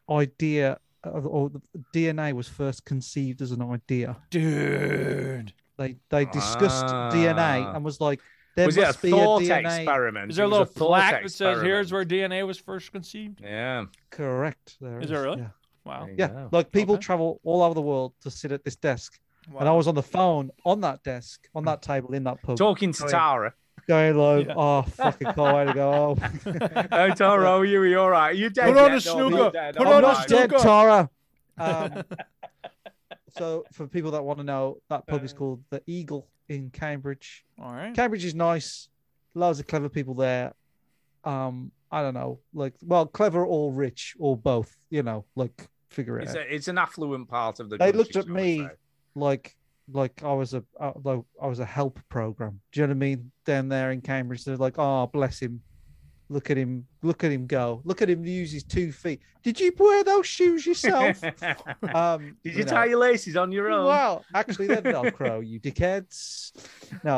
[SPEAKER 4] idea of, or the DNA was first conceived as an idea.
[SPEAKER 1] Dude.
[SPEAKER 4] They they discussed DNA
[SPEAKER 5] Ah.
[SPEAKER 4] and was like, there
[SPEAKER 5] Was it a
[SPEAKER 4] must be
[SPEAKER 5] thought
[SPEAKER 4] a DNA
[SPEAKER 5] experiment?
[SPEAKER 1] Is there a
[SPEAKER 5] It was a
[SPEAKER 1] little
[SPEAKER 5] thought
[SPEAKER 1] plaque that says
[SPEAKER 5] experiment.
[SPEAKER 1] here's where DNA was first conceived?
[SPEAKER 5] Yeah.
[SPEAKER 4] Correct. There
[SPEAKER 1] Is there really?
[SPEAKER 4] Yeah.
[SPEAKER 1] Wow.
[SPEAKER 4] Yeah. Like people travel all over the world to sit at this desk. And I was on the phone on that desk, on that table in that pub.
[SPEAKER 5] Talking to
[SPEAKER 1] Oh,
[SPEAKER 4] going-
[SPEAKER 5] Tara.
[SPEAKER 4] Going like, oh, fucking can't wait to go home.
[SPEAKER 5] oh, Tara, are you, you all right? You dead?
[SPEAKER 4] Put on
[SPEAKER 5] yet?
[SPEAKER 4] a
[SPEAKER 5] No, I'm
[SPEAKER 4] snooker.
[SPEAKER 5] not dead.
[SPEAKER 4] Put
[SPEAKER 5] I'm
[SPEAKER 4] on a
[SPEAKER 5] not
[SPEAKER 4] snooker. Dead, Tara. Um, so, for people that want to know, that pub is called the Eagle in Cambridge.
[SPEAKER 1] All right.
[SPEAKER 4] Cambridge is nice. Loads of clever people there. Um, I don't know, like, well, clever or rich or both. You know, like, figure it
[SPEAKER 5] It's,
[SPEAKER 4] out.
[SPEAKER 5] a, it's an affluent part of the.
[SPEAKER 4] they
[SPEAKER 5] country,
[SPEAKER 4] looked at
[SPEAKER 5] shall we
[SPEAKER 4] me
[SPEAKER 5] say.
[SPEAKER 4] like like I was a uh, like I was a help program. Do you know what I mean? Down there in Cambridge, they're like, "Oh, bless him! Look at him! Look at him go! Look at him use his two feet! Did you wear those shoes yourself? um,
[SPEAKER 5] Did you, tie your laces on your own?
[SPEAKER 4] Well, actually, they're Velcro, you dickheads. No,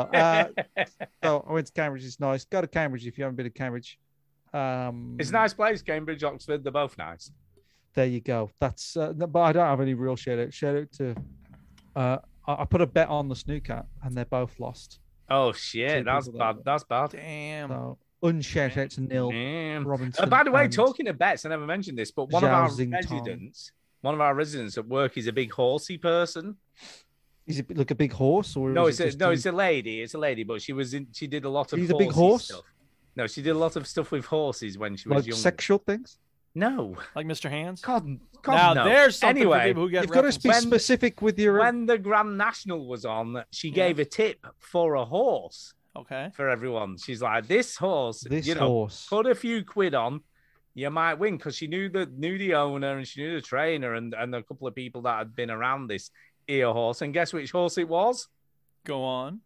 [SPEAKER 4] uh, so I went to Cambridge. It's nice. Go to Cambridge if you haven't been to Cambridge. Um,
[SPEAKER 5] It's a nice place, Cambridge, Oxford. They're both nice.
[SPEAKER 4] there you go. That's uh, no- but I don't have any real shout out. Shout out to uh, I, I put a bet on the snooker and they're both lost.
[SPEAKER 5] Oh
[SPEAKER 4] Two
[SPEAKER 5] shit, that's
[SPEAKER 4] people
[SPEAKER 5] bad. That's bad.
[SPEAKER 1] Damn.
[SPEAKER 4] So unshout out to Neil Robinson.
[SPEAKER 5] Uh, by the way,
[SPEAKER 4] and
[SPEAKER 5] talking of bets, I never mentioned this, but one of our
[SPEAKER 4] Zhao Xingtong.
[SPEAKER 5] residents, one of our residents at work, is a big horsey person.
[SPEAKER 4] is it like a big horse or
[SPEAKER 5] No, it's
[SPEAKER 4] is it
[SPEAKER 5] a,
[SPEAKER 4] just
[SPEAKER 5] no,
[SPEAKER 4] a-
[SPEAKER 5] it's a lady. It's a lady, but she was in. She did a lot of.
[SPEAKER 4] She's a big
[SPEAKER 5] horsey
[SPEAKER 4] horse?
[SPEAKER 5] Stuff. No, she did a lot of stuff with horses when she was
[SPEAKER 4] like
[SPEAKER 5] young.
[SPEAKER 4] sexual things?
[SPEAKER 5] No,
[SPEAKER 1] Like Mr. Hands?
[SPEAKER 5] God, God,
[SPEAKER 1] now
[SPEAKER 5] no.
[SPEAKER 1] there's something for
[SPEAKER 5] Anyway,
[SPEAKER 1] people who get
[SPEAKER 4] You've got to
[SPEAKER 1] references.
[SPEAKER 4] be specific with your.
[SPEAKER 5] when the Grand National was on, she gave a tip for a horse
[SPEAKER 1] Okay.
[SPEAKER 5] for everyone. She's like, "This horse,
[SPEAKER 4] This
[SPEAKER 5] you know,
[SPEAKER 4] horse.
[SPEAKER 5] put a few quid on, you might win." Because she knew the knew the owner and she knew the trainer and and a couple of people that had been around this ear horse. And guess which horse it was?
[SPEAKER 1] Go on.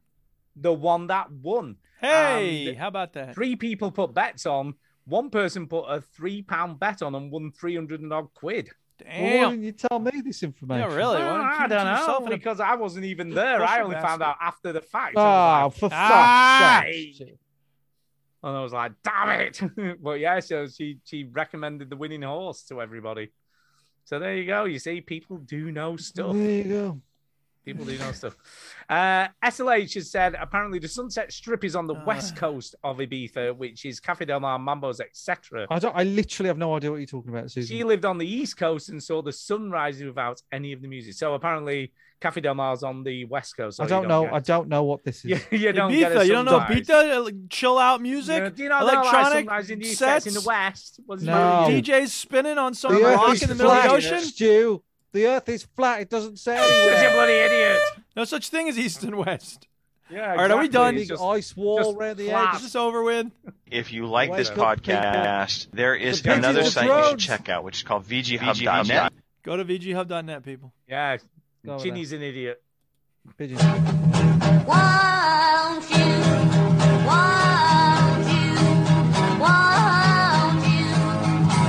[SPEAKER 5] the one that won.
[SPEAKER 1] Hey,
[SPEAKER 5] And
[SPEAKER 1] how about that?
[SPEAKER 5] Three people put bets on. One person put a three pound bet on and won 300 and odd quid.
[SPEAKER 4] Well, why didn't you tell me this information?
[SPEAKER 5] Well, I don't know because I wasn't even there. I
[SPEAKER 4] bushel
[SPEAKER 5] only found
[SPEAKER 4] basket?
[SPEAKER 5] out after the fact. I
[SPEAKER 4] Oh,
[SPEAKER 5] was
[SPEAKER 4] for
[SPEAKER 5] like,
[SPEAKER 4] fuck's
[SPEAKER 5] "Ah!"
[SPEAKER 4] sake.
[SPEAKER 5] And I was like, "Damn it!" but yeah, so she she recommended the winning horse to everybody. So there you go. You see, people do know stuff.
[SPEAKER 4] There you go.
[SPEAKER 5] People do know stuff. Uh, SLH has said apparently the Sunset Strip is on
[SPEAKER 1] Ah.
[SPEAKER 5] the west coast of Ibiza, which is Cafe Del Mar, Mambo's, etc.
[SPEAKER 1] Oh,
[SPEAKER 4] I don't. I literally have no idea what you're talking about, Susan.
[SPEAKER 5] She lived on the East Coast and saw the sun rising without any of the music. So apparently, Cafe Del Mar's on the West Coast. so
[SPEAKER 4] I
[SPEAKER 5] you
[SPEAKER 4] don't know.
[SPEAKER 5] get-
[SPEAKER 4] I don't know what this is.
[SPEAKER 5] You- you don't get a
[SPEAKER 1] Ibiza, you don't know
[SPEAKER 5] sunrise.
[SPEAKER 1] Ibiza? Like, Chill out music,
[SPEAKER 5] No, do you not know why
[SPEAKER 1] electronic
[SPEAKER 5] sunrise in the East
[SPEAKER 1] sets
[SPEAKER 5] Coast in the West was
[SPEAKER 4] No.
[SPEAKER 5] really-
[SPEAKER 1] DJs spinning on some
[SPEAKER 4] The
[SPEAKER 1] rock
[SPEAKER 4] earth is
[SPEAKER 1] in the middle of
[SPEAKER 4] flat,
[SPEAKER 1] the ocean.
[SPEAKER 4] Stu. The earth is flat. It doesn't say.
[SPEAKER 5] Such a
[SPEAKER 4] anywhere.
[SPEAKER 5] bloody idiot.
[SPEAKER 1] No such thing as East and West.
[SPEAKER 5] Yeah.
[SPEAKER 1] All right, are we done? Oh,
[SPEAKER 4] Big ice wall around the
[SPEAKER 1] Is
[SPEAKER 4] edge.
[SPEAKER 1] this over with?
[SPEAKER 18] If you like this
[SPEAKER 1] Wake up,
[SPEAKER 18] podcast, there is
[SPEAKER 1] The pigeons
[SPEAKER 18] another
[SPEAKER 1] are
[SPEAKER 18] site you should
[SPEAKER 1] drones.
[SPEAKER 18] check out, which is called VGHub.net.
[SPEAKER 1] Go to VGHub.net, people.
[SPEAKER 5] Yeah.
[SPEAKER 1] Go over
[SPEAKER 5] Ginny's an idiot.
[SPEAKER 10] Won't you? Won't you? Won't you?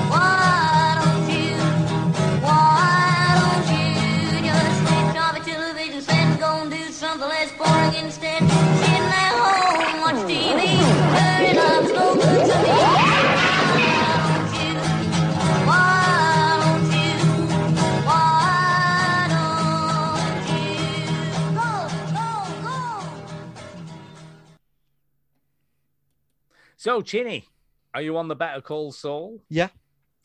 [SPEAKER 10] Why don't you? Why don't you just switch off the television set and go and do something less boring instead? Sitting at home, watch TV, turn it up, smoke good to me. Why don't you? Why don't you? Why don't you? Go, go, go!
[SPEAKER 5] So, Chinny, are you on the Better Call Saul?
[SPEAKER 4] Yeah.